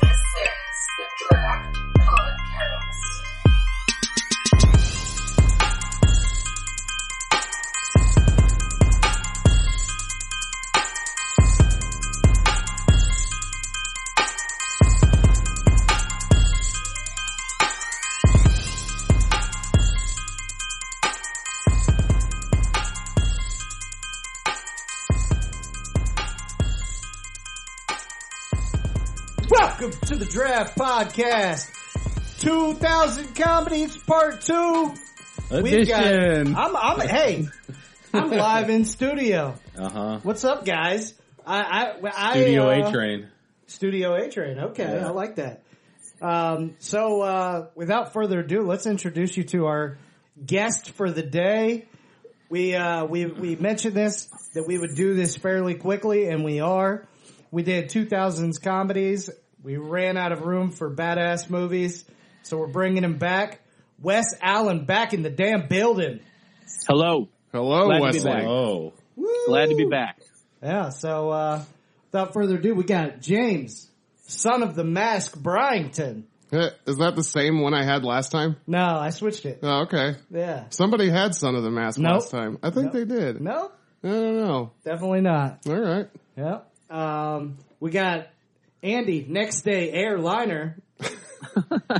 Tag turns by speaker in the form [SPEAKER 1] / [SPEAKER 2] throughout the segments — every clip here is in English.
[SPEAKER 1] This is the Draft Podcast.
[SPEAKER 2] Welcome to the Draft Podcast 2000 Comedies Part 2.
[SPEAKER 3] edition.
[SPEAKER 2] I'm, I'm, hey, I'm live in studio.
[SPEAKER 3] Uh
[SPEAKER 4] Uh-huh.
[SPEAKER 3] huh.
[SPEAKER 2] What's up guys? I, I, I,
[SPEAKER 3] Studio
[SPEAKER 2] uh,
[SPEAKER 3] A Train.
[SPEAKER 2] Studio A Train. Okay.
[SPEAKER 3] Yeah.
[SPEAKER 2] I like that. Um, so, uh, without further ado, let's introduce you to our guest for the day. We, uh, we, we mentioned this, that we would do this fairly quickly, and we are. We did 2000s comedies. We ran out of room for badass movies, so we're bringing him back. Wes Allen back in the damn building.
[SPEAKER 4] Hello.
[SPEAKER 5] Hello,
[SPEAKER 4] Glad to be
[SPEAKER 5] Wesley.
[SPEAKER 4] back.
[SPEAKER 3] Oh,
[SPEAKER 4] Glad to be back.
[SPEAKER 2] Yeah, so, uh, without further ado, we got James, son of the mask, Bryington.
[SPEAKER 5] Eh, Is that the same one I had last time?
[SPEAKER 2] No, I switched it.
[SPEAKER 5] Oh, okay.
[SPEAKER 2] Yeah.
[SPEAKER 5] Somebody had Son of the Mask
[SPEAKER 2] Nope.
[SPEAKER 5] last time. I think
[SPEAKER 2] Nope.
[SPEAKER 5] they did.
[SPEAKER 2] No,
[SPEAKER 5] I don't know.
[SPEAKER 2] definitely not.
[SPEAKER 5] All right.
[SPEAKER 2] Yep. Um, we got Andy next day airliner.
[SPEAKER 5] I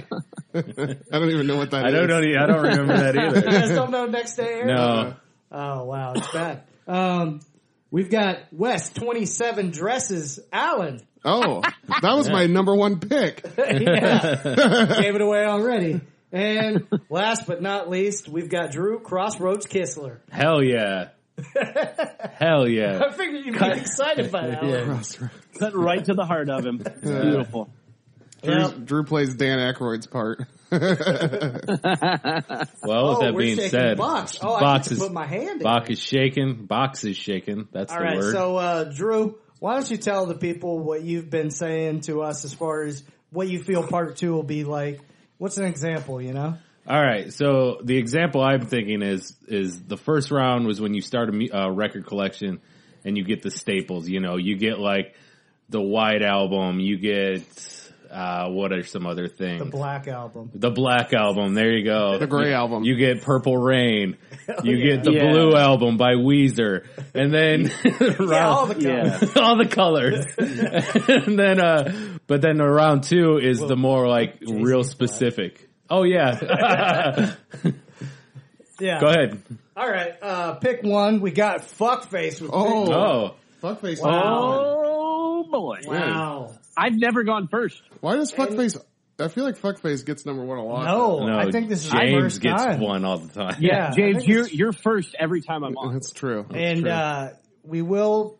[SPEAKER 5] don't even know what that
[SPEAKER 3] I
[SPEAKER 5] is.
[SPEAKER 3] don't know. I don't remember that
[SPEAKER 2] You guys
[SPEAKER 3] either.
[SPEAKER 2] don't know next day airliner.
[SPEAKER 3] no,
[SPEAKER 2] Oh wow, it's bad. Um, we've got West twenty seven dresses Allen.
[SPEAKER 5] Oh, that was my number one pick.
[SPEAKER 2] yeah, gave it away already. And last but not least, we've got Drew Crossroads Kistler.
[SPEAKER 3] hell yeah, hell yeah.
[SPEAKER 2] I figured you'd be excited by that. one.
[SPEAKER 4] Cut right to the heart of him. Beautiful.
[SPEAKER 2] Yep.
[SPEAKER 5] Drew, Drew plays Dan Aykroyd's part.
[SPEAKER 3] Well, with
[SPEAKER 2] Oh,
[SPEAKER 3] that
[SPEAKER 2] we're
[SPEAKER 3] being
[SPEAKER 2] shaking
[SPEAKER 3] said,
[SPEAKER 2] box. Oh, I
[SPEAKER 3] box
[SPEAKER 2] need to
[SPEAKER 3] is
[SPEAKER 2] put my hand. in
[SPEAKER 3] box is shaken. Box is shaken. That's
[SPEAKER 2] All
[SPEAKER 3] the
[SPEAKER 2] right,
[SPEAKER 3] word.
[SPEAKER 2] so uh, Drew, why don't you tell the people what you've been saying to us as far as what you feel part two will be like? What's an example? You know,
[SPEAKER 3] All right. So the example I'm thinking is is the first round was when you start a mu- uh, record collection and you get the staples. You know, you get like the White Album. You get uh, what are some other things?
[SPEAKER 2] the Black Album.
[SPEAKER 3] The Black Album. There you go.
[SPEAKER 5] The Grey Album.
[SPEAKER 3] You get Purple Rain. You
[SPEAKER 2] yeah.
[SPEAKER 3] get the
[SPEAKER 4] Yeah.
[SPEAKER 3] Blue Album by Weezer. And then
[SPEAKER 2] Yeah,
[SPEAKER 3] round-
[SPEAKER 2] all the
[SPEAKER 4] Yeah.
[SPEAKER 3] all the colors. and then, uh, but then around two is the more like real specific. Oh yeah.
[SPEAKER 2] yeah.
[SPEAKER 3] Go ahead.
[SPEAKER 2] All right, uh, pick one. We got Fuckface. With
[SPEAKER 5] Oh.
[SPEAKER 3] Oh.
[SPEAKER 5] Fuckface.
[SPEAKER 2] Wow.
[SPEAKER 4] Oh boy.
[SPEAKER 2] pick- wow.
[SPEAKER 4] I've never gone first.
[SPEAKER 5] Why does Fuckface? I feel like Fuckface gets number one a lot.
[SPEAKER 2] No,
[SPEAKER 3] No,
[SPEAKER 2] I think this is
[SPEAKER 3] James
[SPEAKER 2] the first
[SPEAKER 3] gets
[SPEAKER 2] time.
[SPEAKER 3] one all the time.
[SPEAKER 2] Yeah, I
[SPEAKER 4] James,
[SPEAKER 2] think
[SPEAKER 4] you're
[SPEAKER 2] it's-
[SPEAKER 4] you're first every time I'm on.
[SPEAKER 5] That's true.
[SPEAKER 2] and
[SPEAKER 3] true.
[SPEAKER 2] uh, we will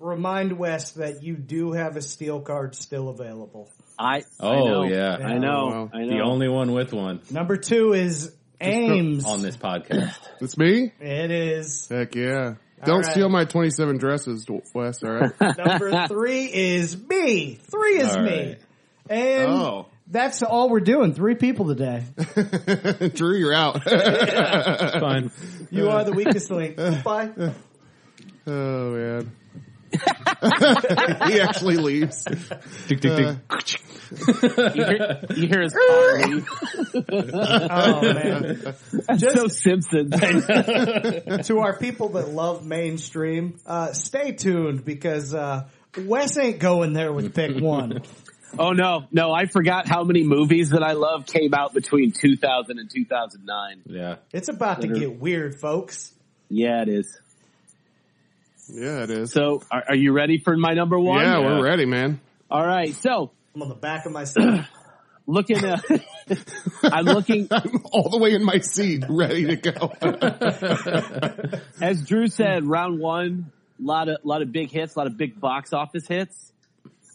[SPEAKER 2] remind Wes that you do have a steel card still available.
[SPEAKER 4] I I
[SPEAKER 3] Oh,
[SPEAKER 4] know.
[SPEAKER 3] yeah.
[SPEAKER 4] I know. I know.
[SPEAKER 3] The only one with one
[SPEAKER 2] Number two is Ames.
[SPEAKER 3] on this podcast.
[SPEAKER 5] It's me.
[SPEAKER 2] It is
[SPEAKER 5] Heck yeah! Don't
[SPEAKER 2] right.
[SPEAKER 5] steal my twenty-seven dresses, Wes. All right.
[SPEAKER 2] Number three is me. Three is
[SPEAKER 3] All
[SPEAKER 2] me.
[SPEAKER 3] right.
[SPEAKER 2] And
[SPEAKER 5] Oh.
[SPEAKER 2] that's all we're doing. Three people today.
[SPEAKER 5] Drew, you're out.
[SPEAKER 3] Fine.
[SPEAKER 2] You are the weakest link. Bye.
[SPEAKER 5] Oh man. he actually leaves.
[SPEAKER 3] Tick, tick, tick.
[SPEAKER 4] You hear, you hear his car leave.
[SPEAKER 2] Oh man.
[SPEAKER 4] That's so Simpsons.
[SPEAKER 2] to our people that love mainstream, uh, stay tuned because uh, Wes ain't going there with pick one.
[SPEAKER 4] oh no, no, I forgot how many movies that I love came out between 2000 and 2009.
[SPEAKER 3] Yeah.
[SPEAKER 2] It's about to get weird, folks.
[SPEAKER 4] Yeah, it is.
[SPEAKER 5] Yeah, it is.
[SPEAKER 4] So, are, are you ready for my number one?
[SPEAKER 5] yeah,
[SPEAKER 4] uh,
[SPEAKER 3] yeah.
[SPEAKER 5] we're ready, man.
[SPEAKER 4] All right. So,
[SPEAKER 2] I'm on the back of my seat.
[SPEAKER 4] looking at, I'm looking,
[SPEAKER 5] I'm all the way in my seat, ready to go.
[SPEAKER 4] as Drew said, round one, lot of, lot of big hits, a lot of big box office hits.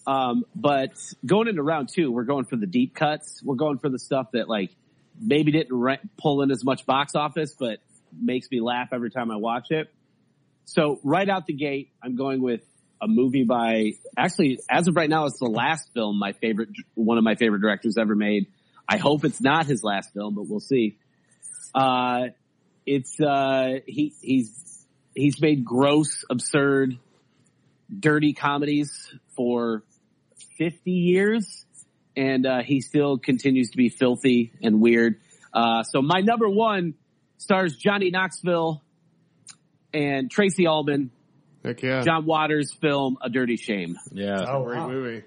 [SPEAKER 4] Um, but going into round two, we're going for the deep cuts. We're going for the stuff that like maybe didn't re- pull in as much box office, but makes me laugh every time I watch it. So right out the gate, I'm going with a movie by actually as of right now it's the last film my favorite one of my favorite directors ever made. I hope it's not his last film, but we'll see. Uh, it's uh, he he's he's made gross, absurd, dirty comedies for fifty years, and uh, he still continues to be filthy and weird. Uh, so my number one stars Johnny Knoxville and Tracy Allman.
[SPEAKER 5] Heck yeah.
[SPEAKER 4] John Waters' film A Dirty Shame.
[SPEAKER 3] Yeah.
[SPEAKER 2] Oh,
[SPEAKER 5] Great
[SPEAKER 2] wow.
[SPEAKER 5] movie.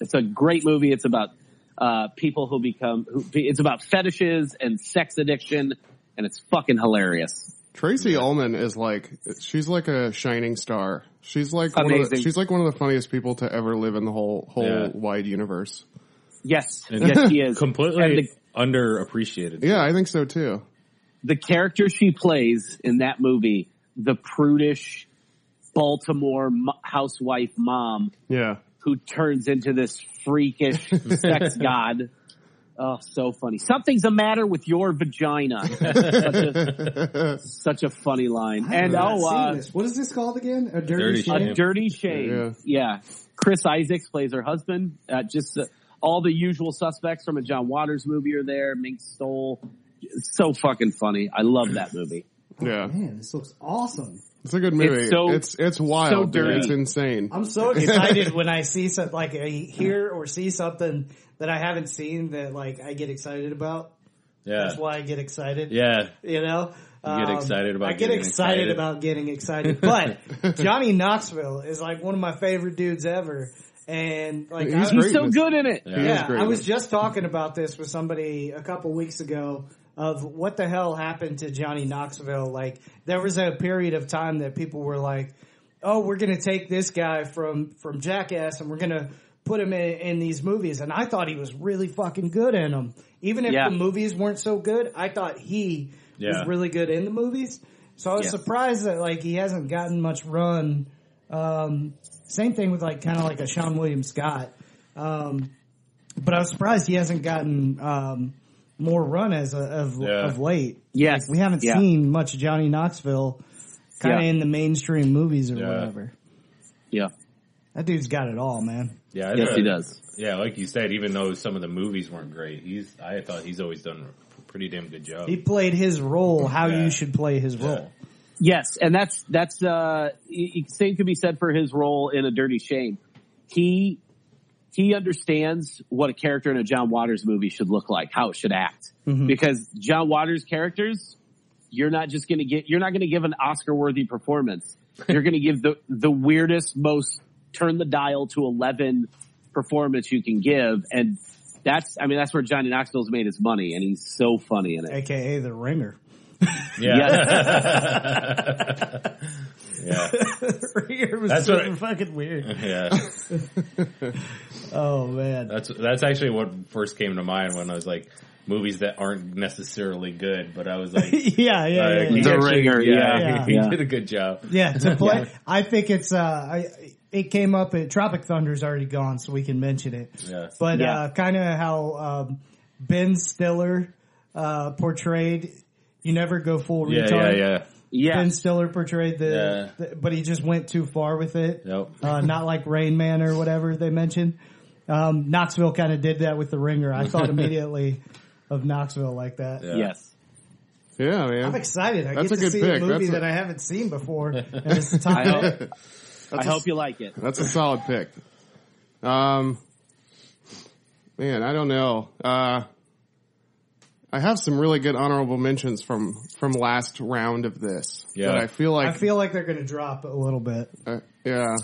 [SPEAKER 4] It's a great movie. It's about uh, people who become. Who, it's about fetishes and sex addiction, and it's fucking hilarious.
[SPEAKER 5] Tracy Ullman is like she's like a shining star. She's like one of the,
[SPEAKER 4] Amazing.
[SPEAKER 5] she's like one of the funniest people to ever live in the whole whole
[SPEAKER 3] Yeah.
[SPEAKER 5] wide universe.
[SPEAKER 4] Yes,
[SPEAKER 3] And-
[SPEAKER 4] yes, she is And
[SPEAKER 3] Completely
[SPEAKER 4] the,
[SPEAKER 3] underappreciated.
[SPEAKER 5] Yeah, I think so too.
[SPEAKER 4] the character she plays in that movie, the prudish Baltimore mo- housewife mom
[SPEAKER 5] Yeah.
[SPEAKER 4] who turns into this freakish sex god. Oh, so funny. Something's the matter with your vagina. such, a, such a funny line.
[SPEAKER 2] I have
[SPEAKER 4] And
[SPEAKER 2] not
[SPEAKER 4] oh,
[SPEAKER 2] seen
[SPEAKER 4] uh,
[SPEAKER 2] this. what is this called again? A dirty,
[SPEAKER 3] Dirty
[SPEAKER 2] shame.
[SPEAKER 3] Shame.
[SPEAKER 4] a dirty shame.
[SPEAKER 5] Yeah.
[SPEAKER 4] Yeah. Chris Isaacs plays her husband. Uh, just uh, all the usual suspects from a John Waters movie are there. Mink Stole. So fucking funny. I love that movie.
[SPEAKER 5] Yeah.
[SPEAKER 2] Man, this looks awesome.
[SPEAKER 5] It's a good movie. It's
[SPEAKER 4] It's so-
[SPEAKER 5] it's, wild.
[SPEAKER 4] so
[SPEAKER 5] dude.
[SPEAKER 4] dirty.
[SPEAKER 5] It's insane.
[SPEAKER 2] I'm so excited when I see something like I hear or see something that I haven't seen that like I get excited about.
[SPEAKER 3] Yeah.
[SPEAKER 2] That's why I get excited.
[SPEAKER 3] Yeah.
[SPEAKER 2] You know? Um,
[SPEAKER 3] You get excited about
[SPEAKER 2] I get
[SPEAKER 3] getting
[SPEAKER 2] excited,
[SPEAKER 3] excited.
[SPEAKER 2] about getting excited. But Johnny Knoxville is like one of my favorite dudes ever. And like
[SPEAKER 5] He's
[SPEAKER 2] I-
[SPEAKER 5] great.
[SPEAKER 4] He's so good in it.
[SPEAKER 3] Yeah.
[SPEAKER 2] yeah,
[SPEAKER 5] great.
[SPEAKER 2] I was just talking about this with somebody a couple weeks ago of what the hell happened to Johnny Knoxville. Like there was a period of time that people were like, "Oh, we're going to take this guy from from Jackass and we're going to put him in, in these movies." And I thought he was really fucking good in them. Even if
[SPEAKER 4] Yeah.
[SPEAKER 2] the movies weren't so good, I thought he
[SPEAKER 3] Yeah.
[SPEAKER 2] was really good in the movies. So I was
[SPEAKER 4] Yes.
[SPEAKER 2] surprised that like he hasn't gotten much run. Um, same thing with like kind of like a Sean William Scott. Um, but I was surprised he hasn't gotten um, more run as a, of
[SPEAKER 3] Yeah.
[SPEAKER 2] of late.
[SPEAKER 4] Yes.
[SPEAKER 2] We haven't
[SPEAKER 4] Yeah.
[SPEAKER 2] seen much Johnny Knoxville, kind of
[SPEAKER 4] Yeah.
[SPEAKER 2] in the mainstream movies or
[SPEAKER 3] Yeah.
[SPEAKER 2] whatever.
[SPEAKER 4] Yeah.
[SPEAKER 2] That dude's got it all, man.
[SPEAKER 3] Yeah. I
[SPEAKER 4] Yes,
[SPEAKER 3] thought-
[SPEAKER 4] he does.
[SPEAKER 3] Yeah, like you said, even though some of the movies weren't great, he's I thought he's always done a pretty damn good job.
[SPEAKER 2] He played his role how
[SPEAKER 3] Yeah.
[SPEAKER 2] you should play his role.
[SPEAKER 4] Yes, and that's that's uh y- y- same could be said for his role in A Dirty Shame. He he understands what a character in a John Waters movie should look like, how it should act.
[SPEAKER 3] Mm-hmm.
[SPEAKER 4] Because John Waters characters, you're not just going to get you're not going to give an Oscar-worthy performance. You're going to give the the weirdest most turn the dial to 11 performance you can give and that's I mean that's where Johnny Knoxville's made his money and he's so funny in it.
[SPEAKER 2] AKA the ringer.
[SPEAKER 3] yeah. yeah.
[SPEAKER 2] the ringer was
[SPEAKER 3] That's what
[SPEAKER 2] super
[SPEAKER 3] I-
[SPEAKER 2] fucking weird.
[SPEAKER 3] Yeah.
[SPEAKER 2] Oh man.
[SPEAKER 3] That's that's actually what first came to mind when I was like movies that aren't necessarily good, but I was like
[SPEAKER 2] yeah, yeah,
[SPEAKER 3] uh,
[SPEAKER 2] yeah,
[SPEAKER 3] he
[SPEAKER 2] yeah.
[SPEAKER 4] The
[SPEAKER 3] actually-
[SPEAKER 4] Ringer,
[SPEAKER 3] yeah,
[SPEAKER 2] yeah.
[SPEAKER 3] he
[SPEAKER 4] Yeah.
[SPEAKER 3] did a good job.
[SPEAKER 2] Yeah, to play. I think it's uh, I, it came up at Tropic Thunder's already gone, so we can mention it.
[SPEAKER 3] Yeah.
[SPEAKER 2] But
[SPEAKER 4] Yeah.
[SPEAKER 2] uh, kind of how um, Ben Stiller uh, portrayed. You never go full
[SPEAKER 3] Yeah, yeah,
[SPEAKER 2] retard.
[SPEAKER 3] yeah.
[SPEAKER 4] Yeah.
[SPEAKER 2] Ben Stiller portrayed the, the, but he just went too far with it.
[SPEAKER 3] Yep.
[SPEAKER 2] Uh, not like Rain Man or whatever they mentioned. Um, Knoxville kind of did that with the Ringer. I thought immediately of Knoxville like that.
[SPEAKER 3] Yeah.
[SPEAKER 4] Yes.
[SPEAKER 5] Yeah, man.
[SPEAKER 2] I'm excited. I
[SPEAKER 5] That's
[SPEAKER 2] get
[SPEAKER 5] a
[SPEAKER 2] to
[SPEAKER 5] good
[SPEAKER 2] see
[SPEAKER 5] pick.
[SPEAKER 2] a movie
[SPEAKER 5] That's a-
[SPEAKER 2] that I I haven't seen before, and it's the
[SPEAKER 4] I
[SPEAKER 2] top
[SPEAKER 4] hope- I
[SPEAKER 5] That's a-
[SPEAKER 4] hope you like it.
[SPEAKER 5] That's a solid pick. Um, man, I don't know. Uh, I have some really good honorable mentions from from last round of this.
[SPEAKER 3] Yeah.
[SPEAKER 5] that I feel like
[SPEAKER 2] I feel like they're going to drop a little bit.
[SPEAKER 5] uh, yeah.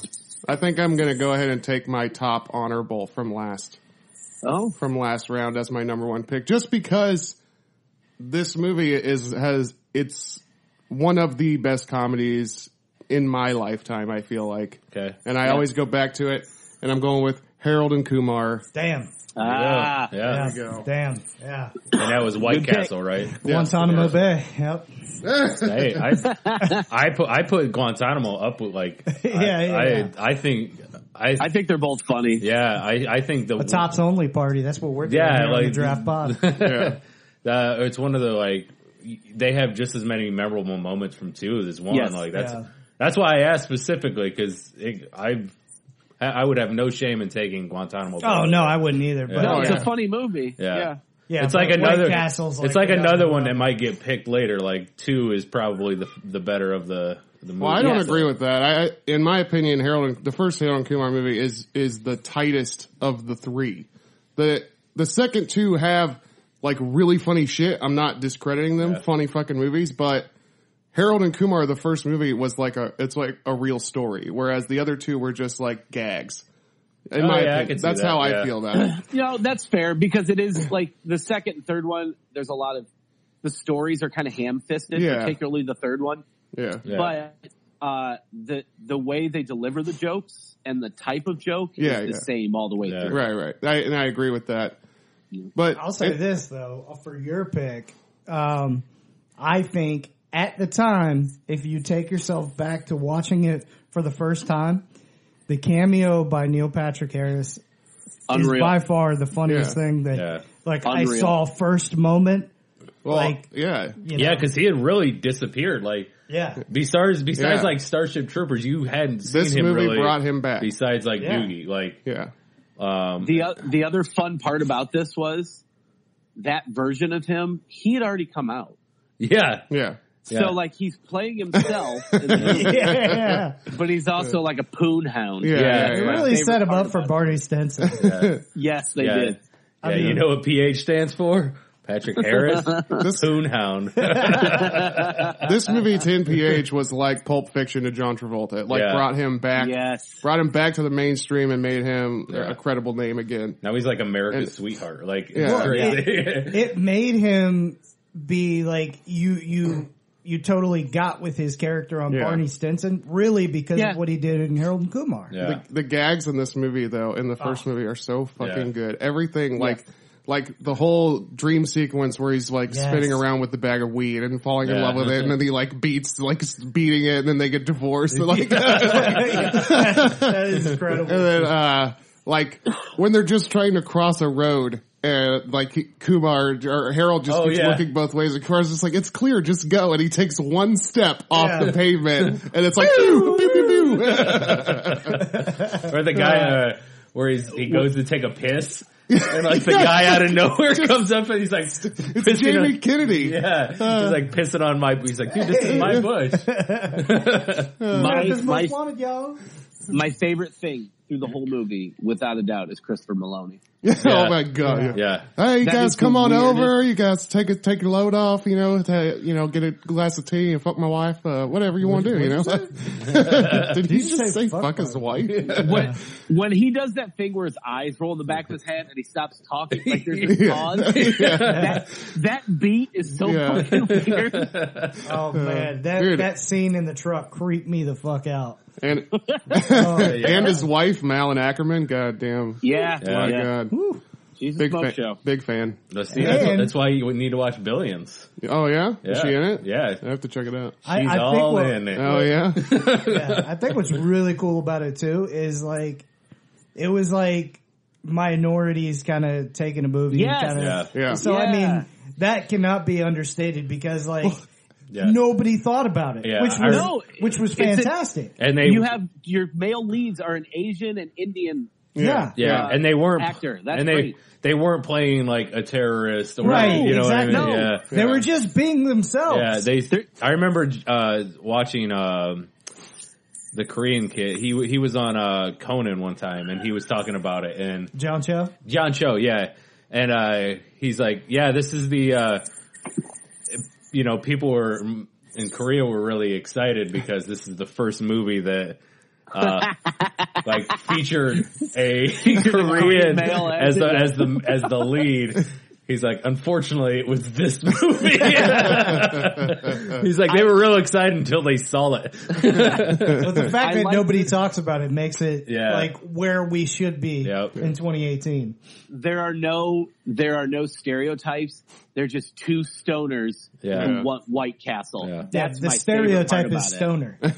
[SPEAKER 5] I think I'm gonna go ahead and take my top honorable from last
[SPEAKER 4] Oh,
[SPEAKER 5] from last round as my number one pick, just because this movie is has it's one of the best comedies in my lifetime. I feel like,
[SPEAKER 3] Okay.
[SPEAKER 5] and I always go back to it, and I'm going with Harold and Kumar.
[SPEAKER 2] Damn.
[SPEAKER 4] ah,
[SPEAKER 2] uh, Yeah.
[SPEAKER 3] yeah. yeah.
[SPEAKER 5] go.
[SPEAKER 2] Damn. Yeah.
[SPEAKER 3] And that was White
[SPEAKER 4] Good pick.
[SPEAKER 3] Castle, right?
[SPEAKER 2] Guantanamo
[SPEAKER 5] yeah.
[SPEAKER 2] Bay. Yep.
[SPEAKER 3] hey, I, I put I put Guantanamo up with like I-
[SPEAKER 2] Yeah, yeah,
[SPEAKER 3] I,
[SPEAKER 2] yeah.
[SPEAKER 3] I think I,
[SPEAKER 4] I think they're both funny.
[SPEAKER 3] yeah I I think the
[SPEAKER 2] A tops only party. That's what we're doing
[SPEAKER 3] Yeah,
[SPEAKER 2] here on the
[SPEAKER 3] like-
[SPEAKER 2] draft pod.
[SPEAKER 5] Yeah.
[SPEAKER 3] uh, it's one of the like they have just as many memorable moments from two as one
[SPEAKER 4] Yes.
[SPEAKER 3] like that's
[SPEAKER 2] Yeah.
[SPEAKER 3] That's why I asked specifically because I I would have no shame in taking Guantanamo. Bay.
[SPEAKER 2] Oh no, I wouldn't either. But
[SPEAKER 4] No,
[SPEAKER 3] Oh,
[SPEAKER 4] it's
[SPEAKER 3] yeah.
[SPEAKER 4] a funny movie.
[SPEAKER 3] Yeah.
[SPEAKER 4] yeah.
[SPEAKER 2] yeah,
[SPEAKER 3] it's like
[SPEAKER 2] but White
[SPEAKER 3] another.
[SPEAKER 2] Castle's
[SPEAKER 3] it's like
[SPEAKER 2] the
[SPEAKER 3] another
[SPEAKER 2] other
[SPEAKER 3] one that might get picked later. Like two is probably the the better of the the movie.
[SPEAKER 5] Well, I don't
[SPEAKER 4] Yeah.
[SPEAKER 5] agree with that. I, in my opinion, Harold, and- the first Harold and Kumar movie is is the tightest of the three. The the second two have like really funny shit. I'm not discrediting them,
[SPEAKER 3] Yeah.
[SPEAKER 5] funny fucking movies, but Harold and Kumar, the first movie was like a it's like a real story, whereas the other two were just like gags. In
[SPEAKER 3] Oh, yeah, I
[SPEAKER 5] my opinion,
[SPEAKER 3] can see
[SPEAKER 5] that's
[SPEAKER 3] that,
[SPEAKER 5] how I
[SPEAKER 3] yeah.
[SPEAKER 5] feel about it.
[SPEAKER 4] You know, that's fair because it is like the second and third one, there's a lot of, the stories are kind of ham fisted,
[SPEAKER 5] Yeah.
[SPEAKER 4] particularly the third one.
[SPEAKER 5] Yeah.
[SPEAKER 3] Yeah.
[SPEAKER 4] But, uh, the, the way they deliver the jokes and the type of joke
[SPEAKER 5] Yeah,
[SPEAKER 4] is the
[SPEAKER 5] yeah.
[SPEAKER 4] same all the way
[SPEAKER 3] Yeah.
[SPEAKER 4] through.
[SPEAKER 5] Right, right. I, and I agree with that. But
[SPEAKER 2] I'll say
[SPEAKER 5] it-
[SPEAKER 2] this though for your pick, um, I think at the time, if you take yourself back to watching it for the first time, the cameo by Neil Patrick Harris is
[SPEAKER 4] Unreal.
[SPEAKER 2] by far the funniest
[SPEAKER 5] Yeah.
[SPEAKER 2] thing that
[SPEAKER 3] Yeah.
[SPEAKER 2] like I
[SPEAKER 4] Unreal.
[SPEAKER 2] saw first moment.
[SPEAKER 5] well,
[SPEAKER 2] like,
[SPEAKER 5] yeah.
[SPEAKER 2] You know?
[SPEAKER 3] yeah, because he had really disappeared. Like
[SPEAKER 2] yeah,
[SPEAKER 3] besides besides
[SPEAKER 5] Yeah.
[SPEAKER 3] like Starship Troopers, you hadn't seen
[SPEAKER 5] This
[SPEAKER 3] him
[SPEAKER 5] movie
[SPEAKER 3] really.
[SPEAKER 5] brought him back.
[SPEAKER 3] Besides like
[SPEAKER 2] Yeah.
[SPEAKER 3] Doogie, like
[SPEAKER 5] Yeah.
[SPEAKER 3] um,
[SPEAKER 4] The o- the other fun part about this was that version of him. He had already come out,
[SPEAKER 3] yeah,
[SPEAKER 5] Yeah.
[SPEAKER 3] Yeah.
[SPEAKER 4] so like he's playing himself, in the-
[SPEAKER 2] yeah.
[SPEAKER 4] but he's also like a poon hound.
[SPEAKER 5] Yeah.
[SPEAKER 3] Yeah.
[SPEAKER 5] yeah,
[SPEAKER 2] They
[SPEAKER 5] yeah.
[SPEAKER 2] really
[SPEAKER 4] favorite
[SPEAKER 2] set him
[SPEAKER 4] part
[SPEAKER 2] up for
[SPEAKER 4] about it.
[SPEAKER 2] Barney Stinson.
[SPEAKER 4] Yes, they
[SPEAKER 3] Yeah.
[SPEAKER 4] did.
[SPEAKER 3] yeah.
[SPEAKER 2] mean-
[SPEAKER 3] you know what PH stands for? Patrick Harris, Coon Hound.
[SPEAKER 5] this movie to NPH was like Pulp Fiction to John Travolta. It, Like
[SPEAKER 3] Yeah.
[SPEAKER 5] brought him back,
[SPEAKER 4] Yes,
[SPEAKER 5] brought him back to the mainstream and made him
[SPEAKER 3] Yeah.
[SPEAKER 5] a credible name again.
[SPEAKER 3] now he's like America's
[SPEAKER 5] And-
[SPEAKER 3] sweetheart. Like it's
[SPEAKER 5] Yeah.
[SPEAKER 3] crazy.
[SPEAKER 2] it made him be like you you you totally got with his character on
[SPEAKER 5] Yeah.
[SPEAKER 2] Barney Stinson really because
[SPEAKER 4] Yeah.
[SPEAKER 2] of what he did in Harold and Kumar.
[SPEAKER 3] yeah.
[SPEAKER 5] The, the gags in this movie though, in the first movie are so fucking
[SPEAKER 3] Yeah.
[SPEAKER 5] good. Everything like, like the whole dream sequence where he's like
[SPEAKER 2] Yes.
[SPEAKER 5] spinning around with the bag of weed and falling in
[SPEAKER 3] Yeah.
[SPEAKER 5] love with it and then he like beats, like beating it and then they get divorced. And, like,
[SPEAKER 2] That is incredible.
[SPEAKER 5] And then, uh, like when they're just trying to cross a road, and like he- Kumar or Harold just
[SPEAKER 3] Oh,
[SPEAKER 5] keeps
[SPEAKER 3] yeah.
[SPEAKER 5] looking both ways, and Kumar's just like, "It's clear, just go." And he takes one step off
[SPEAKER 2] Yeah.
[SPEAKER 5] the pavement, and it's like, pew, pew, pew, pew.
[SPEAKER 3] Or the guy uh, where he's, he goes to take a piss, and like the guy out of nowhere comes up and he's like,
[SPEAKER 5] it's Jamie Kennedy.
[SPEAKER 3] yeah, he's like pissing on my. He's like, dude, this is my bush.
[SPEAKER 4] my,
[SPEAKER 2] This
[SPEAKER 4] my,
[SPEAKER 2] most wanted, y'all.
[SPEAKER 4] my favorite thing through the whole movie, without a doubt, is Christopher Maloney.
[SPEAKER 5] oh my god.
[SPEAKER 3] Yeah,
[SPEAKER 5] Hey, you
[SPEAKER 4] That
[SPEAKER 5] guys,
[SPEAKER 4] is
[SPEAKER 5] come
[SPEAKER 4] the
[SPEAKER 5] on
[SPEAKER 4] weirdest-
[SPEAKER 5] over. You guys, take a take your load off. You know, to, you know, get a glass of tea and fuck my wife. Uh, whatever you want to do. You know, did he
[SPEAKER 2] say
[SPEAKER 5] just say
[SPEAKER 2] fuck
[SPEAKER 5] fuck his wife?
[SPEAKER 4] When, when he does that thing where his eyes roll in the back of his head and he stops talking, like there's a pause. That, that beat is so
[SPEAKER 5] Yeah.
[SPEAKER 4] fucking weird.
[SPEAKER 2] Oh man, that
[SPEAKER 5] Dude.
[SPEAKER 2] that scene in the truck creeped me the fuck out.
[SPEAKER 5] And
[SPEAKER 2] Oh,
[SPEAKER 3] yeah.
[SPEAKER 5] and his wife, Malin Ackerman. God damn.
[SPEAKER 4] Yeah,
[SPEAKER 5] My
[SPEAKER 3] Yeah.
[SPEAKER 5] God.
[SPEAKER 4] Jesus
[SPEAKER 5] Big
[SPEAKER 4] Smoke
[SPEAKER 5] fan.
[SPEAKER 4] Show.
[SPEAKER 5] Big fan.
[SPEAKER 3] Let's see, that's,
[SPEAKER 2] And-
[SPEAKER 3] that's why you would need to watch Billions.
[SPEAKER 5] Oh yeah? Is she in it?
[SPEAKER 3] Yeah,
[SPEAKER 5] I have to check it out.
[SPEAKER 2] I,
[SPEAKER 3] she's
[SPEAKER 2] I think
[SPEAKER 3] all
[SPEAKER 2] what,
[SPEAKER 3] in it.
[SPEAKER 5] Oh yeah?
[SPEAKER 2] yeah, I think what's really cool about it too is like it was like minorities kind of taking a movie. and
[SPEAKER 4] Yes.
[SPEAKER 2] kinda-
[SPEAKER 3] Yeah,
[SPEAKER 5] Yeah.
[SPEAKER 2] So I
[SPEAKER 4] Yeah.
[SPEAKER 2] mean, that cannot be understated because like
[SPEAKER 3] yeah.
[SPEAKER 2] nobody thought about it,
[SPEAKER 3] Yeah,
[SPEAKER 2] which
[SPEAKER 3] I
[SPEAKER 2] was
[SPEAKER 4] know.
[SPEAKER 2] which was
[SPEAKER 4] It's a-
[SPEAKER 2] fantastic.
[SPEAKER 3] and they
[SPEAKER 4] You have your male leads are an Asian and Indian.
[SPEAKER 2] yeah.
[SPEAKER 3] yeah,
[SPEAKER 4] uh,
[SPEAKER 3] and they weren't
[SPEAKER 4] actor. That's
[SPEAKER 3] and they
[SPEAKER 4] great.
[SPEAKER 3] they weren't playing like a terrorist or
[SPEAKER 2] Right,
[SPEAKER 3] you know
[SPEAKER 2] exactly.
[SPEAKER 3] what I mean?
[SPEAKER 4] No.
[SPEAKER 3] Yeah.
[SPEAKER 2] They were just being themselves.
[SPEAKER 3] Yeah, they. I remember uh, watching um, the Korean kid. He he was on uh, Conan one time, and he was talking about it. And
[SPEAKER 2] John Cho.
[SPEAKER 3] John Cho, yeah, and uh, he's like, yeah, this is the. Uh, you know, people were in Korea were really excited because this is the first movie that. Uh, like featured a Korean
[SPEAKER 4] male
[SPEAKER 3] as the as the as the lead. He's like, unfortunately, it was this movie. He's like, they were real excited until they saw it.
[SPEAKER 2] But the fact
[SPEAKER 4] I
[SPEAKER 2] that
[SPEAKER 4] like
[SPEAKER 2] nobody talks about it makes it
[SPEAKER 3] Yeah.
[SPEAKER 2] like where we should be
[SPEAKER 3] Yep.
[SPEAKER 2] in 2018.
[SPEAKER 4] There are no there are no stereotypes. They're just two stoners
[SPEAKER 3] Yeah.
[SPEAKER 4] who want White Castle.
[SPEAKER 3] Yeah.
[SPEAKER 4] That's
[SPEAKER 2] the
[SPEAKER 4] my favorite part
[SPEAKER 2] stereotype
[SPEAKER 4] about
[SPEAKER 2] is stoner.
[SPEAKER 3] Yeah,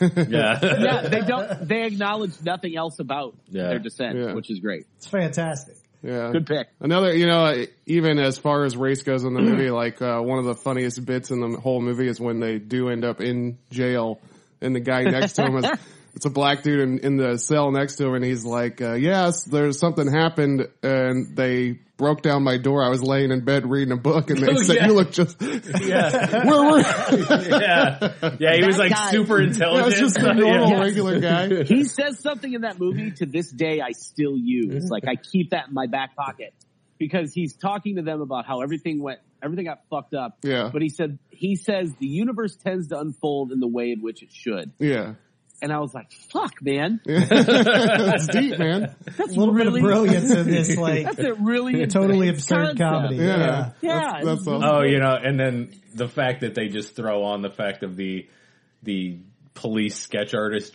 [SPEAKER 4] It. Yeah, they don't. They acknowledge nothing else about
[SPEAKER 3] Yeah.
[SPEAKER 4] their descent,
[SPEAKER 5] Yeah.
[SPEAKER 4] which is great.
[SPEAKER 2] It's fantastic.
[SPEAKER 5] Yeah.
[SPEAKER 4] Good pick.
[SPEAKER 5] Another, you know, even as far as race goes in the movie, like uh, one of the funniest bits in the whole movie is when they do end up in jail and the guy next to him is, it's a black dude in, in the cell next to him, and he's like, uh, "Yes, there's something happened, and they broke down my door. I was laying in bed reading a book, and they
[SPEAKER 3] Oh,
[SPEAKER 5] said
[SPEAKER 3] yeah.
[SPEAKER 5] you look just
[SPEAKER 3] Yeah,
[SPEAKER 5] where were."
[SPEAKER 3] yeah, yeah. He was
[SPEAKER 4] That
[SPEAKER 3] like
[SPEAKER 4] guy-
[SPEAKER 3] super
[SPEAKER 5] I
[SPEAKER 3] intelligent.
[SPEAKER 5] was just
[SPEAKER 3] Oh, Yeah.
[SPEAKER 5] a normal regular guy.
[SPEAKER 4] He says something in that movie to this day I still use. Like I keep that in my back pocket because he's talking to them about how everything went, everything got fucked up.
[SPEAKER 5] Yeah.
[SPEAKER 4] But he said, he says the universe tends to unfold in the way in which it should.
[SPEAKER 5] Yeah,
[SPEAKER 4] And I was like, fuck man,
[SPEAKER 5] it's deep, man.
[SPEAKER 2] a little bit
[SPEAKER 4] really-
[SPEAKER 2] of brilliance in this, like
[SPEAKER 4] that's a really
[SPEAKER 2] totally
[SPEAKER 4] advanced
[SPEAKER 2] absurd
[SPEAKER 4] concept.
[SPEAKER 2] comedy.
[SPEAKER 5] Yeah,
[SPEAKER 2] Yeah.
[SPEAKER 4] Yeah,
[SPEAKER 5] That's, that's awesome.
[SPEAKER 3] Oh, you know, and then the fact that they just throw on the fact of the the police sketch artist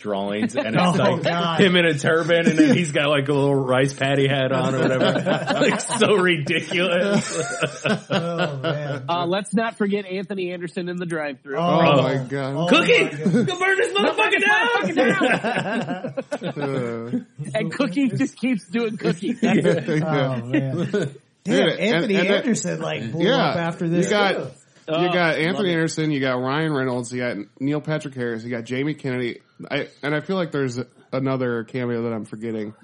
[SPEAKER 3] drawings, and it's
[SPEAKER 2] Oh,
[SPEAKER 3] like
[SPEAKER 2] God.
[SPEAKER 3] him in a turban, and then he's got like a little rice patty hat on or whatever. like so ridiculous.
[SPEAKER 2] Oh man.
[SPEAKER 4] Uh, let's not forget Anthony Anderson in the drive-through.
[SPEAKER 5] Oh, my god.
[SPEAKER 2] Oh,
[SPEAKER 3] Cookie,
[SPEAKER 2] my God.
[SPEAKER 3] you can burn this motherfucker down.
[SPEAKER 5] Uh,
[SPEAKER 4] and Cookie just keeps doing Cookie.
[SPEAKER 5] yeah.
[SPEAKER 2] Oh man.
[SPEAKER 5] Dude,
[SPEAKER 2] Damn,
[SPEAKER 5] and-
[SPEAKER 2] Anthony
[SPEAKER 5] and that-
[SPEAKER 2] Anderson like blew
[SPEAKER 5] Yeah.
[SPEAKER 2] up after this.
[SPEAKER 5] You got-
[SPEAKER 2] too.
[SPEAKER 4] Oh,
[SPEAKER 5] you got
[SPEAKER 4] love
[SPEAKER 5] Anthony
[SPEAKER 4] it.
[SPEAKER 5] Anderson, you got Ryan Reynolds, you got Neil Patrick Harris, you got Jamie Kennedy. I, and I feel like there's another cameo that I'm forgetting.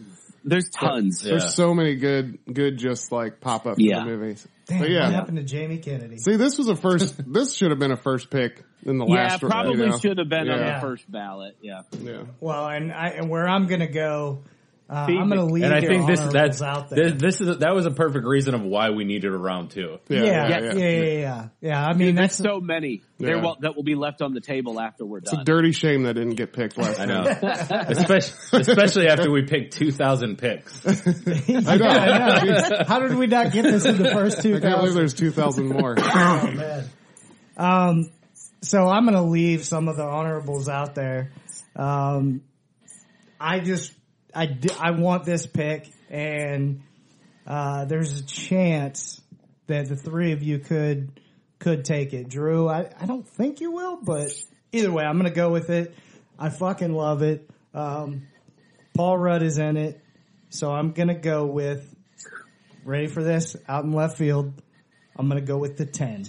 [SPEAKER 4] There's tons.
[SPEAKER 3] Yeah.
[SPEAKER 5] There's so many good, good just like pop up
[SPEAKER 4] Yeah.
[SPEAKER 5] for the movies.
[SPEAKER 2] Damn,
[SPEAKER 5] but
[SPEAKER 2] what
[SPEAKER 5] yeah,
[SPEAKER 2] happened to Jamie Kennedy?
[SPEAKER 5] see, this was a first. this should have been a first pick in the
[SPEAKER 4] Yeah,
[SPEAKER 5] last. you
[SPEAKER 4] probably
[SPEAKER 5] know?
[SPEAKER 4] should have been on
[SPEAKER 5] Yeah.
[SPEAKER 4] the first ballot. Yeah.
[SPEAKER 5] Yeah.
[SPEAKER 2] Well, and I and where I'm gonna go, uh, I'm
[SPEAKER 4] Phoenix.
[SPEAKER 2] gonna leave.
[SPEAKER 3] and I
[SPEAKER 2] your
[SPEAKER 3] think this
[SPEAKER 2] honorables
[SPEAKER 3] that's
[SPEAKER 2] out there.
[SPEAKER 3] this, this is that was a perfect reason of why we needed a round two.
[SPEAKER 2] yeah,
[SPEAKER 5] Yeah, yeah,
[SPEAKER 2] yeah, yeah,
[SPEAKER 5] yeah.
[SPEAKER 2] yeah, yeah. Yeah, I mean,
[SPEAKER 4] There's
[SPEAKER 2] that's
[SPEAKER 4] so many there
[SPEAKER 5] Yeah.
[SPEAKER 4] will, that will be left on the table after we're
[SPEAKER 5] It's a
[SPEAKER 4] done.
[SPEAKER 5] dirty shame that didn't get picked last
[SPEAKER 3] I
[SPEAKER 5] time.
[SPEAKER 3] know, especially especially after we picked two thousand picks.
[SPEAKER 5] I know.
[SPEAKER 2] I know. How did we not get this in the first two
[SPEAKER 5] I can't
[SPEAKER 2] thousand?
[SPEAKER 5] believe there's 2,000 more.
[SPEAKER 2] Um, so I'm going to leave some of the honorables out there. Um, I just, I, di- I want this pick and, uh, there's a chance that the three of you could, could take it. Drew, I, I don't think you will, but either way, I'm going to go with it. I fucking love it. Um, Paul Rudd is in it. So I'm going to go with, ready for this out in left field. I'm going to go with the 10.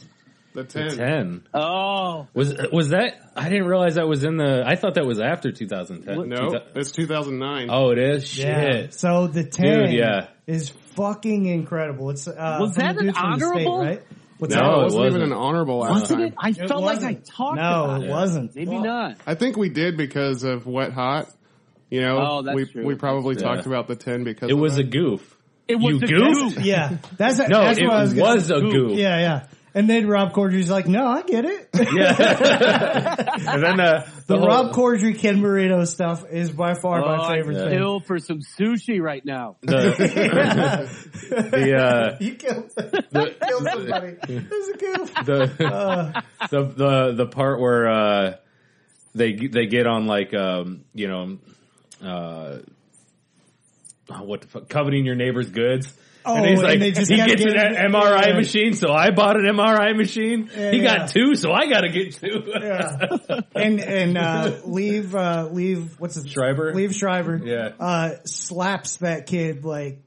[SPEAKER 5] The 10.
[SPEAKER 3] Ten.
[SPEAKER 4] oh,
[SPEAKER 3] Was was that? I didn't realize that was in the. I thought that was after 2010.
[SPEAKER 5] No,
[SPEAKER 3] Two thou-
[SPEAKER 5] it's 2009.
[SPEAKER 3] Oh, it is.
[SPEAKER 2] Yeah.
[SPEAKER 3] Shit.
[SPEAKER 2] So the ten
[SPEAKER 3] Dude, yeah.
[SPEAKER 2] is fucking incredible. It's uh,
[SPEAKER 4] Was
[SPEAKER 2] from
[SPEAKER 4] that
[SPEAKER 2] the
[SPEAKER 4] an
[SPEAKER 2] dudes from the
[SPEAKER 4] honorable?
[SPEAKER 2] State, right? What's
[SPEAKER 3] No,
[SPEAKER 5] it
[SPEAKER 3] it
[SPEAKER 2] that?
[SPEAKER 5] wasn't even
[SPEAKER 3] wasn't.
[SPEAKER 5] an honorable last
[SPEAKER 4] wasn't
[SPEAKER 5] time.
[SPEAKER 4] it? I felt like I
[SPEAKER 2] wasn't.
[SPEAKER 4] talked
[SPEAKER 2] No,
[SPEAKER 4] about
[SPEAKER 2] it
[SPEAKER 4] it.
[SPEAKER 2] wasn't.
[SPEAKER 4] Maybe
[SPEAKER 2] Well,
[SPEAKER 4] not.
[SPEAKER 5] I think we did because of Wet Hot. You know,
[SPEAKER 4] Oh, that's
[SPEAKER 5] we
[SPEAKER 4] true.
[SPEAKER 5] we probably
[SPEAKER 3] Yeah.
[SPEAKER 5] talked about the ten because
[SPEAKER 3] It
[SPEAKER 5] of
[SPEAKER 3] was a
[SPEAKER 5] that.
[SPEAKER 3] goof.
[SPEAKER 4] It was
[SPEAKER 3] You
[SPEAKER 4] the
[SPEAKER 3] goofed?
[SPEAKER 4] goof.
[SPEAKER 2] Yeah, that's
[SPEAKER 3] No,
[SPEAKER 2] that's
[SPEAKER 3] it
[SPEAKER 2] what I was,
[SPEAKER 3] was,
[SPEAKER 2] gonna
[SPEAKER 3] a goof.
[SPEAKER 2] say. Yeah, yeah. And then Rob Corddry's like, "No, I get it." The,
[SPEAKER 3] And then uh, the, whole-
[SPEAKER 2] Rob Corddry Ken Burrito stuff is by far
[SPEAKER 4] Oh,
[SPEAKER 2] my
[SPEAKER 4] I'm
[SPEAKER 2] favorite thing.
[SPEAKER 4] ill for some sushi right now.
[SPEAKER 3] the, the uh,
[SPEAKER 2] you killed, you killed somebody. It was a goof.
[SPEAKER 3] the, the the the part where uh, they they get on like um you know uh oh, what the fuck coveting your neighbor's goods.
[SPEAKER 2] Oh,
[SPEAKER 3] and he's
[SPEAKER 2] and
[SPEAKER 3] like,
[SPEAKER 2] they just
[SPEAKER 3] he
[SPEAKER 2] gotta
[SPEAKER 3] gets
[SPEAKER 2] get
[SPEAKER 3] an
[SPEAKER 2] it-
[SPEAKER 3] MRI
[SPEAKER 2] yeah.
[SPEAKER 3] machine, so I bought an MRI machine.
[SPEAKER 2] Yeah,
[SPEAKER 3] he
[SPEAKER 2] yeah.
[SPEAKER 3] got two, so I gotta get two.
[SPEAKER 2] Yeah. And and uh, leave uh, leave what's his
[SPEAKER 3] Schreiber?
[SPEAKER 2] Leave Schreiber.
[SPEAKER 3] Yeah.
[SPEAKER 2] Uh, slaps that kid like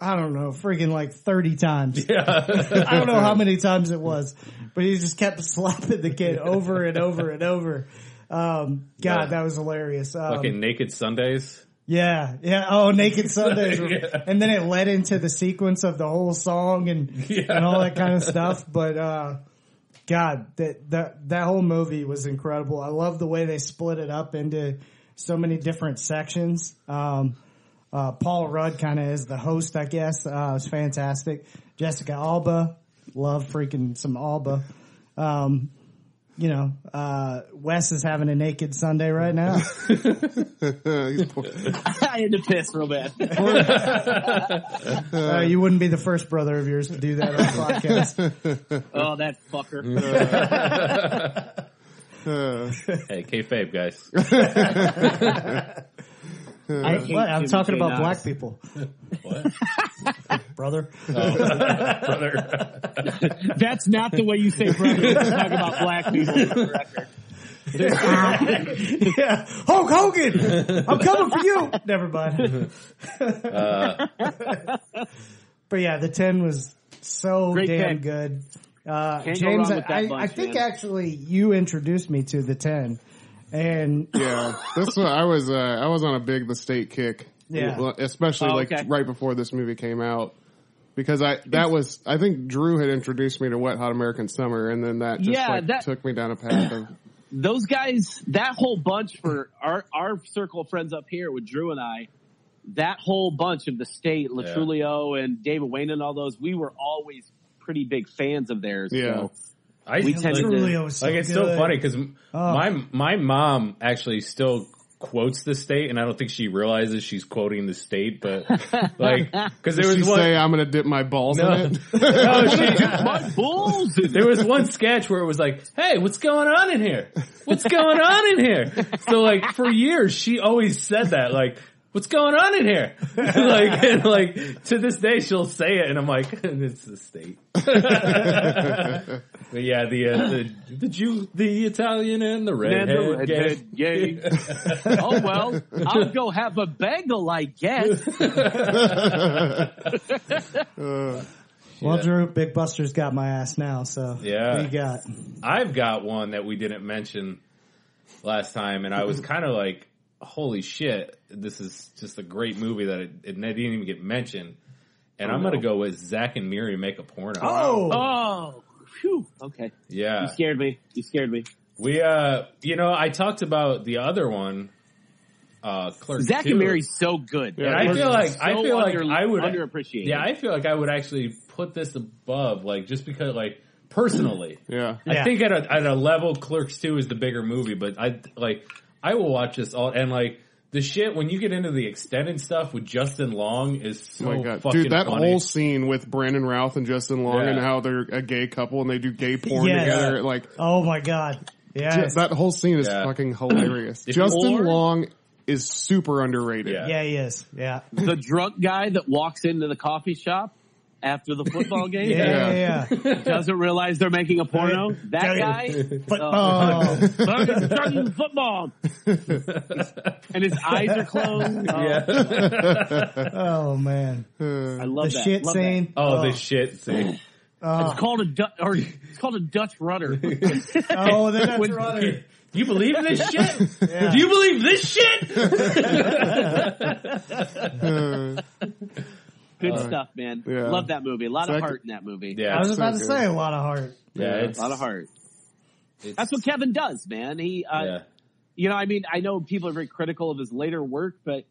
[SPEAKER 2] I don't know, freaking like thirty times.
[SPEAKER 3] Yeah.
[SPEAKER 2] I don't know how many times it was, but he just kept slapping the kid over and over and over. Um, God,
[SPEAKER 3] Yeah.
[SPEAKER 2] that was hilarious. Um,
[SPEAKER 3] Fucking naked Sundays.
[SPEAKER 2] yeah, yeah. Oh, Naked Sundays, were-
[SPEAKER 3] Yeah.
[SPEAKER 2] and then it led into the sequence of the whole song and and all that kind of stuff. But uh, God, that that that whole movie was incredible. I love the way they split it up into so many different sections. Um, uh, Paul Rudd kind of is the host, I guess. Uh, it's fantastic. Jessica Alba, love freaking some Alba. Um, you know, uh, Wes is having a naked Sunday right now.
[SPEAKER 5] He's poor.
[SPEAKER 4] I had to piss real bad.
[SPEAKER 2] Uh, you wouldn't be the first brother of yours to do that on a podcast.
[SPEAKER 4] oh, that fucker.
[SPEAKER 5] Uh,
[SPEAKER 3] Hey, kayfabe, guys.
[SPEAKER 2] I,
[SPEAKER 4] hate
[SPEAKER 2] what? I'm
[SPEAKER 4] Jimmy
[SPEAKER 2] talking
[SPEAKER 4] J.
[SPEAKER 2] about
[SPEAKER 4] Knox.
[SPEAKER 2] black people,
[SPEAKER 3] What?
[SPEAKER 2] brother.
[SPEAKER 3] Brother.
[SPEAKER 4] That's not the way you say brother. when you Talk about black people. for the record.
[SPEAKER 2] yeah, Hulk Hogan, I'm coming for you. Never mind. but yeah, the ten was so
[SPEAKER 4] Great
[SPEAKER 2] damn
[SPEAKER 4] pick.
[SPEAKER 2] good. Uh,
[SPEAKER 4] Can't go
[SPEAKER 2] James,
[SPEAKER 4] wrong with that
[SPEAKER 2] I, I
[SPEAKER 4] bunch,
[SPEAKER 2] think
[SPEAKER 4] man.
[SPEAKER 2] actually you introduced me to the ten, and
[SPEAKER 5] Yeah, this one, I was uh, I was on a big the state kick.
[SPEAKER 2] Yeah.
[SPEAKER 5] Well, especially
[SPEAKER 4] Oh,
[SPEAKER 5] like
[SPEAKER 4] okay.
[SPEAKER 5] right before this movie came out because I that was I think Drew had introduced me to Wet Hot American Summer, and then that just
[SPEAKER 4] Yeah,
[SPEAKER 5] like,
[SPEAKER 4] that-
[SPEAKER 5] took me down a path of
[SPEAKER 4] those guys, that whole bunch for our our circle of friends up here with Drew and I, that whole bunch of the state, Latrulio and David Wayne and all those, we were always pretty big fans of theirs.
[SPEAKER 5] Yeah.
[SPEAKER 4] So.
[SPEAKER 3] I
[SPEAKER 4] We
[SPEAKER 3] like,
[SPEAKER 4] tend to-
[SPEAKER 2] Julio was so
[SPEAKER 3] like it's
[SPEAKER 2] good.
[SPEAKER 3] so funny because my my mom actually still quotes the state, and I don't think she realizes she's quoting the state, but like because there
[SPEAKER 5] Did she
[SPEAKER 3] was one.
[SPEAKER 5] say I'm gonna dip my balls
[SPEAKER 3] no,
[SPEAKER 5] in it?
[SPEAKER 3] no, she,
[SPEAKER 4] My bulls!
[SPEAKER 3] there was one sketch where it was like, "Hey, what's going on in here? What's going on in here?" So like for years, she always said that, like, "What's going on in here?" like and like to this day, she'll say it, and I'm like, "It's the state." but yeah, the uh, the the Jew, the Italian, and the
[SPEAKER 4] And the
[SPEAKER 3] redhead. gang.
[SPEAKER 4] redhead gang. oh well, I'll go have a bagel, I guess.
[SPEAKER 2] Well, Drew, Big Buster's got my ass now. So
[SPEAKER 3] Yeah.
[SPEAKER 2] what you got?
[SPEAKER 3] I've got one that we didn't mention last time, and I was kind of like, "Holy shit! This is just a great movie that it, it didn't even get mentioned." And I'm gonna go with Zach and Miri make a porno.
[SPEAKER 2] Oh,
[SPEAKER 4] Oh, phew. okay. You
[SPEAKER 3] yeah,
[SPEAKER 4] scared me. You scared me.
[SPEAKER 3] we uh, you know, I talked about the other one, uh, Clerk.
[SPEAKER 4] Zach
[SPEAKER 3] 2.
[SPEAKER 4] and Mary's so good.
[SPEAKER 3] And I feel like I
[SPEAKER 4] so
[SPEAKER 3] feel like
[SPEAKER 4] under-
[SPEAKER 3] I would
[SPEAKER 4] underappreciated.
[SPEAKER 3] Yeah, I feel like I would actually put this above, like just because, like personally.
[SPEAKER 5] yeah.
[SPEAKER 2] Yeah.
[SPEAKER 3] I think at a, at a level, Clerks Two is the bigger movie, but I like I will watch this all and like the shit when you get into the extended stuff with Justin Long is so
[SPEAKER 5] Oh my god,
[SPEAKER 3] fucking
[SPEAKER 5] dude! That
[SPEAKER 3] funny.
[SPEAKER 5] whole scene with Brandon Routh and Justin Long
[SPEAKER 3] Yeah.
[SPEAKER 5] and how they're a gay couple and they do gay porn
[SPEAKER 2] Yes.
[SPEAKER 5] together, like
[SPEAKER 2] oh my God!
[SPEAKER 5] ju-
[SPEAKER 2] Yes.
[SPEAKER 5] that whole scene is
[SPEAKER 3] Yeah.
[SPEAKER 5] fucking hilarious.
[SPEAKER 3] If-
[SPEAKER 5] Justin
[SPEAKER 3] or-
[SPEAKER 5] Long is super underrated.
[SPEAKER 3] Yeah.
[SPEAKER 2] yeah, he is. Yeah,
[SPEAKER 4] the drunk guy that walks into the coffee shop after the football game
[SPEAKER 2] yeah, yeah. yeah.
[SPEAKER 4] doesn't realize they're making a porno. That guy,
[SPEAKER 2] But
[SPEAKER 4] oh,
[SPEAKER 3] uh,
[SPEAKER 2] oh,
[SPEAKER 4] they're starting football, and his eyes are closed. Oh,
[SPEAKER 3] yeah.
[SPEAKER 2] oh man,
[SPEAKER 4] I
[SPEAKER 2] the
[SPEAKER 4] love that.
[SPEAKER 2] shit
[SPEAKER 4] Love
[SPEAKER 2] scene.
[SPEAKER 3] Oh, the shit scene.
[SPEAKER 4] That. It's called a Dutch, or it's called a Dutch rudder.
[SPEAKER 2] Oh, then that's
[SPEAKER 4] When-
[SPEAKER 2] right.
[SPEAKER 3] Do you believe this shit?
[SPEAKER 2] Yeah.
[SPEAKER 3] Do you believe this shit?
[SPEAKER 4] Good stuff, man.
[SPEAKER 5] yeah.
[SPEAKER 4] Love that movie. A lot of
[SPEAKER 5] Zach-
[SPEAKER 4] heart in that movie.
[SPEAKER 2] I
[SPEAKER 3] Yeah,
[SPEAKER 2] was
[SPEAKER 5] so
[SPEAKER 2] about to
[SPEAKER 5] good.
[SPEAKER 2] say a lot of heart.
[SPEAKER 3] yeah, it's,
[SPEAKER 4] a lot of heart.
[SPEAKER 3] it's-
[SPEAKER 4] That's what Kevin does, man. He, uh,
[SPEAKER 3] yeah.
[SPEAKER 4] you know, I mean, I know people are very critical of his later work, but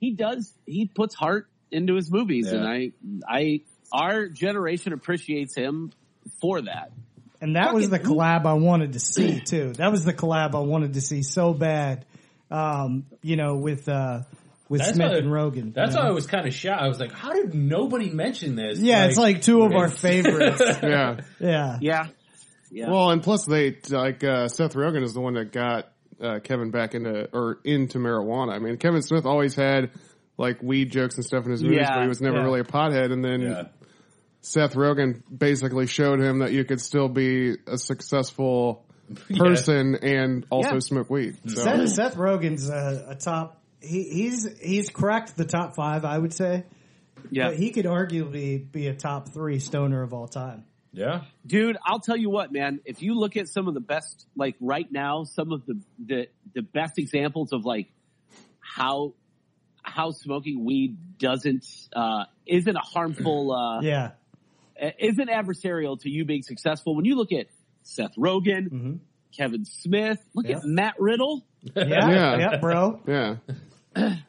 [SPEAKER 4] he does, he puts heart into his movies
[SPEAKER 3] Yeah.
[SPEAKER 4] and I, I, our generation appreciates him for that.
[SPEAKER 2] And that was the collab I wanted to see too. That was the collab I wanted to see so bad. Um, you know, with uh with
[SPEAKER 3] That's
[SPEAKER 2] Smith
[SPEAKER 3] why-
[SPEAKER 2] and Rogan.
[SPEAKER 3] That's
[SPEAKER 2] you know?
[SPEAKER 3] why I was kind of shocked. I was like, how did nobody mention this?
[SPEAKER 2] Yeah, it's like two of our
[SPEAKER 3] it's-
[SPEAKER 2] favorites.
[SPEAKER 5] yeah.
[SPEAKER 2] Yeah.
[SPEAKER 4] Yeah. Yeah.
[SPEAKER 5] Well, and plus they like uh, Seth Rogen is the one that got uh, Kevin back into or into marijuana. I mean, Kevin Smith always had like weed jokes and stuff in his movies,
[SPEAKER 4] Yeah,
[SPEAKER 5] but he was never
[SPEAKER 2] yeah.
[SPEAKER 5] really a pothead. And then
[SPEAKER 3] Yeah.
[SPEAKER 5] Seth Rogen basically showed him that you could still be a successful person and also
[SPEAKER 4] Yeah.
[SPEAKER 5] smoke weed.
[SPEAKER 3] Mm-hmm.
[SPEAKER 5] So
[SPEAKER 2] Seth, Seth Rogen's a, a top. He, he's he's cracked the top five, I would say.
[SPEAKER 4] yeah.
[SPEAKER 2] But he could arguably be a top three stoner of all time.
[SPEAKER 3] yeah,
[SPEAKER 4] Dude, I'll tell you what, man, if you look at some of the best, like right now, some of the, the, the best examples of like how, how smoking weed doesn't, uh, isn't a harmful, uh,
[SPEAKER 2] Yeah.
[SPEAKER 4] isn't uh, adversarial to you being successful. When you look at Seth Rogen, Kevin Smith, look
[SPEAKER 2] Mm-hmm. Yeah.
[SPEAKER 4] at Matt Riddle,
[SPEAKER 2] Yeah.
[SPEAKER 5] Yeah.
[SPEAKER 2] yeah, bro.
[SPEAKER 5] yeah,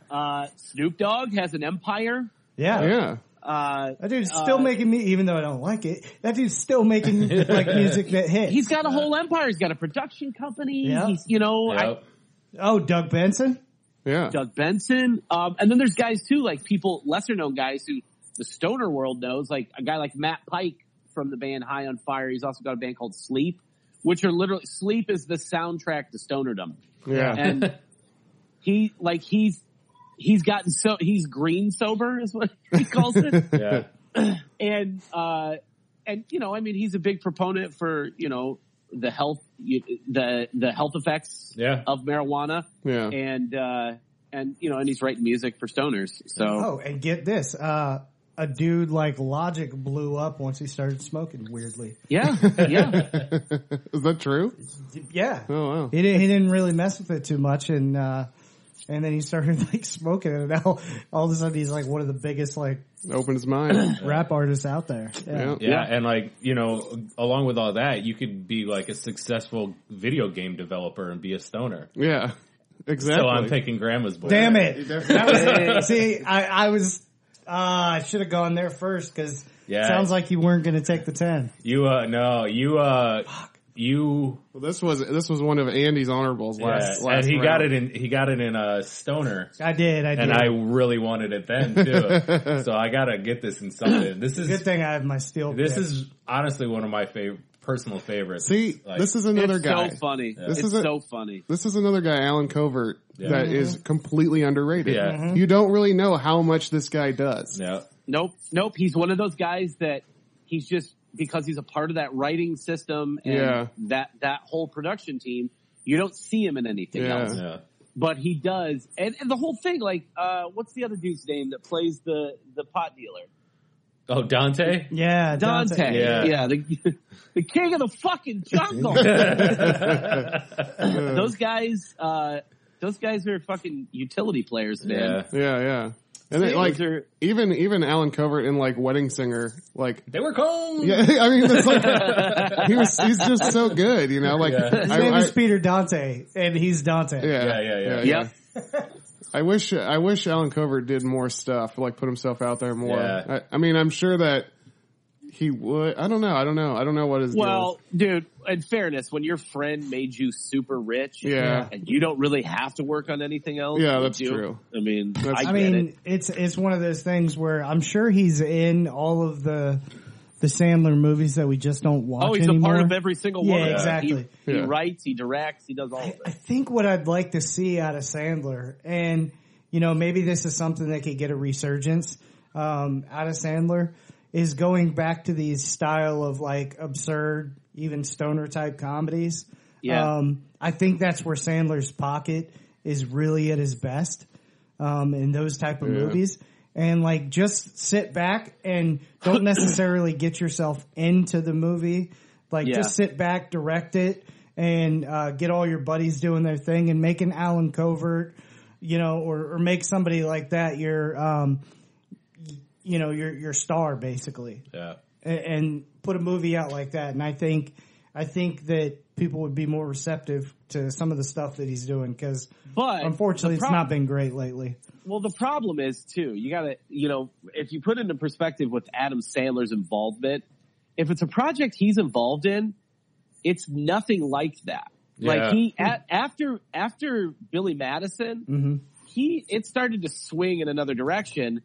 [SPEAKER 4] uh, Snoop Dogg has an empire.
[SPEAKER 2] Yeah.
[SPEAKER 5] yeah.
[SPEAKER 4] Uh,
[SPEAKER 2] That dude's still
[SPEAKER 4] Uh,
[SPEAKER 2] making me, even though I don't like it, that dude's still making like music that hits.
[SPEAKER 4] he's got a whole empire. He's got a production company.
[SPEAKER 2] Yeah.
[SPEAKER 4] He's, you know, I,
[SPEAKER 3] Yep.
[SPEAKER 2] oh, Doug Benson?
[SPEAKER 5] Yeah.
[SPEAKER 4] Doug Benson. Um, and then there's guys too, like people, lesser known guys who the stoner world knows, like a guy like Matt Pike from the band High on Fire. He's also got a band called Sleep, which are literally, Sleep is the soundtrack to stonerdom.
[SPEAKER 5] Yeah.
[SPEAKER 4] and he like he's he's gotten so he's green sober is what he calls it
[SPEAKER 3] yeah.
[SPEAKER 4] and uh and you know i mean he's a big proponent for you know the health you, the the health effects
[SPEAKER 3] Yeah.
[SPEAKER 4] of marijuana
[SPEAKER 5] Yeah. Oh.
[SPEAKER 4] and uh and you know and he's writing music for stoners so
[SPEAKER 2] Oh, and get this. Uh, a dude like Logic blew up once he started smoking weirdly.
[SPEAKER 4] Yeah, yeah.
[SPEAKER 5] Is that true?
[SPEAKER 2] Yeah.
[SPEAKER 5] Oh wow.
[SPEAKER 2] He didn't, he didn't really mess with it too much and, uh, and then he started like smoking and now all of a sudden he's like one of the biggest like
[SPEAKER 5] Open his mind.
[SPEAKER 2] rap artists out there.
[SPEAKER 5] yeah.
[SPEAKER 3] Yeah, and like you know, along with all that, you could be like a successful video game developer and be a stoner.
[SPEAKER 5] Yeah. Exactly.
[SPEAKER 3] So I'm taking grandma's boy.
[SPEAKER 2] Damn it.
[SPEAKER 5] Definitely.
[SPEAKER 2] That was- see, I, I was, uh, I should have gone there first because
[SPEAKER 3] Yeah.
[SPEAKER 2] sounds like you weren't going to take the 10.
[SPEAKER 3] You uh no, you uh you
[SPEAKER 5] Well, this was this was one of Andy's honorables last.
[SPEAKER 3] yeah,
[SPEAKER 5] last
[SPEAKER 3] and he
[SPEAKER 5] round.
[SPEAKER 3] got it in he got it in a stoner.
[SPEAKER 2] I did. I did.
[SPEAKER 3] And I really wanted it then too. so I gotta get this in something. This
[SPEAKER 2] Good
[SPEAKER 3] is
[SPEAKER 2] thing I have my steel.
[SPEAKER 3] this
[SPEAKER 2] pick.
[SPEAKER 3] is honestly one of my favorite personal favorites.
[SPEAKER 5] See,
[SPEAKER 3] Like,
[SPEAKER 5] this is another
[SPEAKER 4] it's
[SPEAKER 5] guy.
[SPEAKER 4] so funny.
[SPEAKER 5] This
[SPEAKER 4] It's
[SPEAKER 5] is a-
[SPEAKER 4] so funny.
[SPEAKER 5] This is another guy, Alan Covert,
[SPEAKER 3] Yeah.
[SPEAKER 5] that is
[SPEAKER 4] Mm-hmm.
[SPEAKER 5] completely underrated.
[SPEAKER 3] Yeah. Mhm.
[SPEAKER 5] You don't really know how much this guy does.
[SPEAKER 3] yeah.
[SPEAKER 4] Nope, nope. He's one of those guys that he's just because he's a part of that writing system and
[SPEAKER 5] Yeah.
[SPEAKER 4] that that whole production team. You don't see him in anything
[SPEAKER 5] Yeah.
[SPEAKER 4] else,
[SPEAKER 3] Yeah.
[SPEAKER 4] but he does. And, and the whole thing, like, uh, what's the other dude's name that plays the the pot dealer?
[SPEAKER 3] Oh, Dante?
[SPEAKER 2] yeah,
[SPEAKER 4] Dante.
[SPEAKER 3] Yeah.
[SPEAKER 4] yeah the, the king of the fucking jungle. those guys, uh, those guys are fucking utility players, man.
[SPEAKER 3] Yeah.
[SPEAKER 5] Yeah, yeah. And it, like
[SPEAKER 4] Those are-
[SPEAKER 5] even even Alan Covert in like Wedding Singer, like
[SPEAKER 3] They were cold.
[SPEAKER 5] yeah, I mean, it's like he was he's just so good, you know. Like
[SPEAKER 3] Yeah. His
[SPEAKER 2] His
[SPEAKER 5] I,
[SPEAKER 2] name
[SPEAKER 5] I-
[SPEAKER 2] is Peter Dante, and he's Dante.
[SPEAKER 5] yeah,
[SPEAKER 3] Yeah, yeah, yeah.
[SPEAKER 4] Yep.
[SPEAKER 5] I wish I wish Alan Covert did more stuff, like put himself out there more.
[SPEAKER 3] Yeah.
[SPEAKER 5] I, I mean, I'm sure that he would. I don't know. I don't know. I don't know what his deal is.
[SPEAKER 4] Well, dude, in fairness, when your friend made you super rich,
[SPEAKER 5] Yeah.
[SPEAKER 4] and you don't really have to work on anything else,
[SPEAKER 5] Yeah,
[SPEAKER 4] you
[SPEAKER 5] that's
[SPEAKER 4] do.
[SPEAKER 5] true.
[SPEAKER 4] I mean,
[SPEAKER 5] That's-
[SPEAKER 4] I,
[SPEAKER 2] I
[SPEAKER 4] get
[SPEAKER 2] mean,
[SPEAKER 4] it.
[SPEAKER 2] it's it's one of those things where I'm sure he's in all of the the Sandler movies that we just don't watch.
[SPEAKER 4] Oh, he's a
[SPEAKER 2] anymore.
[SPEAKER 4] part of every single
[SPEAKER 2] Yeah,
[SPEAKER 4] one. of them.
[SPEAKER 2] exactly.
[SPEAKER 4] He, he
[SPEAKER 5] Yeah.
[SPEAKER 4] writes, he directs, he does all of
[SPEAKER 2] I
[SPEAKER 4] it.
[SPEAKER 2] think what I'd like to see out of Sandler, and you know, maybe this is something that could get a resurgence um, out of Sandler, is going back to these style of like absurd, even stoner type comedies.
[SPEAKER 4] Yeah.
[SPEAKER 2] Um, I think that's where Sandler's pocket is really at his best um, in those type of movies. And like, just sit back and don't necessarily get yourself into the movie. Like,
[SPEAKER 4] Yeah.
[SPEAKER 2] just sit back, direct it, and uh, get all your buddies doing their thing, and make an Alan Covert, you know, or, or make somebody like that your, um, y- you know, your your star basically
[SPEAKER 3] Yeah.
[SPEAKER 2] and, and put a movie out like that. And I think, I think that people would be more receptive to some of the stuff that he's doing because
[SPEAKER 4] But
[SPEAKER 2] unfortunately,
[SPEAKER 4] the
[SPEAKER 2] it's not been great lately.
[SPEAKER 4] Well, the problem is too. You gotta, you know, if you put into perspective with Adam Sandler's involvement, if it's a project he's involved in, it's nothing like that.
[SPEAKER 3] Yeah.
[SPEAKER 4] Like he a after after Billy Madison, he it started to swing in another direction,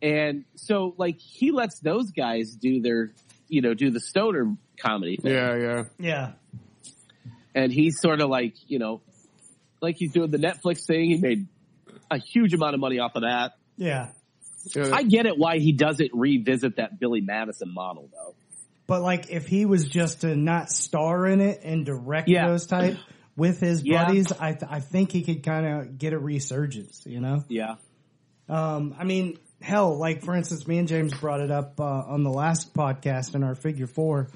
[SPEAKER 4] and so like he lets those guys do their, you know, do the stoner comedy thing,
[SPEAKER 5] Yeah, yeah.
[SPEAKER 2] Yeah,
[SPEAKER 4] and he's sort of like, you know, like he's doing the Netflix thing. He made a huge amount of money off of that.
[SPEAKER 2] yeah.
[SPEAKER 5] yeah
[SPEAKER 4] I get it why he doesn't revisit that Billy Madison model though.
[SPEAKER 2] But like, if he was just to not star in it and direct
[SPEAKER 4] Yeah.
[SPEAKER 2] those type with his
[SPEAKER 4] Yeah.
[SPEAKER 2] buddies, I th- I think he could kind of get a resurgence. You know.
[SPEAKER 4] Yeah.
[SPEAKER 2] Um, I mean, hell, like for instance, me and James brought it up uh, on the last podcast in our Figure Four.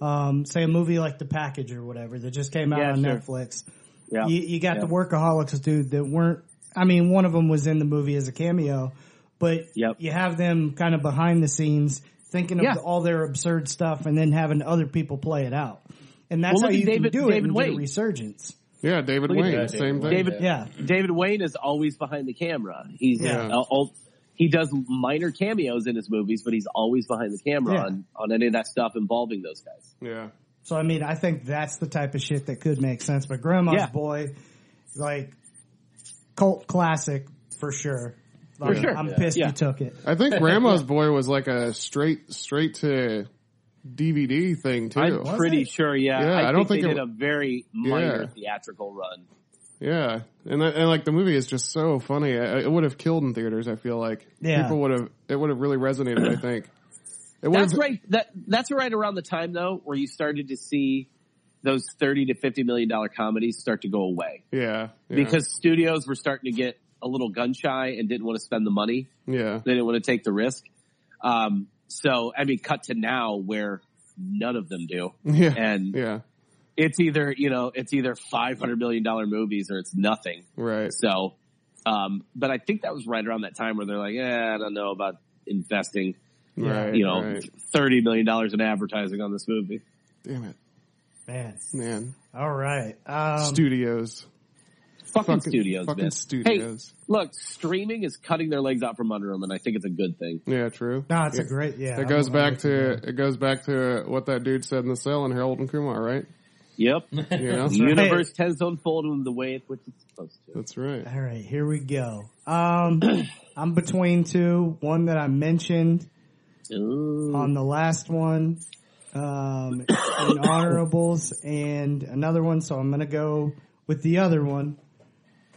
[SPEAKER 2] Um, say a movie like The Package or whatever that just came out
[SPEAKER 4] Yeah,
[SPEAKER 2] on
[SPEAKER 4] sure.
[SPEAKER 2] Netflix.
[SPEAKER 4] Yeah.
[SPEAKER 2] You, you got
[SPEAKER 4] Yeah.
[SPEAKER 2] the workaholics dude that weren't. I mean, one of them was in the movie as a cameo, but
[SPEAKER 4] Yep.
[SPEAKER 2] you have them kind of behind the scenes thinking of
[SPEAKER 4] Yeah.
[SPEAKER 2] all their absurd stuff and then having other people play it out. And that's
[SPEAKER 4] Well,
[SPEAKER 2] how
[SPEAKER 4] look at
[SPEAKER 2] you
[SPEAKER 4] David-
[SPEAKER 2] can do it
[SPEAKER 4] David
[SPEAKER 2] and get a
[SPEAKER 4] Wayne.
[SPEAKER 2] resurgence.
[SPEAKER 5] yeah, David
[SPEAKER 4] Look at
[SPEAKER 5] Wayne,
[SPEAKER 3] that,
[SPEAKER 5] same
[SPEAKER 3] David
[SPEAKER 5] thing.
[SPEAKER 3] Wayne.
[SPEAKER 4] David
[SPEAKER 2] Yeah.
[SPEAKER 4] David Wayne is always behind the camera. He's
[SPEAKER 5] Yeah.
[SPEAKER 4] uh, all, he does minor cameos in his movies, but he's always behind the camera
[SPEAKER 2] Yeah.
[SPEAKER 4] on, on any of that stuff involving those guys.
[SPEAKER 5] Yeah,
[SPEAKER 2] So I mean, I think that's the type of shit that could make sense. But Grandma's
[SPEAKER 4] Yeah.
[SPEAKER 2] Boy, like cult classic for sure. For
[SPEAKER 4] sure.
[SPEAKER 2] I'm pissed
[SPEAKER 4] Yeah.
[SPEAKER 2] you took it.
[SPEAKER 5] I think Grandma's Boy was like a straight straight to DVD thing too.
[SPEAKER 4] I'm pretty
[SPEAKER 2] it?
[SPEAKER 4] sure, yeah.
[SPEAKER 5] Yeah, I
[SPEAKER 4] I,
[SPEAKER 5] don't think
[SPEAKER 4] think they
[SPEAKER 5] it
[SPEAKER 4] did a
[SPEAKER 5] w-
[SPEAKER 4] very minor
[SPEAKER 5] Yeah.
[SPEAKER 4] theatrical run.
[SPEAKER 5] Yeah, and that- and like the movie is just so funny. I- It would have killed in theaters. I feel like
[SPEAKER 2] Yeah.
[SPEAKER 5] people would have. It would have really resonated. I think. It would
[SPEAKER 4] That's
[SPEAKER 5] have-
[SPEAKER 4] right. That that's right around the time though where you started to see those thirty to fifty million dollar comedies start to go away.
[SPEAKER 5] Yeah, yeah,
[SPEAKER 4] because studios were starting to get a little gun shy and didn't want to spend the money.
[SPEAKER 5] yeah,
[SPEAKER 4] They didn't want to take the risk. Um, so I mean, cut to now where none of them do,
[SPEAKER 5] Yeah.
[SPEAKER 4] and
[SPEAKER 5] yeah.
[SPEAKER 4] it's either you know it's either five hundred million dollar movies or it's nothing.
[SPEAKER 5] Right.
[SPEAKER 4] So, um, but I think that was right around that time where they're like, eh, I don't know about investing,
[SPEAKER 5] Right.
[SPEAKER 4] you know,
[SPEAKER 5] right.
[SPEAKER 4] thirty million dollars in advertising on this movie.
[SPEAKER 5] Damn it,
[SPEAKER 2] Man.
[SPEAKER 5] man.
[SPEAKER 2] All right. Um,
[SPEAKER 5] studios.
[SPEAKER 4] Fucking, studios,
[SPEAKER 5] Fucking
[SPEAKER 4] man.
[SPEAKER 5] studios.
[SPEAKER 4] Hey, look, streaming is cutting their legs out from under them, and I think it's a good thing.
[SPEAKER 5] Yeah. True.
[SPEAKER 2] no, it's
[SPEAKER 5] yeah.
[SPEAKER 2] a great, yeah.
[SPEAKER 5] It goes back to it goes back to what that dude said in the cell in Harold and Kumar, right?
[SPEAKER 4] Yep.
[SPEAKER 5] You know?
[SPEAKER 4] The universe tends to unfold in the way in which it's supposed to.
[SPEAKER 5] That's right.
[SPEAKER 2] All right, here we go. Um, I'm between two. One that I mentioned
[SPEAKER 4] Ooh.
[SPEAKER 2] on the last one, um, in honorables, and another one. So I'm going to go with the other one,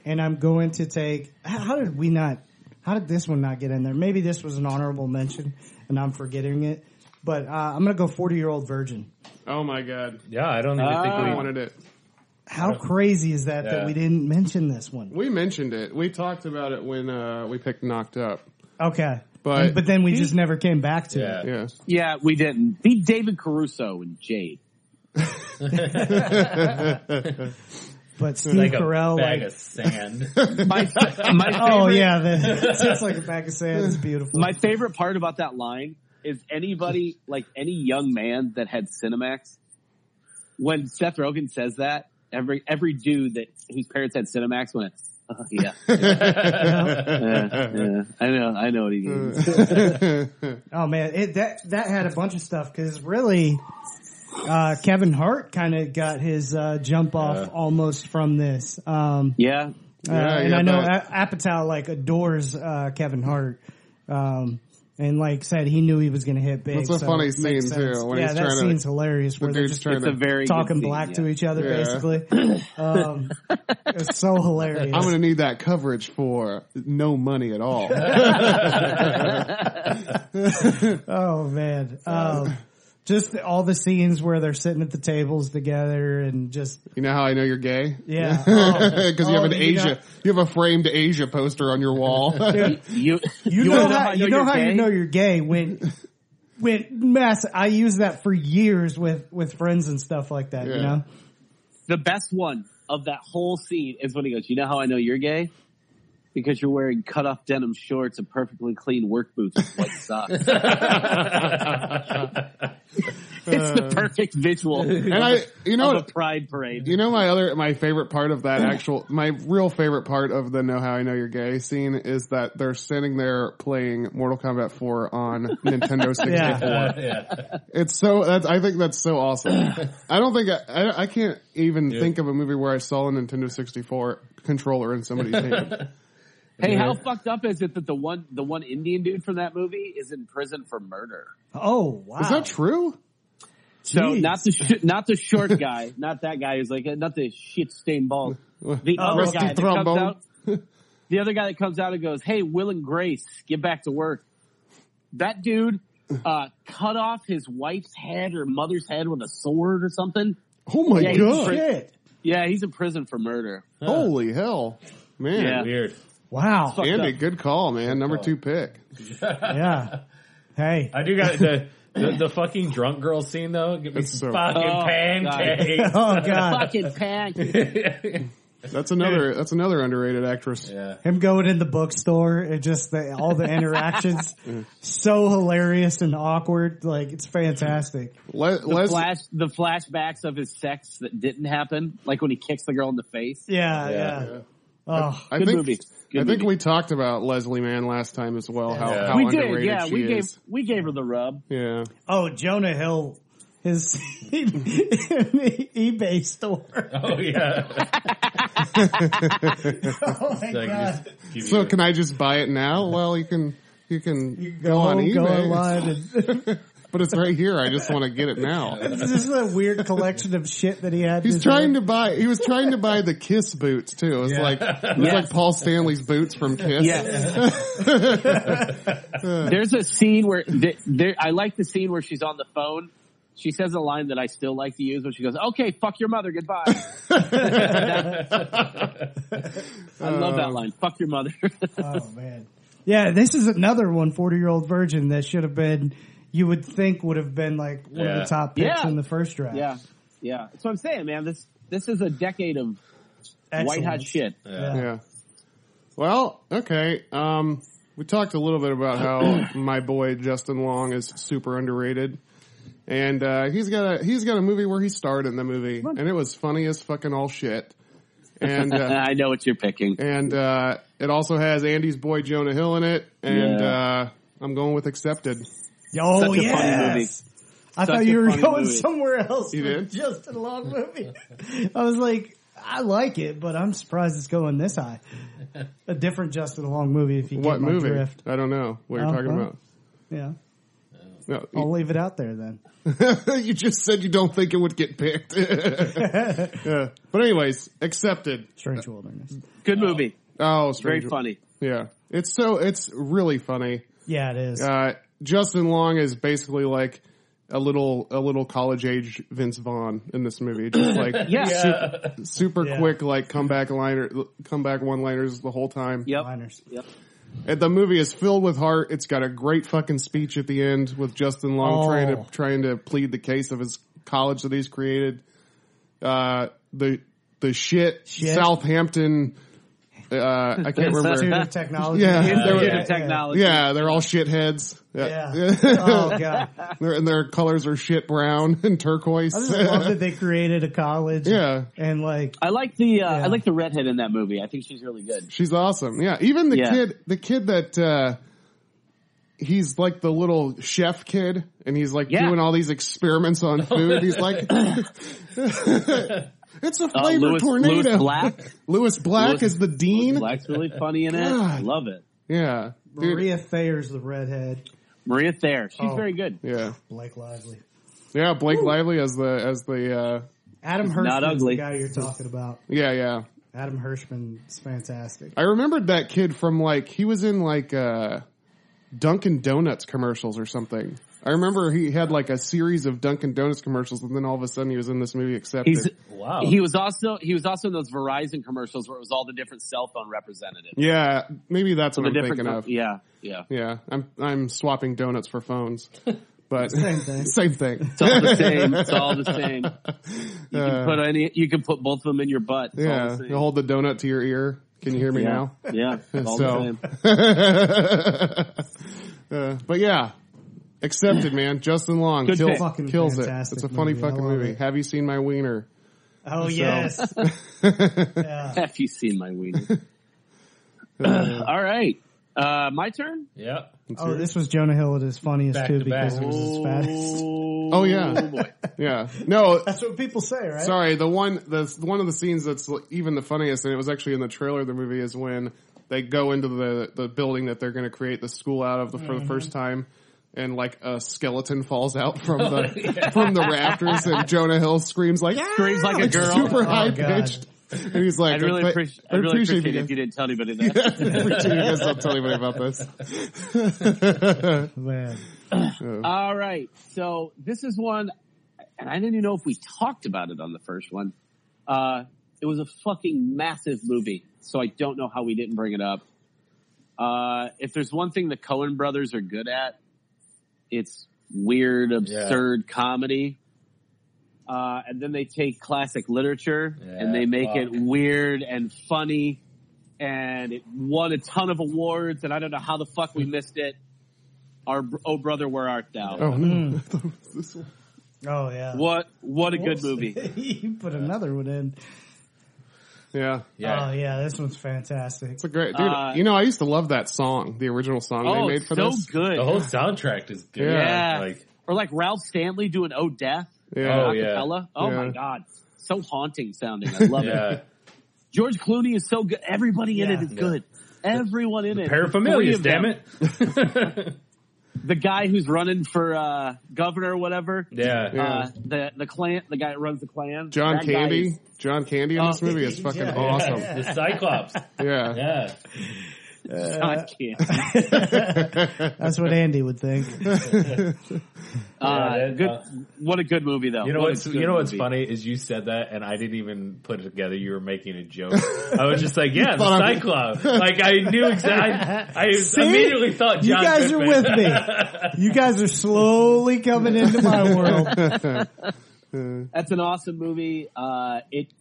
[SPEAKER 2] and I'm going to take. How how did we not? How did this one not get in there? Maybe this was an honorable mention, and I'm forgetting it. But uh, I'm going to go 40 year old virgin.
[SPEAKER 5] Oh my god.
[SPEAKER 3] Yeah, I don't even
[SPEAKER 4] Um, Ah.
[SPEAKER 5] I
[SPEAKER 3] think we.
[SPEAKER 5] wanted it.
[SPEAKER 2] How crazy is that that
[SPEAKER 3] Yeah.
[SPEAKER 2] we didn't mention this one?
[SPEAKER 5] We mentioned it. We talked about it when uh, we picked Knocked Up.
[SPEAKER 2] Okay,
[SPEAKER 5] But-
[SPEAKER 2] but then we just never came back to it.
[SPEAKER 3] Yeah.
[SPEAKER 5] Yeah.
[SPEAKER 4] Yeah, we didn't. Be David Caruso and Jade.
[SPEAKER 2] But Steve
[SPEAKER 3] Like
[SPEAKER 2] Carell,
[SPEAKER 3] a bag
[SPEAKER 2] like,
[SPEAKER 3] of sand.
[SPEAKER 4] My, my
[SPEAKER 2] Oh
[SPEAKER 4] favorite-
[SPEAKER 2] yeah, the, it's just like a bag of sand. It's beautiful.
[SPEAKER 4] My favorite part about that line is anybody, like any young man that had Cinemax, when Seth Rogen says that, every every dude that whose parents had Cinemax went, oh, yeah, yeah, yeah, I know, I know what he means.
[SPEAKER 2] oh man, it, that that had a bunch of stuff because really, uh, Kevin Hart kind of got his uh, jump off almost from this. Um,
[SPEAKER 4] Yeah,
[SPEAKER 2] uh,
[SPEAKER 5] Yeah,
[SPEAKER 2] and
[SPEAKER 5] yeah,
[SPEAKER 2] I know
[SPEAKER 5] but-
[SPEAKER 2] A- Apatow like adores uh, Kevin Hart. Um, and like said, he knew he was going to hit big.
[SPEAKER 5] That's a
[SPEAKER 2] so
[SPEAKER 5] funny
[SPEAKER 2] it makes
[SPEAKER 5] scene,
[SPEAKER 2] sense.
[SPEAKER 5] too, when
[SPEAKER 2] yeah,
[SPEAKER 5] he's
[SPEAKER 2] that
[SPEAKER 5] trying to-
[SPEAKER 2] scene's hilarious.
[SPEAKER 5] The
[SPEAKER 2] Where they're
[SPEAKER 5] dude's
[SPEAKER 2] just
[SPEAKER 5] trying
[SPEAKER 4] it's a
[SPEAKER 5] to.
[SPEAKER 4] very good
[SPEAKER 2] talking
[SPEAKER 4] scene,
[SPEAKER 2] black
[SPEAKER 4] yeah.
[SPEAKER 2] to each other,
[SPEAKER 5] Yeah.
[SPEAKER 2] basically. um, it's so hilarious.
[SPEAKER 5] I'm gonna need that coverage for no money at all.
[SPEAKER 2] Oh man. Um, just the- all the scenes where they're sitting at the tables together and just,
[SPEAKER 5] you know how I know you're gay?
[SPEAKER 2] yeah. Oh,
[SPEAKER 5] Because you
[SPEAKER 2] oh,
[SPEAKER 5] have an
[SPEAKER 2] you
[SPEAKER 5] Asia,
[SPEAKER 2] got-
[SPEAKER 5] you have a framed Asia poster on your wall.
[SPEAKER 4] You,
[SPEAKER 2] you,
[SPEAKER 4] wanna
[SPEAKER 2] know, how, you know
[SPEAKER 4] you're
[SPEAKER 2] how
[SPEAKER 4] gay?
[SPEAKER 2] you know you're gay when, when mess, I use that for years with, with friends and stuff like that, you
[SPEAKER 5] Yeah.
[SPEAKER 2] know?
[SPEAKER 4] the best one of that whole scene is when he goes, you know how I know you're gay? Because you're wearing cut off denim shorts and perfectly clean work boots and white socks. it's the perfect visual
[SPEAKER 5] and I, you know,
[SPEAKER 4] of a
[SPEAKER 5] what-
[SPEAKER 4] pride parade.
[SPEAKER 5] you know, my other, my favorite part of that actual, my real favorite part of the "Know How I Know You're Gay" scene is that they're standing there playing Mortal Kombat 4 on Nintendo 64.
[SPEAKER 2] Yeah.
[SPEAKER 5] It's so. That's, I think that's so awesome. I don't think I. I, I can't even think of a movie where I saw a Nintendo 64 controller in somebody's hand.
[SPEAKER 4] Hey, how fucked up is it that the one the one Indian dude from that movie is in prison for murder?
[SPEAKER 2] Oh, wow.
[SPEAKER 5] Is that true?
[SPEAKER 4] So
[SPEAKER 2] Jeez.
[SPEAKER 4] not the sh- not the short guy, not that guy who's like uh, not the shit stained ball. The
[SPEAKER 2] Oh,
[SPEAKER 4] other
[SPEAKER 2] Rusty
[SPEAKER 4] guy that
[SPEAKER 5] Trombone.
[SPEAKER 4] comes out. The other guy that comes out and goes, "Hey, Will and Grace, get back to work." That dude uh, cut off his wife's head or mother's head with a sword or something.
[SPEAKER 5] Oh my
[SPEAKER 4] Yeah, he's
[SPEAKER 5] god!
[SPEAKER 2] Shit.
[SPEAKER 4] Yeah, he's in prison for murder.
[SPEAKER 5] Holy hell, man!
[SPEAKER 4] Yeah.
[SPEAKER 3] Weird.
[SPEAKER 2] Wow.
[SPEAKER 4] Fuck.
[SPEAKER 5] Andy,
[SPEAKER 4] up.
[SPEAKER 5] good call, man. Number two pick.
[SPEAKER 2] Yeah. Hey.
[SPEAKER 3] I do got the the, the fucking drunk girl scene though. Give me
[SPEAKER 5] It's
[SPEAKER 3] some
[SPEAKER 5] so-
[SPEAKER 3] fucking
[SPEAKER 4] Oh,
[SPEAKER 3] pancakes.
[SPEAKER 2] Oh god.
[SPEAKER 4] Fucking pack.
[SPEAKER 5] That's another. That's another underrated actress.
[SPEAKER 3] yeah.
[SPEAKER 2] Him going in the bookstore and just the, all the interactions. so hilarious and awkward. Like it's fantastic.
[SPEAKER 5] Le-
[SPEAKER 4] The
[SPEAKER 5] Les-
[SPEAKER 4] flash, the flashbacks of his sex that didn't happen, like when he kicks the girl in the face.
[SPEAKER 2] Yeah. Yeah. Oh.
[SPEAKER 5] I
[SPEAKER 4] Good
[SPEAKER 5] think.
[SPEAKER 4] movie. Good
[SPEAKER 5] I think
[SPEAKER 4] movie.
[SPEAKER 5] we talked about Leslie Mann last time as well. How,
[SPEAKER 3] Yeah.
[SPEAKER 5] how
[SPEAKER 4] we
[SPEAKER 5] underrated
[SPEAKER 4] did, yeah.
[SPEAKER 5] she
[SPEAKER 4] We gave
[SPEAKER 5] is.
[SPEAKER 4] we gave her the rub.
[SPEAKER 5] Yeah.
[SPEAKER 2] Oh, Jonah Hill, his in the eBay store.
[SPEAKER 3] Oh yeah.
[SPEAKER 2] Oh my
[SPEAKER 3] Like,
[SPEAKER 2] god!
[SPEAKER 3] just give
[SPEAKER 5] So
[SPEAKER 3] you-
[SPEAKER 5] can I just buy it now? Well, you can. You can,
[SPEAKER 2] You can
[SPEAKER 5] go, on
[SPEAKER 2] home,
[SPEAKER 5] eBay.
[SPEAKER 2] Oh, go online. And,
[SPEAKER 5] But it's right here. I just want to get it now.
[SPEAKER 2] this is a weird collection of shit that he had.
[SPEAKER 5] He's trying to buy. He was trying to buy the Kiss boots too. It was like it was
[SPEAKER 4] Yes.
[SPEAKER 5] like Paul Stanley's boots from Kiss.
[SPEAKER 4] Yeah. There's a scene where th- there, I like the scene where she's on the phone. She says a line that I still like to use when she goes, "Okay, fuck your mother, goodbye." I love that line. Fuck your mother.
[SPEAKER 2] Oh man. Yeah, this is another one 40 year old virgin that should have been, you would think would have been like one of
[SPEAKER 3] Yeah.
[SPEAKER 2] the top picks
[SPEAKER 4] Yeah.
[SPEAKER 2] in the first draft.
[SPEAKER 4] Yeah, yeah. That's what I'm saying, man. This this is a decade of white
[SPEAKER 2] Excellent.
[SPEAKER 4] hot shit.
[SPEAKER 3] Yeah.
[SPEAKER 5] Yeah. Well, okay. Um, we talked a little bit about how my boy Justin Long is super underrated, and uh, he's got a he's got a movie where he starred in the movie, and it was funny as fucking all shit. And uh,
[SPEAKER 4] I know what you're picking.
[SPEAKER 5] and uh, it also has Andy's boy Jonah Hill in it, and
[SPEAKER 4] Yeah.
[SPEAKER 5] uh, I'm going with accepted.
[SPEAKER 2] Oh,
[SPEAKER 4] Such a
[SPEAKER 2] yes.
[SPEAKER 4] funny movie.
[SPEAKER 2] I
[SPEAKER 4] Such
[SPEAKER 2] thought
[SPEAKER 4] a
[SPEAKER 2] you were
[SPEAKER 4] funny
[SPEAKER 2] going
[SPEAKER 4] movie.
[SPEAKER 2] somewhere else.
[SPEAKER 5] You
[SPEAKER 2] with
[SPEAKER 5] did?
[SPEAKER 2] Justin Long movie. I was like, I like it, but I'm surprised it's going this high. A different Justin Long movie, if you
[SPEAKER 5] what
[SPEAKER 2] get my
[SPEAKER 5] movie?
[SPEAKER 2] drift.
[SPEAKER 5] I don't know what you're
[SPEAKER 2] Oh,
[SPEAKER 5] talking
[SPEAKER 2] well.
[SPEAKER 5] about.
[SPEAKER 2] Yeah,
[SPEAKER 5] No,
[SPEAKER 2] I'll leave it out there then.
[SPEAKER 5] you just said you don't think it would get picked. Yeah. But anyways, accepted.
[SPEAKER 2] Strange Wilderness.
[SPEAKER 4] Good movie.
[SPEAKER 5] Oh,
[SPEAKER 4] Very
[SPEAKER 5] strange.
[SPEAKER 4] funny.
[SPEAKER 5] Yeah, it's so it's really funny.
[SPEAKER 2] Yeah, it is.
[SPEAKER 5] Uh, Justin Long is basically like a little a little college age Vince Vaughn in this movie, just like
[SPEAKER 4] Yeah.
[SPEAKER 5] super, super
[SPEAKER 2] Yeah.
[SPEAKER 5] quick like comeback liner comeback one liners the whole time.
[SPEAKER 4] Yep.
[SPEAKER 2] Miners.
[SPEAKER 4] Yep.
[SPEAKER 5] And the movie is filled with heart. It's got a great fucking speech at the end with Justin Long
[SPEAKER 2] Oh.
[SPEAKER 5] trying to trying to plead the case of his college that he's created. Uh, the the shit,
[SPEAKER 2] Shit.
[SPEAKER 5] Southampton. Uh, I can't
[SPEAKER 2] Institute
[SPEAKER 5] remember.
[SPEAKER 2] of Technology.
[SPEAKER 5] Yeah. Institute
[SPEAKER 4] Institute
[SPEAKER 5] of
[SPEAKER 4] of Technology.
[SPEAKER 5] Yeah, they're all shitheads.
[SPEAKER 2] Yeah. Oh god.
[SPEAKER 5] Their- and their colors are shit brown and turquoise.
[SPEAKER 2] I just love that they created a college.
[SPEAKER 5] yeah,
[SPEAKER 2] And like,
[SPEAKER 4] I like the uh,
[SPEAKER 2] Yeah.
[SPEAKER 4] I like the redhead in that movie. I think she's really good.
[SPEAKER 5] she's awesome. Yeah, even the
[SPEAKER 4] Yeah.
[SPEAKER 5] kid, the kid that uh, he's like the little chef kid, and he's like
[SPEAKER 4] Yeah.
[SPEAKER 5] doing all these experiments on food. He's like, it's a
[SPEAKER 4] Uh,
[SPEAKER 5] flavor
[SPEAKER 4] Louis,
[SPEAKER 5] tornado.
[SPEAKER 4] Louis Black.
[SPEAKER 5] Lewis Black
[SPEAKER 4] Louis-
[SPEAKER 5] is the dean.
[SPEAKER 4] Louis Black's really funny in it. I
[SPEAKER 5] God.
[SPEAKER 4] love it.
[SPEAKER 5] Yeah, dude.
[SPEAKER 2] Maria Thayer's the redhead.
[SPEAKER 4] Maria Thayer. She's
[SPEAKER 2] Oh.
[SPEAKER 4] very good.
[SPEAKER 5] Yeah,
[SPEAKER 2] Blake Lively.
[SPEAKER 5] yeah. Blake Lively as the as the uh,
[SPEAKER 2] Adam
[SPEAKER 4] not
[SPEAKER 2] Hirschman's the
[SPEAKER 4] ugly.
[SPEAKER 2] guy you're talking about.
[SPEAKER 5] yeah yeah.
[SPEAKER 2] Adam Hirschman's fantastic.
[SPEAKER 5] I remembered that kid from like he was in like uh Dunkin' Donuts commercials or something. I remember he had like a series of Dunkin' Donuts commercials, and then all of a sudden he was in this movie. Accepted.
[SPEAKER 4] He's
[SPEAKER 3] Wow.
[SPEAKER 4] he was also he was also in those Verizon commercials where it was all the different cell phone representatives.
[SPEAKER 5] yeah, maybe that's what
[SPEAKER 4] the
[SPEAKER 5] I'm
[SPEAKER 4] different
[SPEAKER 5] thinking
[SPEAKER 4] com-
[SPEAKER 5] of. Yeah.
[SPEAKER 4] Yeah, yeah.
[SPEAKER 5] I'm I'm swapping donuts for phones, but
[SPEAKER 2] Same thing.
[SPEAKER 5] same thing.
[SPEAKER 4] It's all the same. It's all the same. You
[SPEAKER 5] Uh,
[SPEAKER 4] can put any. You can put both of them in your butt. It's all
[SPEAKER 5] yeah,
[SPEAKER 4] the same.
[SPEAKER 5] you hold the donut to your ear. Can you hear me
[SPEAKER 4] yeah.
[SPEAKER 5] now?
[SPEAKER 4] Yeah, it's all the
[SPEAKER 5] So-
[SPEAKER 4] same.
[SPEAKER 5] Uh, but yeah, accepted, man. Justin Long
[SPEAKER 4] Good
[SPEAKER 5] kills,
[SPEAKER 4] pick.
[SPEAKER 2] Fucking
[SPEAKER 5] kills it.
[SPEAKER 2] fantastic
[SPEAKER 5] It's a funny
[SPEAKER 2] movie. I
[SPEAKER 5] fucking
[SPEAKER 2] love
[SPEAKER 5] movie.
[SPEAKER 2] it.
[SPEAKER 5] Have you seen my wiener?
[SPEAKER 2] Oh yes. yeah.
[SPEAKER 4] Have you seen my wiener? all right, uh, my turn.
[SPEAKER 3] yeah.
[SPEAKER 2] Oh, this was Jonah Hill at his funniest
[SPEAKER 3] Back
[SPEAKER 2] too
[SPEAKER 3] to
[SPEAKER 2] because
[SPEAKER 3] back.
[SPEAKER 2] it was his fattest.
[SPEAKER 5] Oh yeah,
[SPEAKER 4] boy.
[SPEAKER 5] yeah. No,
[SPEAKER 2] That's what people say, right?
[SPEAKER 5] sorry. The one, the one of the scenes that's even the funniest, and it was actually in the trailer of the movie, is when they go into the the building that they're going to create the school out of the, for the first time. And like a skeleton falls out from the from the rafters, and Jonah Hill screams like "Ah!"
[SPEAKER 4] Screams like a girl.
[SPEAKER 5] super
[SPEAKER 4] Oh,
[SPEAKER 5] high
[SPEAKER 2] God.
[SPEAKER 5] pitched. And he's like,
[SPEAKER 4] I'd really,
[SPEAKER 5] "I-
[SPEAKER 4] appreciate.
[SPEAKER 5] I
[SPEAKER 4] I'd really
[SPEAKER 5] appreciate
[SPEAKER 4] appreciate it if you didn't tell anybody that.
[SPEAKER 5] Appreciate you guys don't tell anybody about this.
[SPEAKER 2] Man.
[SPEAKER 4] All right. So this is one, and I didn't even know if we talked about it on the first one. Uh, it was a fucking massive movie, so I don't know how we didn't bring it up. Uh, if there's one thing the Cohen brothers are good at, it's weird, absurd comedy. Uh, and then they take classic literature and
[SPEAKER 3] Yeah,
[SPEAKER 4] they make
[SPEAKER 3] fuck.
[SPEAKER 4] it weird and funny. And it won a ton of awards, and I don't know how the fuck we missed it. Our oh brother, where art thou?
[SPEAKER 5] Oh no! I thought it was this one.
[SPEAKER 2] Oh yeah.
[SPEAKER 4] What what a good movie.
[SPEAKER 2] you put another one in.
[SPEAKER 5] Yeah,
[SPEAKER 3] Yeah.
[SPEAKER 2] Oh yeah, this one's fantastic.
[SPEAKER 5] it's a great dude.
[SPEAKER 4] Uh,
[SPEAKER 5] you know, I used to love that song, the original song
[SPEAKER 4] Oh,
[SPEAKER 5] they made
[SPEAKER 4] it's
[SPEAKER 5] for
[SPEAKER 4] so
[SPEAKER 5] this.
[SPEAKER 4] good.
[SPEAKER 3] the whole soundtrack is good.
[SPEAKER 4] yeah.
[SPEAKER 3] Like
[SPEAKER 4] or like Ralph Stanley doing Oh Death.
[SPEAKER 5] Yeah.
[SPEAKER 3] Oh, yeah.
[SPEAKER 4] acapella. Oh my
[SPEAKER 5] Yeah.
[SPEAKER 4] god. So haunting sounding. I love it.
[SPEAKER 3] yeah.
[SPEAKER 4] George Clooney is so good. Everybody in
[SPEAKER 2] Yeah.
[SPEAKER 4] it is good. Everyone in it. Three
[SPEAKER 3] Paraphernalia,
[SPEAKER 4] of
[SPEAKER 3] damn
[SPEAKER 4] them.
[SPEAKER 3] it.
[SPEAKER 4] The guy who's running for uh, governor or whatever.
[SPEAKER 3] Yeah.
[SPEAKER 5] Yeah.
[SPEAKER 4] Uh, the the clan the guy that runs the clan.
[SPEAKER 5] John
[SPEAKER 4] That guy
[SPEAKER 5] Candy,
[SPEAKER 4] is-
[SPEAKER 5] John Candy in this
[SPEAKER 4] Oh,
[SPEAKER 5] movie is fucking
[SPEAKER 2] yeah.
[SPEAKER 5] awesome.
[SPEAKER 3] The Cyclops.
[SPEAKER 5] Yeah.
[SPEAKER 3] Yeah.
[SPEAKER 4] I can't.
[SPEAKER 2] That's what Andy would think.
[SPEAKER 4] Uh,
[SPEAKER 3] that-
[SPEAKER 4] good.
[SPEAKER 3] uh,
[SPEAKER 4] what a good movie, though.
[SPEAKER 3] You know
[SPEAKER 4] What a
[SPEAKER 3] what's
[SPEAKER 4] good
[SPEAKER 3] you know what's
[SPEAKER 4] movie.
[SPEAKER 3] funny is you said that and I didn't even put it together. You were making a joke. I was just like, yeah, the
[SPEAKER 5] Thought I-
[SPEAKER 3] Cyclops. Like I knew exactly. I, immediately thought
[SPEAKER 2] you
[SPEAKER 3] John
[SPEAKER 2] guys are
[SPEAKER 3] Goodman.
[SPEAKER 2] with me. You guys are slowly coming into my world.
[SPEAKER 4] That's an awesome movie. Uh, it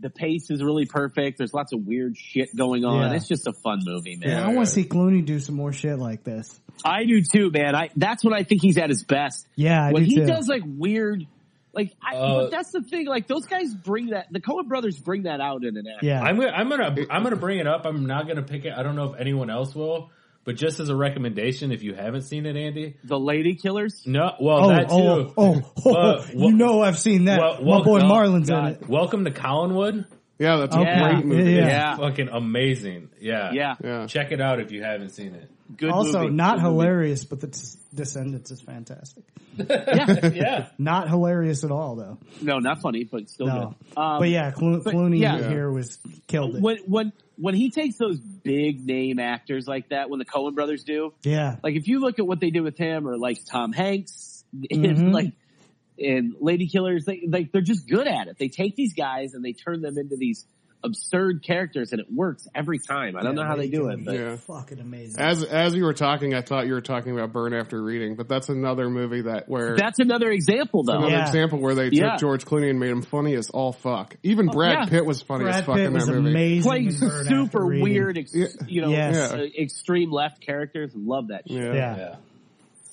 [SPEAKER 4] the pace is really perfect. There's lots of weird shit going on.
[SPEAKER 2] Yeah.
[SPEAKER 4] It's just a fun movie, man.
[SPEAKER 2] I want to see Clooney do some more shit like this.
[SPEAKER 4] I do too, man. I that's when I think he's at his best.
[SPEAKER 2] Yeah, I
[SPEAKER 4] when
[SPEAKER 2] do
[SPEAKER 4] he
[SPEAKER 2] too.
[SPEAKER 4] does like weird, like I,
[SPEAKER 3] Uh,
[SPEAKER 4] but that's the thing. Like those guys bring that. The Coen Brothers bring that out in an act.
[SPEAKER 2] Yeah,
[SPEAKER 3] I'm gonna I'm gonna I'm gonna bring it up. I'm not gonna pick it. I don't know if anyone else will, but just as a recommendation, if you haven't seen it, Andy.
[SPEAKER 4] The Lady Killers.
[SPEAKER 3] No, well
[SPEAKER 2] oh,
[SPEAKER 3] that too.
[SPEAKER 2] oh, oh, oh,
[SPEAKER 3] Well,
[SPEAKER 2] you know I've seen that.
[SPEAKER 3] Well,
[SPEAKER 2] my boy
[SPEAKER 3] welcome-
[SPEAKER 2] Marlin's in
[SPEAKER 4] God.
[SPEAKER 2] it.
[SPEAKER 3] Welcome to Collinwood.
[SPEAKER 5] Yeah, that's
[SPEAKER 2] Okay.
[SPEAKER 5] a great movie.
[SPEAKER 2] Yeah.
[SPEAKER 3] Fucking amazing. Yeah.
[SPEAKER 4] yeah, yeah.
[SPEAKER 5] Yeah.
[SPEAKER 3] Check it out if you haven't seen it.
[SPEAKER 4] Good.
[SPEAKER 2] Also,
[SPEAKER 4] movie.
[SPEAKER 2] not
[SPEAKER 4] Good movie.
[SPEAKER 2] hilarious, but the Des- Descendants is fantastic.
[SPEAKER 3] Yeah.
[SPEAKER 2] Not hilarious at all, though.
[SPEAKER 4] No, not funny, but still
[SPEAKER 2] No,
[SPEAKER 4] good. Um,
[SPEAKER 2] but yeah, Clo- Clooney
[SPEAKER 4] yeah.
[SPEAKER 2] here was killed it.
[SPEAKER 4] when when when he takes those big name actors like that, when the Coen Brothers do,
[SPEAKER 2] yeah,
[SPEAKER 4] like if you look at what they did with him or like Tom Hanks,
[SPEAKER 2] Mhm.
[SPEAKER 4] like and Lady Killers, they like they're just good at it. They take these guys and they turn them into these absurd characters, and it works every time. I don't know how they do it, but
[SPEAKER 5] Yeah.
[SPEAKER 2] fucking amazing.
[SPEAKER 5] As as you were talking, I thought you were talking about Burn After Reading, but that's another movie that where
[SPEAKER 4] that's another example though.
[SPEAKER 5] another
[SPEAKER 2] Yeah.
[SPEAKER 5] example where they took
[SPEAKER 4] Yeah.
[SPEAKER 5] George Clooney and made him funny as all fuck. Even Brad
[SPEAKER 4] yeah.
[SPEAKER 5] Pitt was funny as
[SPEAKER 2] Brad
[SPEAKER 5] fuck
[SPEAKER 2] Pitt
[SPEAKER 5] in
[SPEAKER 2] was
[SPEAKER 5] that movie.
[SPEAKER 2] amazing.
[SPEAKER 4] Playing
[SPEAKER 2] in Burn After
[SPEAKER 4] super
[SPEAKER 2] Reading.
[SPEAKER 4] weird, ex,
[SPEAKER 5] Yeah.
[SPEAKER 4] you know,
[SPEAKER 2] Yes.
[SPEAKER 4] uh, extreme left characters. Love that shit.
[SPEAKER 5] Yeah.
[SPEAKER 2] Yeah.
[SPEAKER 3] Yeah.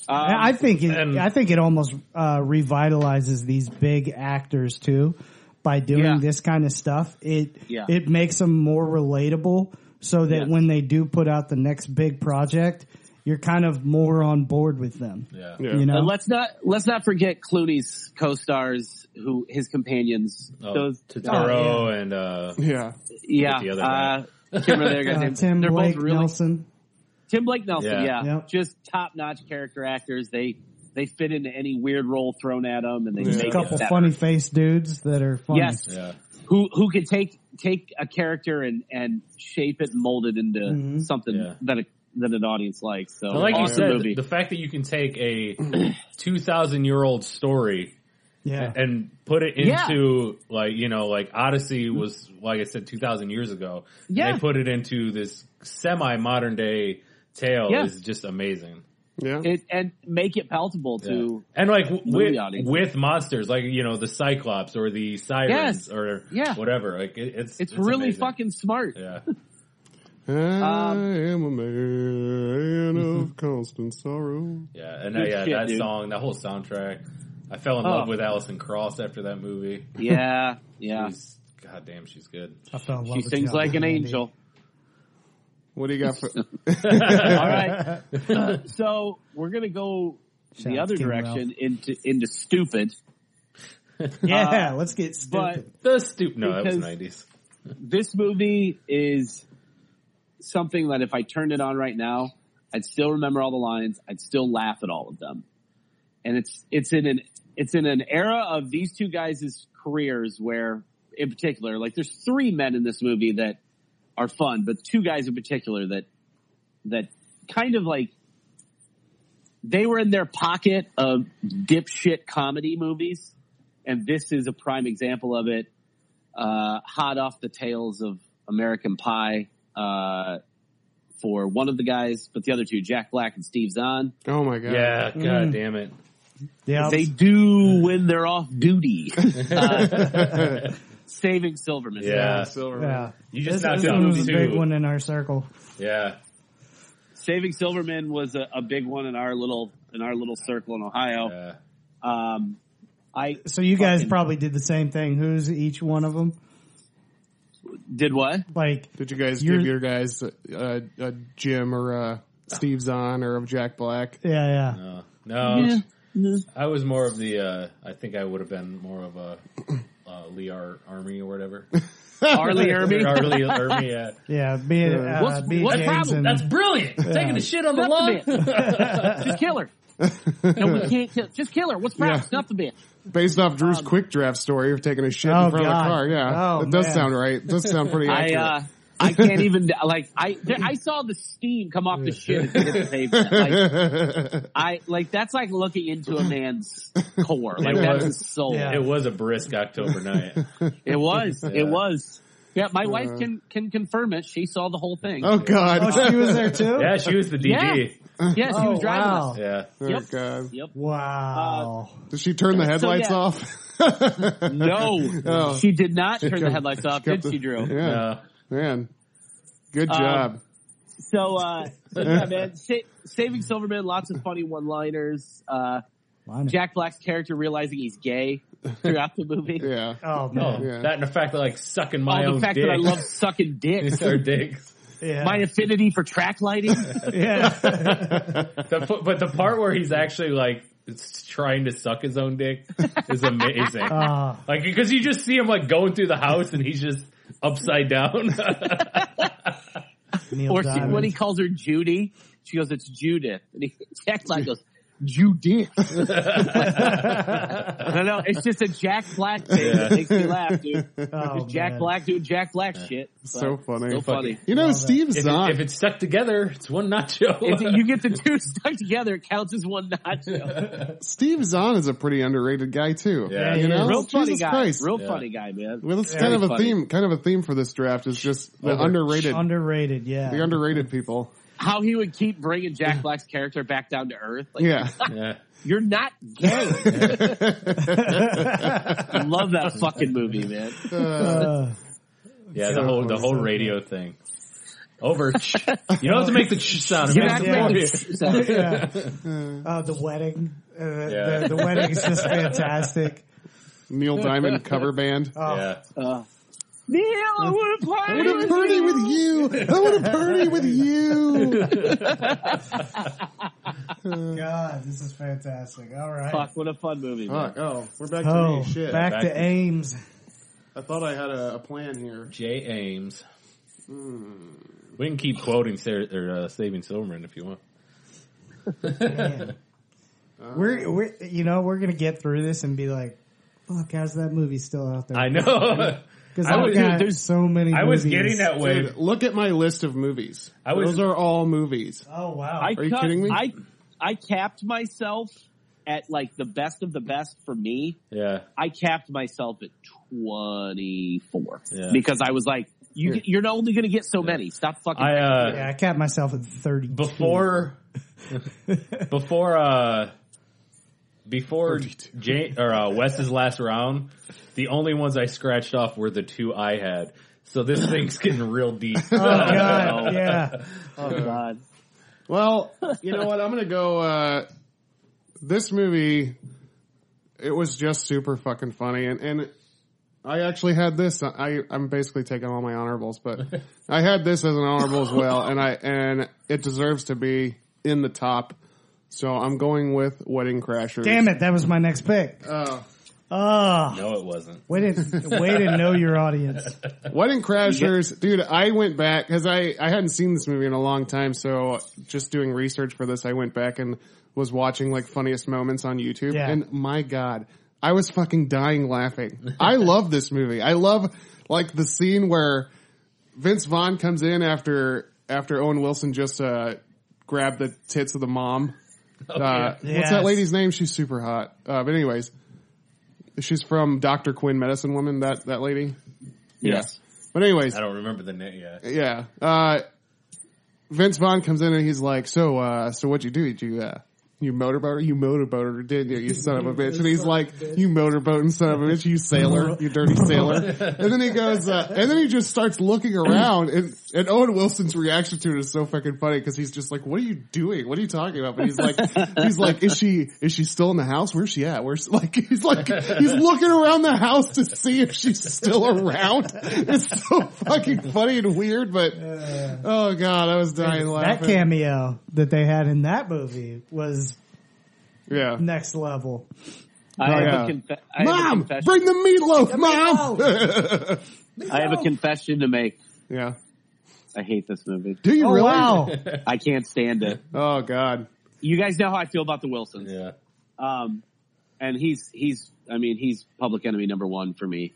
[SPEAKER 4] Um,
[SPEAKER 2] I think it,
[SPEAKER 3] and-
[SPEAKER 2] I think it almost uh, revitalizes these big actors too by doing
[SPEAKER 4] Yeah.
[SPEAKER 2] this kind of stuff. It
[SPEAKER 4] Yeah.
[SPEAKER 2] it makes them more relatable so that
[SPEAKER 4] Yes.
[SPEAKER 2] when they do put out the next big project, you're kind of more on board with them.
[SPEAKER 3] Yeah.
[SPEAKER 5] Yeah.
[SPEAKER 2] You know,
[SPEAKER 4] And let's not let's not forget Clooney's co-stars, who his companions,
[SPEAKER 3] Oh,
[SPEAKER 4] those
[SPEAKER 3] Totoro and uh
[SPEAKER 5] Yeah.
[SPEAKER 4] yeah,
[SPEAKER 3] the other
[SPEAKER 4] uh, can't remember their
[SPEAKER 2] Uh,
[SPEAKER 4] guys' names.
[SPEAKER 2] Tim
[SPEAKER 4] They're
[SPEAKER 2] Blake
[SPEAKER 4] both really
[SPEAKER 2] Nelson.
[SPEAKER 4] Tim Blake Nelson,
[SPEAKER 3] Yeah.
[SPEAKER 4] yeah,
[SPEAKER 2] Yep.
[SPEAKER 4] just top notch character actors. They they fit into any weird role thrown at them, and they
[SPEAKER 5] There's
[SPEAKER 4] make
[SPEAKER 2] A
[SPEAKER 4] it
[SPEAKER 2] couple
[SPEAKER 4] better.
[SPEAKER 2] funny face dudes that are funny.
[SPEAKER 4] Yes,
[SPEAKER 3] yeah.
[SPEAKER 4] who who could take take a character and and shape it, and mold it into
[SPEAKER 2] Mhm.
[SPEAKER 4] something
[SPEAKER 3] Yeah.
[SPEAKER 4] that a, that an audience likes. So
[SPEAKER 3] And like
[SPEAKER 4] awesome
[SPEAKER 3] you said,
[SPEAKER 4] movie.
[SPEAKER 3] the fact that you can take a two thousand year old story
[SPEAKER 2] Yeah.
[SPEAKER 3] and put it
[SPEAKER 4] Yeah.
[SPEAKER 3] into like you know like Odyssey was like I said two thousand years ago. and
[SPEAKER 4] Yeah.
[SPEAKER 3] they put it into this semi modern day tale
[SPEAKER 4] Yeah.
[SPEAKER 3] is just amazing.
[SPEAKER 5] Yeah.
[SPEAKER 4] it, and make it palatable to
[SPEAKER 3] and like w-
[SPEAKER 4] movie
[SPEAKER 3] with
[SPEAKER 4] audience.
[SPEAKER 3] with monsters like you know the Cyclops or the Sirens
[SPEAKER 4] Yes.
[SPEAKER 3] or
[SPEAKER 4] Yeah.
[SPEAKER 3] whatever. Like it, it's
[SPEAKER 4] it's, really
[SPEAKER 3] amazing.
[SPEAKER 4] fucking smart.
[SPEAKER 3] yeah.
[SPEAKER 5] I am a man of constant sorrow.
[SPEAKER 3] Yeah, and uh,
[SPEAKER 4] Good
[SPEAKER 3] yeah,
[SPEAKER 4] shit,
[SPEAKER 3] that
[SPEAKER 4] dude.
[SPEAKER 3] song, that whole soundtrack. I fell in
[SPEAKER 4] Oh.
[SPEAKER 3] love with Alison Cross after that movie.
[SPEAKER 4] Yeah, yeah.
[SPEAKER 3] She's, God damn, she's good.
[SPEAKER 2] I fell in love
[SPEAKER 4] She
[SPEAKER 2] with
[SPEAKER 4] sings
[SPEAKER 2] John
[SPEAKER 4] like an
[SPEAKER 2] Candy.
[SPEAKER 4] angel.
[SPEAKER 5] What do you got for
[SPEAKER 4] All right. so we're gonna go
[SPEAKER 2] Shout
[SPEAKER 4] the
[SPEAKER 2] out
[SPEAKER 4] other
[SPEAKER 2] to King
[SPEAKER 4] direction into into stupid.
[SPEAKER 2] Yeah, let's get
[SPEAKER 4] Uh, But
[SPEAKER 2] stupid.
[SPEAKER 3] The stoop. No, that was
[SPEAKER 4] Because-
[SPEAKER 3] nineties.
[SPEAKER 4] this movie is something that if I turned it on right now, I'd still remember all the lines. I'd still laugh at all of them. And it's it's in an it's in an era of these two guys' careers where, in particular, like there's three men in this movie that are fun, but two guys in particular that that kind of like they were in their pocket of dipshit comedy movies, and this is a prime example of it uh, hot off the tails of American Pie uh, for one of the guys, but the other two, Jack Black and Steve Zahn,
[SPEAKER 5] Oh my god.
[SPEAKER 3] Yeah, god damn it.
[SPEAKER 2] yeah,
[SPEAKER 4] they do when they're off duty. Uh, saving Silverman.
[SPEAKER 3] Yeah.
[SPEAKER 5] Silverman.
[SPEAKER 2] yeah.
[SPEAKER 3] You just
[SPEAKER 2] This-
[SPEAKER 3] knocked
[SPEAKER 2] this
[SPEAKER 3] out
[SPEAKER 2] one was a
[SPEAKER 3] two.
[SPEAKER 2] big one in our circle.
[SPEAKER 3] Yeah.
[SPEAKER 4] Saving Silverman was a, a big one in our little in our little circle in Ohio.
[SPEAKER 3] yeah.
[SPEAKER 4] Um, I
[SPEAKER 2] So you guys
[SPEAKER 4] Fucking-
[SPEAKER 2] probably did the same thing. Who's each one of them?
[SPEAKER 4] did what?
[SPEAKER 2] Like,
[SPEAKER 5] Did you guys
[SPEAKER 2] You're-
[SPEAKER 5] give your guys a, a Jim or a Steve Zahn or of Jack Black?
[SPEAKER 2] yeah, yeah.
[SPEAKER 3] Uh, No. No.
[SPEAKER 4] Yeah.
[SPEAKER 3] I was more of the, uh, I think I would have been more of a, uh, Lee Ar- Army or whatever.
[SPEAKER 4] Arlie Ermy.
[SPEAKER 3] Arlie Army, yeah.
[SPEAKER 2] Yeah, me and uh,
[SPEAKER 4] What's-
[SPEAKER 2] me and
[SPEAKER 4] what's
[SPEAKER 2] James
[SPEAKER 4] problem?
[SPEAKER 2] and-
[SPEAKER 3] That's brilliant. Taking a shit on the
[SPEAKER 4] Not the
[SPEAKER 3] lawn.
[SPEAKER 4] bitch. Just kill her. No, we can't kill. Just kill her. What's wrong?
[SPEAKER 5] Yeah.
[SPEAKER 4] Snuff the bitch.
[SPEAKER 5] Based off Drew's
[SPEAKER 4] Um,
[SPEAKER 5] quick draft story of taking a shit
[SPEAKER 2] Oh,
[SPEAKER 5] in front of
[SPEAKER 2] God.
[SPEAKER 5] the car. Yeah.
[SPEAKER 2] Oh,
[SPEAKER 5] it does
[SPEAKER 2] man.
[SPEAKER 5] sound right. It does sound pretty
[SPEAKER 4] I
[SPEAKER 5] accurate.
[SPEAKER 4] uh, I can't even like I I saw the steam come off the shit as it hit the pavement. Like I like that's like looking into a man's core. Like
[SPEAKER 3] It
[SPEAKER 4] that's
[SPEAKER 3] was.
[SPEAKER 4] his soul.
[SPEAKER 2] Yeah.
[SPEAKER 3] It was a brisk October night.
[SPEAKER 4] It was.
[SPEAKER 3] Yeah.
[SPEAKER 4] It was. Yeah, my wife can can confirm it. She saw the whole thing.
[SPEAKER 5] Oh god.
[SPEAKER 2] Oh, she was there too.
[SPEAKER 3] Yeah, she was the DD.
[SPEAKER 4] Yeah, she
[SPEAKER 2] Oh,
[SPEAKER 4] was driving
[SPEAKER 2] wow.
[SPEAKER 4] us.
[SPEAKER 3] Yeah.
[SPEAKER 5] Oh,
[SPEAKER 4] Yep.
[SPEAKER 5] god.
[SPEAKER 4] Yep.
[SPEAKER 2] Wow.
[SPEAKER 5] Did she turn the headlights
[SPEAKER 4] yeah.
[SPEAKER 5] off?
[SPEAKER 4] No,
[SPEAKER 5] Oh.
[SPEAKER 4] she did not turn the
[SPEAKER 5] kept-
[SPEAKER 4] headlights off,
[SPEAKER 5] kept
[SPEAKER 4] did she,
[SPEAKER 5] the-
[SPEAKER 4] Drew?
[SPEAKER 5] Yeah.
[SPEAKER 3] No.
[SPEAKER 5] Man. Good
[SPEAKER 4] Um,
[SPEAKER 5] job.
[SPEAKER 4] So, uh, so yeah, man, sa- saving Silverman, lots of funny one-liners. Uh,
[SPEAKER 2] Blimey.
[SPEAKER 4] Jack Black's character realizing he's gay throughout the movie.
[SPEAKER 5] yeah.
[SPEAKER 2] oh man.
[SPEAKER 3] Oh,
[SPEAKER 5] Yeah.
[SPEAKER 3] that and the fact that like sucking my
[SPEAKER 4] All
[SPEAKER 3] own
[SPEAKER 4] the fact
[SPEAKER 3] dick.
[SPEAKER 4] that I love sucking dicks.
[SPEAKER 3] our dicks.
[SPEAKER 2] Yeah.
[SPEAKER 4] My affinity for track lighting.
[SPEAKER 2] yeah.
[SPEAKER 3] The, fu- but the part where he's actually like s- trying to suck his own dick is amazing.
[SPEAKER 2] Uh,
[SPEAKER 3] Like because you just see him like going through the house and he's just upside down.
[SPEAKER 2] Neil
[SPEAKER 4] or she,
[SPEAKER 2] Diamond.
[SPEAKER 4] when he calls her Judy, she goes, it's Judith. And he, Jack Black goes, Judith. I don't know. It's just a Jack Black thing that
[SPEAKER 3] Yeah.
[SPEAKER 4] makes me laugh, dude.
[SPEAKER 2] Oh,
[SPEAKER 4] Just Jack
[SPEAKER 2] man.
[SPEAKER 4] Black doing Jack Black shit.
[SPEAKER 5] So
[SPEAKER 4] But
[SPEAKER 5] funny.
[SPEAKER 4] So funny.
[SPEAKER 5] You know, Steve
[SPEAKER 3] if,
[SPEAKER 5] Zahn.
[SPEAKER 3] it, if it's stuck together, it's one nacho.
[SPEAKER 4] If you get the two stuck together, it counts as one nacho.
[SPEAKER 5] Steve Zahn is a pretty underrated guy too.
[SPEAKER 3] Yeah,
[SPEAKER 5] you
[SPEAKER 3] he
[SPEAKER 5] know,
[SPEAKER 3] is.
[SPEAKER 4] Real funny
[SPEAKER 5] Jesus
[SPEAKER 4] guy.
[SPEAKER 5] Christ.
[SPEAKER 4] Real
[SPEAKER 3] Yeah.
[SPEAKER 4] funny guy, man.
[SPEAKER 5] well, that's
[SPEAKER 2] Yeah,
[SPEAKER 5] kind
[SPEAKER 4] he's
[SPEAKER 5] of a
[SPEAKER 4] funny.
[SPEAKER 5] theme. Kind of a theme for this draft is just the
[SPEAKER 3] Over-
[SPEAKER 5] underrated,
[SPEAKER 2] underrated. Yeah.
[SPEAKER 5] the underrated people.
[SPEAKER 4] How he would keep bringing Jack Black's character back down to earth. Like,
[SPEAKER 5] Yeah,
[SPEAKER 3] yeah.
[SPEAKER 4] You're not gay. Love that fucking movie, man.
[SPEAKER 2] Uh,
[SPEAKER 3] Yeah, the whole the whole radio thing. Over. you don't have to make the ch sound. It
[SPEAKER 4] You're
[SPEAKER 3] makes
[SPEAKER 4] not
[SPEAKER 3] it
[SPEAKER 2] Yeah.
[SPEAKER 3] more-
[SPEAKER 4] gay. So-
[SPEAKER 2] yeah. Uh, the wedding. Uh,
[SPEAKER 3] Yeah.
[SPEAKER 2] the, the wedding is just fantastic.
[SPEAKER 5] Neil Diamond cover band.
[SPEAKER 2] Oh,
[SPEAKER 3] Yeah.
[SPEAKER 4] Uh, Neil, I want to
[SPEAKER 5] I
[SPEAKER 4] play.
[SPEAKER 5] want to party with you. I want to party with you.
[SPEAKER 2] God, this is fantastic. All right.
[SPEAKER 4] Fuck, what a fun movie, man.
[SPEAKER 5] Fuck, oh, we're back to
[SPEAKER 2] Oh,
[SPEAKER 5] me. Shit.
[SPEAKER 2] back,
[SPEAKER 3] Back
[SPEAKER 2] to
[SPEAKER 3] to-
[SPEAKER 2] Ames.
[SPEAKER 5] I thought I had a, a plan here.
[SPEAKER 3] Jay Ames. We can keep quoting Sarah, or uh, Saving Silverman if you want.
[SPEAKER 2] Man. we're, we're, you know, we're gonna get through this and be like, "Fuck, how's that movie still out there?"
[SPEAKER 3] I know.
[SPEAKER 2] Because
[SPEAKER 3] I
[SPEAKER 2] I've
[SPEAKER 3] was-
[SPEAKER 2] got
[SPEAKER 3] dude, there's-
[SPEAKER 2] so many.
[SPEAKER 3] I was
[SPEAKER 2] movies.
[SPEAKER 3] getting that way.
[SPEAKER 5] Dude, look at my list of movies.
[SPEAKER 3] I was-
[SPEAKER 5] Those are all movies.
[SPEAKER 2] Oh wow!
[SPEAKER 4] I
[SPEAKER 5] Are you
[SPEAKER 4] cut-
[SPEAKER 5] kidding me?
[SPEAKER 4] I, I capped myself at like the best of the best for me.
[SPEAKER 3] Yeah.
[SPEAKER 4] I capped myself at 24
[SPEAKER 3] Yeah.
[SPEAKER 4] because I was like, you,
[SPEAKER 5] Here.
[SPEAKER 4] you're only going to get so many. Stop fucking.
[SPEAKER 3] I uh
[SPEAKER 2] yeah, I capped myself at thirty.
[SPEAKER 3] before before uh before Jay, or uh, Wes's last round, the only ones I scratched off were the two I had. So this thing's getting real deep.
[SPEAKER 2] oh god! Yeah,
[SPEAKER 4] oh god.
[SPEAKER 5] Well, you know what? I'm gonna go. Uh, this movie, it was just super fucking funny, and and I actually had this. I I'm basically taking all my honorables, but I had this as an honorable as well, and I and it deserves to be in the top. So I'm going with Wedding Crashers.
[SPEAKER 2] damn it! That was my next pick.
[SPEAKER 5] Oh.
[SPEAKER 2] Oh,
[SPEAKER 3] no, it wasn't.
[SPEAKER 2] way to way to know your audience.
[SPEAKER 5] Wedding Crashers, dude, I went back because I, I hadn't seen this movie in a long time. So just doing research for this, I went back and was watching like funniest moments on YouTube.
[SPEAKER 2] Yeah.
[SPEAKER 5] And my God, I was fucking dying laughing. I love this movie. I love like the scene where Vince Vaughn comes in after, after Owen Wilson just, uh, grabbed the tits of the mom. Uh, What's
[SPEAKER 2] Yes.
[SPEAKER 5] that lady's name? She's super hot. Uh, but anyways, she's from Dr. Quinn Medicine Woman, that, that lady.
[SPEAKER 4] Yes.
[SPEAKER 5] But anyways,
[SPEAKER 3] I don't remember the name. Yeah.
[SPEAKER 5] yeah. Uh, Vince Vaughn comes in and he's like, "So, uh, so what'd you do? Did you, uh, you motorboater? You motorboater, didn't you? You son of a bitch!" And he's like, "You motorboating son of a bitch! You sailor! You dirty sailor!" And then he goes, uh, and then he just starts looking around, and, and Owen Wilson's reaction to it is so fucking funny because he's just like, "What are you doing? What are you talking about?" But he's like, he's like, "Is she is she still in the house? Where's she at? Where's like?" He's like, he's looking around the house to see if she's still around. It's so fucking funny and weird, but oh god, I was dying
[SPEAKER 2] That
[SPEAKER 5] laughing.
[SPEAKER 2] cameo that they had in that movie was
[SPEAKER 5] Yeah.
[SPEAKER 2] next level.
[SPEAKER 4] I, have
[SPEAKER 5] Oh, yeah.
[SPEAKER 4] a confe- I have a
[SPEAKER 5] Mom,
[SPEAKER 4] confession.
[SPEAKER 5] bring the meatloaf, mom.
[SPEAKER 4] I have a confession to make.
[SPEAKER 5] yeah.
[SPEAKER 4] I hate this movie.
[SPEAKER 5] Do you
[SPEAKER 2] Oh
[SPEAKER 5] really?
[SPEAKER 2] wow!
[SPEAKER 4] I can't stand it.
[SPEAKER 5] Oh god.
[SPEAKER 4] You guys know how I feel about the Wilsons.
[SPEAKER 3] Yeah.
[SPEAKER 4] Um, and he's he's I mean he's public enemy number one for me.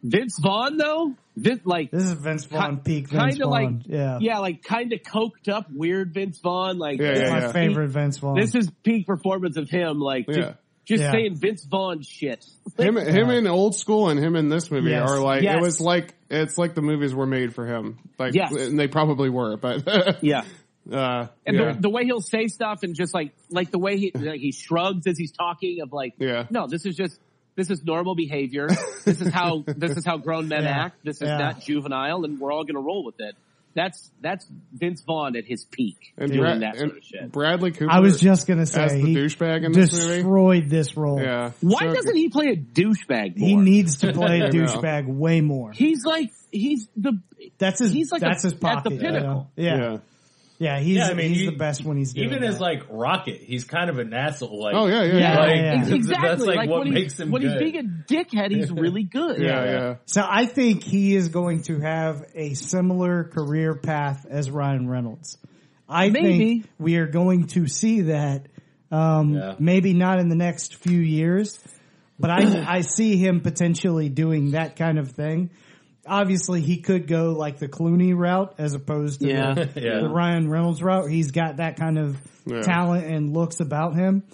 [SPEAKER 4] Vince Vaughn though, Vince like
[SPEAKER 2] This is Vince Vaughn peak. Vince
[SPEAKER 4] kind of
[SPEAKER 2] Vaughn.
[SPEAKER 4] like
[SPEAKER 2] yeah,
[SPEAKER 4] yeah, like kind of coked up, weird Vince Vaughn. Like
[SPEAKER 5] Yeah,
[SPEAKER 2] It's
[SPEAKER 5] yeah,
[SPEAKER 2] my
[SPEAKER 5] yeah.
[SPEAKER 2] favorite Vince Vaughn.
[SPEAKER 4] this is peak performance of him. Like just,
[SPEAKER 5] Yeah.
[SPEAKER 4] just
[SPEAKER 2] Yeah.
[SPEAKER 4] saying Vince Vaughn shit.
[SPEAKER 5] Him, him in old school and him in this movie
[SPEAKER 2] Yes.
[SPEAKER 5] are like
[SPEAKER 4] Yes.
[SPEAKER 5] it was like it's like the movies were made for him. Like
[SPEAKER 4] Yes.
[SPEAKER 5] and they probably were, but
[SPEAKER 4] Yeah.
[SPEAKER 5] uh,
[SPEAKER 4] And
[SPEAKER 5] yeah.
[SPEAKER 4] the, the way he'll say stuff and just like, like the way he, like he shrugs as he's talking of like,
[SPEAKER 5] Yeah.
[SPEAKER 4] no, this is just, this is normal behavior. this is how, this is how grown men
[SPEAKER 2] Yeah.
[SPEAKER 4] act. This is
[SPEAKER 2] Yeah.
[SPEAKER 4] not juvenile and we're all going to roll with it. That's, that's Vince Vaughn at his peak
[SPEAKER 5] and,
[SPEAKER 4] doing
[SPEAKER 5] Brad-
[SPEAKER 4] that sort
[SPEAKER 5] and
[SPEAKER 4] of shit.
[SPEAKER 5] Bradley Cooper.
[SPEAKER 2] I was just gonna say
[SPEAKER 5] as the
[SPEAKER 2] he
[SPEAKER 5] douchebag in this movie.
[SPEAKER 2] destroyed this role.
[SPEAKER 5] Yeah.
[SPEAKER 4] Why
[SPEAKER 5] So-
[SPEAKER 4] doesn't he play a douchebag more?
[SPEAKER 2] He needs to play
[SPEAKER 5] I know.
[SPEAKER 2] douchebag way more.
[SPEAKER 4] he's like, he's the,
[SPEAKER 2] That's his.
[SPEAKER 4] He's like
[SPEAKER 2] that's
[SPEAKER 4] a-
[SPEAKER 2] his
[SPEAKER 4] at the
[SPEAKER 2] pocket. you know?
[SPEAKER 4] pinnacle.
[SPEAKER 2] Yeah. yeah,
[SPEAKER 5] Yeah.
[SPEAKER 2] He's
[SPEAKER 6] Yeah, I mean,
[SPEAKER 2] he's
[SPEAKER 6] you-
[SPEAKER 2] the best when he's doing
[SPEAKER 6] Even
[SPEAKER 2] that.
[SPEAKER 6] as like Rocket, he's kind of an asshole. Like,
[SPEAKER 5] Oh yeah, yeah,
[SPEAKER 2] Yeah.
[SPEAKER 5] yeah,
[SPEAKER 6] like
[SPEAKER 2] yeah.
[SPEAKER 6] that's,
[SPEAKER 4] exactly
[SPEAKER 6] like, what
[SPEAKER 4] when,
[SPEAKER 6] makes
[SPEAKER 4] he,
[SPEAKER 6] him
[SPEAKER 4] when
[SPEAKER 6] good.
[SPEAKER 4] he's being a dickhead, he's really good.
[SPEAKER 5] yeah, yeah.
[SPEAKER 2] so, I think he is going to have a similar career path as Ryan Reynolds. I
[SPEAKER 4] Maybe.
[SPEAKER 2] think we are going to see that. Um,
[SPEAKER 6] Yeah.
[SPEAKER 2] Maybe not in the next few years, but I I see him potentially doing that kind of thing. Obviously, he could go like the Clooney route as opposed to
[SPEAKER 4] Yeah.
[SPEAKER 2] the,
[SPEAKER 6] Yeah.
[SPEAKER 2] the Ryan Reynolds route. He's got that kind of
[SPEAKER 5] Yeah.
[SPEAKER 2] talent and looks about him.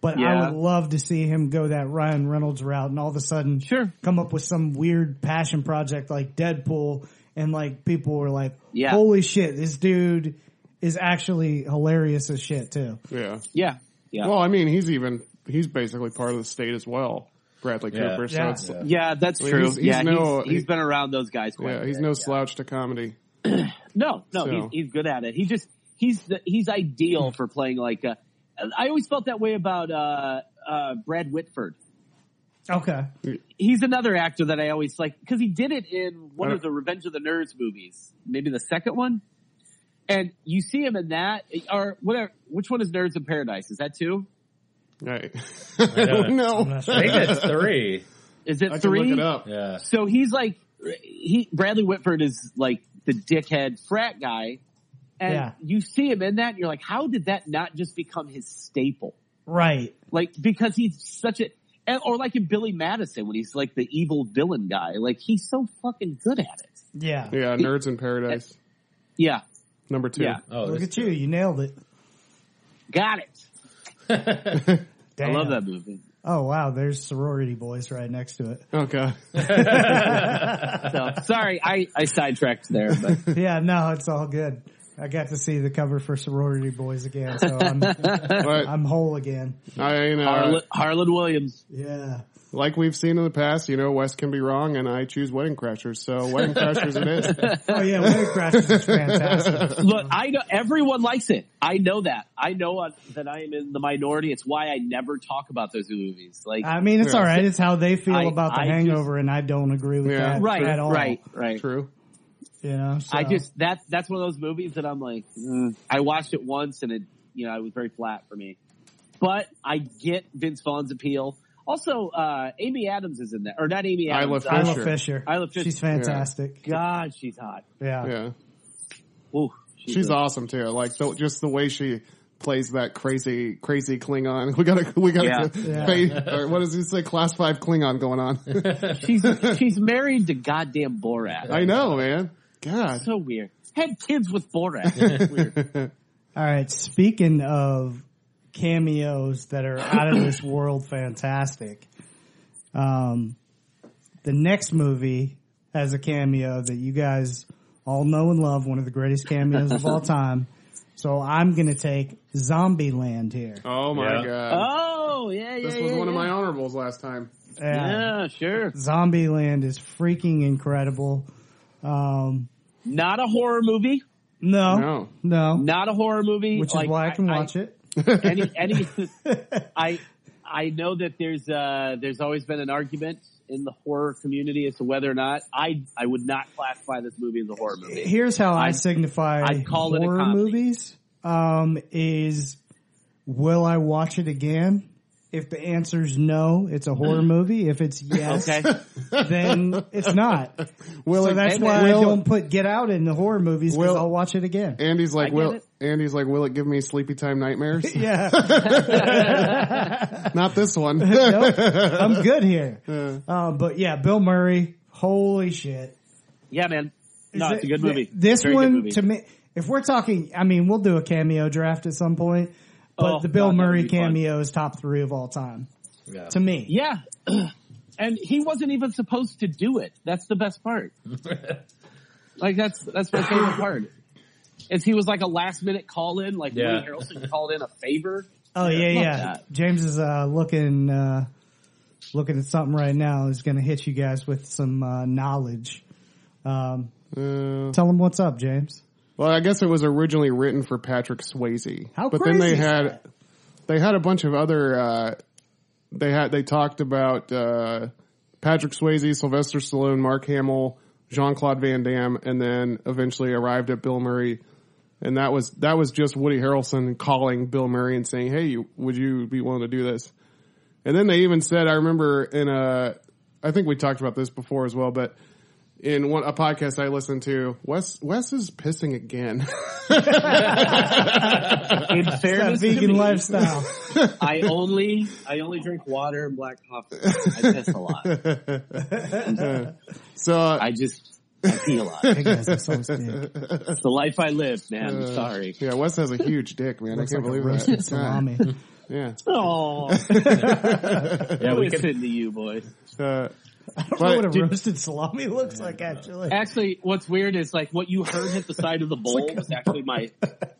[SPEAKER 2] But I
[SPEAKER 4] Yeah.
[SPEAKER 2] would love to see him go that Ryan Reynolds route and all of a sudden
[SPEAKER 4] Sure.
[SPEAKER 2] come up with some weird passion project like Deadpool and like people were like,
[SPEAKER 4] Yeah.
[SPEAKER 2] holy shit, this dude is actually hilarious as shit too.
[SPEAKER 5] yeah.
[SPEAKER 4] Yeah. Yeah.
[SPEAKER 5] Well, I mean, he's even he's basically part of the state as well, Bradley
[SPEAKER 6] Yeah.
[SPEAKER 5] Cooper. So
[SPEAKER 2] Yeah.
[SPEAKER 5] it's yeah,
[SPEAKER 4] Yeah, that's
[SPEAKER 5] Like,
[SPEAKER 4] true.
[SPEAKER 5] he's- he's
[SPEAKER 4] yeah,
[SPEAKER 5] no-
[SPEAKER 4] he's, he's been around those guys quite a
[SPEAKER 5] he's
[SPEAKER 4] bit.
[SPEAKER 5] no slouch to comedy.
[SPEAKER 4] No, no,
[SPEAKER 5] So-
[SPEAKER 4] he's, he's good at it. He just he's the, he's ideal for playing like. uh I always felt that way about uh, uh, Brad Whitford.
[SPEAKER 2] Okay.
[SPEAKER 4] He's another actor that I always like because he did it in one
[SPEAKER 5] I
[SPEAKER 4] of the Revenge of the Nerds movies, maybe the second one. And you see him in that, or whatever. Which one is Nerds in Paradise? Is that two?
[SPEAKER 5] Right.
[SPEAKER 6] don't
[SPEAKER 5] no.
[SPEAKER 2] I'm not
[SPEAKER 6] I
[SPEAKER 2] sure.
[SPEAKER 6] think that's three.
[SPEAKER 4] Is it
[SPEAKER 5] I can
[SPEAKER 4] three?
[SPEAKER 5] look it up.
[SPEAKER 6] Yeah.
[SPEAKER 4] So he's like, he Bradley Whitford is like the dickhead frat guy, and
[SPEAKER 2] Yeah.
[SPEAKER 4] you see him in that, and you're like, how did that not just become his staple?
[SPEAKER 2] Right.
[SPEAKER 4] Like because he's such a, and- or like in Billy Madison when he's like the evil villain guy, like he's so fucking good at it.
[SPEAKER 2] Yeah.
[SPEAKER 5] Yeah, Nerds in Paradise,
[SPEAKER 4] Yeah,
[SPEAKER 5] number two.
[SPEAKER 4] yeah,
[SPEAKER 6] Oh,
[SPEAKER 2] Look
[SPEAKER 6] there's
[SPEAKER 2] at you. You nailed it.
[SPEAKER 4] got it.
[SPEAKER 2] Damn.
[SPEAKER 4] I love that movie.
[SPEAKER 2] Oh wow. There's sorority boys right next to it.
[SPEAKER 5] Oh god.
[SPEAKER 4] So sorry, I I sidetracked there, but
[SPEAKER 2] yeah. No, it's all good. I got to see the cover for sorority boys again. So I'm,
[SPEAKER 5] But uh,
[SPEAKER 2] I'm whole again.
[SPEAKER 5] I, you know,
[SPEAKER 4] Harlan, Harlan Williams.
[SPEAKER 2] Yeah.
[SPEAKER 5] like we've seen in the past, you know, Wes can be wrong, and I choose Wedding Crashers. So Wedding Crashers, it is.
[SPEAKER 2] Oh yeah. Wedding Crashers is fantastic.
[SPEAKER 4] Look, I know everyone likes it. I know that. I know uh, that I am in the minority. It's why I never talk about those movies. Like,
[SPEAKER 2] I mean, it's
[SPEAKER 5] Yeah.
[SPEAKER 2] all right. It's how they feel
[SPEAKER 4] I-
[SPEAKER 2] about the
[SPEAKER 4] I
[SPEAKER 2] Hangover, and I don't agree with
[SPEAKER 5] Yeah.
[SPEAKER 2] that
[SPEAKER 4] right,
[SPEAKER 2] at all.
[SPEAKER 4] right, right.
[SPEAKER 5] True.
[SPEAKER 2] You know, so-
[SPEAKER 4] I just that that's one of those movies that I'm like, mm. I watched it once and it, you know, it was very flat for me. But I get Vince Vaughn's appeal. Also, uh, Amy Adams is in there, or not Amy
[SPEAKER 5] Isla
[SPEAKER 4] Adams?
[SPEAKER 5] Fisher.
[SPEAKER 2] Isla Fisher.
[SPEAKER 4] Isla Fisher.
[SPEAKER 2] She's fantastic. Yeah.
[SPEAKER 4] God, she's hot.
[SPEAKER 2] Uh,
[SPEAKER 5] Yeah,
[SPEAKER 4] Ooh,
[SPEAKER 5] she's
[SPEAKER 4] a-
[SPEAKER 5] awesome too. Like the, just the way she plays that crazy, crazy Klingon. We gotta, we gotta.
[SPEAKER 4] Yeah.
[SPEAKER 5] fa- or what does he say? Class five Klingon going on.
[SPEAKER 4] She's she's married to goddamn Borat.
[SPEAKER 5] I know, man. God.
[SPEAKER 4] so weird. Had kids with Borat. It's weird.
[SPEAKER 2] All right. Speaking of cameos that are out of this world, fantastic. Um, the next movie has a cameo that you guys all know and love. One of the greatest cameos of all time. So I'm going to take Zombieland here.
[SPEAKER 5] Oh my
[SPEAKER 6] Yeah.
[SPEAKER 5] god.
[SPEAKER 4] Oh yeah, yeah.
[SPEAKER 5] this
[SPEAKER 4] yeah,
[SPEAKER 5] was one of
[SPEAKER 4] yeah.
[SPEAKER 5] my honorables last time.
[SPEAKER 4] Yeah, sure.
[SPEAKER 2] Zombieland is freaking incredible. Um,
[SPEAKER 4] Not a horror movie.
[SPEAKER 2] no,
[SPEAKER 5] No.
[SPEAKER 2] no,
[SPEAKER 4] Not a horror movie.
[SPEAKER 2] which
[SPEAKER 4] Like,
[SPEAKER 2] is why I can watch it.
[SPEAKER 4] Any, any, I, I know that there's, uh, there's always been an argument in the horror community as to whether or not I, I would not classify this movie as a horror movie.
[SPEAKER 2] Here's how I
[SPEAKER 4] I'd-
[SPEAKER 2] signify
[SPEAKER 4] I'd call it a
[SPEAKER 2] horror
[SPEAKER 4] comedy.
[SPEAKER 2] movies: um, is will I watch it again? If the answer's no, it's a horror movie. If it's yes,
[SPEAKER 4] Mm. Okay.
[SPEAKER 2] then it's not.
[SPEAKER 5] Will
[SPEAKER 2] so
[SPEAKER 5] it-
[SPEAKER 2] that's
[SPEAKER 5] and-
[SPEAKER 2] why I
[SPEAKER 5] will-
[SPEAKER 2] don't put Get Out in the horror movies because
[SPEAKER 5] Will-
[SPEAKER 2] I'll watch it again.
[SPEAKER 5] Andy's like,
[SPEAKER 4] get
[SPEAKER 5] will
[SPEAKER 4] it.
[SPEAKER 5] Andy's like, will it give me sleepy time nightmares?
[SPEAKER 2] yeah,
[SPEAKER 5] Not this one.
[SPEAKER 2] Nope. I'm good here. Uh, but yeah, Bill Murray, Holy shit!
[SPEAKER 4] Yeah, man. No,
[SPEAKER 2] Is
[SPEAKER 4] it's a
[SPEAKER 2] it-
[SPEAKER 4] good movie.
[SPEAKER 2] th- This
[SPEAKER 4] Very good
[SPEAKER 2] one
[SPEAKER 4] movie.
[SPEAKER 2] to me, if we're talking, I mean, we'll do a cameo draft at some point. But
[SPEAKER 4] Oh,
[SPEAKER 2] the Bill
[SPEAKER 4] God, that would
[SPEAKER 2] Murray
[SPEAKER 4] be fun.
[SPEAKER 2] cameo is top three of all time
[SPEAKER 3] Yeah.
[SPEAKER 2] to me.
[SPEAKER 4] Yeah. and he wasn't even supposed to do it. That's the best part. like that's that's my favorite part. Is he was like a last minute call in, like
[SPEAKER 6] Yeah.
[SPEAKER 4] Woody Harrelson called in a favor.
[SPEAKER 2] Oh yeah,
[SPEAKER 4] love
[SPEAKER 2] yeah.
[SPEAKER 4] that.
[SPEAKER 2] James is uh, looking uh, looking at something right now. He's going to hit you guys with some uh, knowledge. Um,
[SPEAKER 5] Uh,
[SPEAKER 2] tell him what's up, James.
[SPEAKER 5] well, I guess it was originally written for Patrick Swayze.
[SPEAKER 2] How
[SPEAKER 5] but
[SPEAKER 2] crazy
[SPEAKER 5] then they
[SPEAKER 2] is
[SPEAKER 5] had
[SPEAKER 2] that?
[SPEAKER 5] they had a bunch of other uh, they had they talked about uh, Patrick Swayze, Sylvester Stallone, Mark Hamill, Jean Claude Van Damme, and then eventually arrived at Bill Murray. And that was that was just Woody Harrelson calling Bill Murray and saying, "Hey, you, would you be willing to do this?" And then they even said, I remember in a, I think we talked about this before as well, but in one a podcast I listened to, Wes Wes is pissing again.
[SPEAKER 4] In
[SPEAKER 2] That
[SPEAKER 4] fairness to
[SPEAKER 2] vegan
[SPEAKER 4] me,
[SPEAKER 2] lifestyle.
[SPEAKER 4] I only I only drink water and black coffee. I piss a lot.
[SPEAKER 5] so uh,
[SPEAKER 4] I just I pee a lot.
[SPEAKER 2] Hey, guys, I'm so sick.
[SPEAKER 4] It's the life I live, man. I'm sorry.
[SPEAKER 5] yeah, Wes has a huge dick, man. I
[SPEAKER 2] Looks
[SPEAKER 5] can't
[SPEAKER 2] like a
[SPEAKER 5] believe
[SPEAKER 2] roasted
[SPEAKER 5] that.
[SPEAKER 2] salami.
[SPEAKER 5] Yeah.
[SPEAKER 4] Oh,
[SPEAKER 3] Yeah, we
[SPEAKER 4] listen
[SPEAKER 3] can.
[SPEAKER 4] to you, boys.
[SPEAKER 5] Uh,
[SPEAKER 2] I don't know
[SPEAKER 5] But-
[SPEAKER 2] what a roasted salami looks like, actually.
[SPEAKER 4] Actually, what's weird is like what you heard hit the side of the bowl was actually my.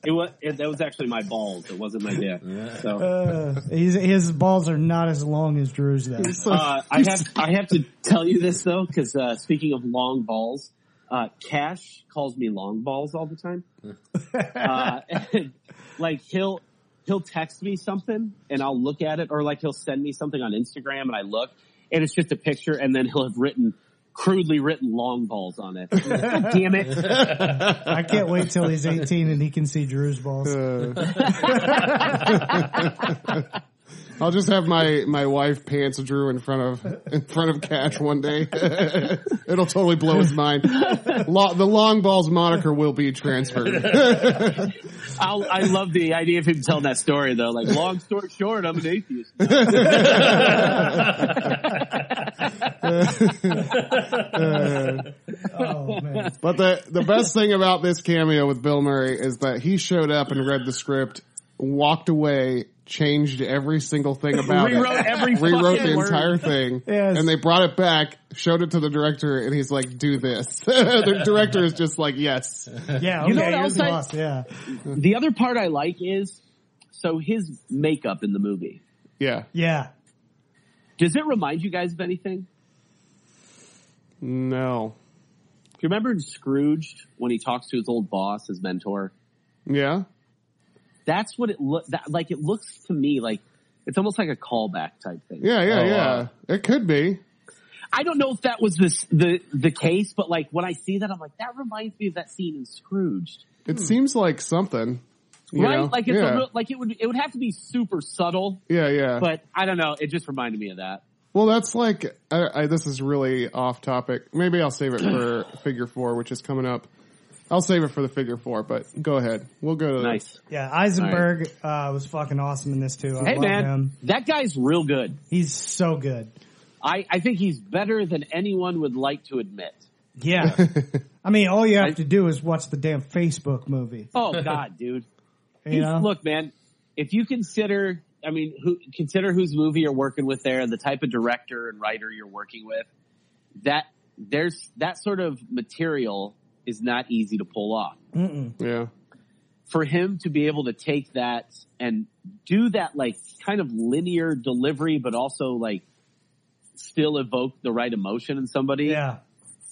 [SPEAKER 4] It was it, that was actually my balls. It wasn't my dick. So
[SPEAKER 2] Uh, his, his balls are not as long as Drew's, though.
[SPEAKER 4] uh, I have I have to tell you this though, because uh, speaking of long balls, uh, Cash calls me long balls all the time. Uh, like he'll he'll text me something and I'll look at it, or like he'll send me something on Instagram and I look, and it's just a picture, and then he'll have written crudely written long balls on it. I'm like, God damn it.
[SPEAKER 2] I can't wait till he's 18 and he can see Drew's balls.
[SPEAKER 5] uh, I'll just have my, my wife pants Drew in front of in front of Cash one day. It'll totally blow his mind. Lo- the long balls moniker will be transferred.
[SPEAKER 4] I'll, I love the idea of him telling that story though. Like, long story short, I'm an atheist.
[SPEAKER 2] Oh, man.
[SPEAKER 5] But the the best thing about this cameo with Bill Murray is that he showed up and read the script, walked away, changed every single thing about
[SPEAKER 4] Rewrote
[SPEAKER 5] it,
[SPEAKER 4] every
[SPEAKER 5] rewrote
[SPEAKER 4] fucking
[SPEAKER 5] the
[SPEAKER 4] word.
[SPEAKER 5] entire thing,
[SPEAKER 2] Yes.
[SPEAKER 5] and they brought it back, showed it to the director, and he's like, "Do this." the director is just like, "Yes."
[SPEAKER 2] Yeah, okay,
[SPEAKER 4] You know what
[SPEAKER 2] here's
[SPEAKER 4] else I-
[SPEAKER 2] lost, yeah.
[SPEAKER 4] The other part I like is so his makeup in the movie.
[SPEAKER 5] Yeah.
[SPEAKER 2] Yeah.
[SPEAKER 4] Does it remind you guys of anything?
[SPEAKER 5] No.
[SPEAKER 4] Do you remember in Scrooge when he talks to his old boss, his mentor?
[SPEAKER 5] Yeah.
[SPEAKER 4] That's what it look that like. It looks to me like it's almost like a callback type thing.
[SPEAKER 5] Yeah. Yeah.
[SPEAKER 6] Oh,
[SPEAKER 5] yeah.
[SPEAKER 6] wow.
[SPEAKER 5] It could be.
[SPEAKER 4] I don't know if that was this the the case, but like when I see that, I'm like that reminds me of that scene in Scrooge.
[SPEAKER 5] It seems like something. you
[SPEAKER 4] Hmm. Right?
[SPEAKER 5] know?
[SPEAKER 4] Like it's
[SPEAKER 5] yeah.
[SPEAKER 4] a real, like it would it would have to be super subtle,
[SPEAKER 5] yeah. Yeah.
[SPEAKER 4] but I don't know. It just reminded me of that.
[SPEAKER 5] Well, that's like I, I, this is really off topic. Maybe I'll save it for Figure Four, which is coming up. I'll save it for the Figure Four, but go ahead. We'll go to the-
[SPEAKER 4] Nice.
[SPEAKER 2] Yeah, Eisenberg uh, was fucking awesome in this, too. I
[SPEAKER 4] Hey
[SPEAKER 2] love
[SPEAKER 4] man,
[SPEAKER 2] him.
[SPEAKER 4] that guy's real good.
[SPEAKER 2] He's so good.
[SPEAKER 4] I, I think he's better than anyone would like to admit.
[SPEAKER 2] Yeah. I mean, all you have
[SPEAKER 4] I-
[SPEAKER 2] to do is watch the damn Facebook movie.
[SPEAKER 4] Oh God, dude.
[SPEAKER 2] You know?
[SPEAKER 4] He's- Look, man, if you consider, I mean, who, consider whose movie you're working with there, the type of director and writer you're working with, that there's that sort of material is not easy to pull off.
[SPEAKER 5] Yeah,
[SPEAKER 4] For him to be able to take that and do that like kind of linear delivery, but also like still evoke the right emotion in somebody.
[SPEAKER 2] yeah.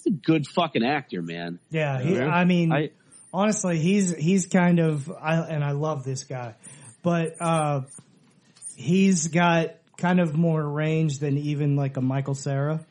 [SPEAKER 4] He's a good fucking actor, man.
[SPEAKER 2] Yeah. He,
[SPEAKER 5] Yeah.
[SPEAKER 2] I mean,
[SPEAKER 4] I,
[SPEAKER 2] honestly, he's he's kind of, I, and I love this guy, but uh, he's got kind of more range than even like a Michael Sarah.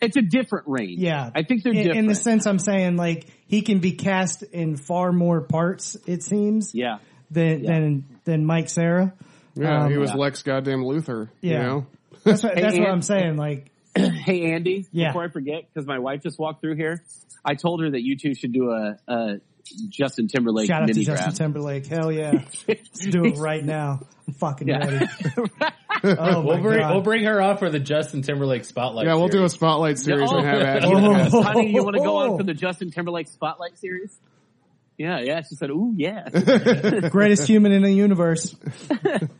[SPEAKER 4] it's a different range.
[SPEAKER 2] Yeah,
[SPEAKER 4] I think they're
[SPEAKER 2] in,
[SPEAKER 4] different.
[SPEAKER 2] in the sense I'm saying like he can be cast in far more parts. It seems
[SPEAKER 4] yeah.
[SPEAKER 2] than
[SPEAKER 4] Yeah.
[SPEAKER 2] than than Mike Sarah.
[SPEAKER 5] yeah.
[SPEAKER 2] Um,
[SPEAKER 5] he was
[SPEAKER 4] yeah.
[SPEAKER 5] Lex goddamn Luther. Yeah. You
[SPEAKER 2] Yeah.
[SPEAKER 5] know?
[SPEAKER 2] That's what,
[SPEAKER 4] Hey,
[SPEAKER 2] that's what
[SPEAKER 4] Ant-
[SPEAKER 2] I'm saying. Like
[SPEAKER 4] Hey Andy,
[SPEAKER 2] Yeah.
[SPEAKER 4] before I forget, because my wife just walked through here, I told her that you two should do a, a Justin Timberlake
[SPEAKER 2] Shout out to
[SPEAKER 4] mini
[SPEAKER 2] Justin
[SPEAKER 4] draft.
[SPEAKER 2] Timberlake. Hell yeah. Let's do it right now. I'm fucking
[SPEAKER 4] Yeah.
[SPEAKER 2] ready. Oh,
[SPEAKER 3] We'll
[SPEAKER 2] my
[SPEAKER 3] bring,
[SPEAKER 2] God.
[SPEAKER 3] we'll bring her on for the Justin Timberlake spotlight.
[SPEAKER 5] yeah, we'll do a
[SPEAKER 3] series.
[SPEAKER 5] spotlight series
[SPEAKER 4] Yeah,
[SPEAKER 5] and have
[SPEAKER 4] oh.
[SPEAKER 5] Ashley.
[SPEAKER 2] Oh.
[SPEAKER 5] cast it.
[SPEAKER 4] Honey, you want to go on for the Justin Timberlake Spotlight series? Yeah, yeah. She said, "Ooh, yeah."
[SPEAKER 2] Greatest human in the universe.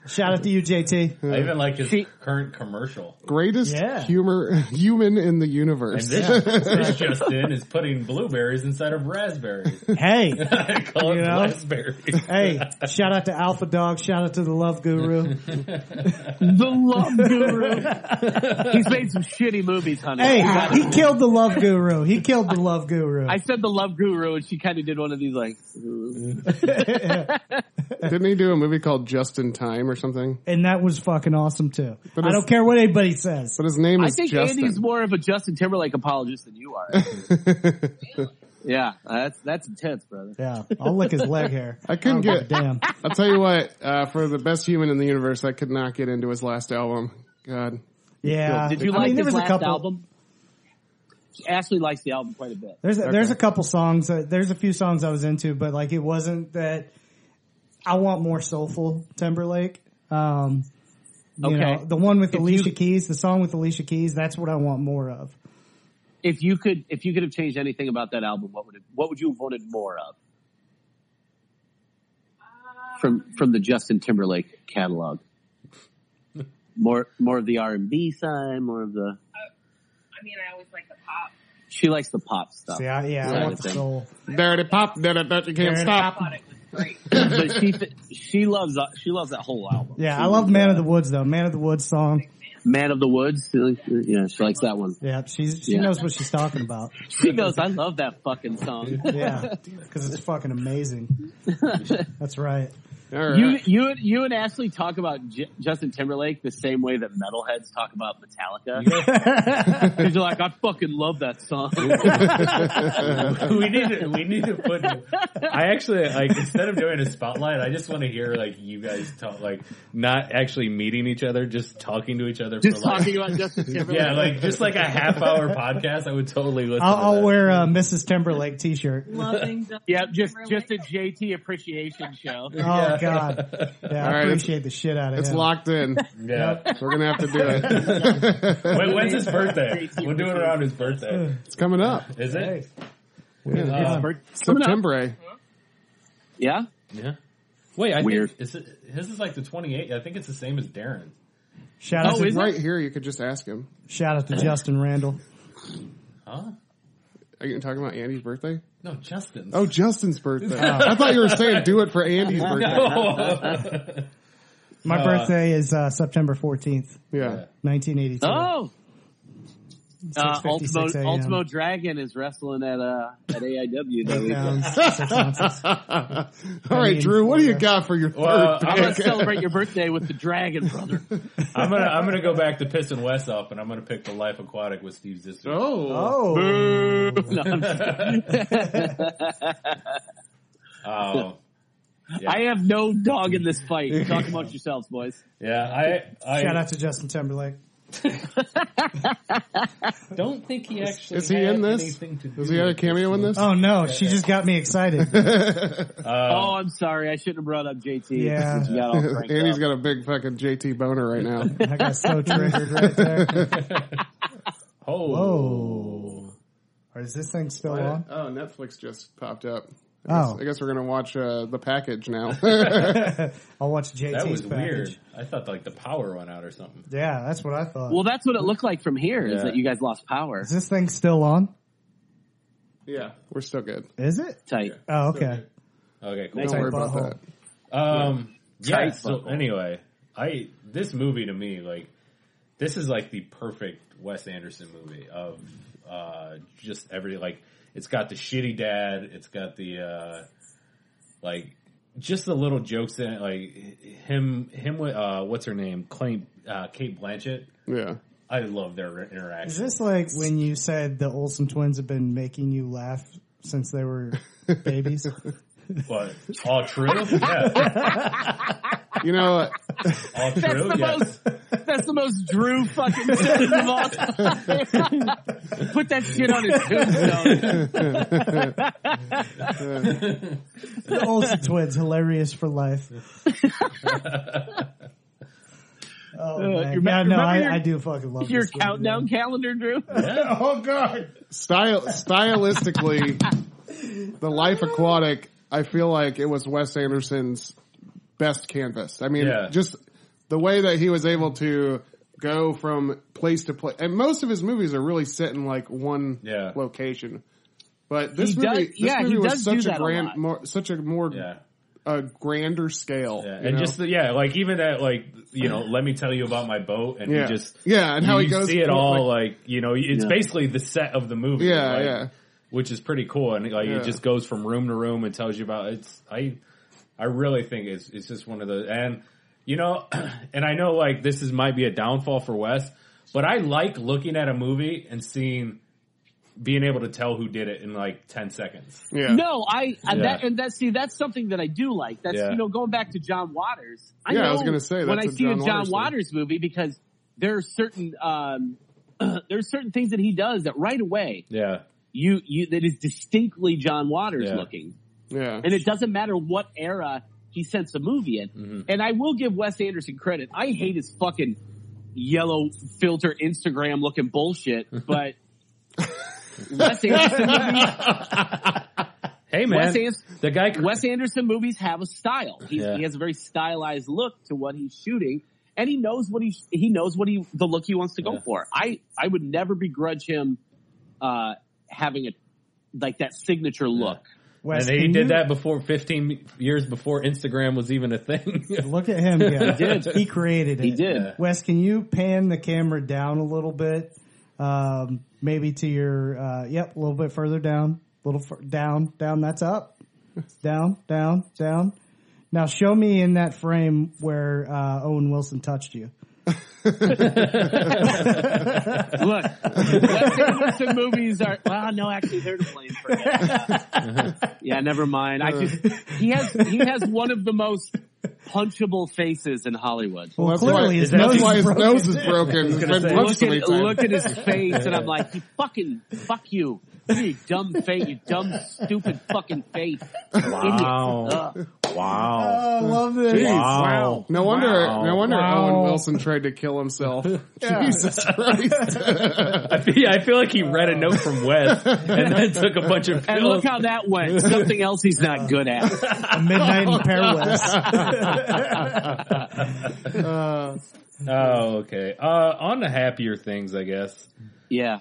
[SPEAKER 2] Shout out to you, JT.
[SPEAKER 3] I even like his
[SPEAKER 4] She-
[SPEAKER 3] current commercial.
[SPEAKER 5] Greatest
[SPEAKER 2] Yeah.
[SPEAKER 5] humor human in the
[SPEAKER 3] And
[SPEAKER 5] universe.
[SPEAKER 3] this, this Justin is putting blueberries inside of raspberries.
[SPEAKER 2] Hey,
[SPEAKER 3] I call
[SPEAKER 2] You
[SPEAKER 3] it
[SPEAKER 2] know?
[SPEAKER 3] raspberries.
[SPEAKER 2] hey, shout out to Alpha Dog. Shout out to the Love Guru.
[SPEAKER 4] the Love Guru. He's made some shitty movies, honey.
[SPEAKER 2] Hey, he killed the Love Guru. He killed the Love Guru.
[SPEAKER 4] I said the Love Guru, and she kind of did one of these like. "Ooh."
[SPEAKER 5] Didn't he do a movie called Just in Time or something?
[SPEAKER 2] and that was fucking awesome too.
[SPEAKER 5] But
[SPEAKER 2] I
[SPEAKER 5] it's-
[SPEAKER 2] don't care what anybody says.
[SPEAKER 5] But his name
[SPEAKER 4] I
[SPEAKER 5] is
[SPEAKER 4] think
[SPEAKER 5] Justin.
[SPEAKER 4] Andy's more of a Justin Timberlake apologist than you are. yeah, that's that's intense, brother.
[SPEAKER 2] Yeah, I'll lick his leg hair.
[SPEAKER 5] I couldn't
[SPEAKER 2] Oh,
[SPEAKER 5] get.
[SPEAKER 2] damn.
[SPEAKER 5] I'll tell you what. Uh, for the best human in the universe, I could not get into his last album. God,
[SPEAKER 2] Yeah.
[SPEAKER 4] Did you
[SPEAKER 2] I
[SPEAKER 4] like
[SPEAKER 2] mean, there was
[SPEAKER 4] his
[SPEAKER 2] a
[SPEAKER 4] last
[SPEAKER 2] couple-
[SPEAKER 4] album? Ashley likes the album quite a bit.
[SPEAKER 2] There's a, there's a couple songs. Uh, there's a few songs I was into, but like it wasn't that. I want more soulful Timberlake. Um, you
[SPEAKER 4] Okay.
[SPEAKER 2] know, the one with
[SPEAKER 4] If
[SPEAKER 2] Alicia
[SPEAKER 4] you-
[SPEAKER 2] Keys, the song with Alicia Keys. That's what I want more of.
[SPEAKER 4] If you could, if you could have changed anything about that album, what would it, what would you have wanted more of from from the Justin Timberlake catalog? More more of the R and B side, more of the.
[SPEAKER 7] I mean, I always like the pop.
[SPEAKER 4] She likes the pop stuff.
[SPEAKER 2] See, I, yeah, I
[SPEAKER 4] Right.
[SPEAKER 2] want the soul.
[SPEAKER 5] dirty pop, dirty, dirty, you can't
[SPEAKER 2] Dirty
[SPEAKER 5] stop.
[SPEAKER 7] Thought it was great.
[SPEAKER 4] but she she loves uh, she loves that whole album.
[SPEAKER 2] Yeah,
[SPEAKER 4] She
[SPEAKER 2] I love
[SPEAKER 4] loves
[SPEAKER 2] Man of
[SPEAKER 4] that.
[SPEAKER 2] the Woods though. Man of the Woods song.
[SPEAKER 4] Man of the Woods. Yeah, she likes that one.
[SPEAKER 2] Yeah, she's she
[SPEAKER 4] Yeah.
[SPEAKER 2] knows what she's talking about.
[SPEAKER 4] She goes, I love that fucking song.
[SPEAKER 2] Yeah, because it's fucking amazing. That's right.
[SPEAKER 5] All right.
[SPEAKER 4] You you and- you and Ashley talk about J- Justin Timberlake the same way that metalheads talk about Metallica. Because you're like, I fucking love that song.
[SPEAKER 3] we need to we need to put I actually like instead of doing a spotlight, I just want to hear like you guys talk like not actually meeting each other, just talking to each other
[SPEAKER 4] Just
[SPEAKER 3] for like
[SPEAKER 4] talking about Justin Timberlake.
[SPEAKER 3] Yeah, like just like a half hour podcast, I would totally listen
[SPEAKER 2] I'll,
[SPEAKER 3] to
[SPEAKER 2] I'll
[SPEAKER 3] that.
[SPEAKER 2] wear a Mrs. Timberlake T-shirt.
[SPEAKER 7] Loving the
[SPEAKER 4] Yeah, just just a JT appreciation show.
[SPEAKER 2] Oh God! Yeah,
[SPEAKER 5] All
[SPEAKER 2] I
[SPEAKER 5] right,
[SPEAKER 2] appreciate the shit out of
[SPEAKER 5] it's
[SPEAKER 2] him.
[SPEAKER 5] locked in.
[SPEAKER 3] Yeah.
[SPEAKER 5] We're gonna have to do it.
[SPEAKER 3] When, when's his birthday? We'll do it around his birthday.
[SPEAKER 5] it's coming up.
[SPEAKER 3] Is
[SPEAKER 2] Hey,
[SPEAKER 3] it?
[SPEAKER 2] yeah.
[SPEAKER 4] Coming up.
[SPEAKER 5] September. eh?
[SPEAKER 4] Yeah,
[SPEAKER 3] Yeah. Wait, I
[SPEAKER 4] Weird.
[SPEAKER 3] think is it, his is like the 28th. I think it's the same as Darren.
[SPEAKER 2] shout out
[SPEAKER 4] Oh,
[SPEAKER 2] to
[SPEAKER 4] is it?
[SPEAKER 5] Right here, you could just ask him.
[SPEAKER 2] shout out to Justin Randall.
[SPEAKER 3] Huh?
[SPEAKER 5] Are you talking about Andy's birthday?
[SPEAKER 3] No, Justin's.
[SPEAKER 5] Oh, Justin's birthday. I thought you were saying do it for Andy's birthday.
[SPEAKER 2] My
[SPEAKER 3] Uh,
[SPEAKER 2] birthday is uh, September fourteenth,
[SPEAKER 5] Yeah.
[SPEAKER 2] nineteen eighty-two.
[SPEAKER 4] Oh, uh,
[SPEAKER 2] 6:56
[SPEAKER 4] Ultimo,
[SPEAKER 2] a.m.
[SPEAKER 4] Ultimo Dragon is wrestling at uh at AIW. That
[SPEAKER 2] Eight
[SPEAKER 4] weekend.
[SPEAKER 2] pounds, six ounces.
[SPEAKER 5] All right, Drew, what do you got for your
[SPEAKER 3] Well,
[SPEAKER 5] third
[SPEAKER 3] I'm
[SPEAKER 4] I'm
[SPEAKER 5] pick?
[SPEAKER 4] gonna celebrate your birthday with the Dragon Brother.
[SPEAKER 3] I'm gonna I'm gonna go back to pissing Wes off, and I'm gonna pick the Life Aquatic with Steve Zissou.
[SPEAKER 5] Oh.
[SPEAKER 2] Oh,
[SPEAKER 4] No, I'm just
[SPEAKER 3] Oh. Yeah.
[SPEAKER 4] I have no dog in this fight. Talk amongst yourselves, boys.
[SPEAKER 3] yeah, I I
[SPEAKER 2] shout out to Justin Timberlake.
[SPEAKER 3] don't think he actually
[SPEAKER 5] Is he
[SPEAKER 3] had
[SPEAKER 5] in this?
[SPEAKER 3] anything to do
[SPEAKER 5] Does he have a
[SPEAKER 3] with
[SPEAKER 5] cameo in this?
[SPEAKER 2] Oh no, she just got me excited.
[SPEAKER 5] Um,
[SPEAKER 4] oh, I'm sorry. I shouldn't have brought up JT.
[SPEAKER 2] Yeah.
[SPEAKER 4] You got all cranked
[SPEAKER 5] Andy's
[SPEAKER 4] up.
[SPEAKER 5] got a big fucking JT boner right now.
[SPEAKER 2] I got so triggered right there.
[SPEAKER 3] Oh,
[SPEAKER 2] Oh, or is this thing still on?
[SPEAKER 5] Oh, Netflix just popped up.
[SPEAKER 2] Oh,
[SPEAKER 5] I guess we're gonna watch uh, the package now.
[SPEAKER 2] I'll watch JT's
[SPEAKER 3] that was
[SPEAKER 2] package.
[SPEAKER 3] weird. I thought like the power went out or something.
[SPEAKER 2] Yeah, that's what I thought.
[SPEAKER 4] Well, that's what it looked like from here. Is
[SPEAKER 3] Yeah.
[SPEAKER 4] that you guys lost power?
[SPEAKER 2] is this thing still on?
[SPEAKER 5] yeah, we're still good.
[SPEAKER 2] Is it?
[SPEAKER 4] Tight.
[SPEAKER 2] Oh, okay.
[SPEAKER 3] Okay, cool.
[SPEAKER 5] Don't worry about
[SPEAKER 2] butthole.
[SPEAKER 5] that.
[SPEAKER 3] Um, yeah.
[SPEAKER 4] Tight
[SPEAKER 3] So
[SPEAKER 4] buckle.
[SPEAKER 3] anyway, I this movie to me like this is like the perfect Wes Anderson movie of uh just every like it's got the shitty dad, it's got the uh like just the little jokes in it, like him him with uh what's her name Clay uh Kate Blanchett.
[SPEAKER 5] Yeah.
[SPEAKER 3] I love their
[SPEAKER 2] Is
[SPEAKER 3] interaction.
[SPEAKER 2] this like when you said the Olsen twins have been making you laugh since they were babies?
[SPEAKER 3] But all true, yeah,
[SPEAKER 5] You know,
[SPEAKER 3] all true,
[SPEAKER 4] That's the
[SPEAKER 3] yes.
[SPEAKER 4] most. that's the most Drew fucking sentence of all time. Put that shit on his tombstone.
[SPEAKER 2] The Olsen twins, hilarious for life. Oh, man.
[SPEAKER 4] Uh, you
[SPEAKER 2] yeah,
[SPEAKER 4] remember
[SPEAKER 2] no, I,
[SPEAKER 4] your-
[SPEAKER 2] I do fucking love
[SPEAKER 4] Your
[SPEAKER 2] this movie,
[SPEAKER 4] countdown
[SPEAKER 2] man.
[SPEAKER 4] calendar, Drew.
[SPEAKER 2] Oh god,
[SPEAKER 5] Style stylistically, the Life Aquatic. I feel like it was Wes Anderson's best canvas. I mean,
[SPEAKER 3] Yeah.
[SPEAKER 5] just the way that he was able to go from place to place, and most of his movies are really set in like one
[SPEAKER 3] Yeah.
[SPEAKER 5] location. But this
[SPEAKER 4] He does-
[SPEAKER 5] movie, this
[SPEAKER 4] yeah, he
[SPEAKER 5] movie was
[SPEAKER 4] does do
[SPEAKER 5] such a
[SPEAKER 4] that a
[SPEAKER 5] grand,
[SPEAKER 4] lot.
[SPEAKER 5] more, such a more
[SPEAKER 3] Yeah.
[SPEAKER 5] a grander scale,
[SPEAKER 3] Yeah,
[SPEAKER 5] you
[SPEAKER 3] and
[SPEAKER 5] know?
[SPEAKER 3] just the, yeah, like even that, like you know, let me tell you about my boat, and
[SPEAKER 5] yeah,
[SPEAKER 3] he just
[SPEAKER 5] yeah, and how
[SPEAKER 3] you
[SPEAKER 5] he goes
[SPEAKER 3] see it
[SPEAKER 5] through,
[SPEAKER 3] all,
[SPEAKER 5] like-
[SPEAKER 3] like, you know, it's
[SPEAKER 4] Yeah.
[SPEAKER 3] basically the set of the movie,
[SPEAKER 5] yeah,
[SPEAKER 3] like,
[SPEAKER 5] yeah.
[SPEAKER 3] which is pretty cool, and like
[SPEAKER 5] Yeah.
[SPEAKER 3] it just goes from room to room and tells you about it's. I I really think it's it's just one of those, and you know, and I know like this is might be a downfall for Wes, but I like looking at a movie and seeing being able to tell who did it in like ten seconds.
[SPEAKER 5] Yeah.
[SPEAKER 4] No, I I-
[SPEAKER 3] Yeah.
[SPEAKER 4] that and that see that's something that I do like. That's
[SPEAKER 3] Yeah.
[SPEAKER 4] you know going back to John Waters. I
[SPEAKER 5] Yeah, I
[SPEAKER 4] know
[SPEAKER 5] was gonna say,
[SPEAKER 4] when
[SPEAKER 5] that's
[SPEAKER 4] I
[SPEAKER 5] a
[SPEAKER 4] see
[SPEAKER 5] John
[SPEAKER 4] a
[SPEAKER 5] Waters
[SPEAKER 4] John
[SPEAKER 5] thing.
[SPEAKER 4] Waters movie because there are certain um, there are certain things that he does that right away
[SPEAKER 3] Yeah,
[SPEAKER 4] you you that is distinctly John Waters
[SPEAKER 3] Yeah.
[SPEAKER 4] looking,
[SPEAKER 5] Yeah.
[SPEAKER 4] and it doesn't matter what era he sends the movie in.
[SPEAKER 3] Mm-hmm.
[SPEAKER 4] And I will give Wes Anderson credit. I hate his fucking yellow filter Instagram looking bullshit, but. Wes Anderson, movies,
[SPEAKER 3] hey man,
[SPEAKER 4] Wes Anderson,
[SPEAKER 3] the guy
[SPEAKER 4] Wes Anderson movies have a style. He's,
[SPEAKER 3] Yeah.
[SPEAKER 4] He has a very stylized look to what he's shooting, and he knows what he he knows what he the look he wants to go
[SPEAKER 3] Yeah.
[SPEAKER 4] for. I I would never begrudge him uh, having a like that signature look.
[SPEAKER 2] Wes,
[SPEAKER 3] and he
[SPEAKER 2] can
[SPEAKER 3] did
[SPEAKER 2] you-
[SPEAKER 3] that before 15 years before Instagram was even a thing.
[SPEAKER 2] Look at him. Yeah.
[SPEAKER 4] He did.
[SPEAKER 2] He created it.
[SPEAKER 4] He did.
[SPEAKER 2] Wes, can you pan the camera down a little bit? Um, maybe to your, uh, yep, a little bit further down, a little fur- down, down, that's up, down, down, down. Now show me in that frame where, uh, Owen Wilson touched you.
[SPEAKER 4] Look, Wes Anderson movies are well, no, actually they're to blame for it. Yeah. yeah, never mind. I just he has he has one of the most punchable faces in Hollywood.
[SPEAKER 2] Well,
[SPEAKER 5] that's
[SPEAKER 2] clearly
[SPEAKER 5] why,
[SPEAKER 2] his
[SPEAKER 5] that's
[SPEAKER 2] nose is
[SPEAKER 5] why his
[SPEAKER 2] broken.
[SPEAKER 5] nose is broken. It's been
[SPEAKER 3] say,
[SPEAKER 5] punched
[SPEAKER 4] look
[SPEAKER 5] so many
[SPEAKER 4] at,
[SPEAKER 5] times.
[SPEAKER 4] look at his face, and I'm like, you fucking, fuck you. You dumb face, you dumb, stupid fucking face.
[SPEAKER 8] Wow. wow.
[SPEAKER 2] I love this.
[SPEAKER 5] Jeez.
[SPEAKER 8] Wow.
[SPEAKER 5] No wonder,
[SPEAKER 8] Wow.
[SPEAKER 5] no wonder
[SPEAKER 2] Wow.
[SPEAKER 5] Owen Wilson tried to kill himself. Jesus Christ.
[SPEAKER 3] I feel, I feel like he read a note from Wes and then took a bunch of
[SPEAKER 4] And look
[SPEAKER 3] pills.
[SPEAKER 4] how that went. Something else he's not good at.
[SPEAKER 2] A midnight in Paris.
[SPEAKER 5] Uh,
[SPEAKER 3] oh, okay. Uh, on to happier things, I guess.
[SPEAKER 4] Yeah.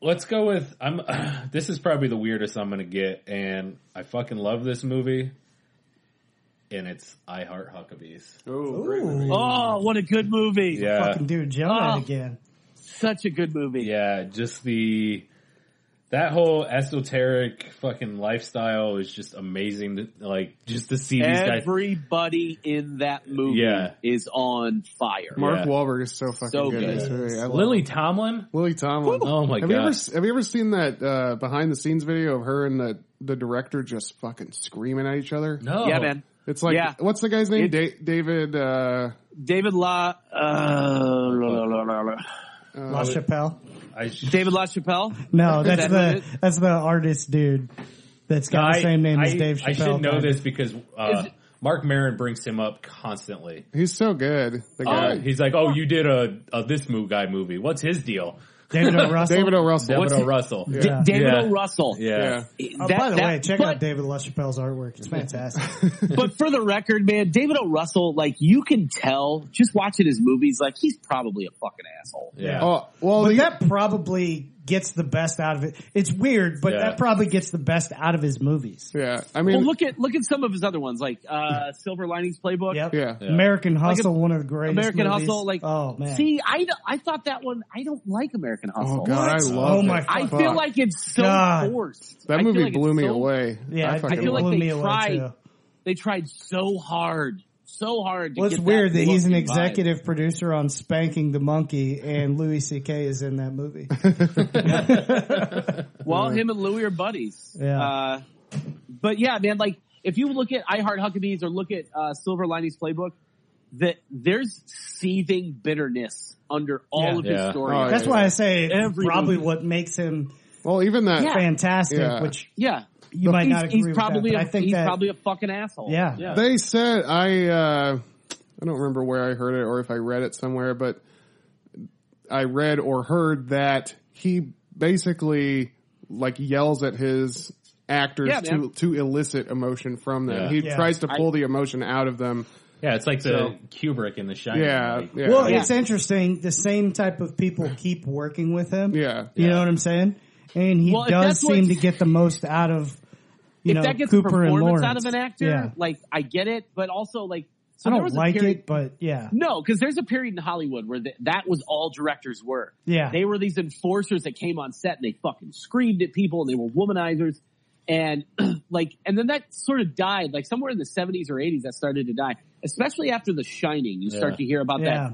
[SPEAKER 3] Let's go with I'm. this is probably the weirdest I'm gonna get, and I fucking love this movie. And it's I Heart Huckabees.
[SPEAKER 2] Ooh,
[SPEAKER 4] Oh, what a good movie.
[SPEAKER 3] Yeah,
[SPEAKER 2] fucking dude, Jonah
[SPEAKER 4] Oh.
[SPEAKER 2] again.
[SPEAKER 4] Such a good movie.
[SPEAKER 3] yeah. Just the that whole esoteric fucking lifestyle is just amazing. To, like just to see these guys.
[SPEAKER 4] Everybody in that movie
[SPEAKER 3] Yeah.
[SPEAKER 4] is on fire.
[SPEAKER 5] Mark
[SPEAKER 3] Yeah.
[SPEAKER 5] Wahlberg is so fucking
[SPEAKER 4] So
[SPEAKER 5] good. in
[SPEAKER 4] good.
[SPEAKER 5] this movie. I love
[SPEAKER 3] Lily Tomlin.
[SPEAKER 5] Lily Tomlin.
[SPEAKER 3] Oh my
[SPEAKER 5] have
[SPEAKER 3] god!
[SPEAKER 5] You ever, have you ever seen that uh, behind the scenes video of her and the, the director just fucking screaming at each other?
[SPEAKER 3] no.
[SPEAKER 4] Yeah, man.
[SPEAKER 5] It's like,
[SPEAKER 4] Yeah.
[SPEAKER 5] what's the guy's name? Da- David, uh,
[SPEAKER 4] David La, uh, la, la, la, la, la.
[SPEAKER 5] Uh,
[SPEAKER 2] La Chapelle.
[SPEAKER 3] I sh-
[SPEAKER 4] David LaChapelle.
[SPEAKER 2] No,
[SPEAKER 4] Is
[SPEAKER 2] that's
[SPEAKER 4] that who it
[SPEAKER 2] the
[SPEAKER 4] is?
[SPEAKER 2] that's the artist dude that's got the
[SPEAKER 3] I-
[SPEAKER 2] same name as
[SPEAKER 3] I-
[SPEAKER 2] Dave Chappelle.
[SPEAKER 3] I should know
[SPEAKER 2] man.
[SPEAKER 3] this because uh,
[SPEAKER 4] Is it-
[SPEAKER 3] Mark Maron brings him up constantly.
[SPEAKER 5] he's so good. The
[SPEAKER 3] Uh,
[SPEAKER 5] guy.
[SPEAKER 3] he's like, "Oh, you did a, a this move guy movie. What's his deal?"
[SPEAKER 2] David O. Russell. Oh,
[SPEAKER 5] David O. Russell.
[SPEAKER 3] David O. Russell. Yeah.
[SPEAKER 2] Yeah.
[SPEAKER 4] David
[SPEAKER 3] Yeah.
[SPEAKER 4] O. Russell.
[SPEAKER 5] Yeah.
[SPEAKER 2] Oh,
[SPEAKER 4] That-
[SPEAKER 2] by the
[SPEAKER 4] that-
[SPEAKER 2] way, check
[SPEAKER 4] but-
[SPEAKER 2] out David LaChapelle's artwork. It's fantastic.
[SPEAKER 4] but for the record, man, David O. Russell, like you can tell just watching his movies, like he's probably a fucking asshole.
[SPEAKER 3] Yeah.
[SPEAKER 5] Oh, well,
[SPEAKER 2] but
[SPEAKER 5] the-
[SPEAKER 2] that probably gets the best out of it. It's weird, but
[SPEAKER 3] Yeah.
[SPEAKER 2] that probably gets the best out of his movies.
[SPEAKER 5] yeah. I mean,
[SPEAKER 4] Well, look at look at some of his other ones, like uh, Silver Linings Playbook,
[SPEAKER 2] Yep.
[SPEAKER 5] yeah.
[SPEAKER 2] American Hustle, one of the greatest.
[SPEAKER 4] American
[SPEAKER 2] movies.
[SPEAKER 4] Hustle. Like,
[SPEAKER 2] oh man,
[SPEAKER 4] see, I d- I thought that one. I don't like American Hustle.
[SPEAKER 5] Oh god, I love
[SPEAKER 2] Oh, my
[SPEAKER 5] it.
[SPEAKER 4] I
[SPEAKER 5] Fuck.
[SPEAKER 4] feel like it's so
[SPEAKER 2] God.
[SPEAKER 4] forced. I
[SPEAKER 5] that
[SPEAKER 4] feel
[SPEAKER 5] movie
[SPEAKER 4] like it's
[SPEAKER 5] blew me
[SPEAKER 4] so-
[SPEAKER 5] away.
[SPEAKER 2] yeah,
[SPEAKER 5] I
[SPEAKER 2] it
[SPEAKER 5] fucking
[SPEAKER 4] feel like
[SPEAKER 5] love
[SPEAKER 2] blew
[SPEAKER 4] they
[SPEAKER 2] me away
[SPEAKER 4] tried-
[SPEAKER 2] too.
[SPEAKER 4] They tried so hard, so hard. To
[SPEAKER 2] Well, it's
[SPEAKER 4] get
[SPEAKER 2] weird that,
[SPEAKER 4] that
[SPEAKER 2] he's an
[SPEAKER 4] look and vibe.
[SPEAKER 2] executive producer on Spanking the Monkey, and Louis C.K. is in that movie.
[SPEAKER 5] Oh,
[SPEAKER 4] Well, him and Louis are buddies.
[SPEAKER 2] Yeah.
[SPEAKER 4] Uh, but yeah, man, like if you look at I Heart Huckabees or look at uh, Silver Linings Playbook, that there's seething bitterness under all
[SPEAKER 2] Yeah.
[SPEAKER 4] of his
[SPEAKER 3] Yeah.
[SPEAKER 4] stories.
[SPEAKER 5] Oh, yeah.
[SPEAKER 2] That's why I say
[SPEAKER 4] Every
[SPEAKER 2] probably
[SPEAKER 4] movie.
[SPEAKER 2] what makes him
[SPEAKER 5] Well, even that.
[SPEAKER 4] Yeah.
[SPEAKER 2] fantastic,
[SPEAKER 5] Yeah.
[SPEAKER 2] which
[SPEAKER 4] yeah.
[SPEAKER 2] you might
[SPEAKER 4] he's,
[SPEAKER 2] not agree
[SPEAKER 4] he's
[SPEAKER 2] with that,
[SPEAKER 4] probably
[SPEAKER 2] but
[SPEAKER 4] a,
[SPEAKER 2] I think
[SPEAKER 4] he's
[SPEAKER 2] that-
[SPEAKER 4] probably a fucking asshole.
[SPEAKER 2] Yeah.
[SPEAKER 5] They said I uh I don't remember where I heard it or if I read it somewhere, but I read or heard that he basically like yells at his actors
[SPEAKER 4] Yeah, man.
[SPEAKER 5] to to elicit emotion from them.
[SPEAKER 3] Yeah.
[SPEAKER 5] He
[SPEAKER 2] Yeah.
[SPEAKER 5] tries to pull the emotion out of them.
[SPEAKER 3] Yeah, it's like
[SPEAKER 5] So-
[SPEAKER 3] the Kubrick in The Shining.
[SPEAKER 5] Yeah,
[SPEAKER 3] like,
[SPEAKER 5] yeah.
[SPEAKER 2] Well,
[SPEAKER 4] Yeah.
[SPEAKER 2] it's interesting. The same type of people keep working with him.
[SPEAKER 5] yeah.
[SPEAKER 2] You know what I'm saying? And he
[SPEAKER 4] Well, if
[SPEAKER 2] does
[SPEAKER 4] that's what-
[SPEAKER 2] seem to get the most out of, you
[SPEAKER 4] if
[SPEAKER 2] know,
[SPEAKER 4] that gets a
[SPEAKER 2] Cooper and
[SPEAKER 4] performance
[SPEAKER 2] Lawrence.
[SPEAKER 4] out of an actor,
[SPEAKER 2] Yeah.
[SPEAKER 4] like I get it, but also like
[SPEAKER 2] I
[SPEAKER 4] so there
[SPEAKER 2] don't
[SPEAKER 4] was
[SPEAKER 2] like
[SPEAKER 4] a period,
[SPEAKER 2] it, but yeah.
[SPEAKER 4] No, because there's a period in Hollywood where th- that was all directors were.
[SPEAKER 2] Yeah.
[SPEAKER 4] They were these enforcers that came on set and they fucking screamed at people and they were womanizers. And like, and then that sort of died, like somewhere in the 70s or 80s, that started to die, especially after The Shining. You start
[SPEAKER 3] Yeah.
[SPEAKER 4] to hear about
[SPEAKER 2] Yeah.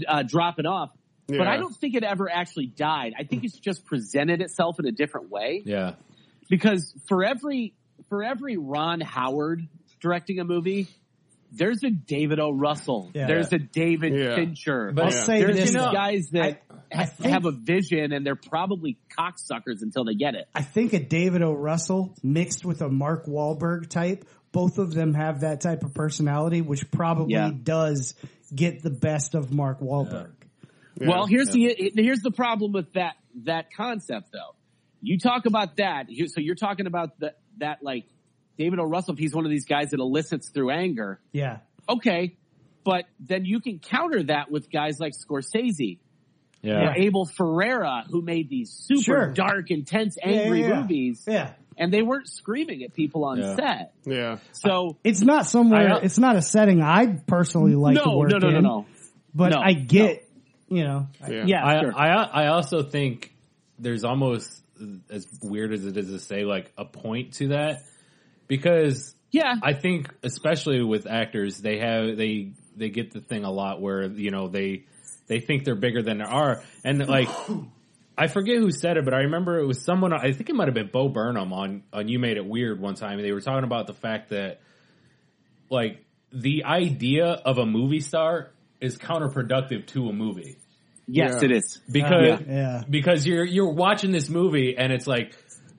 [SPEAKER 4] that uh, dropping off. But I
[SPEAKER 5] Yeah.
[SPEAKER 4] don't think it ever actually died. I think it's just presented itself in a different way
[SPEAKER 3] yeah,
[SPEAKER 4] because for every for every Ron Howard directing a movie, there's a David O. Russell,
[SPEAKER 2] Yeah.
[SPEAKER 4] there's a David
[SPEAKER 5] Yeah.
[SPEAKER 4] Fincher.
[SPEAKER 3] But
[SPEAKER 2] I'll
[SPEAKER 3] yeah.
[SPEAKER 2] say
[SPEAKER 4] there's
[SPEAKER 2] this.
[SPEAKER 4] these
[SPEAKER 2] though.
[SPEAKER 4] guys that
[SPEAKER 2] I- I
[SPEAKER 4] ha-
[SPEAKER 2] think-
[SPEAKER 4] have a vision and they're probably cocksuckers until they get it.
[SPEAKER 2] I think a David O. Russell mixed with a Mark Wahlberg type, both of them have that type of personality, which probably
[SPEAKER 4] Yeah.
[SPEAKER 2] does get the best of Mark Wahlberg.
[SPEAKER 5] Yeah.
[SPEAKER 4] Well, here's the here's the problem with that that concept though. You talk about that, you- so you're talking about the, that like David O. Russell. If he's one of these guys that elicits through anger,
[SPEAKER 2] Yeah.
[SPEAKER 4] okay, but then you can counter that with guys like Scorsese.
[SPEAKER 3] yeah.
[SPEAKER 4] or Abel Ferreira, who made these super
[SPEAKER 2] Sure.
[SPEAKER 4] dark, intense,
[SPEAKER 2] Yeah,
[SPEAKER 4] angry
[SPEAKER 2] yeah, yeah.
[SPEAKER 4] movies,
[SPEAKER 2] Yeah.
[SPEAKER 4] and they weren't screaming at people on
[SPEAKER 3] Yeah.
[SPEAKER 4] set.
[SPEAKER 5] Yeah.
[SPEAKER 4] So
[SPEAKER 2] It's not somewhere,
[SPEAKER 3] I-
[SPEAKER 2] it's not a setting I'd personally like to
[SPEAKER 4] no,
[SPEAKER 2] work
[SPEAKER 4] no, no, no,
[SPEAKER 2] in,
[SPEAKER 4] no.
[SPEAKER 2] but
[SPEAKER 4] No,
[SPEAKER 2] I get, you know,
[SPEAKER 5] Yeah.
[SPEAKER 4] Yeah,
[SPEAKER 3] I,
[SPEAKER 4] sure.
[SPEAKER 3] I I also think there's almost as weird as it is to say like a point to that because
[SPEAKER 4] yeah,
[SPEAKER 3] I think especially with actors they have they they get the thing a lot where you know they they think they're bigger than they are and like I forget who said it but I remember it was someone I think it might have been Bo Burnham on on You Made It Weird one time and they were talking about the fact that like the idea of a movie star is counterproductive to a movie
[SPEAKER 4] yes,
[SPEAKER 5] Yeah.
[SPEAKER 4] it is.
[SPEAKER 3] because
[SPEAKER 2] Yeah.
[SPEAKER 3] because you're you're watching this movie and it's like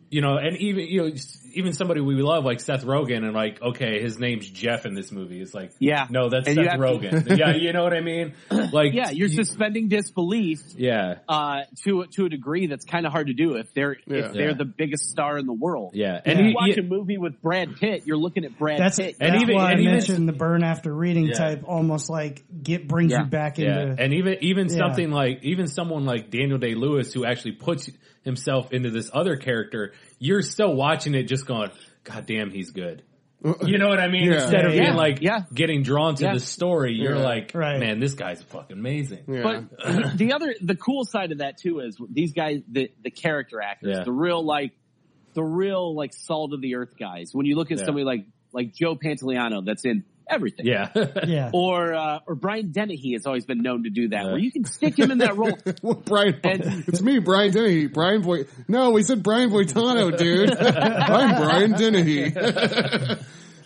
[SPEAKER 3] you know and even you know even somebody we love like Seth Rogen and like okay his name's Jeff in this movie it's like
[SPEAKER 4] Yeah.
[SPEAKER 3] no that's
[SPEAKER 4] And you
[SPEAKER 3] Seth
[SPEAKER 4] have to-
[SPEAKER 3] Rogen yeah you know what I mean like
[SPEAKER 4] Yeah, you're
[SPEAKER 3] you-
[SPEAKER 4] suspending disbelief
[SPEAKER 3] yeah
[SPEAKER 4] uh, to to a degree that's kind of hard to do if they're
[SPEAKER 5] Yeah.
[SPEAKER 4] if they're
[SPEAKER 3] Yeah.
[SPEAKER 4] the biggest star in the world.
[SPEAKER 3] yeah
[SPEAKER 4] If
[SPEAKER 3] and
[SPEAKER 4] you
[SPEAKER 3] he-
[SPEAKER 4] watch
[SPEAKER 3] he-
[SPEAKER 4] a movie with Brad Pitt, you're looking at Brad
[SPEAKER 2] That's
[SPEAKER 4] Pitt.
[SPEAKER 2] it.
[SPEAKER 3] And
[SPEAKER 2] That's
[SPEAKER 3] even-
[SPEAKER 2] why
[SPEAKER 3] and
[SPEAKER 2] I
[SPEAKER 3] even-
[SPEAKER 2] mentioned the burn after reading
[SPEAKER 3] Yeah.
[SPEAKER 2] type, almost like get brings
[SPEAKER 4] Yeah.
[SPEAKER 2] you back
[SPEAKER 3] yeah
[SPEAKER 2] into.
[SPEAKER 3] and even even
[SPEAKER 2] Yeah.
[SPEAKER 3] something like even someone like Daniel Day Lewis who actually puts himself into this other character you're still watching it just going god damn he's good. You know what I mean?
[SPEAKER 5] Yeah.
[SPEAKER 3] Instead of
[SPEAKER 2] Yeah.
[SPEAKER 3] being like
[SPEAKER 4] Yeah.
[SPEAKER 3] getting drawn to
[SPEAKER 4] Yeah.
[SPEAKER 3] the story, you're
[SPEAKER 5] Yeah.
[SPEAKER 3] like,
[SPEAKER 2] Right.
[SPEAKER 3] man, this guy's fucking amazing.
[SPEAKER 5] Yeah.
[SPEAKER 4] But the other, the cool side of that too is these guys, the the character actors,
[SPEAKER 3] Yeah.
[SPEAKER 4] the real like, the real like salt of the earth guys. When you look at
[SPEAKER 3] Yeah.
[SPEAKER 4] somebody like like Joe Pantoliano, that's in everything.
[SPEAKER 3] Yeah.
[SPEAKER 2] yeah.
[SPEAKER 4] Or uh, or Brian Dennehy has always been known to do that,
[SPEAKER 3] Yeah.
[SPEAKER 4] where you can stick him in that role.
[SPEAKER 5] Well, Brian,
[SPEAKER 4] And-
[SPEAKER 5] it's me, Brian Dennehy. Brian Boy. No, we said Brian Boitano, dude. I'm Brian Dennehy.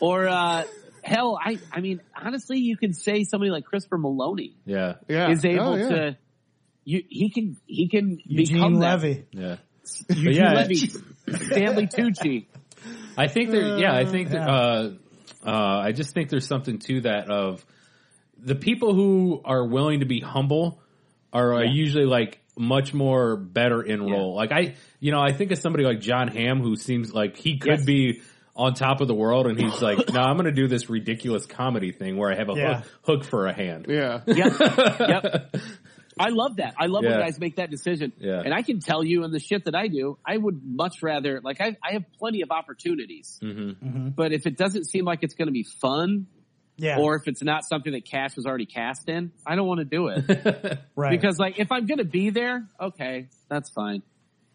[SPEAKER 4] Or uh, hell, I I mean honestly, you can say somebody like Christopher Maloney
[SPEAKER 3] yeah.
[SPEAKER 5] yeah.
[SPEAKER 4] is able
[SPEAKER 5] Oh, yeah.
[SPEAKER 4] to. You, he can he can
[SPEAKER 2] Eugene
[SPEAKER 4] become that.
[SPEAKER 2] Levy.
[SPEAKER 3] Yeah.
[SPEAKER 4] Eugene
[SPEAKER 3] yeah.
[SPEAKER 4] Levy, Stanley Tucci.
[SPEAKER 3] I think there, yeah, I think, there,
[SPEAKER 2] yeah.
[SPEAKER 3] uh, uh, I just think there's something to that of the people who are willing to be humble are uh,
[SPEAKER 4] Yeah.
[SPEAKER 3] usually like much more better in role. Like I, you know, I think of somebody like John Hamm who seems like he could
[SPEAKER 4] Yes.
[SPEAKER 3] be on top of the world and he's like, no, I'm going to do this ridiculous comedy thing where I have a
[SPEAKER 2] Yeah.
[SPEAKER 3] hook, hook for a hand.
[SPEAKER 5] Yeah.
[SPEAKER 4] Yep. yep. I love that. I love
[SPEAKER 3] Yeah.
[SPEAKER 4] when guys make that decision.
[SPEAKER 3] Yeah.
[SPEAKER 4] And I can tell you in the shit that I do, I would much rather, like, I, I have plenty of opportunities,
[SPEAKER 3] hmm
[SPEAKER 4] but if it doesn't seem like it's going to be fun
[SPEAKER 2] Mm-hmm. Yeah.
[SPEAKER 4] or if it's not something that Cash was already cast in, I don't want to do it.
[SPEAKER 2] right.
[SPEAKER 4] Because, like, if I'm going to be there, okay, that's fine.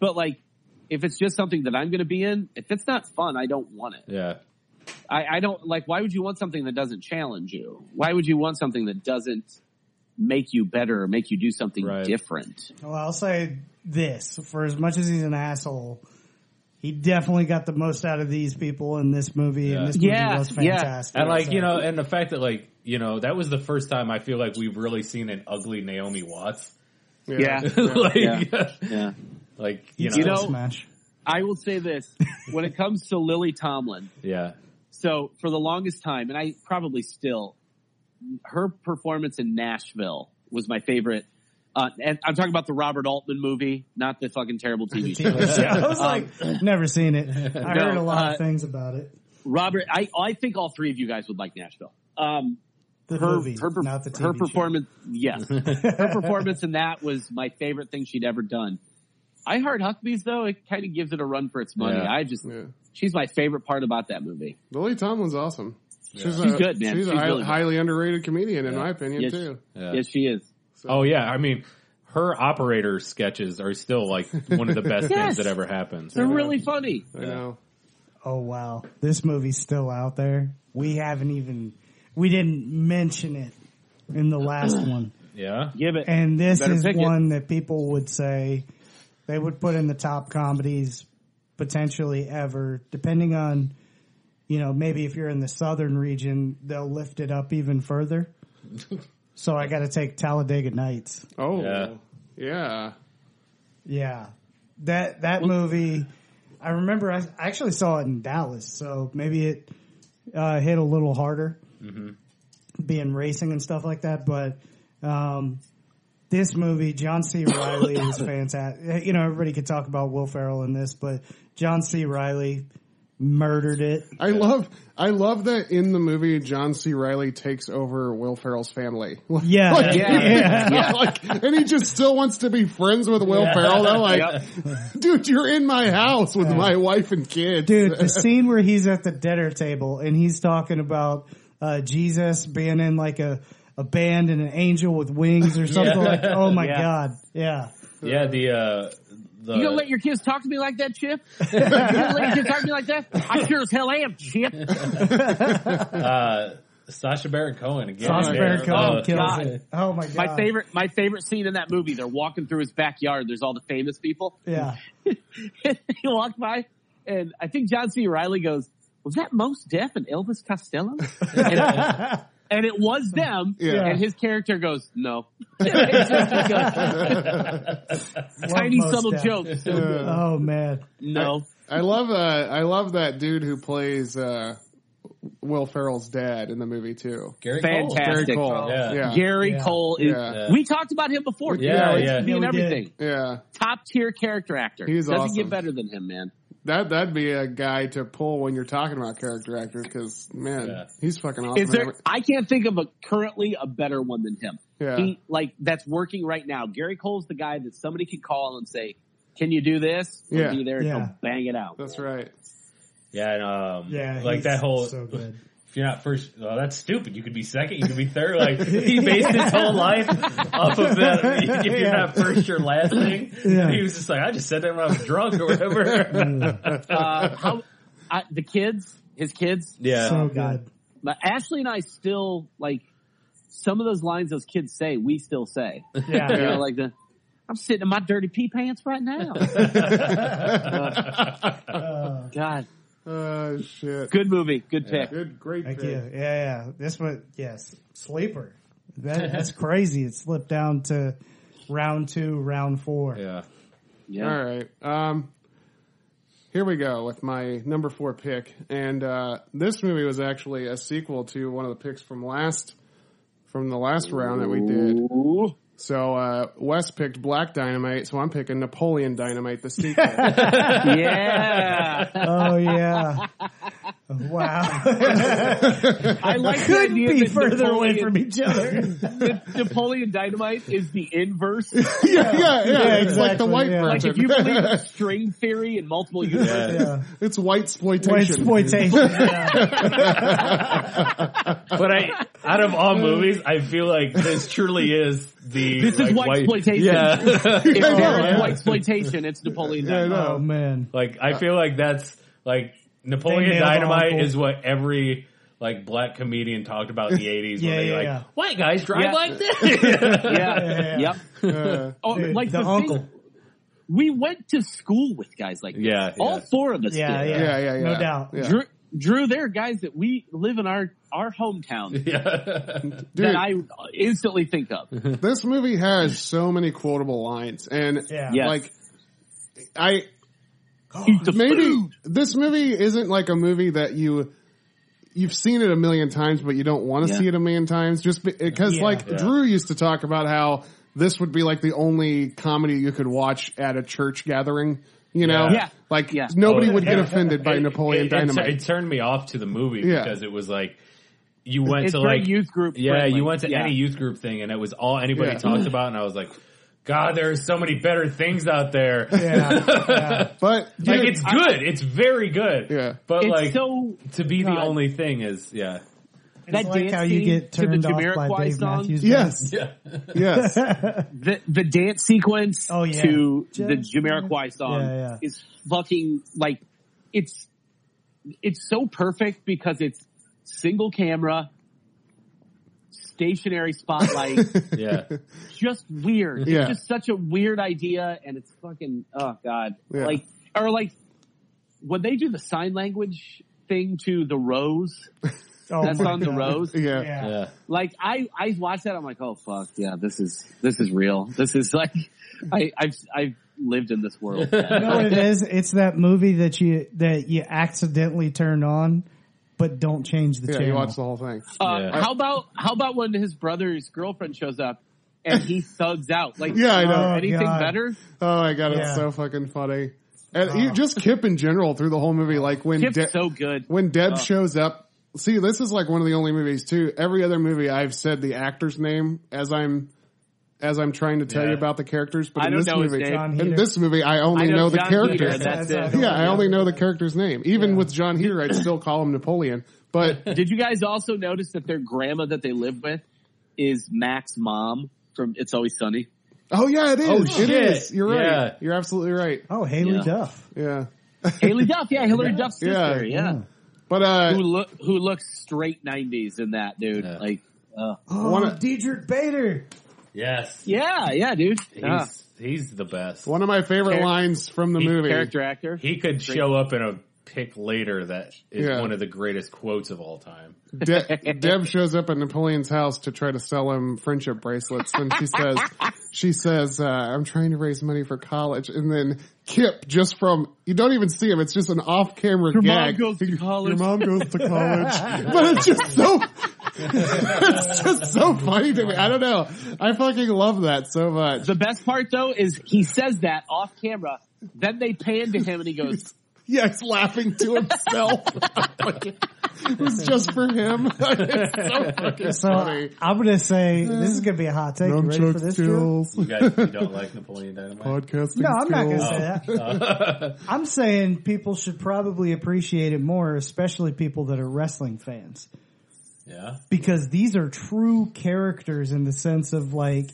[SPEAKER 4] But, like, if it's just something that I'm going to be in, if it's not fun, I don't want it.
[SPEAKER 3] Yeah.
[SPEAKER 4] I, I don't, like, why would you want something that doesn't challenge you? Why would you want something that doesn't make you better or make you do something
[SPEAKER 3] Right.
[SPEAKER 4] different?
[SPEAKER 2] well, I'll say this: for as much as he's an asshole, he definitely got the most out of these people in this movie, and this movie
[SPEAKER 4] Yeah,
[SPEAKER 2] was
[SPEAKER 4] yeah.
[SPEAKER 2] fantastic.
[SPEAKER 3] And like,
[SPEAKER 2] So-
[SPEAKER 3] you know, and the fact that like you know, that was the first time I feel like we've really seen an ugly Naomi Watts.
[SPEAKER 4] Yeah.
[SPEAKER 3] like,
[SPEAKER 4] Yeah. yeah.
[SPEAKER 3] like, you know,
[SPEAKER 4] You know-
[SPEAKER 2] smash.
[SPEAKER 4] I will say this when it comes to Lily Tomlin.
[SPEAKER 3] yeah,
[SPEAKER 4] So for the longest time, and I probably still, her performance in Nashville was my favorite. Uh, and I'm talking about the Robert Altman movie, not the fucking terrible TV show.
[SPEAKER 2] I was like, never seen it. I
[SPEAKER 4] Um, No,
[SPEAKER 2] heard a lot
[SPEAKER 4] uh,
[SPEAKER 2] of things about it.
[SPEAKER 4] Robert, I, I think all three of you guys would like Nashville. Um,
[SPEAKER 2] The
[SPEAKER 4] her,
[SPEAKER 2] movie,
[SPEAKER 4] her, per-
[SPEAKER 2] not the TV
[SPEAKER 4] her
[SPEAKER 2] show.
[SPEAKER 4] performance, yes, her performance in that was my favorite thing she'd ever done. I Heart Huckabees though, it kind of gives it a run for its money.
[SPEAKER 3] Yeah.
[SPEAKER 4] I just,
[SPEAKER 5] Yeah.
[SPEAKER 4] she's my favorite part about that movie.
[SPEAKER 5] Lily Tomlin's awesome. She's,
[SPEAKER 4] She's
[SPEAKER 5] a,
[SPEAKER 4] good, man.
[SPEAKER 5] She's, a
[SPEAKER 4] She's
[SPEAKER 5] hi-
[SPEAKER 4] really good.
[SPEAKER 5] highly underrated comedian, in my opinion,
[SPEAKER 4] Yes.
[SPEAKER 5] too.
[SPEAKER 3] yeah.
[SPEAKER 4] Yes, she is.
[SPEAKER 3] Oh yeah, I mean, her operator sketches are still like one of the best
[SPEAKER 4] Yes.
[SPEAKER 3] things that ever happened.
[SPEAKER 4] They're really funny.
[SPEAKER 5] I know.
[SPEAKER 2] Oh wow, this movie's still out there. We haven't even we didn't mention it in the last one,
[SPEAKER 3] Yeah,
[SPEAKER 4] Give it.
[SPEAKER 2] and this
[SPEAKER 4] Better
[SPEAKER 2] is
[SPEAKER 4] pick it.
[SPEAKER 2] one that people would say they would put in the top comedies potentially ever, depending on. You know, maybe if you're in the southern region, they'll lift it up even further. so I got to take Talladega Nights.
[SPEAKER 5] Oh,
[SPEAKER 3] Yeah.
[SPEAKER 5] yeah.
[SPEAKER 2] Yeah, that that movie. I remember I I actually saw it in Dallas, so maybe it uh, hit a little harder, being racing and stuff like that. But um, this movie, John C. Riley was fantastic. You know, everybody could talk about Will Ferrell in this, but John C. Riley murdered it.
[SPEAKER 5] I love, I love that in the movie John C. Riley takes over Will Ferrell's family. Like,
[SPEAKER 2] Yeah, yeah.
[SPEAKER 5] like, and he just still wants to be friends with Will Ferrell. They're like, dude, you're in my house with my wife and kids.
[SPEAKER 2] Dude, the scene where he's at the dinner table and he's talking about uh, Jesus being in like a, a band and an angel with wings or something like oh my
[SPEAKER 4] Yeah.
[SPEAKER 2] god. Yeah.
[SPEAKER 3] yeah. The uh, the
[SPEAKER 4] You gonna let your kids talk to me like that, Chip? you gonna let your kids talk to me like that? I sure as hell am, Chip.
[SPEAKER 3] uh, Sasha Baron Cohen again.
[SPEAKER 2] Sasha
[SPEAKER 3] Yeah.
[SPEAKER 2] Baron Cohen
[SPEAKER 3] Uh,
[SPEAKER 2] kills
[SPEAKER 4] God.
[SPEAKER 2] it. Oh my god.
[SPEAKER 4] My favorite, my favorite scene in that movie. They're walking through his backyard. There's all the famous people.
[SPEAKER 2] Yeah.
[SPEAKER 4] he walked by, and I think John C. Riley goes, "Was that Most Def and Elvis Costello?" and, uh, and it was them.
[SPEAKER 5] Yeah.
[SPEAKER 4] And his character goes, "No." It's just like a tiny
[SPEAKER 2] Love Mos
[SPEAKER 4] subtle
[SPEAKER 2] Def.
[SPEAKER 4] joke. So good.
[SPEAKER 2] Oh man.
[SPEAKER 4] No.
[SPEAKER 5] I love, uh, I love that dude who plays, uh, Will Ferrell's dad in the movie too.
[SPEAKER 3] Gary Cole.
[SPEAKER 4] Fantastic.
[SPEAKER 5] Very cool.
[SPEAKER 3] Yeah.
[SPEAKER 5] Yeah.
[SPEAKER 4] Gary
[SPEAKER 2] Yeah.
[SPEAKER 4] Cole is.
[SPEAKER 5] Yeah.
[SPEAKER 4] We talked about him before.
[SPEAKER 3] Yeah,
[SPEAKER 4] He's
[SPEAKER 3] yeah.
[SPEAKER 4] in
[SPEAKER 2] Yeah, we did.
[SPEAKER 4] everything.
[SPEAKER 5] Yeah.
[SPEAKER 4] Top tier character actor.
[SPEAKER 5] He's
[SPEAKER 4] Doesn't
[SPEAKER 5] awesome.
[SPEAKER 4] get better than him, man.
[SPEAKER 5] That that'd be a guy to pull when you're talking about character actors because man,
[SPEAKER 3] Yeah.
[SPEAKER 5] he's fucking awesome.
[SPEAKER 4] Is there? I can't think of a currently a better one than him.
[SPEAKER 5] Yeah.
[SPEAKER 4] He like that's working right now. Gary Cole's the guy that somebody could call and say, "Can you do this?" He'll
[SPEAKER 5] Yeah.
[SPEAKER 4] be there and
[SPEAKER 2] Yeah.
[SPEAKER 4] he'll bang it out.
[SPEAKER 5] That's right.
[SPEAKER 3] Yeah, and, um,
[SPEAKER 2] Yeah.
[SPEAKER 3] like
[SPEAKER 2] he's
[SPEAKER 3] that whole.
[SPEAKER 2] so good.
[SPEAKER 3] If you're not first, well, that's stupid. You could be second. You could be third. Like he based his whole life off of that. If you're
[SPEAKER 2] Yeah.
[SPEAKER 3] not first, your last thing.
[SPEAKER 2] Yeah.
[SPEAKER 3] He was just like, I just said that when I was drunk or whatever.
[SPEAKER 4] Uh, how, I, the kids, his kids.
[SPEAKER 3] yeah,
[SPEAKER 2] So good.
[SPEAKER 4] But Ashley and I still like some of those lines those kids say. We still say.
[SPEAKER 2] Yeah.
[SPEAKER 4] You know, like the. I'm sitting in my dirty pee pants right now.
[SPEAKER 2] Uh,
[SPEAKER 4] God,
[SPEAKER 5] Oh shit.
[SPEAKER 4] good movie, good pick.
[SPEAKER 5] Good, great
[SPEAKER 2] thank
[SPEAKER 5] pick.
[SPEAKER 2] you. Yeah, yeah. This one yes. Sleeper. That, that's crazy. It slipped down to round two, round four.
[SPEAKER 3] yeah.
[SPEAKER 4] Yeah.
[SPEAKER 5] All right. Um, here we go with my number four pick, and uh, this movie was actually a sequel to one of the picks from last from the last round that we did.
[SPEAKER 4] Ooh.
[SPEAKER 5] So uh, Wes picked Black Dynamite, so I'm picking Napoleon Dynamite, the sequel.
[SPEAKER 4] Yeah,
[SPEAKER 2] Oh yeah. wow.
[SPEAKER 4] I like the
[SPEAKER 2] Couldn't
[SPEAKER 4] idea
[SPEAKER 2] be
[SPEAKER 4] that
[SPEAKER 2] further away
[SPEAKER 4] Napoleon-
[SPEAKER 2] from each other.
[SPEAKER 4] Napoleon Dynamite is the inverse.
[SPEAKER 5] yeah, yeah, yeah, It's like the
[SPEAKER 2] exactly,
[SPEAKER 5] white
[SPEAKER 2] yeah.
[SPEAKER 5] version.
[SPEAKER 4] Like if you believe in string theory and multiple universes,
[SPEAKER 2] yeah.
[SPEAKER 5] it's white
[SPEAKER 2] White
[SPEAKER 5] exploitation.
[SPEAKER 2] exploitation. yeah.
[SPEAKER 3] But I, out of all movies, I feel like this truly is the.
[SPEAKER 4] this
[SPEAKER 3] like,
[SPEAKER 4] is white exploitation.
[SPEAKER 3] Yeah.
[SPEAKER 4] If there
[SPEAKER 5] Yeah.
[SPEAKER 4] is white exploitation, it's Napoleon
[SPEAKER 5] I
[SPEAKER 4] Dynamite.
[SPEAKER 5] know.
[SPEAKER 2] Oh man.
[SPEAKER 3] Like I feel like that's like Napoleon
[SPEAKER 2] They nailed
[SPEAKER 3] Dynamite
[SPEAKER 2] Uncle.
[SPEAKER 3] is what every like black comedian talked about in the eighties
[SPEAKER 2] Yeah,
[SPEAKER 3] when they
[SPEAKER 2] yeah,
[SPEAKER 3] like
[SPEAKER 2] yeah.
[SPEAKER 3] white guys drive
[SPEAKER 4] Yeah.
[SPEAKER 3] like this.
[SPEAKER 4] Yeah.
[SPEAKER 2] Yeah.
[SPEAKER 4] Yep.
[SPEAKER 5] Uh,
[SPEAKER 4] Oh,
[SPEAKER 2] Dude,
[SPEAKER 4] like
[SPEAKER 2] the
[SPEAKER 4] the,
[SPEAKER 2] uncle.
[SPEAKER 4] Thing, we went to school with guys like this.
[SPEAKER 3] Yeah,
[SPEAKER 4] All
[SPEAKER 3] yeah.
[SPEAKER 4] four of us
[SPEAKER 2] Yeah,
[SPEAKER 4] did.
[SPEAKER 2] yeah,
[SPEAKER 5] yeah, yeah, yeah.
[SPEAKER 2] No doubt.
[SPEAKER 5] Yeah.
[SPEAKER 4] Drew, Drew, there are guys that we live in our our hometown
[SPEAKER 6] Yeah.
[SPEAKER 5] Dude.
[SPEAKER 4] that I instantly think of.
[SPEAKER 5] this movie has so many quotable lines, and
[SPEAKER 2] Yeah.
[SPEAKER 4] Yes.
[SPEAKER 5] like I
[SPEAKER 4] Eat the
[SPEAKER 5] maybe
[SPEAKER 4] food.
[SPEAKER 5] this movie isn't like a movie that you you've seen it a million times but you don't want to
[SPEAKER 4] Yeah.
[SPEAKER 5] see it a million times just because
[SPEAKER 2] Yeah.
[SPEAKER 5] like
[SPEAKER 6] Yeah.
[SPEAKER 5] drew used to talk about how this would be like the only comedy you could watch at a church gathering you know
[SPEAKER 6] Yeah.
[SPEAKER 5] like
[SPEAKER 4] Yeah.
[SPEAKER 5] nobody
[SPEAKER 6] Oh,
[SPEAKER 5] would get
[SPEAKER 6] yeah.
[SPEAKER 5] offended by
[SPEAKER 6] It-
[SPEAKER 5] napoleon
[SPEAKER 6] it- it-
[SPEAKER 5] dynamite
[SPEAKER 6] It, turned me off to the movie
[SPEAKER 5] Yeah.
[SPEAKER 6] because it was like you went
[SPEAKER 4] It's
[SPEAKER 6] to
[SPEAKER 4] very
[SPEAKER 6] like
[SPEAKER 4] youth group
[SPEAKER 6] Yeah,
[SPEAKER 4] friendly.
[SPEAKER 6] you went to
[SPEAKER 4] Yeah.
[SPEAKER 6] any youth group thing, and it was all anybody
[SPEAKER 5] Yeah.
[SPEAKER 6] talked about, and I was like, God, there are so many better things out there.
[SPEAKER 2] Yeah, yeah.
[SPEAKER 5] but
[SPEAKER 6] Like
[SPEAKER 5] dude,
[SPEAKER 6] it's good, it's very good.
[SPEAKER 5] Yeah.
[SPEAKER 6] but
[SPEAKER 4] It's
[SPEAKER 6] like
[SPEAKER 4] so
[SPEAKER 6] to be the
[SPEAKER 4] God.
[SPEAKER 6] only thing is yeah,
[SPEAKER 4] that
[SPEAKER 2] like
[SPEAKER 4] dance
[SPEAKER 2] how you
[SPEAKER 4] scene
[SPEAKER 2] get
[SPEAKER 4] to the
[SPEAKER 2] turned off by
[SPEAKER 4] Jamiroquai
[SPEAKER 2] Dave
[SPEAKER 4] song.
[SPEAKER 2] Matthews.
[SPEAKER 5] yes
[SPEAKER 6] yeah,
[SPEAKER 5] yes
[SPEAKER 4] the the dance sequence
[SPEAKER 2] Oh, yeah.
[SPEAKER 4] to
[SPEAKER 2] Just-
[SPEAKER 4] the Jamiroquai song
[SPEAKER 2] Yeah, yeah.
[SPEAKER 4] is fucking like it's it's so perfect because it's single camera, stationary spotlight,
[SPEAKER 6] yeah.
[SPEAKER 4] just weird.
[SPEAKER 5] Yeah.
[SPEAKER 4] It's just such a weird idea, and it's fucking oh god,
[SPEAKER 5] Yeah.
[SPEAKER 4] like or like when they do the sign language thing to the rose
[SPEAKER 2] Oh
[SPEAKER 4] that's
[SPEAKER 2] my
[SPEAKER 4] on the
[SPEAKER 2] God.
[SPEAKER 4] rose
[SPEAKER 5] yeah,
[SPEAKER 2] Yeah.
[SPEAKER 6] yeah.
[SPEAKER 4] like I I watched that. I'm like, oh fuck, yeah, this is this is real. This is like I I've I've lived in this world. Uh,
[SPEAKER 2] No, it is. It's that movie that you that you accidentally turn on, but don't change the
[SPEAKER 5] Yeah,
[SPEAKER 2] channel.
[SPEAKER 5] you watch the whole thing
[SPEAKER 4] Uh,
[SPEAKER 6] Yeah.
[SPEAKER 4] How about how about when his brother's girlfriend shows up and he thugs out? Like, uh,
[SPEAKER 5] Yeah, I know.
[SPEAKER 2] Oh,
[SPEAKER 4] anything
[SPEAKER 2] God.
[SPEAKER 4] better?
[SPEAKER 5] Oh my god,
[SPEAKER 2] Yeah.
[SPEAKER 5] it's so fucking funny. And you,
[SPEAKER 6] Oh.
[SPEAKER 5] just Kip in general through the whole movie, like when
[SPEAKER 4] Kip's
[SPEAKER 5] De-
[SPEAKER 4] so good.
[SPEAKER 5] when Deb
[SPEAKER 6] Oh.
[SPEAKER 5] shows up. See, this is like one of the only movies too. Every other movie, I've said the actor's name as I'm as I'm trying to tell
[SPEAKER 6] Yeah.
[SPEAKER 5] you about the characters. But
[SPEAKER 4] I
[SPEAKER 5] in
[SPEAKER 4] don't
[SPEAKER 5] this
[SPEAKER 4] know his
[SPEAKER 5] movie,
[SPEAKER 4] name.
[SPEAKER 2] John
[SPEAKER 5] in
[SPEAKER 2] Heater.
[SPEAKER 5] this movie, I only
[SPEAKER 4] I
[SPEAKER 5] know,
[SPEAKER 4] know
[SPEAKER 5] the
[SPEAKER 4] John
[SPEAKER 5] character.
[SPEAKER 4] Heater, that's
[SPEAKER 2] Yeah,
[SPEAKER 4] it.
[SPEAKER 2] that's
[SPEAKER 5] Yeah, I only know the character's name. Even with John Heater, I'd still call him Napoleon. But
[SPEAKER 4] Did you guys also notice that their grandma that they live with is Mac's mom from It's Always Sunny?
[SPEAKER 5] oh yeah, it is.
[SPEAKER 6] Oh,
[SPEAKER 5] It
[SPEAKER 6] shit.
[SPEAKER 5] is. You're right.
[SPEAKER 6] Yeah.
[SPEAKER 5] You're absolutely right.
[SPEAKER 2] Oh, Haley
[SPEAKER 4] Yeah.
[SPEAKER 2] Duff.
[SPEAKER 5] Yeah,
[SPEAKER 4] Haley Duff, yeah, Hillary Duff's
[SPEAKER 5] Yeah.
[SPEAKER 4] sister, yeah.
[SPEAKER 5] but uh,
[SPEAKER 4] Who look who looks straight '90s in that dude?
[SPEAKER 6] Yeah.
[SPEAKER 4] Like, uh,
[SPEAKER 2] Oh,
[SPEAKER 5] Wanna-
[SPEAKER 2] Diedrich Bader.
[SPEAKER 6] Yes,
[SPEAKER 4] yeah, yeah, dude.
[SPEAKER 6] He's
[SPEAKER 4] Yeah.
[SPEAKER 6] he's the best.
[SPEAKER 5] one of my favorite
[SPEAKER 4] Char-
[SPEAKER 5] lines from the
[SPEAKER 6] He-
[SPEAKER 5] movie.
[SPEAKER 4] character actor.
[SPEAKER 6] He could show up in a pick later that is
[SPEAKER 5] Yeah.
[SPEAKER 6] one of the greatest quotes of all time.
[SPEAKER 5] De- Deb shows up at Napoleon's house to try to sell him friendship bracelets, and she says, "She says uh, I'm trying to raise money for college." And then Kip, just from you don't even see him; it's just an off-camera
[SPEAKER 4] Your mom
[SPEAKER 5] gag.
[SPEAKER 4] goes to college.
[SPEAKER 5] Your mom goes to college, but it's just so. it's just so funny to me. I don't know. I fucking love that so much.
[SPEAKER 4] The best part though is he says that off camera. Then they pan to him and he goes,
[SPEAKER 5] Yeah, he's laughing to himself. it was just for him. it's so fucking
[SPEAKER 2] So
[SPEAKER 5] funny.
[SPEAKER 2] I'm gonna say this is gonna be a hot take. You ready for this? Drew?
[SPEAKER 6] You guys you don't like Napoleon Dynamite?
[SPEAKER 5] podcasting.
[SPEAKER 2] No, I'm not gonna
[SPEAKER 5] skills.
[SPEAKER 2] say that.
[SPEAKER 4] Uh-huh.
[SPEAKER 2] I'm saying people should probably appreciate it more, especially people that are wrestling fans.
[SPEAKER 6] Yeah.
[SPEAKER 2] because these are true characters in the sense of like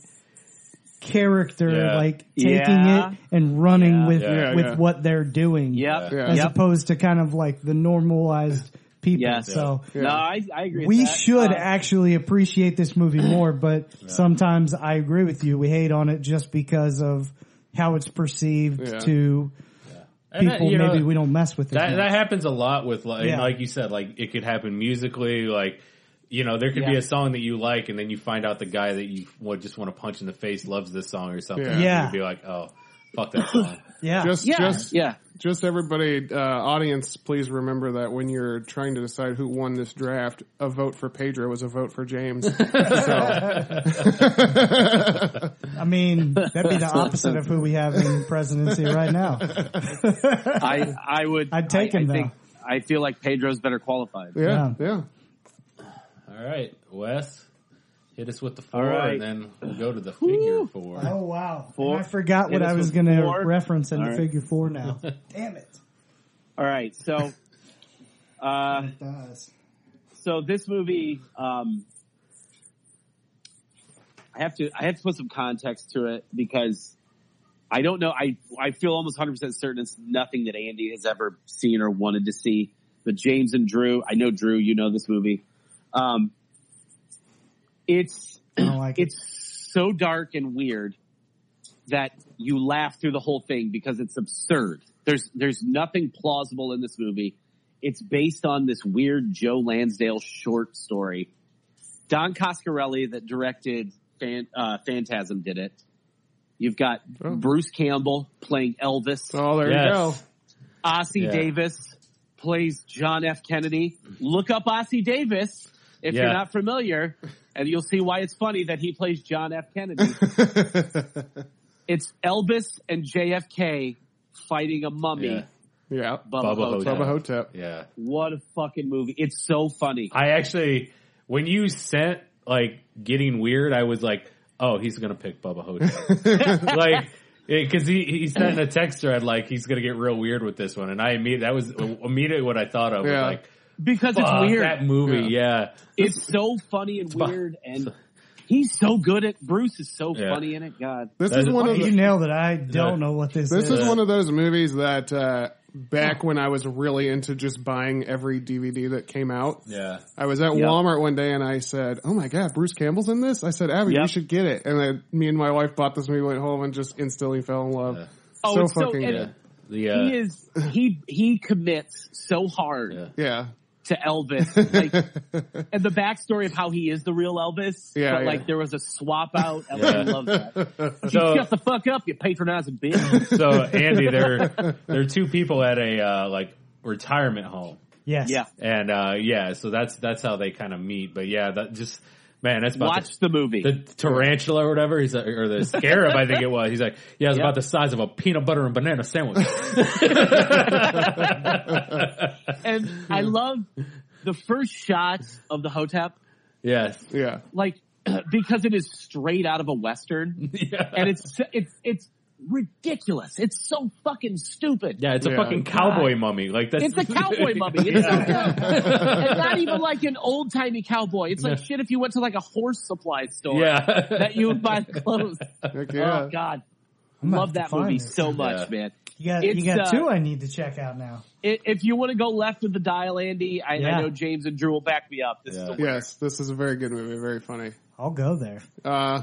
[SPEAKER 2] character
[SPEAKER 6] Yeah.
[SPEAKER 2] like taking
[SPEAKER 4] Yeah.
[SPEAKER 2] it and running
[SPEAKER 4] Yeah.
[SPEAKER 2] with
[SPEAKER 6] Yeah,
[SPEAKER 2] with
[SPEAKER 5] yeah.
[SPEAKER 2] what they're doing
[SPEAKER 4] "Yep,
[SPEAKER 5] Yeah.
[SPEAKER 2] as
[SPEAKER 4] yep."
[SPEAKER 2] opposed to kind of like the normalized people
[SPEAKER 4] Yes.
[SPEAKER 2] so
[SPEAKER 4] No, I, I agree. with
[SPEAKER 2] we
[SPEAKER 4] that.
[SPEAKER 2] should
[SPEAKER 4] Uh,
[SPEAKER 2] actually appreciate this movie more but sometimes i agree with you we hate on it just because of how it's perceived
[SPEAKER 5] Yeah.
[SPEAKER 2] to
[SPEAKER 6] And
[SPEAKER 2] people
[SPEAKER 6] that, you know,
[SPEAKER 2] maybe we don't mess with it
[SPEAKER 6] that, that happens a lot with like,
[SPEAKER 2] Yeah.
[SPEAKER 6] like you said, like it could happen musically, like, you know, there could be
[SPEAKER 4] Yeah.
[SPEAKER 6] a song that you like and then you find out the guy that you would just want to punch in the face loves this song or something.
[SPEAKER 5] Yeah.
[SPEAKER 6] and
[SPEAKER 2] Yeah.
[SPEAKER 6] You'd be like, oh, fuck that song.
[SPEAKER 2] yeah
[SPEAKER 5] Just,
[SPEAKER 4] yeah,
[SPEAKER 5] just,
[SPEAKER 4] yeah.
[SPEAKER 5] just everybody, uh, audience, please remember that when you're trying to decide who won this draft, a vote for Pedro was a vote for James.
[SPEAKER 2] i mean that'd be the opposite of who we have in presidency right now
[SPEAKER 4] I, I would.
[SPEAKER 2] I'd take
[SPEAKER 4] I,
[SPEAKER 2] him,
[SPEAKER 4] I, think,
[SPEAKER 2] though.
[SPEAKER 4] I feel like Pedro's better qualified.
[SPEAKER 5] Yeah,
[SPEAKER 2] Yeah.
[SPEAKER 5] yeah.
[SPEAKER 6] All right, Wes, hit us with the four
[SPEAKER 4] All right.
[SPEAKER 6] and then we'll go to the figure four.
[SPEAKER 2] Oh wow!
[SPEAKER 4] Four.
[SPEAKER 2] And I forgot what
[SPEAKER 4] Hit us
[SPEAKER 2] I was
[SPEAKER 4] with
[SPEAKER 2] going to
[SPEAKER 4] four.
[SPEAKER 2] reference in
[SPEAKER 4] All
[SPEAKER 2] the
[SPEAKER 4] right.
[SPEAKER 2] figure four. Now, damn it!
[SPEAKER 4] All right, so, uh,
[SPEAKER 2] It does.
[SPEAKER 4] so this movie, um, I have to I have to put some context to it because I don't know. I I feel almost hundred percent certain it's nothing that Andy has ever seen or wanted to see. But James and Drew, I know Drew, you know this movie. Um, it's
[SPEAKER 2] I don't like
[SPEAKER 4] it's so dark and weird that you laugh through the whole thing because it's absurd. There's there's nothing plausible in this movie. It's based on this weird Joe Lansdale short story. Don Coscarelli that directed Fan, uh, Phantasm did it. You've got
[SPEAKER 5] Oh.
[SPEAKER 4] Bruce Campbell playing Elvis.
[SPEAKER 5] Oh, there you
[SPEAKER 3] Yes.
[SPEAKER 5] go.
[SPEAKER 4] Ossie
[SPEAKER 3] Yeah.
[SPEAKER 4] Davis plays John F. Kennedy. Look up Ossie Davis if
[SPEAKER 3] Yeah.
[SPEAKER 4] you're not familiar, and you'll see why it's funny that he plays John F. Kennedy. it's Elvis and JFK fighting a mummy.
[SPEAKER 3] Yeah.
[SPEAKER 5] Yeah.
[SPEAKER 3] Bubba
[SPEAKER 4] Bubba, Hotep.
[SPEAKER 3] Hotep.
[SPEAKER 5] Bubba Hotep.
[SPEAKER 3] Yeah.
[SPEAKER 4] What a fucking movie. It's so funny.
[SPEAKER 3] I actually, when you sent like getting weird, I was like, oh, he's gonna pick Bubba Hotel, like because he he sent a text thread like he's gonna get real weird with this one, and I immediately that was immediately what I thought of. was
[SPEAKER 5] Yeah.
[SPEAKER 3] Like
[SPEAKER 4] Because it's
[SPEAKER 3] "Fuck,
[SPEAKER 4] weird.
[SPEAKER 3] that movie, yeah.
[SPEAKER 4] It's so funny and
[SPEAKER 3] bu-
[SPEAKER 4] weird and he's so good at Bruce is so
[SPEAKER 3] Yeah.
[SPEAKER 4] funny in it. God.
[SPEAKER 5] This
[SPEAKER 3] That
[SPEAKER 5] is
[SPEAKER 3] is-
[SPEAKER 5] one of
[SPEAKER 2] You
[SPEAKER 5] the,
[SPEAKER 2] nailed it. I don't know what this,
[SPEAKER 5] this
[SPEAKER 2] is.
[SPEAKER 5] is one of those movies that uh, back when I was really into just buying every DVD that came out,
[SPEAKER 3] Yeah.
[SPEAKER 5] I was at
[SPEAKER 4] Yeah.
[SPEAKER 5] Walmart one day and I said, "Oh my god, Bruce Campbell's in this!" I said, "Abby,
[SPEAKER 4] Yep.
[SPEAKER 5] you should get it." And then me and my wife bought this movie, went home, and just instantly fell in love.
[SPEAKER 3] Yeah.
[SPEAKER 4] Oh,
[SPEAKER 5] so
[SPEAKER 4] it's so
[SPEAKER 5] fucking
[SPEAKER 4] and
[SPEAKER 5] good.
[SPEAKER 3] The, uh,
[SPEAKER 4] he is he he commits so hard
[SPEAKER 3] Yeah.
[SPEAKER 5] Yeah,
[SPEAKER 4] to Elvis. Like, and the backstory of how he is the real Elvis.
[SPEAKER 5] Yeah,
[SPEAKER 4] but like
[SPEAKER 5] yeah.
[SPEAKER 4] there was a swap out. Elvis
[SPEAKER 3] Yeah.
[SPEAKER 4] loves that.
[SPEAKER 3] So-
[SPEAKER 4] Shut the fuck up, you patronizing bitch.
[SPEAKER 3] so Andy, there there are two people at a uh, like retirement home,
[SPEAKER 2] yes.
[SPEAKER 4] yeah.
[SPEAKER 3] and uh, yeah, so that's that's how they kind of meet. But yeah, that just man, that's about the-
[SPEAKER 4] Watch the movie.
[SPEAKER 3] the tarantula or whatever he's like, or the scarab I think it was. He's like, yeah, it's
[SPEAKER 4] Yep.
[SPEAKER 3] about the size of a peanut butter and banana sandwich.
[SPEAKER 4] and I love the first shot of the Hotep,
[SPEAKER 3] yes,
[SPEAKER 5] yeah,
[SPEAKER 4] like because it is straight out of a western,
[SPEAKER 3] yeah,
[SPEAKER 4] and it's it's it's ridiculous. It's so fucking stupid.
[SPEAKER 3] yeah. It's a
[SPEAKER 5] Yeah.
[SPEAKER 3] fucking cowboy mummy. Like that's
[SPEAKER 4] It's a cowboy mummy. It's so dumb. and not even like an old timey cowboy. It's like shit if you went to like a horse supply store
[SPEAKER 3] yeah.
[SPEAKER 4] that you would buy clothes.
[SPEAKER 5] Heck yeah.
[SPEAKER 4] Oh God.
[SPEAKER 2] I'm gonna
[SPEAKER 4] Love
[SPEAKER 2] have
[SPEAKER 4] that
[SPEAKER 2] to find
[SPEAKER 4] movie
[SPEAKER 2] this.
[SPEAKER 4] so much,
[SPEAKER 3] Yeah.
[SPEAKER 4] man.
[SPEAKER 2] You got, you
[SPEAKER 4] It's,
[SPEAKER 2] got
[SPEAKER 4] uh,
[SPEAKER 2] two I need to check out now.
[SPEAKER 4] I- If you want to go left of the dial, Andy, I,
[SPEAKER 2] Yeah.
[SPEAKER 4] I know James and Drew will back me up. This is
[SPEAKER 3] Yeah.
[SPEAKER 4] a
[SPEAKER 5] yes, this is a very good movie, very funny.
[SPEAKER 2] I'll go there.
[SPEAKER 5] Uh,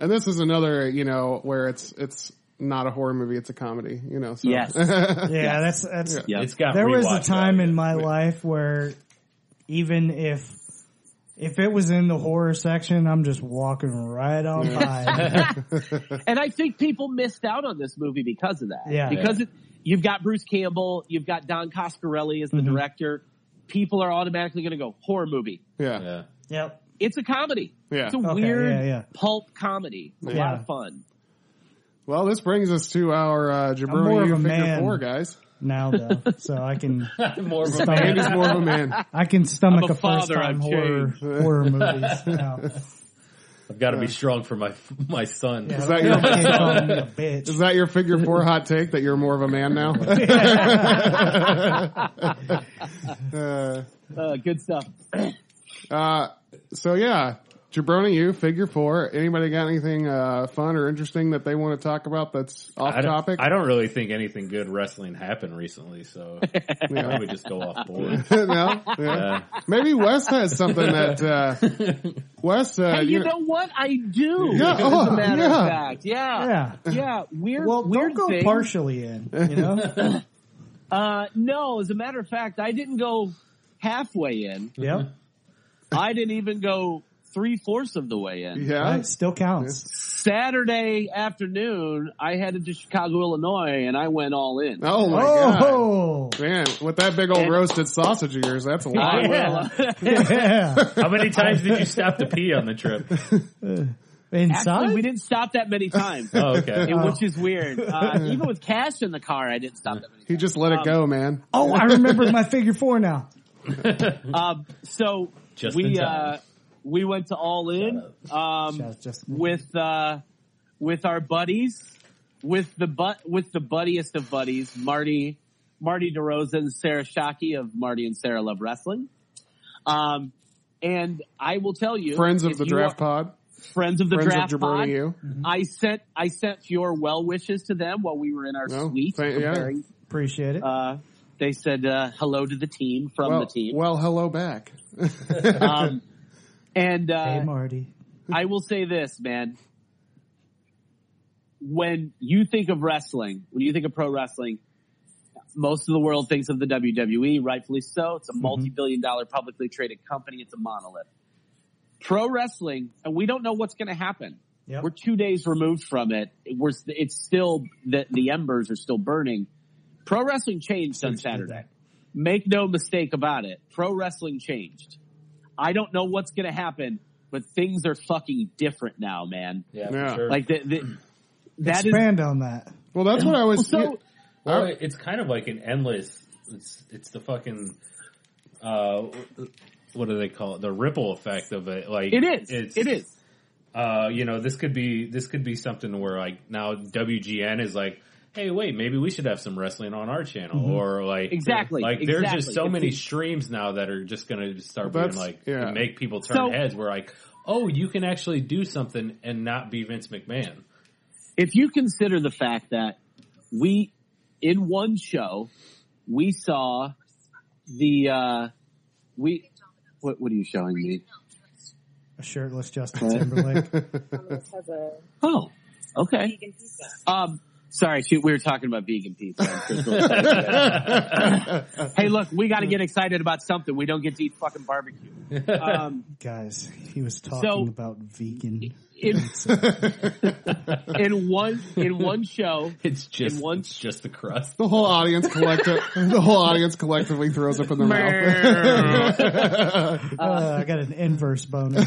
[SPEAKER 5] and this is another, you know, where it's it's not a horror movie, it's a comedy, you know. So.
[SPEAKER 4] Yes.
[SPEAKER 2] Yeah, that's that's.
[SPEAKER 4] Yeah.
[SPEAKER 3] It's got.
[SPEAKER 2] There was a
[SPEAKER 3] rewatch
[SPEAKER 2] time
[SPEAKER 3] value.
[SPEAKER 2] in my life where even if if it was in the horror section, I'm just walking right on by.
[SPEAKER 4] And I think people missed out on this movie because of that.
[SPEAKER 2] Yeah.
[SPEAKER 4] Because It, you've got Bruce Campbell, you've got Don Coscarelli as the
[SPEAKER 2] Mm-hmm.
[SPEAKER 4] director. People are automatically going to go horror movie.
[SPEAKER 5] Yeah.
[SPEAKER 3] Yeah.
[SPEAKER 2] yep.
[SPEAKER 4] It's a comedy.
[SPEAKER 5] Yeah.
[SPEAKER 4] It's a
[SPEAKER 5] Okay,
[SPEAKER 4] weird
[SPEAKER 2] yeah, yeah.
[SPEAKER 4] pulp comedy. A
[SPEAKER 2] Yeah.
[SPEAKER 4] lot of fun.
[SPEAKER 5] Well, this brings us to our uh,
[SPEAKER 2] I'm more
[SPEAKER 5] Jabroni
[SPEAKER 2] of
[SPEAKER 5] You
[SPEAKER 2] a
[SPEAKER 5] Figure
[SPEAKER 2] man.
[SPEAKER 5] Four guys.
[SPEAKER 2] Now though, so I can
[SPEAKER 3] More of a
[SPEAKER 2] stomach,
[SPEAKER 5] Andy's more of a man.
[SPEAKER 2] I can stomach
[SPEAKER 4] I'm a
[SPEAKER 2] a, first
[SPEAKER 4] father,
[SPEAKER 2] time
[SPEAKER 4] I've
[SPEAKER 2] horror horror movies. Now.
[SPEAKER 3] I've got to be strong for my my son.
[SPEAKER 2] Yeah,
[SPEAKER 5] Is that
[SPEAKER 2] you
[SPEAKER 5] your-
[SPEAKER 2] can't call me a bitch.
[SPEAKER 5] Is that your Figure Four hot take that you're more of a man now? uh,
[SPEAKER 4] Uh, good stuff.
[SPEAKER 5] uh, so yeah, Jabroni You Figure Four. Anybody got anything uh, fun or interesting that they want to talk about that's off
[SPEAKER 3] I don't,
[SPEAKER 5] topic?
[SPEAKER 3] I don't really think anything good wrestling happened recently, so I
[SPEAKER 5] Yeah.
[SPEAKER 3] would just go off board.
[SPEAKER 5] no, yeah.
[SPEAKER 3] Uh,
[SPEAKER 5] maybe Wes has something that uh, Wes. Uh,
[SPEAKER 4] Hey, you know what? I do.
[SPEAKER 5] Yeah,
[SPEAKER 4] As
[SPEAKER 5] oh,
[SPEAKER 4] a matter
[SPEAKER 5] yeah.
[SPEAKER 4] of fact. Yeah.
[SPEAKER 2] Yeah.
[SPEAKER 4] Yeah. Weird,
[SPEAKER 2] Well,
[SPEAKER 4] weird
[SPEAKER 2] don't go
[SPEAKER 4] thing.
[SPEAKER 2] partially in. You know.
[SPEAKER 4] Uh, no, as a matter of fact, I didn't go halfway in.
[SPEAKER 2] yep.
[SPEAKER 4] I didn't even go three fourths of the way in.
[SPEAKER 5] yeah,
[SPEAKER 2] Right. Still counts.
[SPEAKER 4] Saturday afternoon, I headed to Chicago, Illinois, and I went all in.
[SPEAKER 5] Oh my god.
[SPEAKER 2] Oh.
[SPEAKER 5] Man, with that big old
[SPEAKER 4] And-
[SPEAKER 5] roasted sausage of yours, that's a lot.
[SPEAKER 4] I
[SPEAKER 3] Yeah.
[SPEAKER 4] will-
[SPEAKER 2] Yeah.
[SPEAKER 3] how many times did you stop to pee on the trip?
[SPEAKER 2] Inside.
[SPEAKER 4] Actually, we didn't stop that many times,
[SPEAKER 3] Oh, okay.
[SPEAKER 4] and- which is weird. Uh, even with cash in the car, I didn't stop that many
[SPEAKER 5] He just let it go, man.
[SPEAKER 2] oh, I remember my figure four now.
[SPEAKER 4] Um, so
[SPEAKER 3] Just in
[SPEAKER 4] we
[SPEAKER 3] time.
[SPEAKER 4] uh, we went to All In um,
[SPEAKER 2] Just, just
[SPEAKER 4] with uh, with our buddies, with the but with the buddiest of buddies, Marty Marty DeRosa and Sarah Shockey of Marty and Sarah Love Wrestling. Um, and I will tell you,
[SPEAKER 5] Friends of
[SPEAKER 4] if
[SPEAKER 5] the
[SPEAKER 4] you
[SPEAKER 5] draft
[SPEAKER 4] are-
[SPEAKER 5] pod.
[SPEAKER 4] friends of the
[SPEAKER 5] Friends
[SPEAKER 4] draft
[SPEAKER 5] of
[SPEAKER 4] pod,
[SPEAKER 5] Jabroni U.
[SPEAKER 4] I sent I sent your well wishes to them while we were in our
[SPEAKER 5] Oh,
[SPEAKER 4] suite
[SPEAKER 5] thank- yeah.
[SPEAKER 4] preparing.
[SPEAKER 2] appreciate it.
[SPEAKER 4] Uh, they said uh, hello to the team from
[SPEAKER 5] well,
[SPEAKER 4] the team.
[SPEAKER 5] well, hello back.
[SPEAKER 4] Um, and
[SPEAKER 2] hey,
[SPEAKER 4] uh,
[SPEAKER 2] Marty.
[SPEAKER 4] I will say this, man. When you think of wrestling, when you think of pro wrestling, most of the world thinks of the WWE, rightfully so. It's a multi-billion dollar publicly traded company. It's a monolith. Pro wrestling, and we don't know what's going to happen.
[SPEAKER 2] Yep.
[SPEAKER 4] We're two days removed from it. It was, it's still the, the embers are still burning. Pro wrestling changed on Saturday. Make no mistake about it. Pro wrestling changed. I don't know what's going to happen, but things are fucking different now, man.
[SPEAKER 6] Yeah,
[SPEAKER 5] Yeah.
[SPEAKER 6] for sure.
[SPEAKER 4] Like the, the, that is
[SPEAKER 2] Expand on that.
[SPEAKER 5] Well, that's what I was.
[SPEAKER 4] so.
[SPEAKER 6] Well, it- it's kind of like an endless. It's it's the fucking. Uh, what do they call it? The ripple effect of it. Like
[SPEAKER 4] It is.
[SPEAKER 6] It's,
[SPEAKER 4] it is.
[SPEAKER 6] Uh, you know, this could be this could be something where like now WGN is like, hey, wait, maybe we should have some wrestling on our channel, or like
[SPEAKER 4] Mm-hmm. Exactly,
[SPEAKER 6] Like there's just
[SPEAKER 4] exactly.
[SPEAKER 6] so
[SPEAKER 4] It's
[SPEAKER 6] many
[SPEAKER 4] a-
[SPEAKER 6] streams now that are just going to start being
[SPEAKER 5] That's-
[SPEAKER 6] like
[SPEAKER 5] yeah.
[SPEAKER 6] make people turn
[SPEAKER 4] So-
[SPEAKER 6] heads. We're like, oh, you can actually do something and not be Vince McMahon.
[SPEAKER 4] if you consider the fact that we in one show we saw the uh we what what are you showing me
[SPEAKER 2] A shirtless Justin Timberlake.
[SPEAKER 1] Almost has a
[SPEAKER 4] oh okay
[SPEAKER 1] vegan pizza.
[SPEAKER 4] um sorry shoot we were talking about vegan pizza hey look we got to get excited about something we don't get to eat fucking barbecue um
[SPEAKER 2] Guys, he was talking
[SPEAKER 4] So-
[SPEAKER 2] about vegan.
[SPEAKER 4] in, in one in one show
[SPEAKER 6] It's just
[SPEAKER 4] one-
[SPEAKER 6] it's just the crust.
[SPEAKER 5] The whole audience collective, the whole audience collectively throws up in their mouth.
[SPEAKER 2] Uh, I got an inverse bonus.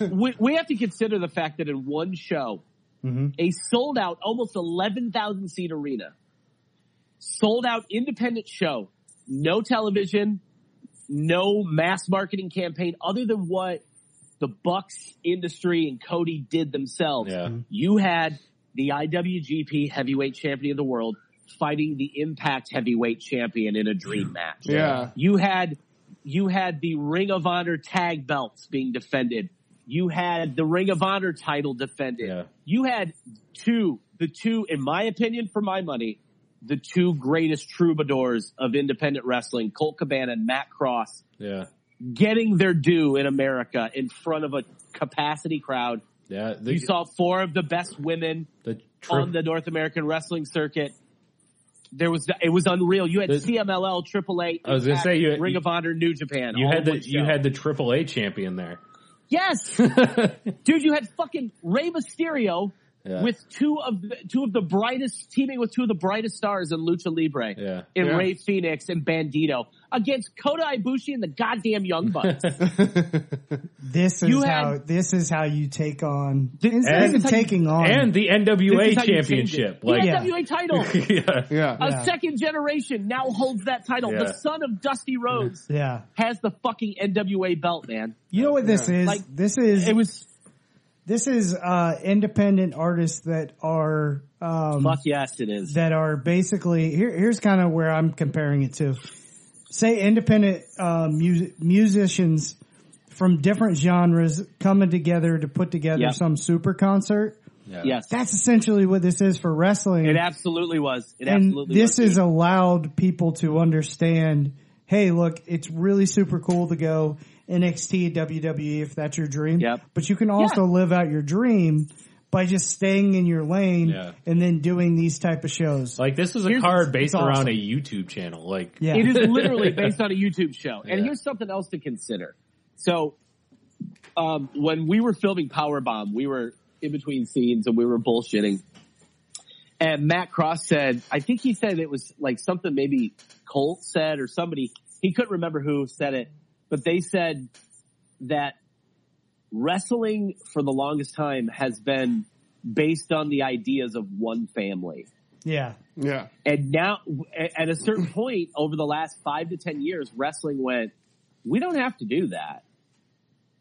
[SPEAKER 4] we, we have to consider the fact that in one show, a sold out, almost 11,000 seat arena, sold out independent show, no television, no mass marketing campaign other than what the Bucks industry and Cody did themselves.
[SPEAKER 6] Yeah.
[SPEAKER 4] You had the IWGP heavyweight champion of the world fighting the Impact heavyweight champion in a dream match.
[SPEAKER 5] yeah.
[SPEAKER 4] You had you had the Ring of Honor tag belts being defended. You had the Ring of Honor title defended.
[SPEAKER 6] Yeah.
[SPEAKER 4] You had two, the two, in my opinion, for my money, the two greatest troubadours of independent wrestling, Colt Cabana and Matt Cross,
[SPEAKER 6] Yeah.
[SPEAKER 4] getting their due in America in front of a capacity crowd.
[SPEAKER 6] Yeah. The,
[SPEAKER 4] You saw four of the best women
[SPEAKER 6] the
[SPEAKER 4] on the North American wrestling circuit. There was it was unreal. You had
[SPEAKER 6] The-
[SPEAKER 4] CMLL, AAA,
[SPEAKER 6] I was gonna
[SPEAKER 4] Impact,
[SPEAKER 6] say, you-
[SPEAKER 4] Ring of Honor, New Japan.
[SPEAKER 6] You
[SPEAKER 4] all
[SPEAKER 6] had
[SPEAKER 4] in
[SPEAKER 6] the
[SPEAKER 4] one show.
[SPEAKER 6] you had the AAA champion there.
[SPEAKER 4] yes, dude. You had fucking Rey Mysterio
[SPEAKER 6] Yeah.
[SPEAKER 4] with two of the, two of the brightest teaming with two of the brightest stars in Lucha Libre,
[SPEAKER 6] Yeah.
[SPEAKER 4] in
[SPEAKER 5] Yeah.
[SPEAKER 4] Rey Phoenix and Bandito against Kota Ibushi and the goddamn Young Bucks.
[SPEAKER 2] This is
[SPEAKER 4] You
[SPEAKER 2] how
[SPEAKER 4] had-
[SPEAKER 2] this is how you take on.
[SPEAKER 4] This-
[SPEAKER 2] Instead
[SPEAKER 4] this
[SPEAKER 2] of
[SPEAKER 4] is how you-
[SPEAKER 2] taking on
[SPEAKER 6] and the
[SPEAKER 4] This
[SPEAKER 6] NWA
[SPEAKER 4] is how you change it.
[SPEAKER 6] championship.
[SPEAKER 4] the
[SPEAKER 6] Like,
[SPEAKER 2] Yeah.
[SPEAKER 4] NWA title.
[SPEAKER 6] yeah.
[SPEAKER 5] Yeah.
[SPEAKER 4] A
[SPEAKER 2] Yeah.
[SPEAKER 4] second generation now holds that title.
[SPEAKER 6] Yeah.
[SPEAKER 4] The son of Dusty Rhodes
[SPEAKER 2] yeah,
[SPEAKER 4] has the fucking NWA belt, man.
[SPEAKER 2] you know what this is.
[SPEAKER 4] Like,
[SPEAKER 2] this is
[SPEAKER 4] It was
[SPEAKER 2] this is uh, independent artists that are um,
[SPEAKER 4] fuck yes, it is.
[SPEAKER 2] that are basically here. Here's kind of where I'm comparing it to. Say independent uh, mu- musicians from different genres coming together to put together
[SPEAKER 4] Yep.
[SPEAKER 2] some super concert.
[SPEAKER 4] yes,
[SPEAKER 2] That's essentially what this is for wrestling.
[SPEAKER 4] it absolutely was. It
[SPEAKER 2] and
[SPEAKER 4] absolutely
[SPEAKER 2] this
[SPEAKER 4] was, dude.
[SPEAKER 2] has allowed people to understand hey look it's really super cool to go nxt wwe E, if that's your dream
[SPEAKER 4] Yep.
[SPEAKER 2] but you can also
[SPEAKER 4] Yeah.
[SPEAKER 2] live out your dream by just staying in your lane
[SPEAKER 6] Yeah.
[SPEAKER 2] and then doing these type of shows
[SPEAKER 6] Like this was a
[SPEAKER 4] Here's-
[SPEAKER 6] card
[SPEAKER 2] it's
[SPEAKER 6] based
[SPEAKER 2] awesome.
[SPEAKER 6] around a YouTube channel. Like
[SPEAKER 2] yeah
[SPEAKER 4] It is literally based on a YouTube show. And
[SPEAKER 6] Yeah.
[SPEAKER 4] here's something else to consider. So, um, when we were filming Powerbomb, we were in between scenes and we were bullshitting. And Matt Cross said, I think he said it was like something maybe Colt said or somebody, he couldn't remember who said it, but they said that wrestling for the longest time has been based on the ideas of one family.
[SPEAKER 2] yeah
[SPEAKER 5] Yeah.
[SPEAKER 4] And now, at a certain point over the last five to 10 years, wrestling went, we don't have to do that.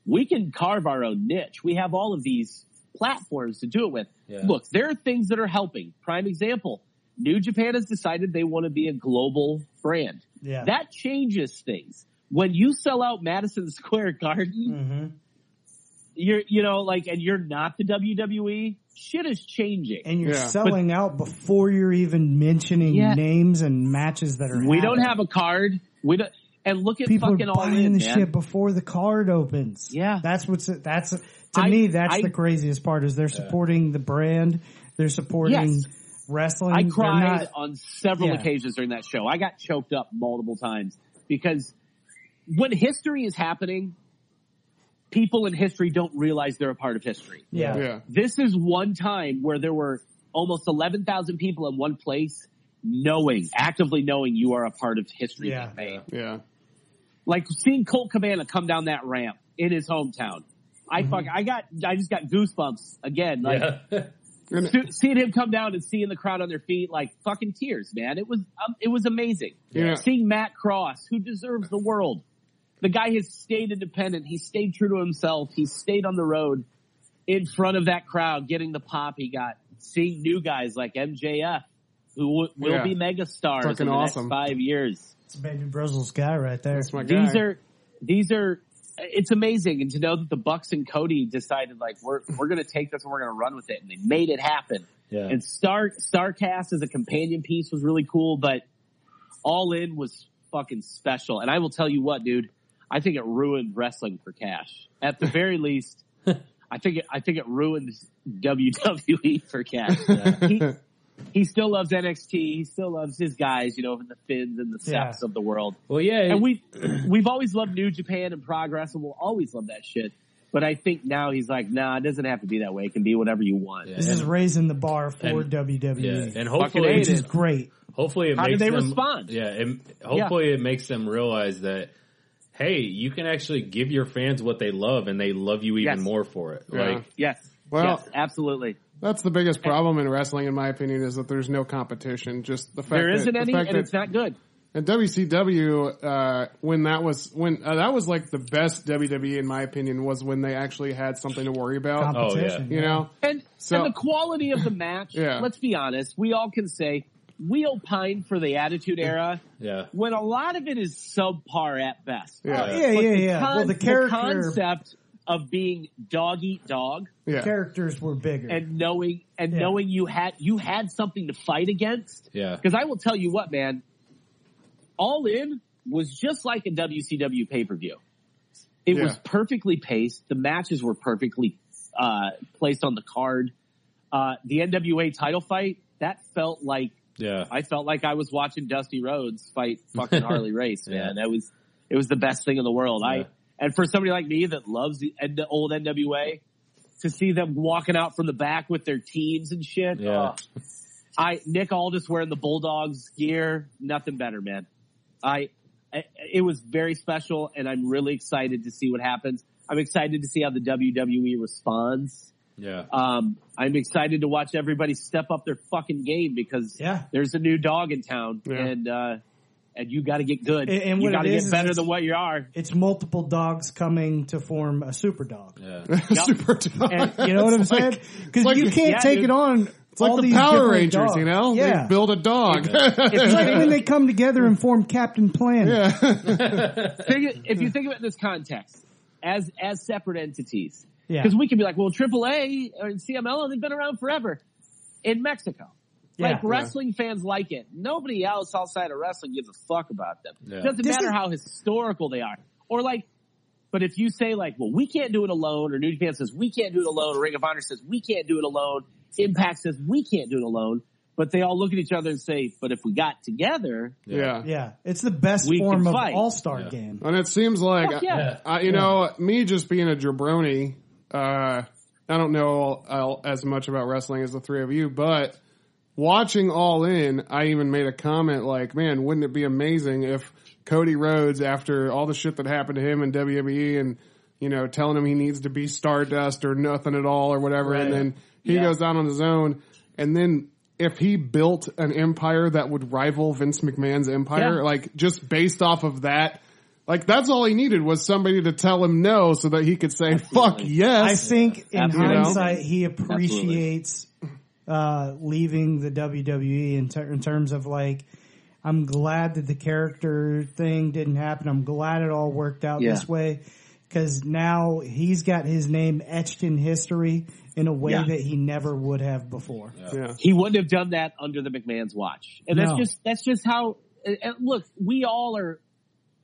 [SPEAKER 4] We can carve our own niche. We have all of these platforms to do it with.
[SPEAKER 6] Yeah.
[SPEAKER 4] Look, there are things that are helping. Prime example, New Japan has decided they want to be a global brand.
[SPEAKER 2] Yeah.
[SPEAKER 4] That changes things. When you sell out Madison Square Garden, you're, you know, like, and you're not the WWE, shit is changing.
[SPEAKER 2] and you're
[SPEAKER 5] Yeah.
[SPEAKER 2] selling out before you're even mentioning
[SPEAKER 4] Yeah.
[SPEAKER 2] names and matches that are
[SPEAKER 4] We don't
[SPEAKER 2] happening.
[SPEAKER 4] have a card. We don't. And look at
[SPEAKER 2] people are
[SPEAKER 4] fucking all
[SPEAKER 2] buying
[SPEAKER 4] in,
[SPEAKER 2] the
[SPEAKER 4] man.
[SPEAKER 2] shit before the card opens.
[SPEAKER 4] Yeah.
[SPEAKER 2] that's what's that's to
[SPEAKER 4] I-
[SPEAKER 2] me that's
[SPEAKER 4] I-
[SPEAKER 2] the craziest part is they're supporting the brand, they're supporting
[SPEAKER 4] Yes.
[SPEAKER 2] wrestling.
[SPEAKER 4] I
[SPEAKER 2] They're
[SPEAKER 4] cried
[SPEAKER 2] not-
[SPEAKER 4] on several
[SPEAKER 2] Yeah.
[SPEAKER 4] occasions during that show. I got choked up multiple times because when history is happening, people in history don't realize they're a part of history.
[SPEAKER 2] yeah.
[SPEAKER 5] Yeah.
[SPEAKER 4] This is one time where there were almost 11,000 people in one place knowing, actively knowing you are a part of history.
[SPEAKER 2] Yeah.
[SPEAKER 4] Man.
[SPEAKER 5] Yeah.
[SPEAKER 4] Like seeing Colt Cabana come down that ramp in his hometown. I
[SPEAKER 2] Mm-hmm.
[SPEAKER 4] fuck, I got, I just got goosebumps again. Like,
[SPEAKER 6] Yeah.
[SPEAKER 4] Se- seeing him come down and seeing the crowd on their feet, like fucking tears, man. It was um, it was amazing.
[SPEAKER 5] Yeah.
[SPEAKER 4] Seeing Matt Cross, who deserves the world, the guy has stayed independent. He stayed true to himself. He stayed on the road in front of that crowd, getting the pop he got. Seeing new guys like MJF, who w- will
[SPEAKER 5] Yeah.
[SPEAKER 4] be megastars
[SPEAKER 5] Fucking
[SPEAKER 4] in the
[SPEAKER 5] awesome.
[SPEAKER 4] next five years
[SPEAKER 2] It's baby Brizzle's guy right there.
[SPEAKER 5] That's my guy.
[SPEAKER 4] these are these are it's amazing and to know that the bucks and cody decided like we're we're going to take this and we're going to run with it and they made it happen
[SPEAKER 3] Yeah.
[SPEAKER 4] and star starcast as a companion piece was really cool but all in was fucking special and i will tell you what dude i think it ruined wrestling for cash at the very least i think it i think it ruined wwe for cash he, he still loves nxt he still loves his guys you know the fins and the
[SPEAKER 2] Yeah.
[SPEAKER 4] steps of the world
[SPEAKER 3] Well, yeah.
[SPEAKER 4] and we we've always loved New Japan and Progress, and we'll always love that shit. But I think now he's like, nah, it doesn't have to be that way. It can be whatever you want.
[SPEAKER 3] Yeah.
[SPEAKER 2] This is raising the bar for
[SPEAKER 3] and- yeah.
[SPEAKER 2] WWE,
[SPEAKER 3] And
[SPEAKER 4] Fucking
[SPEAKER 3] hopefully,
[SPEAKER 2] which is great.
[SPEAKER 3] hopefully it
[SPEAKER 4] How do
[SPEAKER 3] makes
[SPEAKER 4] they
[SPEAKER 3] them,
[SPEAKER 4] respond?
[SPEAKER 3] Yeah, and hopefully it makes them realize that hey, you can actually give your fans what they love, and they love you even
[SPEAKER 4] Yes.
[SPEAKER 3] more for it.
[SPEAKER 5] Yeah.
[SPEAKER 3] Like,
[SPEAKER 4] Yes.
[SPEAKER 5] Well-
[SPEAKER 4] yes, absolutely.
[SPEAKER 5] That's the biggest
[SPEAKER 4] Eh.
[SPEAKER 5] problem in wrestling, in my opinion, is that there's no competition. Just the fact
[SPEAKER 4] There
[SPEAKER 5] that,
[SPEAKER 4] isn't
[SPEAKER 5] the
[SPEAKER 4] any,
[SPEAKER 5] fact
[SPEAKER 4] and
[SPEAKER 5] that-
[SPEAKER 4] it's not good.
[SPEAKER 5] And WCW, uh, when that was when uh, that was like the best WWE in my opinion was when they actually had something to worry about.
[SPEAKER 2] Competition.
[SPEAKER 5] Oh, You know,
[SPEAKER 4] And
[SPEAKER 5] So-
[SPEAKER 4] and the quality of the match.
[SPEAKER 5] Yeah.
[SPEAKER 4] Let's be honest. We all can say we opine for the Attitude Era
[SPEAKER 3] yeah,
[SPEAKER 4] when a lot of it is subpar at best.
[SPEAKER 2] Oh,
[SPEAKER 5] yeah,
[SPEAKER 2] yeah, yeah,
[SPEAKER 4] But
[SPEAKER 2] yeah.
[SPEAKER 4] the con-
[SPEAKER 2] well, the character
[SPEAKER 4] concept of being dog eat dog
[SPEAKER 5] yeah,
[SPEAKER 2] characters were bigger.
[SPEAKER 4] and knowing and
[SPEAKER 2] Yeah.
[SPEAKER 4] knowing you had you had something to fight against.
[SPEAKER 3] yeah,
[SPEAKER 4] Because I will tell you what, man, All In was just like a WCW pay per view. It was
[SPEAKER 5] Yeah.
[SPEAKER 4] perfectly paced. The matches were perfectly uh, placed on the card. Uh, the NWA title fight that felt like
[SPEAKER 3] yeah.
[SPEAKER 4] I felt like I was watching Dusty Rhodes fight fucking Harley Race, man. That was it was the best thing in the world.
[SPEAKER 3] Yeah.
[SPEAKER 4] I and for somebody like me that loves the, and the old NWA, to see them walking out from the back with their teams and shit.
[SPEAKER 3] Yeah.
[SPEAKER 4] oh. I Nick Aldis wearing the Bulldogs gear, nothing better, man. I, I it was very special, and I'm really excited to see what happens. I'm excited to see how the WWE responds.
[SPEAKER 3] yeah.
[SPEAKER 4] Um, I'm excited to watch everybody step up their fucking game because
[SPEAKER 2] Yeah.
[SPEAKER 4] there's a new dog in town,
[SPEAKER 5] Yeah.
[SPEAKER 4] and uh, and you got to get good.
[SPEAKER 2] And- and
[SPEAKER 4] you
[SPEAKER 2] what
[SPEAKER 4] got to
[SPEAKER 2] it
[SPEAKER 4] get
[SPEAKER 2] is is
[SPEAKER 4] better
[SPEAKER 2] it's-
[SPEAKER 4] than what you are.
[SPEAKER 2] it's multiple dogs coming to form a super dog.
[SPEAKER 3] yeah.
[SPEAKER 5] super tough.
[SPEAKER 4] And-
[SPEAKER 2] You know what I'm
[SPEAKER 5] It's
[SPEAKER 2] saying?
[SPEAKER 5] like-
[SPEAKER 2] Because
[SPEAKER 5] like-
[SPEAKER 2] you can't
[SPEAKER 4] yeah,
[SPEAKER 2] take
[SPEAKER 4] dude.
[SPEAKER 2] it on.
[SPEAKER 5] It's like
[SPEAKER 2] all
[SPEAKER 5] the
[SPEAKER 2] these
[SPEAKER 5] Power
[SPEAKER 2] different
[SPEAKER 5] Rangers,
[SPEAKER 2] dogs.
[SPEAKER 5] you know?
[SPEAKER 2] Yeah.
[SPEAKER 5] They build a dog.
[SPEAKER 2] it's like when they come together and form Captain Planet.
[SPEAKER 5] yeah.
[SPEAKER 4] Think it- if you think about this context as as separate entities,
[SPEAKER 2] Yeah.
[SPEAKER 4] because we could be like, well, AAA and CMLL they've been around forever in Mexico.
[SPEAKER 2] Yeah.
[SPEAKER 4] Like wrestling fans like it. Nobody else outside of wrestling gives a fuck about them.
[SPEAKER 3] Yeah.
[SPEAKER 4] Doesn't
[SPEAKER 2] This
[SPEAKER 4] matter
[SPEAKER 2] is-
[SPEAKER 4] how historical they are. Or like, but if you say like, well, we can't do it alone, or New Japan says we can't do it alone, or Ring of Honor says we can't do it alone, Impact says we can't do it alone, but they all look at each other and say, but if we got together,
[SPEAKER 5] yeah.
[SPEAKER 2] Yeah. It's the best
[SPEAKER 4] We can
[SPEAKER 2] form of
[SPEAKER 4] fight.
[SPEAKER 2] all star
[SPEAKER 3] Yeah.
[SPEAKER 2] game.
[SPEAKER 5] And it seems like,
[SPEAKER 4] Fuck yeah.
[SPEAKER 5] I, you know, me just being a jabroni, uh, I don't know uh, as much about wrestling as the three of you, but watching All In, I even made a comment like, man, wouldn't it be amazing if Cody Rhodes, after all the shit that happened to him in WWE and, you know, telling him he needs to be Stardust or nothing at all or whatever, and then he goes out on his own, and then if he built an empire that would rival Vince McMahon's empire,
[SPEAKER 4] Yeah.
[SPEAKER 5] like just based off of that, like that's all he needed was somebody to tell him no so that he could say, fuck
[SPEAKER 2] I
[SPEAKER 5] yes.
[SPEAKER 2] think in
[SPEAKER 4] Absolutely.
[SPEAKER 2] hindsight, he appreciates uh, leaving the WWE in, ter- in terms of like, I'm glad that the character thing didn't happen. I'm glad it all worked out
[SPEAKER 4] Yeah.
[SPEAKER 2] this way because now he's got his name etched in history in a way
[SPEAKER 4] Yeah.
[SPEAKER 2] that he never would have before.
[SPEAKER 5] yeah.
[SPEAKER 4] he wouldn't have done that under the McMahon's watch. And that's
[SPEAKER 2] No.
[SPEAKER 4] just that's just how. And and look, we all are.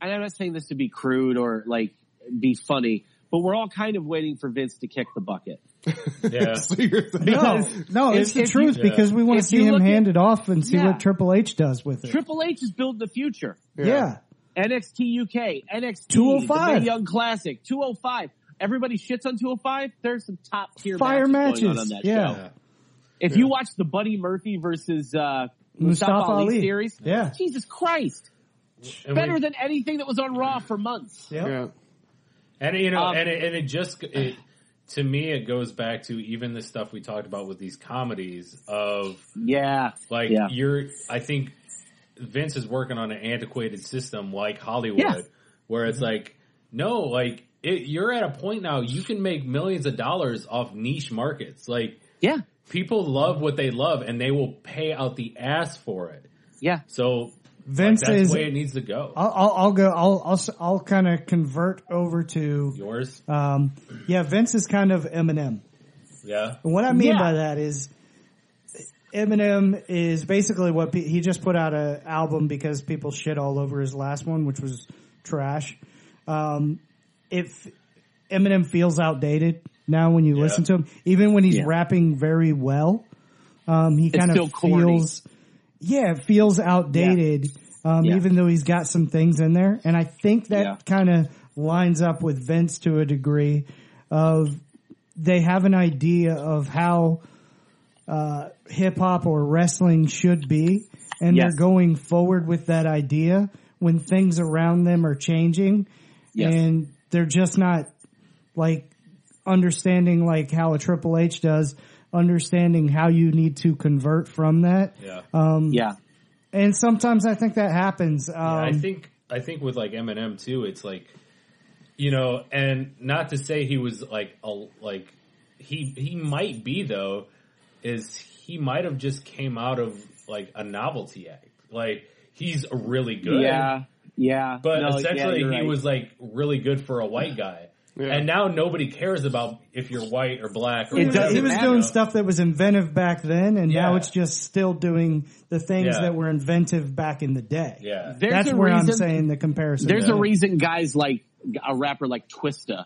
[SPEAKER 4] And I'm not saying this to be crude or like be funny, but we're all kind of waiting for Vince to kick the bucket.
[SPEAKER 3] Yeah.
[SPEAKER 5] So you're
[SPEAKER 2] No, no, it's
[SPEAKER 4] if-
[SPEAKER 2] the
[SPEAKER 4] if
[SPEAKER 2] truth
[SPEAKER 3] you-
[SPEAKER 2] because we want
[SPEAKER 4] If
[SPEAKER 2] to see
[SPEAKER 4] you
[SPEAKER 2] him
[SPEAKER 4] look at-
[SPEAKER 2] hand it off and see
[SPEAKER 4] Yeah.
[SPEAKER 2] what Triple H does with it.
[SPEAKER 4] Triple H is building the future.
[SPEAKER 2] yeah.
[SPEAKER 4] NXT UK, NXT,
[SPEAKER 2] 205.
[SPEAKER 4] the Mae Young Classic, 205. Everybody shits on 205. There's some top tier
[SPEAKER 2] Fire
[SPEAKER 4] matches, going on,
[SPEAKER 2] matches,
[SPEAKER 4] on that
[SPEAKER 2] yeah.
[SPEAKER 4] show. If you watch the Buddy Murphy versus uh, Mustafa,
[SPEAKER 2] Mustafa
[SPEAKER 4] Ali,
[SPEAKER 2] Ali.
[SPEAKER 4] series,
[SPEAKER 2] Yeah.
[SPEAKER 4] Jesus Christ,
[SPEAKER 3] And we-
[SPEAKER 4] better than anything that was on Raw for months.
[SPEAKER 2] Yep.
[SPEAKER 5] yeah.
[SPEAKER 3] And you know,
[SPEAKER 4] Um,
[SPEAKER 3] and it, and it just it, to me, it goes back to even the stuff we talked about with these comedies of
[SPEAKER 4] Yeah,
[SPEAKER 3] like
[SPEAKER 4] Yeah.
[SPEAKER 3] you're. I think Vince is working on an antiquated system like Hollywood,
[SPEAKER 4] Yeah. Mm-hmm.
[SPEAKER 3] where it's like no, like it, you're at a point now you can make millions of dollars off niche markets. Like
[SPEAKER 4] yeah,
[SPEAKER 3] people love what they love, and they will pay out the ass for it.
[SPEAKER 4] yeah.
[SPEAKER 3] So
[SPEAKER 2] Vince
[SPEAKER 3] that's
[SPEAKER 2] is.
[SPEAKER 3] the way it needs to go.
[SPEAKER 2] I'll, I'll, I'll go. I'll I'll, s- I'll kind of convert over to.
[SPEAKER 3] Yours,
[SPEAKER 2] Um, yeah, Vince is kind of Eminem.
[SPEAKER 3] yeah,
[SPEAKER 2] And What I mean
[SPEAKER 4] Yeah.
[SPEAKER 2] by that is Eminem is basically what pe- he just put out a album because people shit all over his last one, which was trash. Um, if Eminem feels outdated now when you listen to him, even when he's
[SPEAKER 4] Yeah.
[SPEAKER 2] rapping very well, um, he kind
[SPEAKER 4] still
[SPEAKER 2] of
[SPEAKER 4] corny.
[SPEAKER 2] feels, yeah, it feels outdated. Um,
[SPEAKER 4] Yeah.
[SPEAKER 2] even though he's got some things in there. And I think that
[SPEAKER 4] Yeah.
[SPEAKER 2] kind of lines up with Vince to a degree of they have an idea of how uh, hip hop or wrestling should be, and
[SPEAKER 4] Yes.
[SPEAKER 2] they're going forward with that idea when things around them are changing,
[SPEAKER 4] Yes.
[SPEAKER 2] and they're just not like understanding like how a Triple H does, understanding how you need to convert from that.
[SPEAKER 3] yeah.
[SPEAKER 4] yeah.
[SPEAKER 2] And sometimes I think that happens. Um,
[SPEAKER 3] I think I think with like Eminem too, it's like you know, and not to say he was like a like he he might be though is he might have just came out of like a novelty act. Like he's really good,
[SPEAKER 4] Yeah. Yeah.
[SPEAKER 3] But
[SPEAKER 4] No, yeah,
[SPEAKER 3] essentially,
[SPEAKER 4] you're
[SPEAKER 3] he
[SPEAKER 4] right.
[SPEAKER 3] was like really good for a white guy.
[SPEAKER 5] Yeah.
[SPEAKER 3] And now nobody cares about if you're white or black. Or
[SPEAKER 4] It
[SPEAKER 2] he was,
[SPEAKER 3] whatever,
[SPEAKER 4] doesn't
[SPEAKER 2] he was
[SPEAKER 4] matter.
[SPEAKER 2] doing stuff that was inventive back then, and now
[SPEAKER 3] Yeah.
[SPEAKER 2] it's just still doing the things
[SPEAKER 3] Yeah.
[SPEAKER 2] that were inventive back in the day.
[SPEAKER 3] Yeah,
[SPEAKER 4] There's
[SPEAKER 2] That's
[SPEAKER 4] a
[SPEAKER 2] where I'm
[SPEAKER 4] reason-
[SPEAKER 2] saying the comparison.
[SPEAKER 4] There's
[SPEAKER 2] goes.
[SPEAKER 4] a reason guys like a rapper like Twista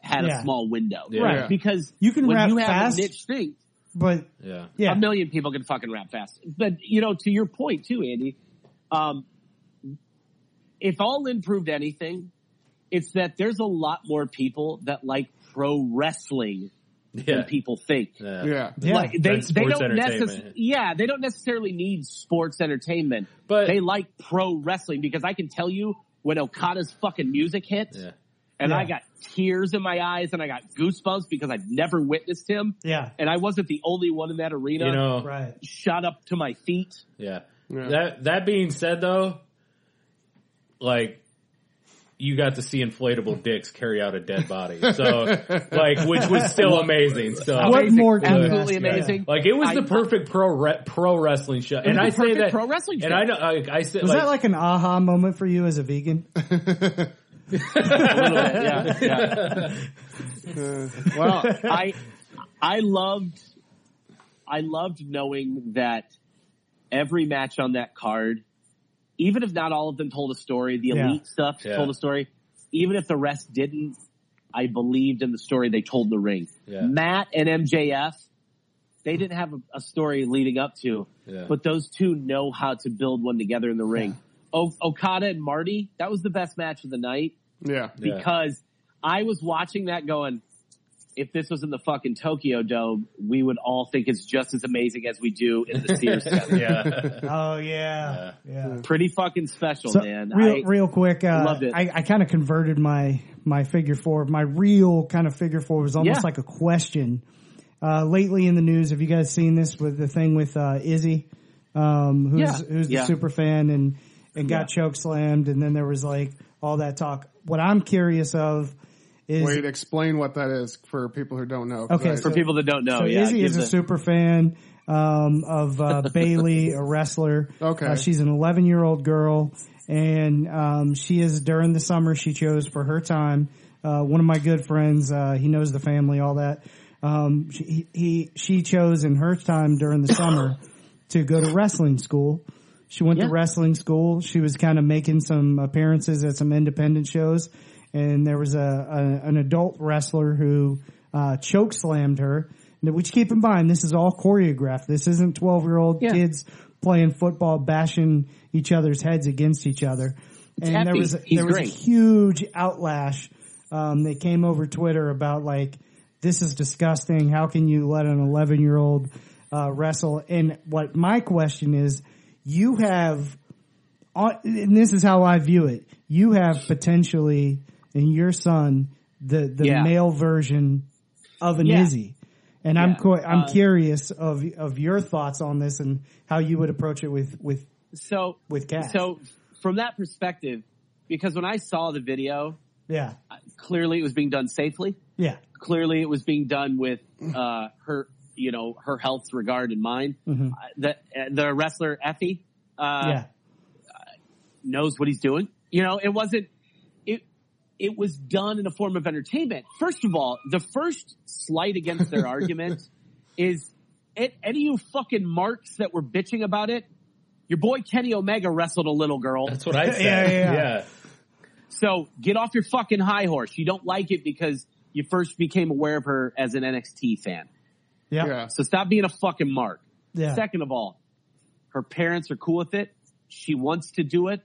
[SPEAKER 4] had
[SPEAKER 2] Yeah.
[SPEAKER 4] a small window,
[SPEAKER 5] Right.
[SPEAKER 4] Because
[SPEAKER 2] You can
[SPEAKER 4] when
[SPEAKER 2] rap
[SPEAKER 4] you have
[SPEAKER 2] fast.
[SPEAKER 4] a niche thing,
[SPEAKER 2] but
[SPEAKER 3] yeah.
[SPEAKER 2] yeah,
[SPEAKER 4] a million people can fucking rap fast. But you know, to your point too, Andy, um, if All In proved anything, it's that there's a lot more people that like pro wrestling
[SPEAKER 3] yeah.
[SPEAKER 4] than people think.
[SPEAKER 3] yeah.
[SPEAKER 5] Yeah.
[SPEAKER 2] yeah,
[SPEAKER 4] Like they,
[SPEAKER 3] Than
[SPEAKER 4] they
[SPEAKER 3] sports
[SPEAKER 4] don't necess-
[SPEAKER 3] entertainment.
[SPEAKER 4] yeah, they don't necessarily need sports entertainment,
[SPEAKER 3] But-
[SPEAKER 4] they like pro wrestling because I can tell you when Okada's fucking music hits,
[SPEAKER 3] Yeah.
[SPEAKER 4] and
[SPEAKER 2] Yeah.
[SPEAKER 4] I got tears in my eyes and I got goosebumps because I've never witnessed him,
[SPEAKER 2] yeah,
[SPEAKER 4] and I wasn't the only one in that arena.
[SPEAKER 3] You know,
[SPEAKER 2] right.
[SPEAKER 4] shot up to my feet.
[SPEAKER 3] Yeah.
[SPEAKER 5] Yeah.
[SPEAKER 3] That that being said though, like you got to see inflatable dicks carry out a dead body. So like which was still amazing. So
[SPEAKER 2] What
[SPEAKER 4] Amazing.
[SPEAKER 2] more can you ask?
[SPEAKER 4] Absolutely amazing.
[SPEAKER 3] like it was
[SPEAKER 4] I-
[SPEAKER 3] the perfect pro re- pro wrestling show. And
[SPEAKER 4] the
[SPEAKER 3] I say
[SPEAKER 4] perfect
[SPEAKER 3] that
[SPEAKER 4] pro wrestling
[SPEAKER 3] And
[SPEAKER 4] show.
[SPEAKER 3] I know I, I said
[SPEAKER 2] Was
[SPEAKER 3] like,
[SPEAKER 2] that like an aha moment for you as a vegan?
[SPEAKER 4] A little bit, yeah, yeah.
[SPEAKER 5] Uh, well,
[SPEAKER 4] I I loved I loved knowing that every match on that card, even if not all of them told a story, the
[SPEAKER 2] Yeah.
[SPEAKER 4] elite stuff
[SPEAKER 3] Yeah.
[SPEAKER 4] told a story. Even if the rest didn't, I believed in the story they told in the ring.
[SPEAKER 3] Yeah.
[SPEAKER 4] Matt and MJF, they didn't have a, a story leading up to,
[SPEAKER 3] Yeah.
[SPEAKER 4] but those two know how to build one together in the ring. O- Okada and Marty, that was the best match of the night
[SPEAKER 5] yeah.
[SPEAKER 3] Yeah.
[SPEAKER 4] because I was watching that going, if this was in the fucking Tokyo Dome, we would all think it's just as amazing as we do in the Sears Center.
[SPEAKER 3] yeah.
[SPEAKER 2] Oh yeah, yeah.
[SPEAKER 4] Pretty fucking special,
[SPEAKER 2] So,
[SPEAKER 4] man.
[SPEAKER 2] real,
[SPEAKER 4] I,
[SPEAKER 2] real quick, uh,
[SPEAKER 4] loved it.
[SPEAKER 2] I, I kind of converted my my figure four. My real kind of figure four was almost
[SPEAKER 4] Yeah.
[SPEAKER 2] like a question. Uh, lately in the news, have you guys seen this with the thing with uh, Izzy, um, who's
[SPEAKER 4] Yeah.
[SPEAKER 2] who's the
[SPEAKER 4] Yeah.
[SPEAKER 2] super fan and and got choke slammed, and then there was like all that talk. What I'm curious of is
[SPEAKER 5] Wait, explain what that is for people who don't know. 'cause
[SPEAKER 2] Okay,
[SPEAKER 5] I-
[SPEAKER 4] for people that don't know,
[SPEAKER 2] so
[SPEAKER 4] Oh, yeah,
[SPEAKER 2] Izzy
[SPEAKER 4] give
[SPEAKER 2] is a
[SPEAKER 4] the-
[SPEAKER 2] super fan um, of uh, Bailey, a wrestler.
[SPEAKER 5] Okay.
[SPEAKER 2] Uh, she's an 11 year old girl, and um, she is during the summer. She chose for her time. Uh, one of my good friends, uh, he knows the family, all that. Um, she, he, he, she chose in her time during the summer to go to wrestling school. She went to
[SPEAKER 4] Yeah.
[SPEAKER 2] wrestling school. She was kind of making some appearances at some independent shows, and there was a, a an adult wrestler who uh, choke slammed her. Which keep in mind, this is all choreographed. This isn't 12 year old
[SPEAKER 4] Yeah.
[SPEAKER 2] kids playing football, bashing each other's heads against each other. and there
[SPEAKER 4] happy.
[SPEAKER 2] was, a,
[SPEAKER 4] He's
[SPEAKER 2] there was a
[SPEAKER 4] great.
[SPEAKER 2] huge outlash. Um, that came over Twitter about like, this is disgusting. How can you let an 11 year old, uh, wrestle? And what my question is, you have on- and this is how I view it. You have potentially in your son the the
[SPEAKER 4] Yeah.
[SPEAKER 2] male version of an
[SPEAKER 4] Yeah.
[SPEAKER 2] Izzy, and I'm
[SPEAKER 4] Yeah.
[SPEAKER 2] co- I'm
[SPEAKER 4] Uh,
[SPEAKER 2] curious of of your thoughts on this and how you would approach it with with
[SPEAKER 4] So
[SPEAKER 2] with Cass.
[SPEAKER 4] So from that perspective, because when I saw the video,
[SPEAKER 2] yeah,
[SPEAKER 4] clearly it was being done safely.
[SPEAKER 2] yeah,
[SPEAKER 4] Clearly it was being done with uh, her, you know, her health's regard in mind.
[SPEAKER 2] Mhm.
[SPEAKER 4] Uh, the uh, the wrestler Effie uh,
[SPEAKER 2] yeah,
[SPEAKER 4] knows what he's doing. You know, it wasn't. It it was done in a form of entertainment. First of all, the first slight against their argument is it, any of you fucking marks that were bitching about it. Your boy Kenny Omega wrestled a little girl.
[SPEAKER 6] That's what I said.
[SPEAKER 2] Yeah, yeah, yeah.
[SPEAKER 4] So get off your fucking high horse. You don't like it because you first became aware of her as an NXT fan.
[SPEAKER 2] yeah, yeah.
[SPEAKER 5] Yeah.
[SPEAKER 4] So stop being a fucking mark.
[SPEAKER 2] Yeah.
[SPEAKER 4] Second of all, her parents are cool with it. She wants to do it.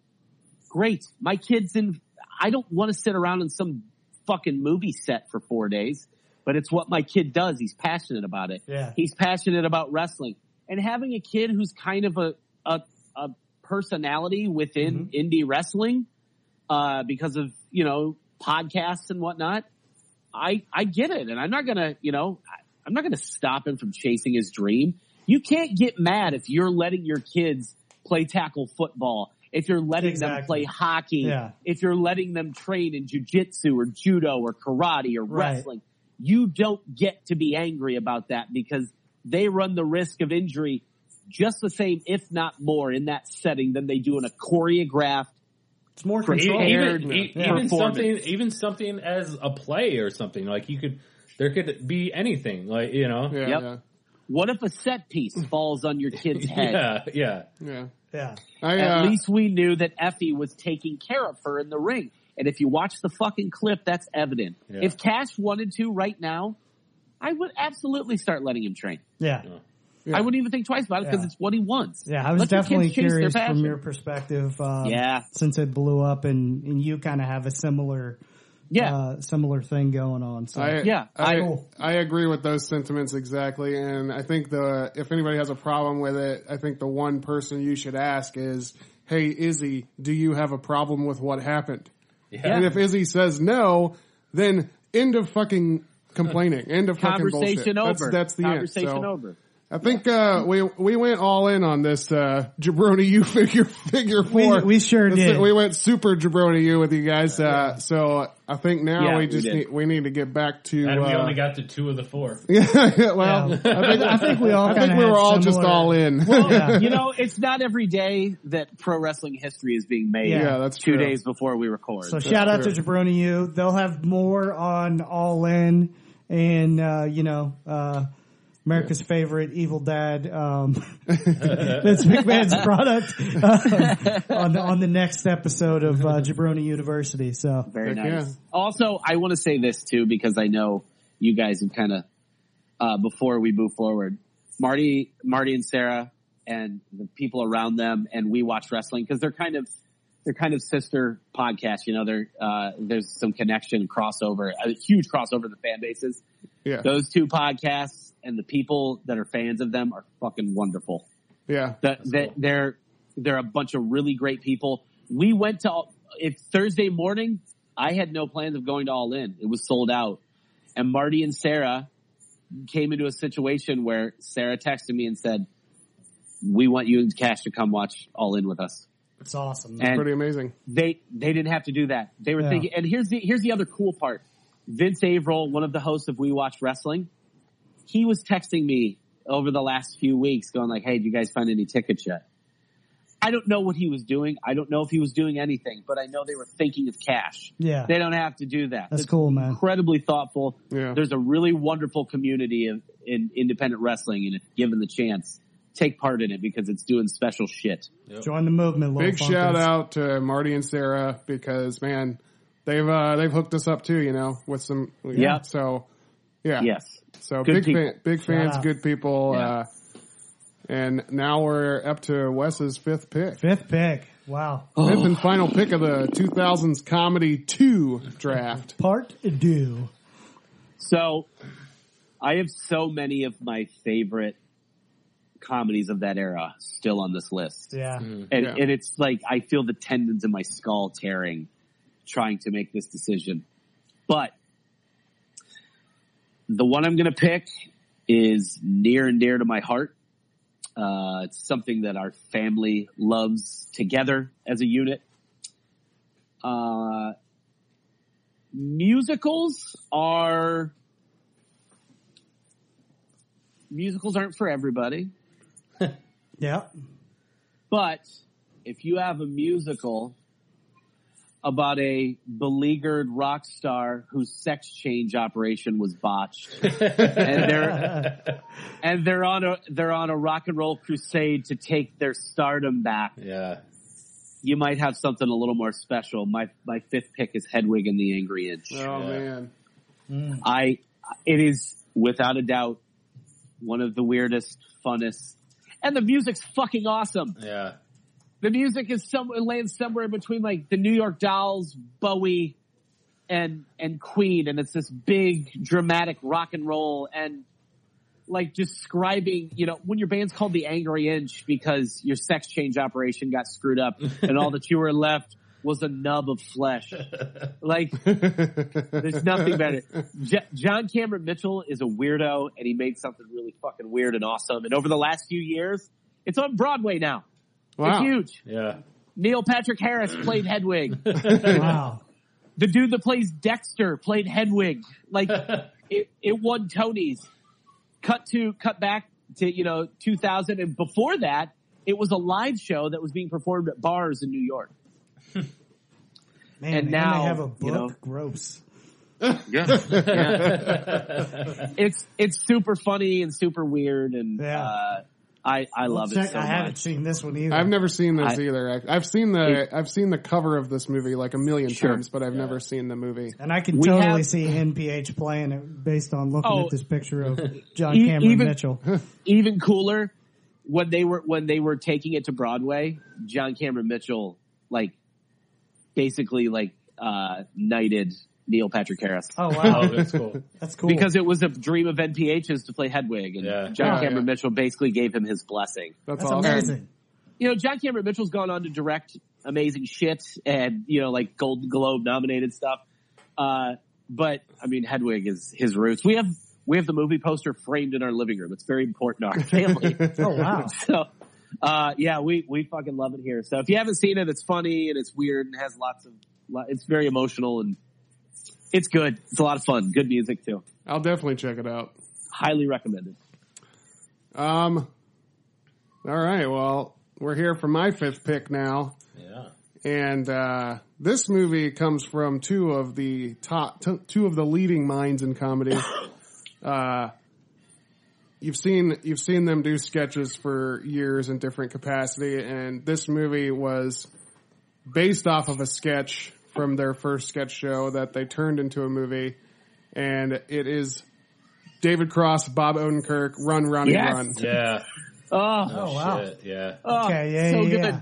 [SPEAKER 4] Great. My kids in, I don't want to sit around in some fucking movie set for four days, but it's what my kid does. He's passionate about it.
[SPEAKER 2] Yeah.
[SPEAKER 4] He's passionate about wrestling and having a kid who's kind of a, a, a personality within
[SPEAKER 2] Mm-hmm.
[SPEAKER 4] indie wrestling, uh, because of, you know, podcasts and whatnot. I, I get it. And I'm not going to, you know, I, I'm not going to stop him from chasing his dream. You can't get mad if you're letting your kids play tackle football, if you're letting them
[SPEAKER 2] Exactly.
[SPEAKER 4] play hockey,
[SPEAKER 2] Yeah.
[SPEAKER 4] if you're letting them train in jujitsu or judo or karate or
[SPEAKER 2] Right.
[SPEAKER 4] wrestling. You don't get to be angry about that because they run the risk of injury just the same, if not more, in that setting than they do in a choreographed
[SPEAKER 2] It's more
[SPEAKER 4] For
[SPEAKER 2] control.
[SPEAKER 4] eight-
[SPEAKER 6] even, e-
[SPEAKER 2] Yeah.
[SPEAKER 4] Performance.
[SPEAKER 6] even something even something as a play or something like you could there could be anything like you know
[SPEAKER 5] Yeah.
[SPEAKER 4] Yep.
[SPEAKER 5] Yeah.
[SPEAKER 4] What if a set piece falls on your kid's head?
[SPEAKER 6] yeah yeah
[SPEAKER 5] Yeah.
[SPEAKER 2] yeah,
[SPEAKER 5] I,
[SPEAKER 4] At
[SPEAKER 5] uh,
[SPEAKER 4] least we knew that Effie was taking care of her in the ring. And if you watch the fucking clip, that's evident.
[SPEAKER 6] Yeah.
[SPEAKER 4] If Cash wanted to right now, I would absolutely start letting him train.
[SPEAKER 2] yeah.
[SPEAKER 5] Yeah.
[SPEAKER 4] I wouldn't even think twice about it because
[SPEAKER 2] Yeah.
[SPEAKER 4] it's what he wants.
[SPEAKER 2] Yeah, I was
[SPEAKER 4] Let your kids
[SPEAKER 2] definitely
[SPEAKER 4] chase their
[SPEAKER 2] curious
[SPEAKER 4] passion.
[SPEAKER 2] from your perspective. Um,
[SPEAKER 4] Yeah.
[SPEAKER 2] since it blew up and and you kind of have a similar
[SPEAKER 4] Yeah.
[SPEAKER 2] uh, similar thing going on. So
[SPEAKER 5] I,
[SPEAKER 4] Yeah,
[SPEAKER 5] I,
[SPEAKER 2] I-
[SPEAKER 5] I agree with those sentiments exactly. And I think the, if anybody has a problem with it, I think the one person you should ask is, Hey, Izzy, do you have a problem with what happened? And if Izzy says no, then end of fucking complaining. End of fucking bullshit.
[SPEAKER 4] Conversation
[SPEAKER 5] That's-
[SPEAKER 4] over.
[SPEAKER 5] That's, the
[SPEAKER 4] Conversation
[SPEAKER 5] end. So
[SPEAKER 4] over.
[SPEAKER 5] I think, uh, we, we went all in on this, uh, jabroni you figure, figure four.
[SPEAKER 2] we sure
[SPEAKER 5] That's it.
[SPEAKER 2] did.
[SPEAKER 5] We went super jabroni you with you guys. Uh, so I think now
[SPEAKER 4] Yeah,
[SPEAKER 5] we
[SPEAKER 4] we
[SPEAKER 5] just
[SPEAKER 4] did.
[SPEAKER 5] need, we need to get back to,
[SPEAKER 6] and we
[SPEAKER 5] uh,
[SPEAKER 6] only got to two of the four
[SPEAKER 5] yeah, well, I think,
[SPEAKER 2] I think we all.
[SPEAKER 5] I
[SPEAKER 2] kinda
[SPEAKER 5] think we
[SPEAKER 2] had
[SPEAKER 5] were all just
[SPEAKER 2] similar-
[SPEAKER 5] all in.
[SPEAKER 2] Yeah.
[SPEAKER 4] you know, it's not every day that pro wrestling history is being made.
[SPEAKER 2] Yeah. Yeah,
[SPEAKER 5] that's
[SPEAKER 4] two
[SPEAKER 5] true.
[SPEAKER 4] days before we record.
[SPEAKER 2] So shout out to
[SPEAKER 5] true.
[SPEAKER 2] Jabroni U. They'll have more on All In and uh, you know uh, America's favorite Evil Dad. Um, Vince McMahon's product um, on the, on the next episode of uh, Jabroni University. So
[SPEAKER 4] Very
[SPEAKER 5] Heck
[SPEAKER 4] nice.
[SPEAKER 5] yeah.
[SPEAKER 4] Also, I want to say this too because I know you guys have kind of uh, before we move forward, Marty, Marty and Sarah, and the people around them, and we watch wrestling because they're kind of they're kind of sister podcasts. You know, they're, uh, there's some connection crossover, a huge crossover in the fan bases.
[SPEAKER 5] yeah,
[SPEAKER 4] Those two podcasts and the people that are fans of them are fucking wonderful
[SPEAKER 5] yeah,
[SPEAKER 4] that that they're they're a bunch of really great people. We went to all- if Thursday morning. I had no plans of going to All In. It was sold out, and Marty and Sarah came into a situation where Sarah texted me and said, "We want you and Cash to come watch All In with us."
[SPEAKER 2] it's awesome.
[SPEAKER 4] And
[SPEAKER 5] pretty amazing.
[SPEAKER 4] they they didn't have to do that. They were
[SPEAKER 2] Yeah.
[SPEAKER 4] thinking. And here's the here's the other cool part. Vince Averill, one of the hosts of We Watch Wrestling, he was texting me over the last few weeks, going like, "Hey, did you guys find any tickets yet?" I don't know what he was doing. I don't know if he was doing anything, but I know they were thinking of cash.
[SPEAKER 2] Yeah.
[SPEAKER 4] they don't have to do that.
[SPEAKER 2] That's
[SPEAKER 4] It's
[SPEAKER 2] cool, man.
[SPEAKER 4] Incredibly thoughtful.
[SPEAKER 5] Yeah.
[SPEAKER 4] there's a really wonderful community of, in independent wrestling, and if given the chance, take part in it because it's doing special shit.
[SPEAKER 2] Join the movement, little
[SPEAKER 5] Big shout
[SPEAKER 2] Funkers.
[SPEAKER 5] out to Marty and Sarah because man, they've uh, they've hooked us up too. You know, with some yeah.
[SPEAKER 4] Yeah.
[SPEAKER 5] So Yeah.
[SPEAKER 4] Yes.
[SPEAKER 5] So
[SPEAKER 4] Good
[SPEAKER 5] big
[SPEAKER 4] people.
[SPEAKER 5] fan, big fans,
[SPEAKER 2] Yeah.
[SPEAKER 5] good people.
[SPEAKER 4] Yeah.
[SPEAKER 5] Uh, and now we're up to Wes's fifth pick, fifth
[SPEAKER 2] Fifth pick. Wow.
[SPEAKER 4] Oh.
[SPEAKER 5] and final pick of the 2000s comedy two draft.
[SPEAKER 2] Part due.
[SPEAKER 4] So I have so many of my favorite comedies of that era still on this list.
[SPEAKER 2] Yeah.
[SPEAKER 4] And,
[SPEAKER 5] Yeah.
[SPEAKER 4] and it's like I feel the tendons in my skull tearing trying to make this decision. But the one I'm going to pick is near and dear to my heart. Uh, it's something that our family loves together as a unit. Uh, musicals are musicals aren't for everybody.
[SPEAKER 2] Yeah.
[SPEAKER 4] But if you have a musical about a beleaguered rock star whose sex change operation was botched, and they're and they're on a they're on a rock and roll crusade to take their stardom back,
[SPEAKER 6] Yeah.
[SPEAKER 4] you might have something a little more special. My my fifth pick is Hedwig and the Angry Inch.
[SPEAKER 5] Oh man,
[SPEAKER 4] I it is without a doubt one of the weirdest, funnest, and the music's fucking awesome.
[SPEAKER 6] Yeah.
[SPEAKER 4] The music is somewhere lands somewhere between like the New York Dolls, Bowie, and and Queen, and it's this big dramatic rock and roll and like describing, you know, when your band's called the Angry Inch because your sex change operation got screwed up and all that you were left was a nub of flesh. Like there's nothing better. J- John Cameron Mitchell is a weirdo and he made something really fucking weird and awesome. And over the last few years, it's on Broadway now.
[SPEAKER 5] wow,
[SPEAKER 4] It's huge.
[SPEAKER 6] Yeah.
[SPEAKER 4] Neil Patrick Harris played Hedwig.
[SPEAKER 2] Wow.
[SPEAKER 4] the dude that plays Dexter played Hedwig. Like it, it won Tony's. Cut to cut back to you know 2000, and before that, it was a live show that was being performed at bars in New York.
[SPEAKER 2] Man,
[SPEAKER 4] And
[SPEAKER 2] and
[SPEAKER 4] now,
[SPEAKER 2] they have a book.
[SPEAKER 4] you know-
[SPEAKER 2] Gross.
[SPEAKER 4] It's it's super funny and super weird, and
[SPEAKER 2] Yeah.
[SPEAKER 4] uh, I I love
[SPEAKER 2] Check-
[SPEAKER 4] it. So
[SPEAKER 2] I haven't
[SPEAKER 4] much.
[SPEAKER 2] seen this one either.
[SPEAKER 5] I've never seen this
[SPEAKER 4] I-
[SPEAKER 5] either. I- I've seen the I've seen the cover of this movie like a million
[SPEAKER 4] Sure.
[SPEAKER 5] times, but I've never seen the movie.
[SPEAKER 2] and I can
[SPEAKER 4] We
[SPEAKER 2] totally
[SPEAKER 4] have-
[SPEAKER 2] see NPH playing it based on looking
[SPEAKER 4] Oh.
[SPEAKER 2] at this picture of John
[SPEAKER 4] E-
[SPEAKER 2] Cameron
[SPEAKER 4] even-
[SPEAKER 2] Mitchell.
[SPEAKER 4] Even cooler when they were when they were taking it to Broadway. John Cameron Mitchell like basically like uh knighted Neil Patrick Harris.
[SPEAKER 2] Oh
[SPEAKER 6] Oh,
[SPEAKER 2] wow,
[SPEAKER 6] that's cool.
[SPEAKER 2] that's cool.
[SPEAKER 4] because it was a dream of NPH's to play Hedwig, and
[SPEAKER 6] Yeah.
[SPEAKER 2] Oh,
[SPEAKER 4] John
[SPEAKER 5] Yeah,
[SPEAKER 4] Cameron
[SPEAKER 5] yeah.
[SPEAKER 4] Mitchell basically gave him his blessing.
[SPEAKER 5] That's,
[SPEAKER 2] that's
[SPEAKER 5] awesome.
[SPEAKER 2] amazing.
[SPEAKER 4] You know, John Cameron Mitchell's gone on to direct amazing shit and you know like Golden Globe nominated stuff. Uh, but I mean, Hedwig is his roots. We have we have the movie poster framed in our living room. It's very important to our family.
[SPEAKER 2] Oh wow,
[SPEAKER 4] so. Uh, yeah, we, we fucking love it here. So if you haven't seen it, it's funny and it's weird and has lots of, lo- it's very emotional and it's good. It's a lot of fun. Good music too.
[SPEAKER 5] I'll definitely check it out.
[SPEAKER 4] Highly recommended.
[SPEAKER 5] Um. All right. Well, we're here for my fifth pick now,
[SPEAKER 6] Yeah.
[SPEAKER 5] and uh, this movie comes from two of the top, t- two of the leading minds in comedy. uh, you've seen you've seen them do sketches for years in different capacity, and this movie was based off of a sketch from their first sketch show that they turned into a movie, and it is. David Cross, Bob Odenkirk, Run, Ronnie,
[SPEAKER 4] Yes.
[SPEAKER 5] Run.
[SPEAKER 6] Yeah.
[SPEAKER 4] Oh,
[SPEAKER 2] oh wow.
[SPEAKER 6] Shit. Yeah.
[SPEAKER 4] Oh,
[SPEAKER 2] Okay, yeah,
[SPEAKER 4] so
[SPEAKER 2] yeah, yeah.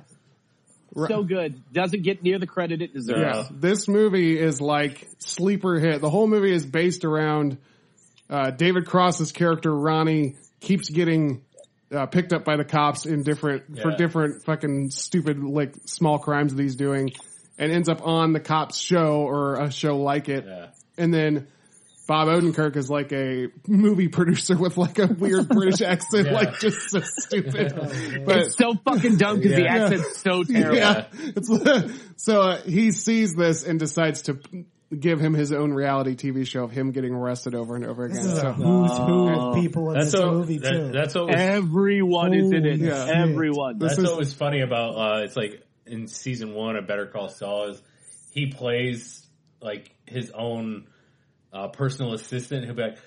[SPEAKER 4] good. So good. Doesn't get near the credit it deserves.
[SPEAKER 5] Yeah, this movie is like sleeper hit. The whole movie is based around uh, David Cross's character Ronnie keeps getting uh, picked up by the cops in different for
[SPEAKER 6] Yeah.
[SPEAKER 5] different fucking stupid like small crimes that he's doing, and ends up on the cops show or a show like it,
[SPEAKER 6] Yeah.
[SPEAKER 5] and then. Bob Odenkirk is like a movie producer with like a weird British accent, like just so stupid. But
[SPEAKER 4] It's so fucking dumb because the
[SPEAKER 6] Yeah.
[SPEAKER 4] accent's so terrible.
[SPEAKER 5] yeah. It's, so uh, he sees this and decides to give him his own reality TV show of him getting arrested over and over again.
[SPEAKER 2] This is a
[SPEAKER 5] So, uh,
[SPEAKER 2] who's who of people in
[SPEAKER 6] That's
[SPEAKER 2] this
[SPEAKER 6] so.
[SPEAKER 2] movie
[SPEAKER 6] that-
[SPEAKER 2] too.
[SPEAKER 6] that's what was
[SPEAKER 4] Everyone is in it.
[SPEAKER 2] Holy
[SPEAKER 5] Oh, Yeah. shit.
[SPEAKER 4] Everyone.
[SPEAKER 5] This
[SPEAKER 6] That's
[SPEAKER 5] is-
[SPEAKER 6] what was funny about uh, it's like in season one of Better Call Saul is he plays like his own
[SPEAKER 3] uh, personal assistant who'll be like,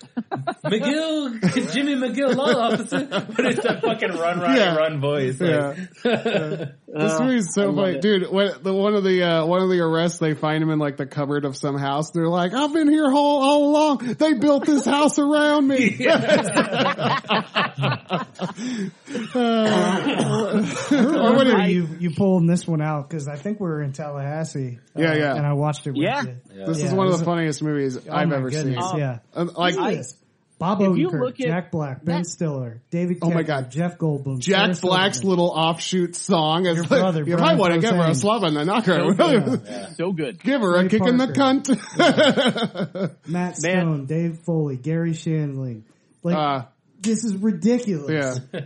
[SPEAKER 3] McGill, Jimmy McGill, law officer. But it's that fucking run, run,
[SPEAKER 5] Yeah.
[SPEAKER 3] run voice. Like,
[SPEAKER 5] This movie's
[SPEAKER 4] I
[SPEAKER 5] so
[SPEAKER 4] love
[SPEAKER 5] funny,
[SPEAKER 4] it.
[SPEAKER 5] dude. When, the one of the uh, one of the arrests, they find him in like the cupboard of some house. They're like, "I've been here all, all along. They built this house around me." Uh,
[SPEAKER 2] Or
[SPEAKER 5] or Oh, what did-
[SPEAKER 2] you you pulling this one out because I think we were in Tallahassee. uh,
[SPEAKER 5] Yeah, yeah.
[SPEAKER 2] And I watched it. With
[SPEAKER 4] Yeah. Um,
[SPEAKER 2] you.
[SPEAKER 5] this is
[SPEAKER 2] Yeah,
[SPEAKER 5] one of
[SPEAKER 2] this
[SPEAKER 5] the funniest movies
[SPEAKER 2] Oh
[SPEAKER 5] I've
[SPEAKER 2] my
[SPEAKER 5] ever
[SPEAKER 2] goodness,
[SPEAKER 5] seen.
[SPEAKER 2] Yeah.
[SPEAKER 5] Uh, like
[SPEAKER 2] Look at this. Bob
[SPEAKER 4] if you
[SPEAKER 2] Odenkirk,
[SPEAKER 4] look at
[SPEAKER 2] Jack Black, Ben
[SPEAKER 4] that-
[SPEAKER 2] Stiller, David.
[SPEAKER 5] Oh my
[SPEAKER 2] Koechler,
[SPEAKER 5] God.
[SPEAKER 2] Jeff Goldblum,
[SPEAKER 5] Jack
[SPEAKER 2] Sarah
[SPEAKER 5] Black's
[SPEAKER 2] Silverman.
[SPEAKER 5] little offshoot song is
[SPEAKER 2] Your
[SPEAKER 5] like,
[SPEAKER 2] brother,
[SPEAKER 5] if I
[SPEAKER 2] Brian
[SPEAKER 5] want to give her a
[SPEAKER 2] Posehn.
[SPEAKER 5] slap in the knocker,
[SPEAKER 4] so good.
[SPEAKER 5] give her a
[SPEAKER 2] Ray
[SPEAKER 5] kick in the
[SPEAKER 2] Parker.
[SPEAKER 5] cunt.
[SPEAKER 2] Matt
[SPEAKER 4] Man.
[SPEAKER 2] Stone, Dave Foley, Gary Shandling. Like
[SPEAKER 5] uh,
[SPEAKER 2] this is ridiculous.
[SPEAKER 5] yeah,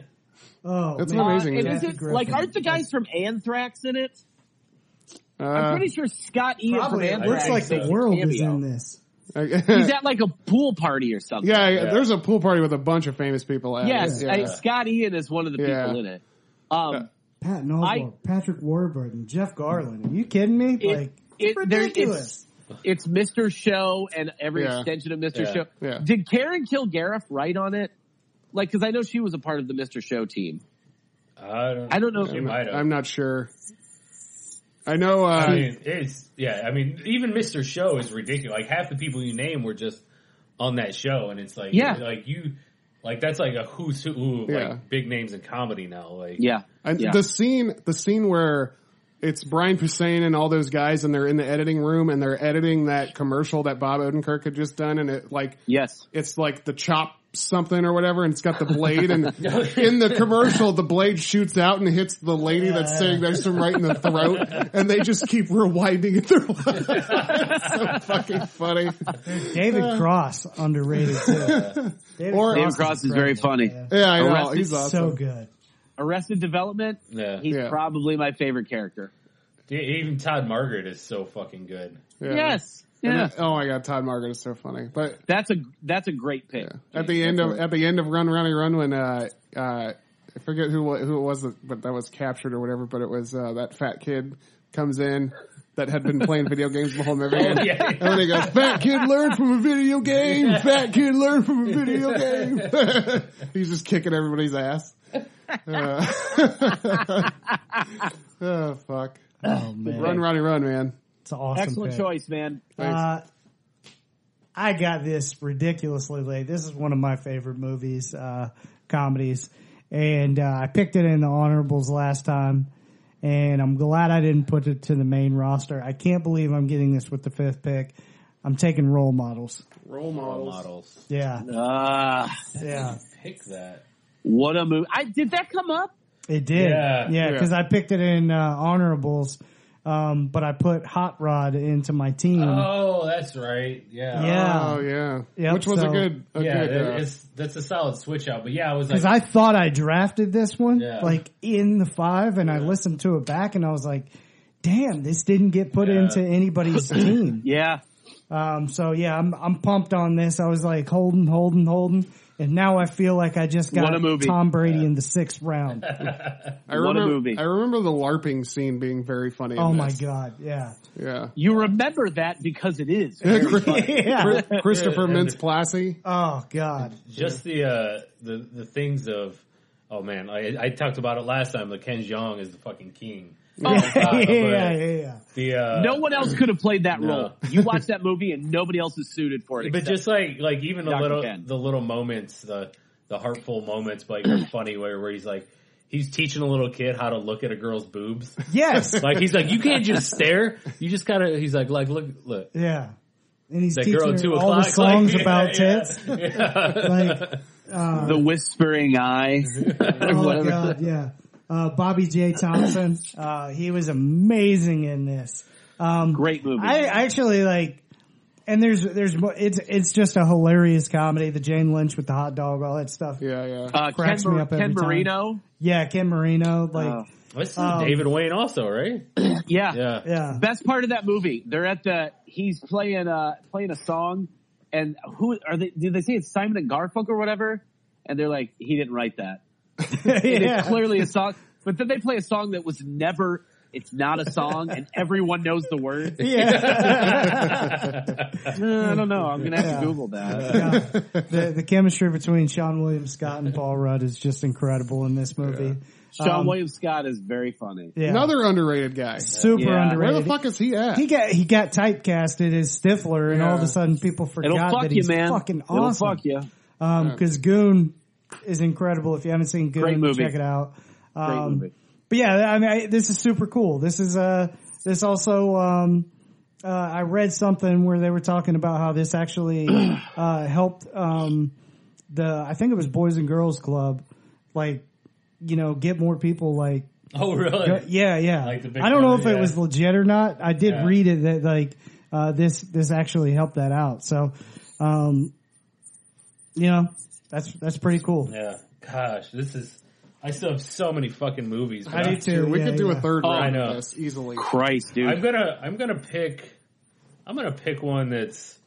[SPEAKER 2] Oh,
[SPEAKER 5] It's
[SPEAKER 2] man.
[SPEAKER 4] Uh,
[SPEAKER 5] amazing.
[SPEAKER 4] and
[SPEAKER 5] yeah.
[SPEAKER 4] is it,
[SPEAKER 2] Griffin.
[SPEAKER 4] like, aren't the guys from Anthrax in it? I'm
[SPEAKER 5] uh,
[SPEAKER 4] pretty sure Scott Ian from
[SPEAKER 2] Probably, it
[SPEAKER 4] Anthrax.
[SPEAKER 2] looks like
[SPEAKER 4] is
[SPEAKER 2] the
[SPEAKER 4] a
[SPEAKER 2] world is
[SPEAKER 4] cameo.
[SPEAKER 2] in this.
[SPEAKER 4] He's at like a pool party or something.
[SPEAKER 5] Yeah, yeah, there's a pool party with a bunch of famous people at
[SPEAKER 4] Yes,
[SPEAKER 5] it.
[SPEAKER 4] I-
[SPEAKER 5] Yeah.
[SPEAKER 4] Scott Ian is one of the
[SPEAKER 5] Yeah.
[SPEAKER 4] people in it. Um,
[SPEAKER 2] Patton Oswalt, Patrick Warburton, Jeff Garland. Are you kidding me?
[SPEAKER 4] It-
[SPEAKER 2] like
[SPEAKER 4] it- there-
[SPEAKER 2] ridiculous.
[SPEAKER 4] it's Mr. Show and every
[SPEAKER 5] Yeah.
[SPEAKER 4] extension of Mr.
[SPEAKER 3] Yeah.
[SPEAKER 4] Show.
[SPEAKER 5] Yeah.
[SPEAKER 4] Did Karen Kilgariff write on it? Like, because I know she was a part of the Mr. Show team.
[SPEAKER 3] I don't,
[SPEAKER 4] I don't know.
[SPEAKER 3] It might have.
[SPEAKER 5] I'm not sure. I know, uh,
[SPEAKER 3] I mean, it's yeah. I mean, even Mr. Show is ridiculous. Like half the people you name were just on that show, and it's like
[SPEAKER 4] Yeah.
[SPEAKER 3] like you like that's like a who's who of,
[SPEAKER 5] Yeah.
[SPEAKER 3] like big names in comedy now. Like
[SPEAKER 4] Yeah.
[SPEAKER 5] I-
[SPEAKER 4] yeah.
[SPEAKER 5] the scene, the scene where it's Brian Posehn and all those guys and they're in the editing room and they're editing that commercial that Bob Odenkirk had just done and it like,
[SPEAKER 4] yes.
[SPEAKER 5] it's like the chop something or whatever and it's got the blade and in the commercial the blade shoots out and hits the lady that's sitting next to him right in the throat and they just keep rewinding it through. it's so fucking funny.
[SPEAKER 2] David
[SPEAKER 4] Uh.
[SPEAKER 2] Cross underrated too. David
[SPEAKER 5] Or-
[SPEAKER 4] David Cross is very funny.
[SPEAKER 2] incredible,
[SPEAKER 5] Yeah, I know.
[SPEAKER 4] Arrested
[SPEAKER 5] He's
[SPEAKER 2] yeah.
[SPEAKER 5] awesome.
[SPEAKER 2] So good.
[SPEAKER 4] Arrested Development,
[SPEAKER 3] yeah.
[SPEAKER 4] he's
[SPEAKER 5] Yeah.
[SPEAKER 4] probably my favorite character.
[SPEAKER 3] Yeah, even Todd Margaret is so fucking good.
[SPEAKER 5] Yeah.
[SPEAKER 4] Yes.
[SPEAKER 5] And
[SPEAKER 4] Yeah.
[SPEAKER 5] that- oh my god, Todd Margaret is so funny. But
[SPEAKER 4] That's a that's a great pick.
[SPEAKER 5] yeah. at the end of at the end of Run Ronnie Run when uh uh I forget who wa- who it was that but that was captured or whatever, but it was uh that fat kid comes in that had been playing video games the whole movie. And
[SPEAKER 3] yeah.
[SPEAKER 5] then he goes, Fat kid learned from a video game, fat kid learned from a video game. He's just kicking everybody's ass. Uh, oh fuck.
[SPEAKER 2] Oh man,
[SPEAKER 5] Run Ronnie Run, man.
[SPEAKER 2] it's an awesome.
[SPEAKER 4] Excellent
[SPEAKER 2] pick.
[SPEAKER 4] choice, man.
[SPEAKER 5] Thanks.
[SPEAKER 2] Uh, I got this ridiculously late. This is one of my favorite movies, uh, comedies, and uh, I picked it in the honorables last time, and I'm glad I didn't put it to the main roster. I can't believe I'm getting this with the fifth pick. I'm taking role models.
[SPEAKER 3] Role
[SPEAKER 5] Role models.
[SPEAKER 3] models.
[SPEAKER 2] Yeah,
[SPEAKER 4] Ah,
[SPEAKER 2] yeah.
[SPEAKER 3] Pick that.
[SPEAKER 4] what a movie! I, did that come up?
[SPEAKER 2] It did. Yeah,
[SPEAKER 3] Yeah.
[SPEAKER 5] Yeah.
[SPEAKER 2] because I picked it in uh, honorables, um, but I put Hot Rod into my team.
[SPEAKER 3] Oh, that's right. Yeah.
[SPEAKER 5] Oh
[SPEAKER 2] Uh, yeah,
[SPEAKER 5] yeah.
[SPEAKER 2] Yep,
[SPEAKER 5] Which was
[SPEAKER 2] so-
[SPEAKER 5] a good a
[SPEAKER 3] Yeah,
[SPEAKER 5] good uh,
[SPEAKER 3] that is- that's a solid switch out. But yeah, I was like,
[SPEAKER 2] because I thought I drafted this one
[SPEAKER 3] Yeah.
[SPEAKER 2] like in the five, and I listened to it back, and I was like, "Damn, this didn't get put
[SPEAKER 3] Yeah.
[SPEAKER 2] into anybody's team."
[SPEAKER 4] Yeah,
[SPEAKER 2] Um, so yeah, I'm I'm pumped on this. I was like holding, holding, holding, and now I feel like I just got
[SPEAKER 4] What a movie.
[SPEAKER 2] Tom Brady in the sixth round.
[SPEAKER 5] I
[SPEAKER 4] What a
[SPEAKER 5] remember,
[SPEAKER 4] movie.
[SPEAKER 5] I remember the LARPing scene being very funny. in
[SPEAKER 2] oh my
[SPEAKER 5] this.
[SPEAKER 2] god, yeah,
[SPEAKER 5] Yeah.
[SPEAKER 4] you remember that because it is. Oh,
[SPEAKER 2] yeah.
[SPEAKER 5] Chris- Christopher Mintz Plassey.
[SPEAKER 2] Oh god,
[SPEAKER 3] just the uh, the the things of oh man, I, I talked about it last time. But Ken Jeong is the fucking king.
[SPEAKER 2] yeah,
[SPEAKER 3] but
[SPEAKER 2] yeah, yeah.
[SPEAKER 3] The uh,
[SPEAKER 4] uh, No one else could have played that
[SPEAKER 3] No.
[SPEAKER 4] role. You watch that movie, and nobody else is suited for it.
[SPEAKER 3] but
[SPEAKER 4] except-
[SPEAKER 3] just like like even the
[SPEAKER 4] Dr.
[SPEAKER 3] little
[SPEAKER 4] Ken.
[SPEAKER 3] the little moments, the the heartful moments, like are funny where where he's like he's teaching a little kid how to look at a girl's boobs.
[SPEAKER 2] Yes,
[SPEAKER 3] Like he's like you can't just stare. You just gotta. He's like like look look.
[SPEAKER 2] yeah. And he's
[SPEAKER 3] That
[SPEAKER 2] teaching
[SPEAKER 3] girl at two
[SPEAKER 2] her all the
[SPEAKER 3] o'clock.
[SPEAKER 2] songs
[SPEAKER 3] like,
[SPEAKER 2] about
[SPEAKER 3] yeah,
[SPEAKER 2] tits.
[SPEAKER 3] yeah, yeah.
[SPEAKER 2] Like,
[SPEAKER 4] the whispering eye.
[SPEAKER 2] Oh my
[SPEAKER 4] Whatever.
[SPEAKER 2] god, yeah. Uh, Bobby J. Thompson, uh, he was amazing in this.
[SPEAKER 4] Great movie.
[SPEAKER 2] I actually like, and there's, there's, mo- it's, it's just a hilarious comedy. The Jane Lynch with the hot dog, all that stuff. Yeah,
[SPEAKER 5] Yeah, yeah.
[SPEAKER 4] uh, Ken,
[SPEAKER 2] cracks
[SPEAKER 4] Mar-
[SPEAKER 2] me up every
[SPEAKER 4] Ken
[SPEAKER 2] time.
[SPEAKER 4] Marino.
[SPEAKER 2] Ken Marino, like,
[SPEAKER 4] Oh.
[SPEAKER 3] This is
[SPEAKER 2] Um,
[SPEAKER 3] David Wayne also, right?
[SPEAKER 4] Yeah.
[SPEAKER 3] Yeah.
[SPEAKER 2] yeah.
[SPEAKER 4] Best part of that movie, they're at the. He's playing uh playing a song, and who are they? Do they say it's Simon and Garfunkel or whatever? And they're like, he didn't write that. It is
[SPEAKER 2] yeah.
[SPEAKER 4] clearly a song, but then they play a song that was never It's not a song, and everyone knows the word.
[SPEAKER 2] Yeah.
[SPEAKER 4] Uh, I don't know. I'm gonna have
[SPEAKER 2] Yeah.
[SPEAKER 4] to Google that.
[SPEAKER 2] Yeah. The the chemistry between Sean William Scott and Paul Rudd is just incredible in this movie.
[SPEAKER 4] Sean
[SPEAKER 2] Um,
[SPEAKER 4] William Scott is very funny.
[SPEAKER 2] Yeah.
[SPEAKER 5] Another underrated guy.
[SPEAKER 2] super
[SPEAKER 4] Yeah.
[SPEAKER 5] Where
[SPEAKER 2] underrated.
[SPEAKER 5] the fuck is he at?
[SPEAKER 2] he got he got typecasted as Stifler, and all of
[SPEAKER 5] Yeah.
[SPEAKER 2] a sudden people
[SPEAKER 4] It'll
[SPEAKER 2] forgot
[SPEAKER 4] fuck
[SPEAKER 2] that
[SPEAKER 4] you,
[SPEAKER 2] he's
[SPEAKER 4] man.
[SPEAKER 2] fucking
[SPEAKER 4] It'll
[SPEAKER 2] awesome.
[SPEAKER 4] fuck you.
[SPEAKER 2] because Um, Goon is incredible. If you haven't seen Goon,
[SPEAKER 4] Great movie.
[SPEAKER 2] check it out. Um,
[SPEAKER 4] Great movie.
[SPEAKER 2] But yeah, I mean, I, this is super cool. This is uh, this also. Um, uh, I read something where they were talking about how this actually uh, helped um, the. I think it was Boys and Girls Club, like you know, get more people like
[SPEAKER 3] Oh, really?
[SPEAKER 2] Go- yeah, yeah.
[SPEAKER 3] Like the big
[SPEAKER 2] I don't know
[SPEAKER 3] brother,
[SPEAKER 2] if it
[SPEAKER 3] yeah.
[SPEAKER 2] was legit or not. I did
[SPEAKER 3] Yeah.
[SPEAKER 2] read it that like uh, this this actually helped that out. So, um, you know, that's that's pretty cool.
[SPEAKER 3] Yeah. Gosh, this is. I still have so many fucking movies.
[SPEAKER 2] I do too.
[SPEAKER 5] Dude, we
[SPEAKER 2] yeah,
[SPEAKER 5] could do
[SPEAKER 2] yeah.
[SPEAKER 5] a third
[SPEAKER 3] Oh, I
[SPEAKER 5] round
[SPEAKER 3] know.
[SPEAKER 5] of this easily.
[SPEAKER 4] Christ, dude.
[SPEAKER 3] I'm gonna I'm gonna pick I'm gonna pick one that's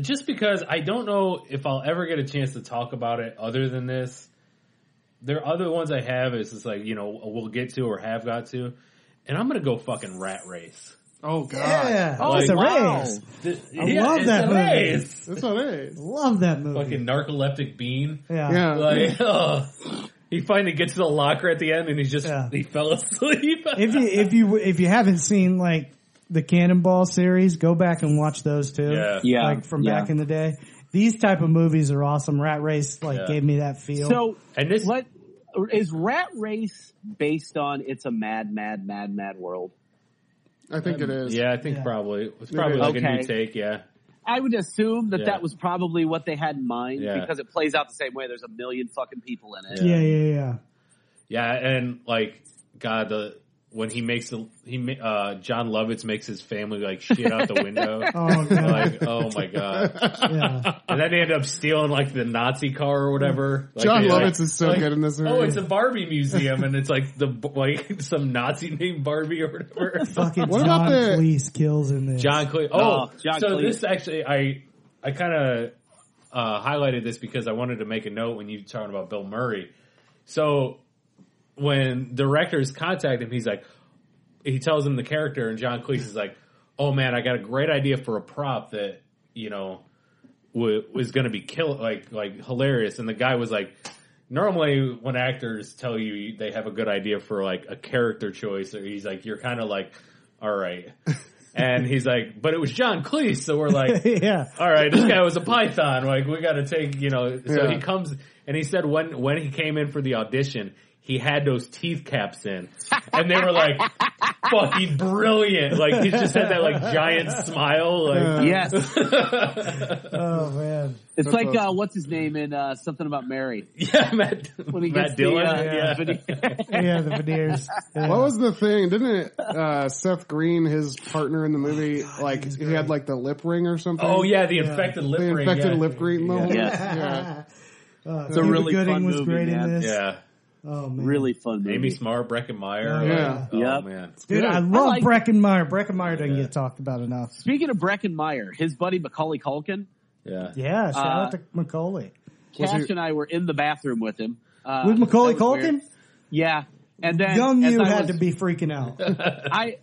[SPEAKER 3] just because I don't know if I'll ever get a chance to talk about it other than this. There are other ones I have is just like, you know, we'll get to or have got to. And I'm gonna go fucking rat race.
[SPEAKER 5] Oh god,
[SPEAKER 2] Yeah, it's a
[SPEAKER 4] wow.
[SPEAKER 2] race.
[SPEAKER 3] Th-
[SPEAKER 2] I love that movie.
[SPEAKER 3] race.
[SPEAKER 5] that's what it is.
[SPEAKER 2] Love that movie.
[SPEAKER 3] Fucking narcoleptic bean.
[SPEAKER 2] yeah.
[SPEAKER 5] Yeah,
[SPEAKER 3] Like oh. he finally gets to the locker at the end and he just
[SPEAKER 2] Yeah.
[SPEAKER 3] he fell asleep.
[SPEAKER 2] If you if you if you haven't seen like the Cannonball series, go back and watch those too.
[SPEAKER 3] Yeah.
[SPEAKER 4] Yeah.
[SPEAKER 2] like from
[SPEAKER 4] Yeah.
[SPEAKER 2] back in the day. These type of movies are awesome. Rat Race like
[SPEAKER 3] Yeah.
[SPEAKER 2] gave me that feel.
[SPEAKER 4] so
[SPEAKER 3] and this
[SPEAKER 4] what is Rat Race based on? It's a mad, mad, mad, mad world.
[SPEAKER 5] I think it is.
[SPEAKER 3] Yeah, I think
[SPEAKER 2] Yeah.
[SPEAKER 3] probably it's probably like a
[SPEAKER 4] Okay.
[SPEAKER 3] new take. Yeah,
[SPEAKER 4] I would assume that
[SPEAKER 3] Yeah.
[SPEAKER 4] that was probably what they had in mind
[SPEAKER 3] Yeah.
[SPEAKER 4] because it plays out the same way. There's a million fucking people in it.
[SPEAKER 2] yeah, yeah, yeah.
[SPEAKER 3] yeah, and like God, the when he makes the he ma- uh John Lovitz makes his family like shit out the window.
[SPEAKER 2] Oh god,
[SPEAKER 3] Like oh my god!
[SPEAKER 2] yeah.
[SPEAKER 3] And then they end up stealing like the Nazi car or whatever. Like,
[SPEAKER 5] John
[SPEAKER 3] they,
[SPEAKER 5] Lovitz
[SPEAKER 3] like,
[SPEAKER 5] is so
[SPEAKER 3] like,
[SPEAKER 5] good in this movie.
[SPEAKER 3] Oh, it's a Barbie museum, and it's like the like some Nazi named Barbie or whatever.
[SPEAKER 2] Fucking
[SPEAKER 5] What
[SPEAKER 2] John
[SPEAKER 5] about the-
[SPEAKER 2] Cleese kills in this.
[SPEAKER 3] John Cleese. Oh,
[SPEAKER 4] Oh, John
[SPEAKER 3] so
[SPEAKER 4] Cleese.
[SPEAKER 3] this actually, I I kind of uh, highlighted this because I wanted to make a note when you were talking about Bill Murray. So when directors contact him, he's like, he tells him the character, and John Cleese is like, "Oh man, I got a great idea for a prop that you know w- was going to be kill like like hilarious." And the guy was like. Normally, when actors tell you they have a good idea for like a character choice, or he's like, you're kind of like, all right, and he's like, but it was John Cleese. So we're like,
[SPEAKER 2] yeah.
[SPEAKER 3] all right, this guy was a Python. Like we got to take, you know, so
[SPEAKER 5] Yeah.
[SPEAKER 3] he comes and he said when, when he came in for the audition, he had those teeth caps in and they were like fucking brilliant. Like he just had that like giant smile. Like,
[SPEAKER 4] Yes, it's
[SPEAKER 2] Oh man.
[SPEAKER 4] like uh, what's his name in uh, something about Mary
[SPEAKER 3] yeah, Matt,
[SPEAKER 4] when he gets
[SPEAKER 3] Matt Dillon.
[SPEAKER 4] the uh,
[SPEAKER 3] yeah.
[SPEAKER 4] video-
[SPEAKER 2] Yeah, the veneers. Yeah.
[SPEAKER 5] What was the thing? Didn't it, uh, Seth Green, his partner in the movie, like he had like the lip ring or something?
[SPEAKER 3] Oh yeah, the infected lip
[SPEAKER 5] the
[SPEAKER 3] ring.
[SPEAKER 5] infected
[SPEAKER 3] yeah.
[SPEAKER 5] lip ring. The
[SPEAKER 3] Yeah.
[SPEAKER 5] whole-
[SPEAKER 4] Yes.
[SPEAKER 5] yeah.
[SPEAKER 4] It's a
[SPEAKER 2] Cuba
[SPEAKER 4] really
[SPEAKER 2] Uh, Gooding
[SPEAKER 4] fun
[SPEAKER 2] was
[SPEAKER 4] movie,
[SPEAKER 2] great
[SPEAKER 4] man.
[SPEAKER 2] in this.
[SPEAKER 3] Yeah.
[SPEAKER 2] Oh man.
[SPEAKER 4] Really fun movie.
[SPEAKER 3] Amy Smart, Breckin Meyer.
[SPEAKER 5] Yeah.
[SPEAKER 3] like,
[SPEAKER 4] Yeah.
[SPEAKER 3] Oh man.
[SPEAKER 2] Dude, I
[SPEAKER 4] I
[SPEAKER 2] love
[SPEAKER 4] like-
[SPEAKER 2] Breckenmeyer. Breckenmeyer doesn't
[SPEAKER 3] Yeah.
[SPEAKER 2] get talked about enough.
[SPEAKER 4] Speaking of Breckenmeyer, his buddy Macaulay Culkin,
[SPEAKER 3] Yeah.
[SPEAKER 2] Yeah, shout
[SPEAKER 4] Uh,
[SPEAKER 2] out to Macaulay.
[SPEAKER 4] Cash
[SPEAKER 5] it-
[SPEAKER 4] and I were in the bathroom with him. Uh,
[SPEAKER 2] With Macaulay
[SPEAKER 4] that was
[SPEAKER 2] Culkin?
[SPEAKER 4] weird. Yeah. And then
[SPEAKER 2] Young
[SPEAKER 4] as
[SPEAKER 2] you
[SPEAKER 4] I
[SPEAKER 2] had
[SPEAKER 4] was-
[SPEAKER 2] to be freaking out.
[SPEAKER 4] I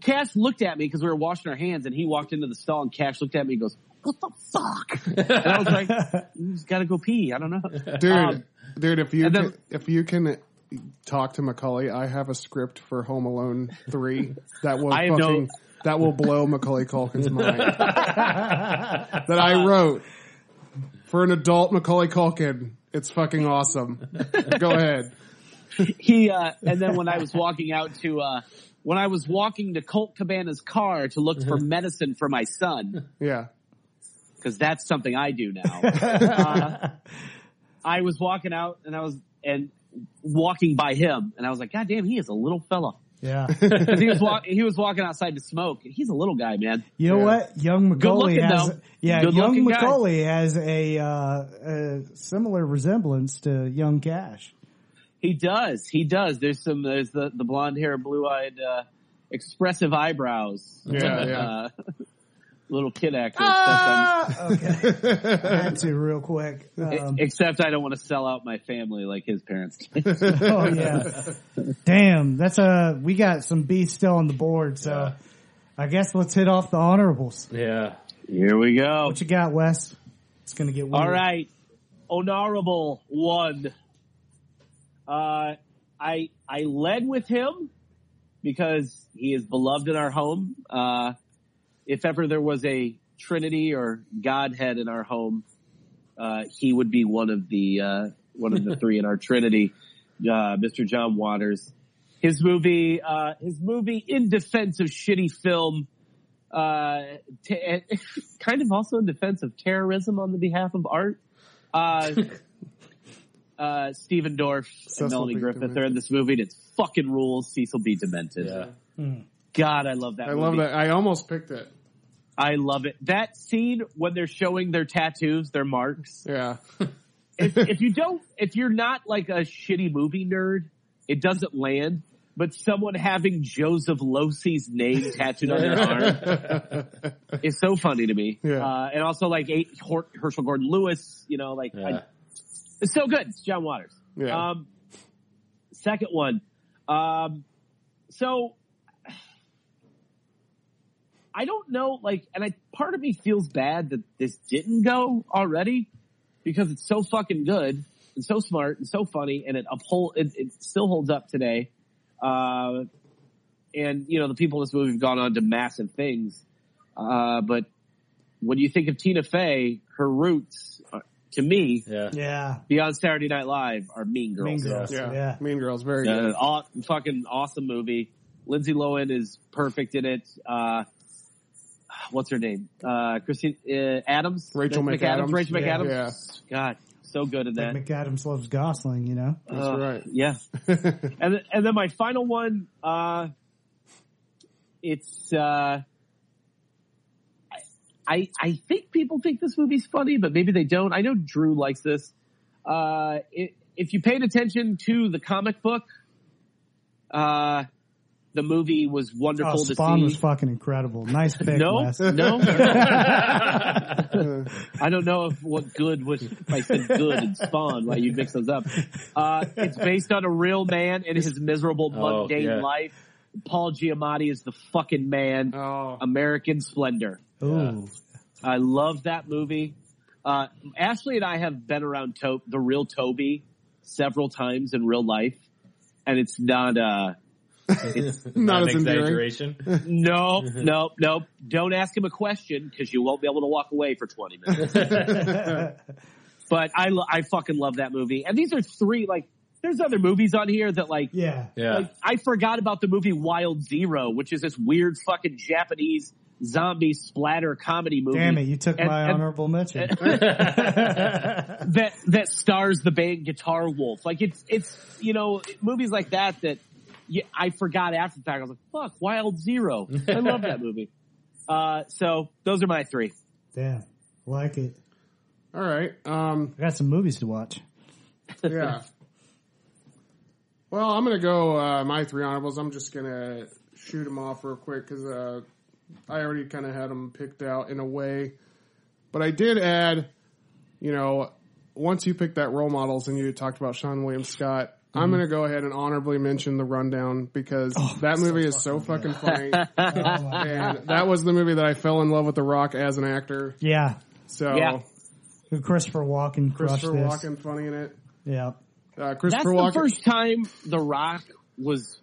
[SPEAKER 4] Cash looked at me because we were washing our hands, and he walked into the stall, and Cash looked at me and goes, "What the fuck?" and I was like, "You just gotta go pee." I don't know.
[SPEAKER 5] dude,
[SPEAKER 4] Um,
[SPEAKER 5] dude. If you
[SPEAKER 4] and
[SPEAKER 5] can,
[SPEAKER 4] then-
[SPEAKER 5] if you can talk to Macaulay, I have a script for Home Alone three that will
[SPEAKER 4] I have no-
[SPEAKER 5] fucking that will blow Macaulay Culkin's mind. that I wrote for an adult Macaulay Culkin. It's fucking awesome. Go ahead.
[SPEAKER 4] He uh, and then when I was walking out to uh, when I was walking to Colt Cabana's car to look for medicine for my son
[SPEAKER 5] Yeah.
[SPEAKER 4] because that's something I do now. uh, I was walking out, and I was and walking by him, and I was like, "God damn, he is a little fella."
[SPEAKER 2] Yeah.
[SPEAKER 4] 'Cause he was walk- he was walking outside to smoke. and He's a little guy, man.
[SPEAKER 2] You know
[SPEAKER 5] Yeah.
[SPEAKER 2] what? Young Macaulay
[SPEAKER 4] looking,
[SPEAKER 2] has
[SPEAKER 4] though.
[SPEAKER 2] yeah,
[SPEAKER 4] Good
[SPEAKER 2] young
[SPEAKER 4] looking guy.
[SPEAKER 2] Macaulay has a, uh, a similar resemblance to young Cash.
[SPEAKER 4] He does. He does. There's some. There's the the blonde hair, blue eyed, uh, expressive eyebrows.
[SPEAKER 5] Yeah, yeah.
[SPEAKER 4] Uh, little kid actor.
[SPEAKER 2] Ah! Okay. I had to real quick.
[SPEAKER 4] except, I'm,
[SPEAKER 2] Um,
[SPEAKER 4] except I don't want to sell out my family like his parents did.
[SPEAKER 2] oh yeah. Damn, that's a we got some beats still on the board, so
[SPEAKER 6] Yeah.
[SPEAKER 2] I guess let's hit off the honorables.
[SPEAKER 6] Yeah.
[SPEAKER 4] Here we go.
[SPEAKER 2] What you got, Wes? It's gonna get weird.
[SPEAKER 4] All right. Honorable one. Uh, I, I led with him because he is beloved in our home. Uh, if ever there was a Trinity or Godhead in our home, uh, he would be one of the, uh, one of the three in our Trinity, uh, Mr. John Waters. His movie, uh, his movie in defense of shitty film, uh, t- and kind of also in defense of terrorism on the behalf of art. Uh, uh, Steven Dorff
[SPEAKER 5] Cecil
[SPEAKER 4] and Melanie
[SPEAKER 5] B.
[SPEAKER 4] Griffith
[SPEAKER 5] DeMille.
[SPEAKER 4] are in this movie and it's fucking rules. Cecil B. Demented.
[SPEAKER 6] Yeah.
[SPEAKER 4] God, I love that.
[SPEAKER 5] I love
[SPEAKER 4] movie.
[SPEAKER 5] that. I almost picked it.
[SPEAKER 4] I love it. That scene when they're showing their tattoos, their marks.
[SPEAKER 5] Yeah.
[SPEAKER 4] If, if you don't, if you're not like a shitty movie nerd, it doesn't land. But someone having Joseph Losey's name tattooed on their arm is so funny to me.
[SPEAKER 5] Yeah.
[SPEAKER 4] Uh, and also like eight Hort, Herschel Gordon Lewis, you know, like I,
[SPEAKER 6] Yeah.
[SPEAKER 4] it's so good. It's John Waters.
[SPEAKER 5] Yeah.
[SPEAKER 4] Um, second one. Um, so I don't know, like, and I, part of me feels bad that this didn't go already because it's so fucking good and so smart and so funny and it uphold, it, it still holds up today. Uh, and you know, the people in this movie have gone on to massive things. Uh, but when you think of Tina Fey, her roots, uh, to me,
[SPEAKER 6] Yeah.
[SPEAKER 2] Yeah.
[SPEAKER 4] beyond Saturday Night Live are Mean
[SPEAKER 2] Mean
[SPEAKER 4] Girls.
[SPEAKER 2] Girls.
[SPEAKER 5] yeah.
[SPEAKER 2] Yeah.
[SPEAKER 5] Mean Girls. Very
[SPEAKER 4] Uh,
[SPEAKER 5] good.
[SPEAKER 4] aw- fucking awesome movie. Lindsay Lohan is perfect in it. Uh, what's her name? Uh, Christine uh, Adams.
[SPEAKER 5] Rachel
[SPEAKER 4] Liz
[SPEAKER 5] McAdams.
[SPEAKER 4] Rachel
[SPEAKER 2] Yeah.
[SPEAKER 4] McAdams.
[SPEAKER 5] Yeah.
[SPEAKER 4] God, so good in that.
[SPEAKER 2] Like McAdams loves Gosling, you know?
[SPEAKER 5] That's
[SPEAKER 4] Uh,
[SPEAKER 5] right.
[SPEAKER 4] Yeah. and th- and then my final one, uh, it's uh, I I- I think people think this movie's funny, but maybe they don't. I know Drew likes this. Uh, i if you paid attention to the comic book, uh, the movie was wonderful
[SPEAKER 2] Oh,
[SPEAKER 4] to
[SPEAKER 2] Spawn
[SPEAKER 4] see.
[SPEAKER 2] was fucking incredible. Nice pick,
[SPEAKER 4] no,
[SPEAKER 2] Wes.
[SPEAKER 4] no. I don't know if what good was if I said good and spawn why you mix those up. Uh, it's based on a real man and his miserable
[SPEAKER 6] Oh,
[SPEAKER 4] mundane
[SPEAKER 6] yeah.
[SPEAKER 4] life. Paul Giamatti is the fucking man.
[SPEAKER 5] Oh.
[SPEAKER 4] American Splendor.
[SPEAKER 2] Ooh.
[SPEAKER 4] I love that movie. Uh, Ashley and I have been around to- the real Toby several times in real life, and it's not. Uh,
[SPEAKER 5] Not
[SPEAKER 6] Not
[SPEAKER 5] as
[SPEAKER 6] an
[SPEAKER 5] endearing.
[SPEAKER 6] exaggeration.
[SPEAKER 4] nope, nope, nope. Don't ask him a question because you won't be able to walk away for 20 minutes. but I, lo- I fucking love that movie. And these are three, like, there's other movies on here that, like,
[SPEAKER 2] Yeah.
[SPEAKER 6] Yeah.
[SPEAKER 4] like, I forgot about the movie Wild Zero, which is this weird fucking Japanese zombie splatter comedy movie.
[SPEAKER 2] Damn it, you took
[SPEAKER 4] And-
[SPEAKER 2] my
[SPEAKER 4] and-
[SPEAKER 2] honorable mention.
[SPEAKER 4] that that stars the band Guitar Wolf. Like it's it's you know movies like that that you, I forgot after the fact. I was like, fuck, Wild Zero. I love that movie. Uh, so those are my three.
[SPEAKER 2] Damn. Like it.
[SPEAKER 5] All right. Um,
[SPEAKER 2] I got some movies to watch.
[SPEAKER 5] yeah. well, I'm gonna go. Uh, my three honorables. I'm just gonna shoot them off real quick because uh, I already kind of had them picked out in a way. But I did add, you know, once you picked that role models and you talked about Sean William Scott, I'm
[SPEAKER 4] Mm-hmm.
[SPEAKER 5] gonna go ahead and honorably mention the Rundown because
[SPEAKER 4] Oh,
[SPEAKER 5] that movie is so fucking funny. and that was the movie that I fell in love with The Rock as an actor.
[SPEAKER 2] Yeah.
[SPEAKER 5] So
[SPEAKER 4] Yeah.
[SPEAKER 2] Who Christopher Walken crushed
[SPEAKER 5] Christopher
[SPEAKER 2] this.
[SPEAKER 5] Walken funny in it.
[SPEAKER 2] Yeah.
[SPEAKER 5] Uh,
[SPEAKER 4] That's
[SPEAKER 5] Christopher
[SPEAKER 4] the
[SPEAKER 5] Walken.
[SPEAKER 4] first time The Rock was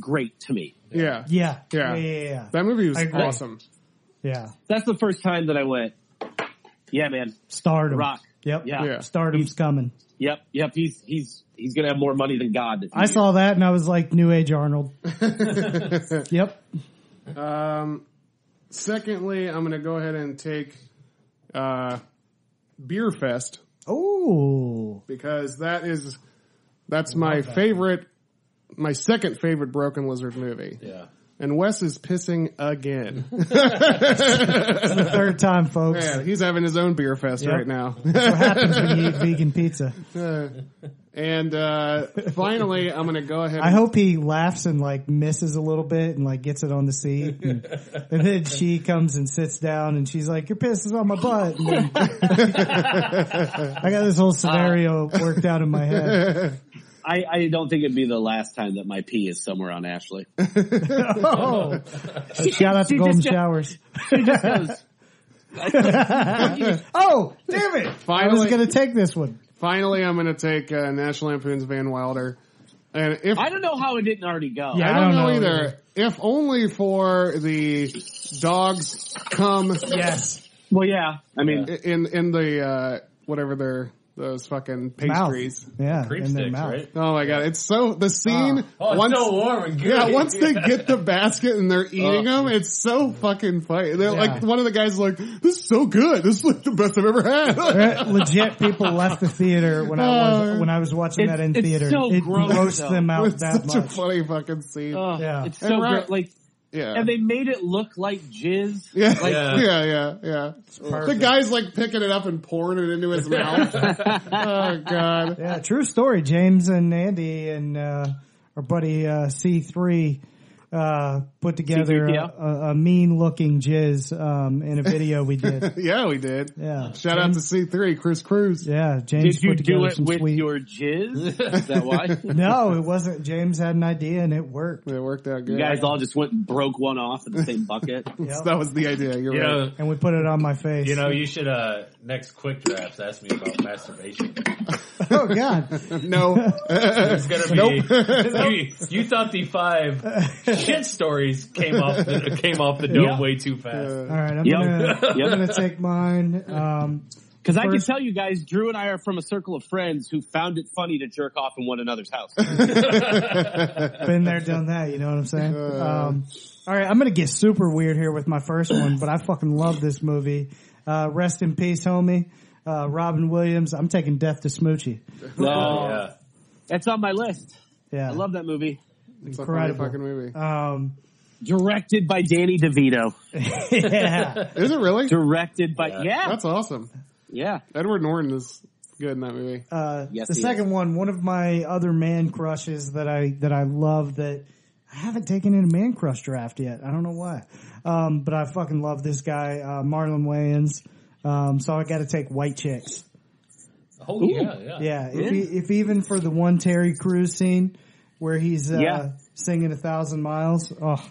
[SPEAKER 4] great to me.
[SPEAKER 5] yeah.
[SPEAKER 2] Yeah. Yeah.
[SPEAKER 5] Yeah.
[SPEAKER 2] Yeah. yeah.
[SPEAKER 5] That movie was
[SPEAKER 2] I agree.
[SPEAKER 5] awesome.
[SPEAKER 2] yeah.
[SPEAKER 4] That's the first time that I went, yeah, man,
[SPEAKER 2] Stardom.
[SPEAKER 4] Rock.
[SPEAKER 2] Yep.
[SPEAKER 4] Yeah.
[SPEAKER 5] Yeah.
[SPEAKER 2] Stardom's coming.
[SPEAKER 4] yep, yep. He's he's he's gonna have more money than God.
[SPEAKER 2] I saw that and I was like, New Age Arnold. yep.
[SPEAKER 5] Secondly, I'm going to go ahead and take uh, Beer Fest
[SPEAKER 2] Oh.
[SPEAKER 5] because that is that's my favorite, my second favorite Broken Lizard movie.
[SPEAKER 6] Yeah.
[SPEAKER 5] and Wes is pissing again.
[SPEAKER 2] the third time, folks.
[SPEAKER 5] yeah, he's having his own beer fest right now.
[SPEAKER 2] What happens when you eat vegan pizza?
[SPEAKER 5] and uh, finally, I'm going to go ahead.
[SPEAKER 2] I
[SPEAKER 5] and-
[SPEAKER 2] hope he laughs and like misses a little bit and like gets it on the seat, and, and then she comes and sits down and she's like, "Your piss is on my butt." And then- I got this whole scenario worked out in my head.
[SPEAKER 4] I, I don't think it'd be the last time that my pee is somewhere on Ashley.
[SPEAKER 2] Oh, shout out to Golden Showers. oh, damn it! I was
[SPEAKER 5] Finally-
[SPEAKER 2] gonna take this one.
[SPEAKER 5] Finally, I'm going to take uh, National Lampoon's Van Wilder. And if
[SPEAKER 4] I don't know how it didn't already go.
[SPEAKER 2] Yeah.
[SPEAKER 5] I
[SPEAKER 2] I
[SPEAKER 5] don't,
[SPEAKER 2] don't
[SPEAKER 5] know,
[SPEAKER 2] know
[SPEAKER 5] either. If only for the dogs come
[SPEAKER 2] Yes,
[SPEAKER 4] Well, yeah. I mean,
[SPEAKER 5] in in the uh, whatever their those fucking
[SPEAKER 2] mouth.
[SPEAKER 5] pastries.
[SPEAKER 2] Yeah,
[SPEAKER 3] Creep
[SPEAKER 2] in their
[SPEAKER 3] sticks,
[SPEAKER 2] mouth.
[SPEAKER 3] right?
[SPEAKER 5] Oh my god, it's so the scene
[SPEAKER 2] Ah.
[SPEAKER 3] Oh, it's
[SPEAKER 5] once
[SPEAKER 3] so warm and good.
[SPEAKER 5] yeah, once they get the basket and they're eating them, it's so fucking funny. They're like
[SPEAKER 2] Oh. Yeah.
[SPEAKER 5] one of the guys is like, "This is so good. This is like the best I've ever had."
[SPEAKER 2] Right? Legit people left the theater when I
[SPEAKER 5] Uh,
[SPEAKER 2] was when I was watching
[SPEAKER 4] it's-
[SPEAKER 2] that in
[SPEAKER 4] it's
[SPEAKER 2] theater.
[SPEAKER 4] so
[SPEAKER 2] it
[SPEAKER 4] gross,
[SPEAKER 2] grossed
[SPEAKER 4] though.
[SPEAKER 2] them out
[SPEAKER 5] it's
[SPEAKER 2] that
[SPEAKER 5] such a
[SPEAKER 2] much.
[SPEAKER 5] funny fucking scene.
[SPEAKER 4] ugh,
[SPEAKER 2] Yeah.
[SPEAKER 4] it's so
[SPEAKER 5] Right.
[SPEAKER 4] great. Like,
[SPEAKER 5] yeah.
[SPEAKER 4] Oh. and they made it look like jizz.
[SPEAKER 5] yeah.
[SPEAKER 4] Like,
[SPEAKER 5] yeah, yeah, yeah, The guy's like picking it up and pouring it into his mouth. oh god.
[SPEAKER 2] Yeah, true story. James and Andy and uh, our buddy uh, C3 uh, put together
[SPEAKER 4] C3PO?
[SPEAKER 2] a, a, a mean looking jizz um, in a video we did.
[SPEAKER 5] Yeah, we did.
[SPEAKER 2] Yeah.
[SPEAKER 5] Shout out to C3, Chris Cruz.
[SPEAKER 2] Yeah, James
[SPEAKER 4] Did you
[SPEAKER 2] put together
[SPEAKER 4] do it
[SPEAKER 2] some
[SPEAKER 4] with
[SPEAKER 2] sweet.
[SPEAKER 4] your jizz? Is that why?
[SPEAKER 2] no, it wasn't. James had an idea and it worked.
[SPEAKER 5] It worked out good.
[SPEAKER 4] You guys all just went and broke one off in the same bucket.
[SPEAKER 2] Yep.
[SPEAKER 5] That was the idea. You're
[SPEAKER 3] You
[SPEAKER 5] right.
[SPEAKER 3] know,
[SPEAKER 2] And we put it on my face.
[SPEAKER 3] you know, you should uh next quick drafts ask me about masturbation.
[SPEAKER 2] oh God!
[SPEAKER 5] No,
[SPEAKER 3] It's gonna be you, you thought the five shit stories came off the, came off the dome
[SPEAKER 4] Yeah.
[SPEAKER 3] way too fast.
[SPEAKER 2] All right, I'm
[SPEAKER 4] Yep.
[SPEAKER 2] gonna
[SPEAKER 4] Yep.
[SPEAKER 2] I'm gonna take mine. Um,
[SPEAKER 4] Because I can
[SPEAKER 2] First-
[SPEAKER 4] tell you guys, Drew and I are from a circle of friends who found it funny to jerk off in one another's house.
[SPEAKER 2] been there, done that. You know what I'm saying? Um, all right, I'm gonna get super weird here with my first one, but I fucking love this movie. Uh, rest in peace, homie. Uh, Robin Williams. I'm taking Death to Smoochie.
[SPEAKER 4] No,
[SPEAKER 3] Oh, Yeah.
[SPEAKER 4] that's on my list.
[SPEAKER 2] Yeah,
[SPEAKER 4] I love that movie.
[SPEAKER 5] it's a funny
[SPEAKER 2] Incredible.
[SPEAKER 5] fucking movie.
[SPEAKER 2] Um,
[SPEAKER 4] Directed by Danny DeVito.
[SPEAKER 2] yeah,
[SPEAKER 5] Is it really?
[SPEAKER 4] Directed by yeah, yeah.
[SPEAKER 5] That's awesome. Edward Norton is good in that movie.
[SPEAKER 2] uh,
[SPEAKER 4] Yes,
[SPEAKER 2] the
[SPEAKER 4] he
[SPEAKER 2] second one, one of my other man crushes that I that I love that I haven't taken in a man crush draft yet. I don't know why, um, but I fucking love this guy, uh, Marlon Wayans. Um, so I got to take White Chicks.
[SPEAKER 3] Oh yeah, yeah.
[SPEAKER 2] Yeah, if, he, if even for the one Terry Crews scene where he's uh,
[SPEAKER 4] Yeah.
[SPEAKER 2] singing a thousand miles. Oh,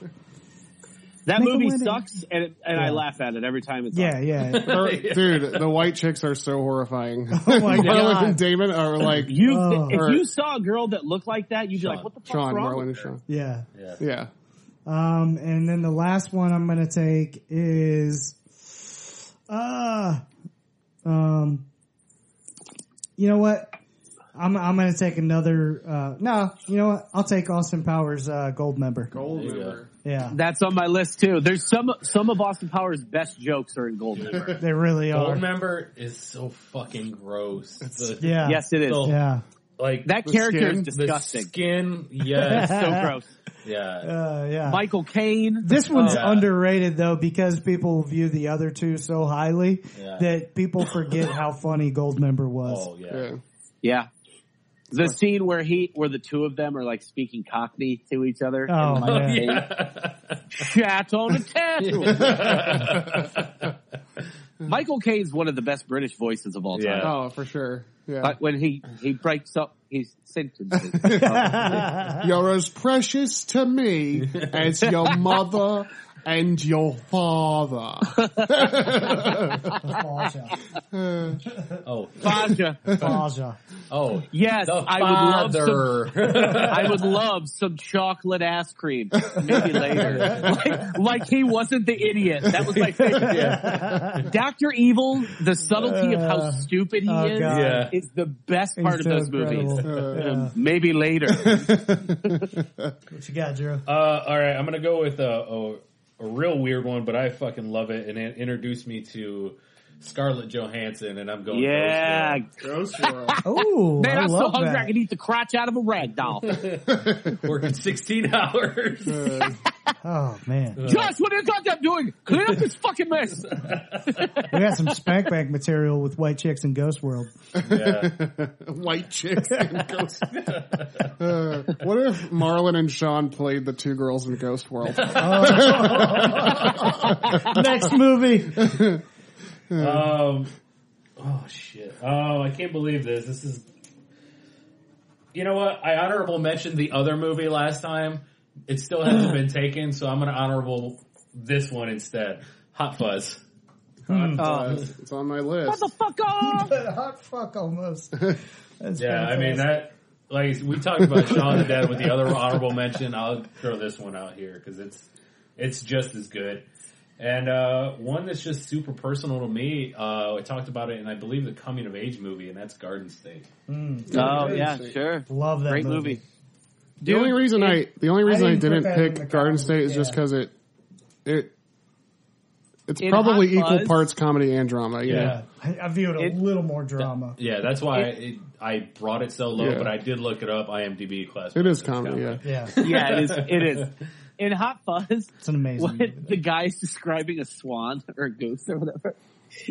[SPEAKER 4] That
[SPEAKER 2] Make a
[SPEAKER 4] movie
[SPEAKER 2] wedding.
[SPEAKER 4] sucks, and it, and I
[SPEAKER 2] Yeah.
[SPEAKER 4] laugh at it every time it's
[SPEAKER 2] yeah,
[SPEAKER 4] on.
[SPEAKER 2] yeah.
[SPEAKER 5] Or- Dude, the white chicks are so horrifying.
[SPEAKER 2] my
[SPEAKER 5] Marlon
[SPEAKER 2] God.
[SPEAKER 5] and Damon are like
[SPEAKER 4] You,
[SPEAKER 2] Oh.
[SPEAKER 4] if
[SPEAKER 5] Or-
[SPEAKER 4] you saw a girl that looked like that, you'd be like, "What the fuck's
[SPEAKER 5] Sean,
[SPEAKER 4] wrong?"
[SPEAKER 5] Marlon
[SPEAKER 4] with
[SPEAKER 5] and Sean.
[SPEAKER 2] yeah.
[SPEAKER 5] Yeah.
[SPEAKER 2] Um, and then the last one I'm gonna take is, uh, um, you know what? I'm I'm gonna take another. Uh, no, you know what? I'll take Austin Powers uh, gold member.
[SPEAKER 5] Gold
[SPEAKER 3] you go.
[SPEAKER 5] member.
[SPEAKER 2] Yeah,
[SPEAKER 4] her? That's on my list too. There's some some of Austin Powers' best jokes are in Goldmember.
[SPEAKER 2] they really
[SPEAKER 3] Gold
[SPEAKER 2] are.
[SPEAKER 3] member is so fucking gross. The-
[SPEAKER 2] Yeah,
[SPEAKER 4] yes, it is.
[SPEAKER 3] So-
[SPEAKER 2] yeah,
[SPEAKER 3] Like
[SPEAKER 4] That
[SPEAKER 5] The
[SPEAKER 4] character
[SPEAKER 5] skin-
[SPEAKER 4] is
[SPEAKER 5] the
[SPEAKER 3] the
[SPEAKER 4] disgusting.
[SPEAKER 3] skin, yes,
[SPEAKER 4] so gross.
[SPEAKER 3] yeah.
[SPEAKER 2] uh, yeah.
[SPEAKER 4] Michael Caine.
[SPEAKER 2] This one's
[SPEAKER 3] yeah.
[SPEAKER 2] underrated though because people view the other two so highly
[SPEAKER 3] Yeah.
[SPEAKER 2] that people forget how funny Goldmember was.
[SPEAKER 3] Oh yeah.
[SPEAKER 5] Yeah.
[SPEAKER 4] Yeah. The scene where he, where the two of them are like speaking Cockney to each other.
[SPEAKER 2] Oh,
[SPEAKER 4] and Michael
[SPEAKER 2] man.
[SPEAKER 4] Caine, Chat on a tattoo. Michael Caine's one of the best British voices of all time.
[SPEAKER 3] Yeah.
[SPEAKER 5] Oh, for sure. Yeah.
[SPEAKER 4] But when he, he breaks up his sentences. Um,
[SPEAKER 5] You're as precious to me as your mother and your father.
[SPEAKER 2] Faja,
[SPEAKER 3] Oh,
[SPEAKER 4] Faja.
[SPEAKER 2] Faja.
[SPEAKER 3] oh,
[SPEAKER 4] Yes,
[SPEAKER 3] the
[SPEAKER 4] I would love some
[SPEAKER 3] father.
[SPEAKER 4] I would love some chocolate ass cream. Maybe later. Like, like he wasn't the idiot. That was my favorite. Dr. Evil, the subtlety of how stupid he
[SPEAKER 2] oh,
[SPEAKER 4] is,
[SPEAKER 2] God.
[SPEAKER 3] Yeah.
[SPEAKER 4] is the best
[SPEAKER 2] He's
[SPEAKER 4] part of
[SPEAKER 2] so
[SPEAKER 4] those
[SPEAKER 2] incredible.
[SPEAKER 4] movies.
[SPEAKER 2] Yeah.
[SPEAKER 4] Maybe later.
[SPEAKER 2] What you got, Drew?
[SPEAKER 3] Uh, all right, I'm gonna go with a, a, a real weird one, but I fucking love it, and it introduced me to Scarlett Johansson, and I'm going.
[SPEAKER 4] yeah.
[SPEAKER 3] Ghost
[SPEAKER 5] Gross world.
[SPEAKER 2] Oh,
[SPEAKER 4] Man,
[SPEAKER 2] I
[SPEAKER 4] I'm so
[SPEAKER 2] love
[SPEAKER 4] hungry I
[SPEAKER 2] that.
[SPEAKER 4] could eat the crotch out of a rag doll.
[SPEAKER 3] Girl. working 16 hours.
[SPEAKER 2] Oh man,
[SPEAKER 4] Josh, what are you goddamn doing? Clean up this fucking mess.
[SPEAKER 2] we got some spank bank material with white chicks and Ghost World.
[SPEAKER 9] Yeah.
[SPEAKER 5] White chicks and ghosts. Uh, what if Marlon and Sean played the two girls in Ghost World?
[SPEAKER 2] Next movie.
[SPEAKER 3] Um, oh shit! Oh, I can't believe this. This is. You know what? I honorable mentioned the other movie last time. It still hasn't been taken, so I'm gonna honorable this one instead. Hot Fuzz.
[SPEAKER 5] Uh, it's on my list.
[SPEAKER 4] Motherfucker!
[SPEAKER 2] Hot fuck almost. That's
[SPEAKER 3] Yeah, I mean
[SPEAKER 2] fantastic.
[SPEAKER 3] that. Like we talked about Shaun the Dead with the other honorable mention, I'll throw this one out here because it's it's just as good. And uh, one that's just super personal to me. Uh, I talked about it, and I believe the coming of age movie, and that's Garden State.
[SPEAKER 4] Oh yeah, sure.
[SPEAKER 2] love that
[SPEAKER 4] Great
[SPEAKER 2] movie.
[SPEAKER 4] movie.
[SPEAKER 5] The only reason I the only reason I
[SPEAKER 2] didn't put
[SPEAKER 5] didn't,
[SPEAKER 2] that in the
[SPEAKER 5] pick Garden
[SPEAKER 2] comedy,
[SPEAKER 5] State is just
[SPEAKER 2] yeah.
[SPEAKER 5] because it it it's
[SPEAKER 4] In
[SPEAKER 5] probably
[SPEAKER 4] Hot
[SPEAKER 5] equal
[SPEAKER 4] Fuzz-
[SPEAKER 5] parts comedy and drama. You know?
[SPEAKER 2] I, I view it a
[SPEAKER 4] It-
[SPEAKER 2] little more drama.
[SPEAKER 3] Yeah, that's why it, I brought it so low,
[SPEAKER 5] Yeah.
[SPEAKER 3] but I did look it up. IMDb class.
[SPEAKER 5] it is comedy. Yeah,
[SPEAKER 2] Yeah,
[SPEAKER 4] Yeah, it is. It is. In Hot Fuzz,
[SPEAKER 2] it's an amazing.
[SPEAKER 4] what
[SPEAKER 2] movie.
[SPEAKER 4] the guy's describing a swan or a goose or whatever.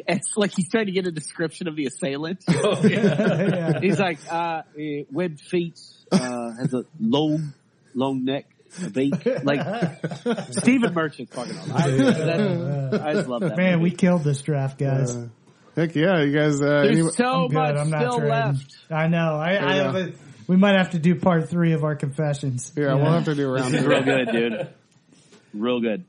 [SPEAKER 4] It's like he's trying to get a description of the assailant.
[SPEAKER 3] Oh, yeah.
[SPEAKER 2] yeah.
[SPEAKER 4] He's like, uh, eh, webbed feet, uh, has a long, long neck, a beak. Like, Stephen Merchant's fucking on.
[SPEAKER 2] Uh,
[SPEAKER 4] I, that- I just love that.
[SPEAKER 2] Man,
[SPEAKER 4] movie.
[SPEAKER 2] we killed this draft, guys.
[SPEAKER 5] Uh, heck yeah, you guys. Uh,
[SPEAKER 4] There's
[SPEAKER 5] any-
[SPEAKER 4] so
[SPEAKER 2] I'm good.
[SPEAKER 4] much
[SPEAKER 2] I'm not
[SPEAKER 4] Oh, still
[SPEAKER 2] trading.
[SPEAKER 4] left.
[SPEAKER 2] I know. I, I
[SPEAKER 5] Yeah.
[SPEAKER 2] have a, we might have to do part three of our confessions.
[SPEAKER 5] yeah, we'll have to do round
[SPEAKER 4] It's
[SPEAKER 5] two.
[SPEAKER 4] real good, dude. Real good.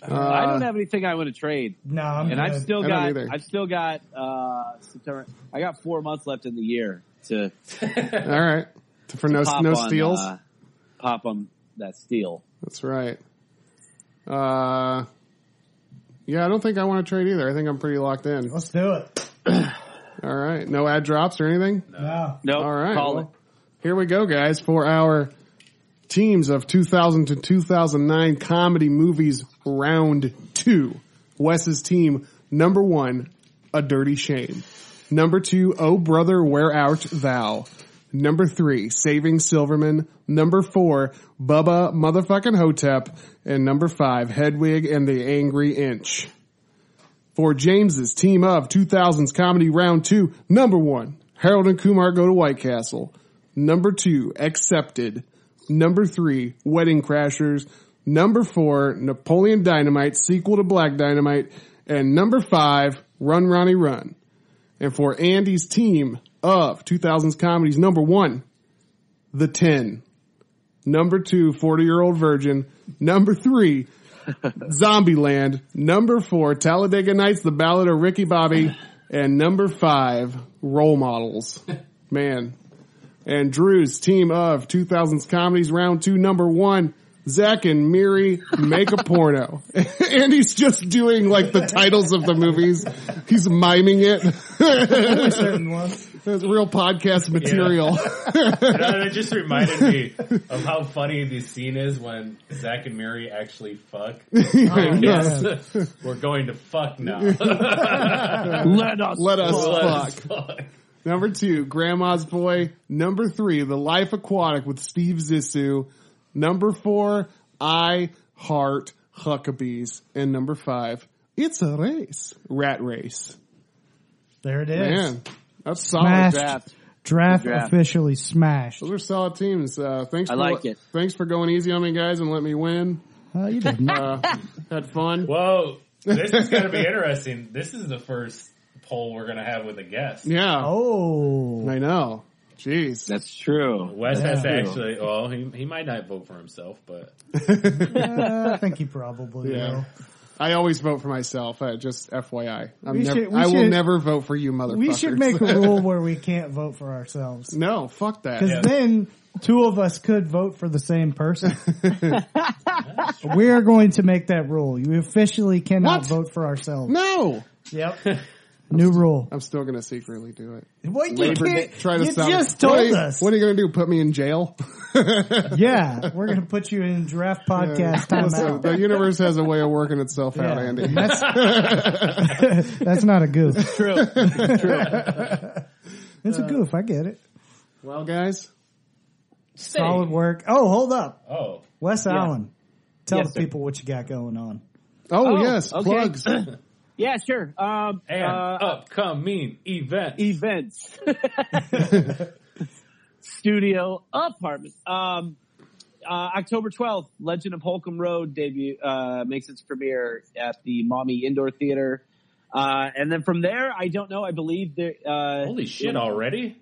[SPEAKER 5] Uh,
[SPEAKER 2] Uh,
[SPEAKER 4] I don't have anything I want to trade.
[SPEAKER 2] No, I'm
[SPEAKER 4] and I've
[SPEAKER 2] good.
[SPEAKER 4] still
[SPEAKER 5] I don't
[SPEAKER 4] got
[SPEAKER 5] either.
[SPEAKER 4] I've still got uh September. I got four months left in the year to
[SPEAKER 5] All right, for no
[SPEAKER 4] pop
[SPEAKER 5] no
[SPEAKER 4] on,
[SPEAKER 5] steals.
[SPEAKER 4] uh, pop on that steal.
[SPEAKER 5] That's right. Uh, yeah, I don't think I want to trade either. I think I'm pretty locked in.
[SPEAKER 2] Let's do it.
[SPEAKER 5] All right, no ad drops or anything.
[SPEAKER 2] No.
[SPEAKER 4] No,
[SPEAKER 5] All right.
[SPEAKER 4] call
[SPEAKER 5] well, Here we go, guys, for our teams of 2000 to 2009 comedy movies round two. Wes's team, number one, A Dirty Shame. Number two, Oh Brother, Where Art Thou. Number three, Saving Silverman. Number four, Bubba Motherfucking Hotep. And number five, Hedwig and the Angry Inch. For James's team of 2000s comedy round two, number one, Harold and Kumar go to White Castle. Number two, Accepted. Number three, Wedding Crashers. Number four, Napoleon Dynamite, sequel to Black Dynamite. And number five, Run Ronnie Run. And for Andy's team of 2000s comedies, number one, The 10. Number two, 40 year old virgin. Number three, Zombieland. Number four, Talladega Nights, The Ballad of Ricky Bobby. And number five, Role Models. Man. And Drew's team of 2000s comedies, round two, number one, Zach and Miri make a porno. and he's just doing like the titles of the movies. He's miming it.
[SPEAKER 2] Certain ones.
[SPEAKER 5] It's real podcast material.
[SPEAKER 3] And then it just reminded me of how funny the scene is when Zach and Mary actually fuck.
[SPEAKER 5] Yes.
[SPEAKER 3] We're going to fuck now.
[SPEAKER 4] it. Let us.
[SPEAKER 5] Let us fuck.
[SPEAKER 3] fuck.
[SPEAKER 5] Number two, Grandma's Boy. Number three, The Life Aquatic with Steve Zissou. Number four, I Heart Huckabees. And number five, It's a Race, Rat Race.
[SPEAKER 2] There it is.
[SPEAKER 5] Man, that's solid
[SPEAKER 2] Smashed.
[SPEAKER 5] draft.
[SPEAKER 4] Draft.
[SPEAKER 2] Draft,
[SPEAKER 4] Good draft.
[SPEAKER 2] officially smashed.
[SPEAKER 5] Those are solid teams. Uh, thanks.
[SPEAKER 4] I
[SPEAKER 5] for,
[SPEAKER 4] like it.
[SPEAKER 5] Thanks for going easy on me, guys, and let me win.
[SPEAKER 2] Oh, you did not.
[SPEAKER 5] Uh, had fun.
[SPEAKER 3] Whoa, this is going to be interesting. This is the first poll we're going to have with a guest.
[SPEAKER 5] Yeah,
[SPEAKER 2] Oh,
[SPEAKER 5] I know. Jeez.
[SPEAKER 4] That's true.
[SPEAKER 3] Wes has to
[SPEAKER 4] Yeah.
[SPEAKER 3] actually. Well, he he might not vote for himself, but
[SPEAKER 2] Uh, I think you probably
[SPEAKER 5] Yeah.
[SPEAKER 2] will.
[SPEAKER 5] I always vote for myself. Uh, just FYI, I'm
[SPEAKER 2] We
[SPEAKER 5] never,
[SPEAKER 2] should- we
[SPEAKER 5] I will
[SPEAKER 2] should-
[SPEAKER 5] never vote for you, motherfuckers.
[SPEAKER 2] We should make a rule where we can't vote for ourselves.
[SPEAKER 5] no, fuck that.
[SPEAKER 2] Because then two of us could vote for the same person. we are going to make that rule. You officially cannot
[SPEAKER 5] What?
[SPEAKER 2] vote for ourselves.
[SPEAKER 5] No,
[SPEAKER 2] Yep. New rule.
[SPEAKER 5] I'm still gonna secretly do it.
[SPEAKER 2] What you
[SPEAKER 4] Labor
[SPEAKER 2] can't,
[SPEAKER 5] Try to
[SPEAKER 2] you
[SPEAKER 5] sound-
[SPEAKER 2] just
[SPEAKER 5] What
[SPEAKER 2] told
[SPEAKER 5] are you-
[SPEAKER 2] us.
[SPEAKER 5] What are you gonna do? Put me in jail?
[SPEAKER 2] yeah, we're going to put you in draft podcast
[SPEAKER 5] Listen,
[SPEAKER 2] timeout.
[SPEAKER 5] the universe has a way of working itself out,
[SPEAKER 2] Yeah.
[SPEAKER 5] Andy.
[SPEAKER 2] That's not a goof.
[SPEAKER 4] True.
[SPEAKER 2] It's a
[SPEAKER 10] Uh,
[SPEAKER 2] goof. I get it.
[SPEAKER 5] well, guys,
[SPEAKER 2] Solid work. Oh, hold up.
[SPEAKER 3] oh,
[SPEAKER 2] Wes Allen.
[SPEAKER 10] Tell
[SPEAKER 4] Yes,
[SPEAKER 10] the
[SPEAKER 4] sir.
[SPEAKER 10] people what you got going on.
[SPEAKER 5] Oh,
[SPEAKER 4] Oh,
[SPEAKER 5] yes,
[SPEAKER 4] okay.
[SPEAKER 5] plugs.
[SPEAKER 4] Yeah, sure. Um,
[SPEAKER 6] And oh.
[SPEAKER 4] uh,
[SPEAKER 6] upcoming event.
[SPEAKER 4] events. Studio apartment. Um, uh, October 12th, Legend of Holcomb Road debut, uh, makes its premiere at the Mommy Indoor Theater. Uh, and then from there, I don't know, I believe there, uh,
[SPEAKER 6] Holy shit! Already?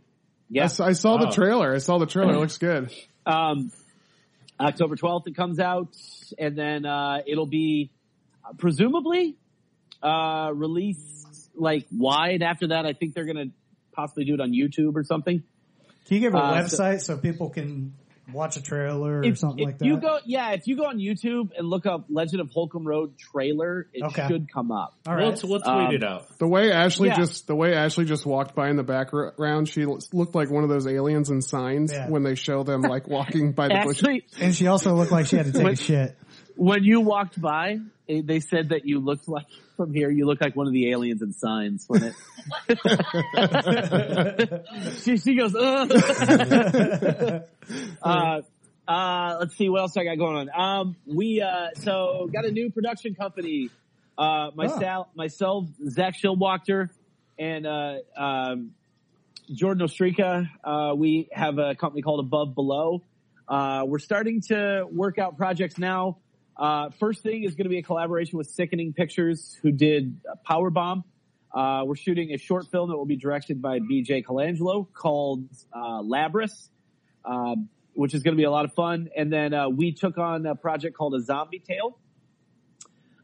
[SPEAKER 4] yeah,
[SPEAKER 5] I saw
[SPEAKER 2] Oh.
[SPEAKER 5] the
[SPEAKER 6] Wow.
[SPEAKER 5] trailer. I saw the trailer. It looks good.
[SPEAKER 4] um, October 12th it comes out and then, uh, it'll be uh, presumably, uh, released like wide after that. I think they're going to possibly do it on YouTube or something.
[SPEAKER 10] Can you give a
[SPEAKER 4] Uh, so-
[SPEAKER 10] website so, people can watch a trailer or something like that?
[SPEAKER 4] You go, yeah. If you go on YouTube and look up "Legend of Holcomb Road" trailer, it
[SPEAKER 10] Okay.
[SPEAKER 4] should come up.
[SPEAKER 10] All
[SPEAKER 6] We'll,
[SPEAKER 10] right.
[SPEAKER 6] we'll tweet
[SPEAKER 4] Um,
[SPEAKER 6] it out.
[SPEAKER 5] The way Ashley
[SPEAKER 4] Yeah.
[SPEAKER 5] just the way Ashley just walked by in the background, she l- looked like one of those aliens in signs
[SPEAKER 10] Yeah.
[SPEAKER 5] when they show them like walking by the bush.
[SPEAKER 4] Actually,
[SPEAKER 10] And she also looked like she had to take a shit.
[SPEAKER 4] when you walked by, eh, they said that you looked like from here. You look like one of the aliens in Signs. When it, she, she goes, Ugh. uh, uh, let's see what else I got going on. Um, we uh, so got a new production company. Uh, my
[SPEAKER 10] Oh.
[SPEAKER 4] Sal, myself, Zach Schildwachter, and uh, um, Jordan Ostrika. Uh, we have a company called Above Below. Uh, we're starting to work out projects now. Uh, first thing is going to be a collaboration with Sickening Pictures, who did uh, Powerbomb. Uh, we're shooting a short film that will be directed by BJ Colangelo called uh, Labrys, um, which is going to be a lot of fun. And then uh, we took on a project called A Zombie Tale,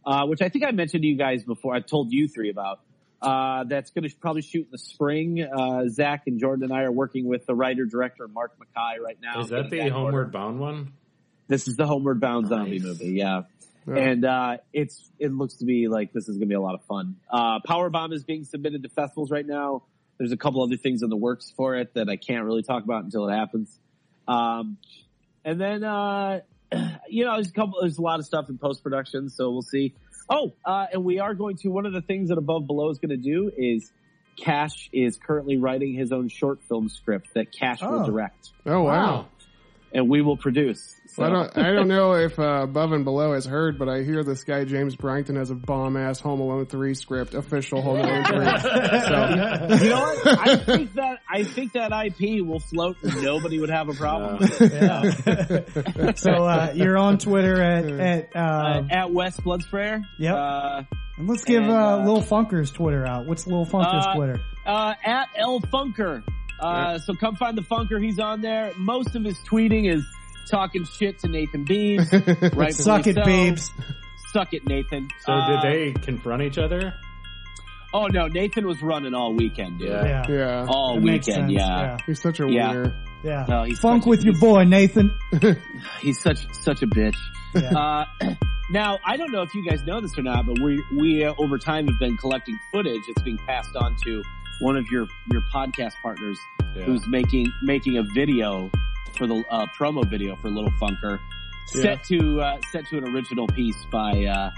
[SPEAKER 4] uh, which I think I mentioned to you guys before. I told you three about. Uh, that's going to probably shoot in the spring. Uh, Zach and Jordan and I are working with the writer director Mark McKay right now.
[SPEAKER 6] Is that
[SPEAKER 4] Getting
[SPEAKER 6] the
[SPEAKER 4] in order.
[SPEAKER 6] Homeward Bound one?
[SPEAKER 4] This is the Homeward Bound zombie
[SPEAKER 6] Nice.
[SPEAKER 4] movie, yeah.
[SPEAKER 5] Yeah.
[SPEAKER 4] And uh, it's it looks to be like this is going to be a lot of fun. Uh, Powerbomb is being submitted to festivals right now. There's a couple other things in the works for it that I can't really talk about until it happens. Um, and then uh, you know, there's a couple, there's a lot of stuff in post production, so we'll see. Oh, uh, and we are going to one of the things that Above Below is going to do is Cash is currently writing his own short film script that Cash will
[SPEAKER 10] Oh.
[SPEAKER 4] direct
[SPEAKER 5] Oh wow!
[SPEAKER 4] and we will produce. So.
[SPEAKER 5] I don't I don't know if uh, Above and Below has heard, but I hear this guy James Bryington has a bomb ass Home Alone three script, official Home Alone three.
[SPEAKER 4] You know what? I think that I think that IP will float. and Nobody would have a problem. Uh, with it.
[SPEAKER 10] Yeah. so uh, you're on Twitter at at
[SPEAKER 4] Uh,
[SPEAKER 10] um,
[SPEAKER 4] at West Blood Sprayer.
[SPEAKER 10] Yep.
[SPEAKER 4] Uh,
[SPEAKER 10] and let's give
[SPEAKER 4] and,
[SPEAKER 10] uh,
[SPEAKER 4] uh,
[SPEAKER 10] Lil Funker's Twitter out. What's Lil Funker's
[SPEAKER 4] uh,
[SPEAKER 10] Twitter?
[SPEAKER 4] uh, at L Funker. Uh, so come find the Funker. He's on there. Most of his tweeting is talking shit to Nathan Beebs. Right.
[SPEAKER 10] Suck it, babes.
[SPEAKER 4] Suck it, Nathan.
[SPEAKER 3] So
[SPEAKER 4] Uh,
[SPEAKER 3] did they confront each other?
[SPEAKER 4] Oh no, Nathan was running all weekend, dude.
[SPEAKER 3] Yeah.
[SPEAKER 10] Yeah.
[SPEAKER 5] yeah,
[SPEAKER 4] All
[SPEAKER 10] That makes
[SPEAKER 4] weekend,
[SPEAKER 10] sense.
[SPEAKER 4] yeah.
[SPEAKER 5] he's such a
[SPEAKER 4] Yeah.
[SPEAKER 5] winner.
[SPEAKER 10] Yeah.
[SPEAKER 4] No, he's
[SPEAKER 10] Funk
[SPEAKER 4] such a-
[SPEAKER 10] with your boy, Nathan.
[SPEAKER 4] He's such such a bitch.
[SPEAKER 10] Yeah.
[SPEAKER 4] Uh, now, I don't know if you guys know this or not, but we we uh, over time have been collecting footage. It's being passed on to one of your your podcast partners,
[SPEAKER 3] Yeah.
[SPEAKER 4] who's making making a video for the uh, promo video for Little Funker, set to uh, set to an original piece by uh,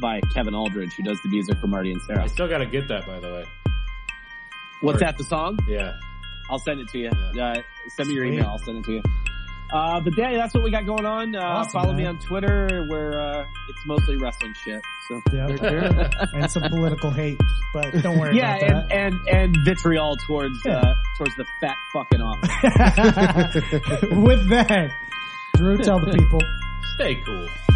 [SPEAKER 4] by Kevin Aldridge, who does the music for Marty and
[SPEAKER 3] I
[SPEAKER 4] Sarah.
[SPEAKER 3] still gotta get that, by the way.
[SPEAKER 4] What's that? The song?
[SPEAKER 3] Yeah.
[SPEAKER 4] I'll send it to you.
[SPEAKER 3] Yeah.
[SPEAKER 4] Uh, send me your
[SPEAKER 10] Sweet.
[SPEAKER 4] email. I'll send it to you. Uh, but yeah, that's what we got going on. Uh,
[SPEAKER 10] Awesome,
[SPEAKER 4] follow me
[SPEAKER 10] man.
[SPEAKER 4] on Twitter where, uh, it's mostly wrestling shit. So
[SPEAKER 10] Yep. and some political hate, but don't worry
[SPEAKER 4] yeah,
[SPEAKER 10] about that.
[SPEAKER 4] and, and, and vitriol towards, uh, towards the fat fucking office.
[SPEAKER 10] With that, Drew, tell the people.
[SPEAKER 3] Stay cool.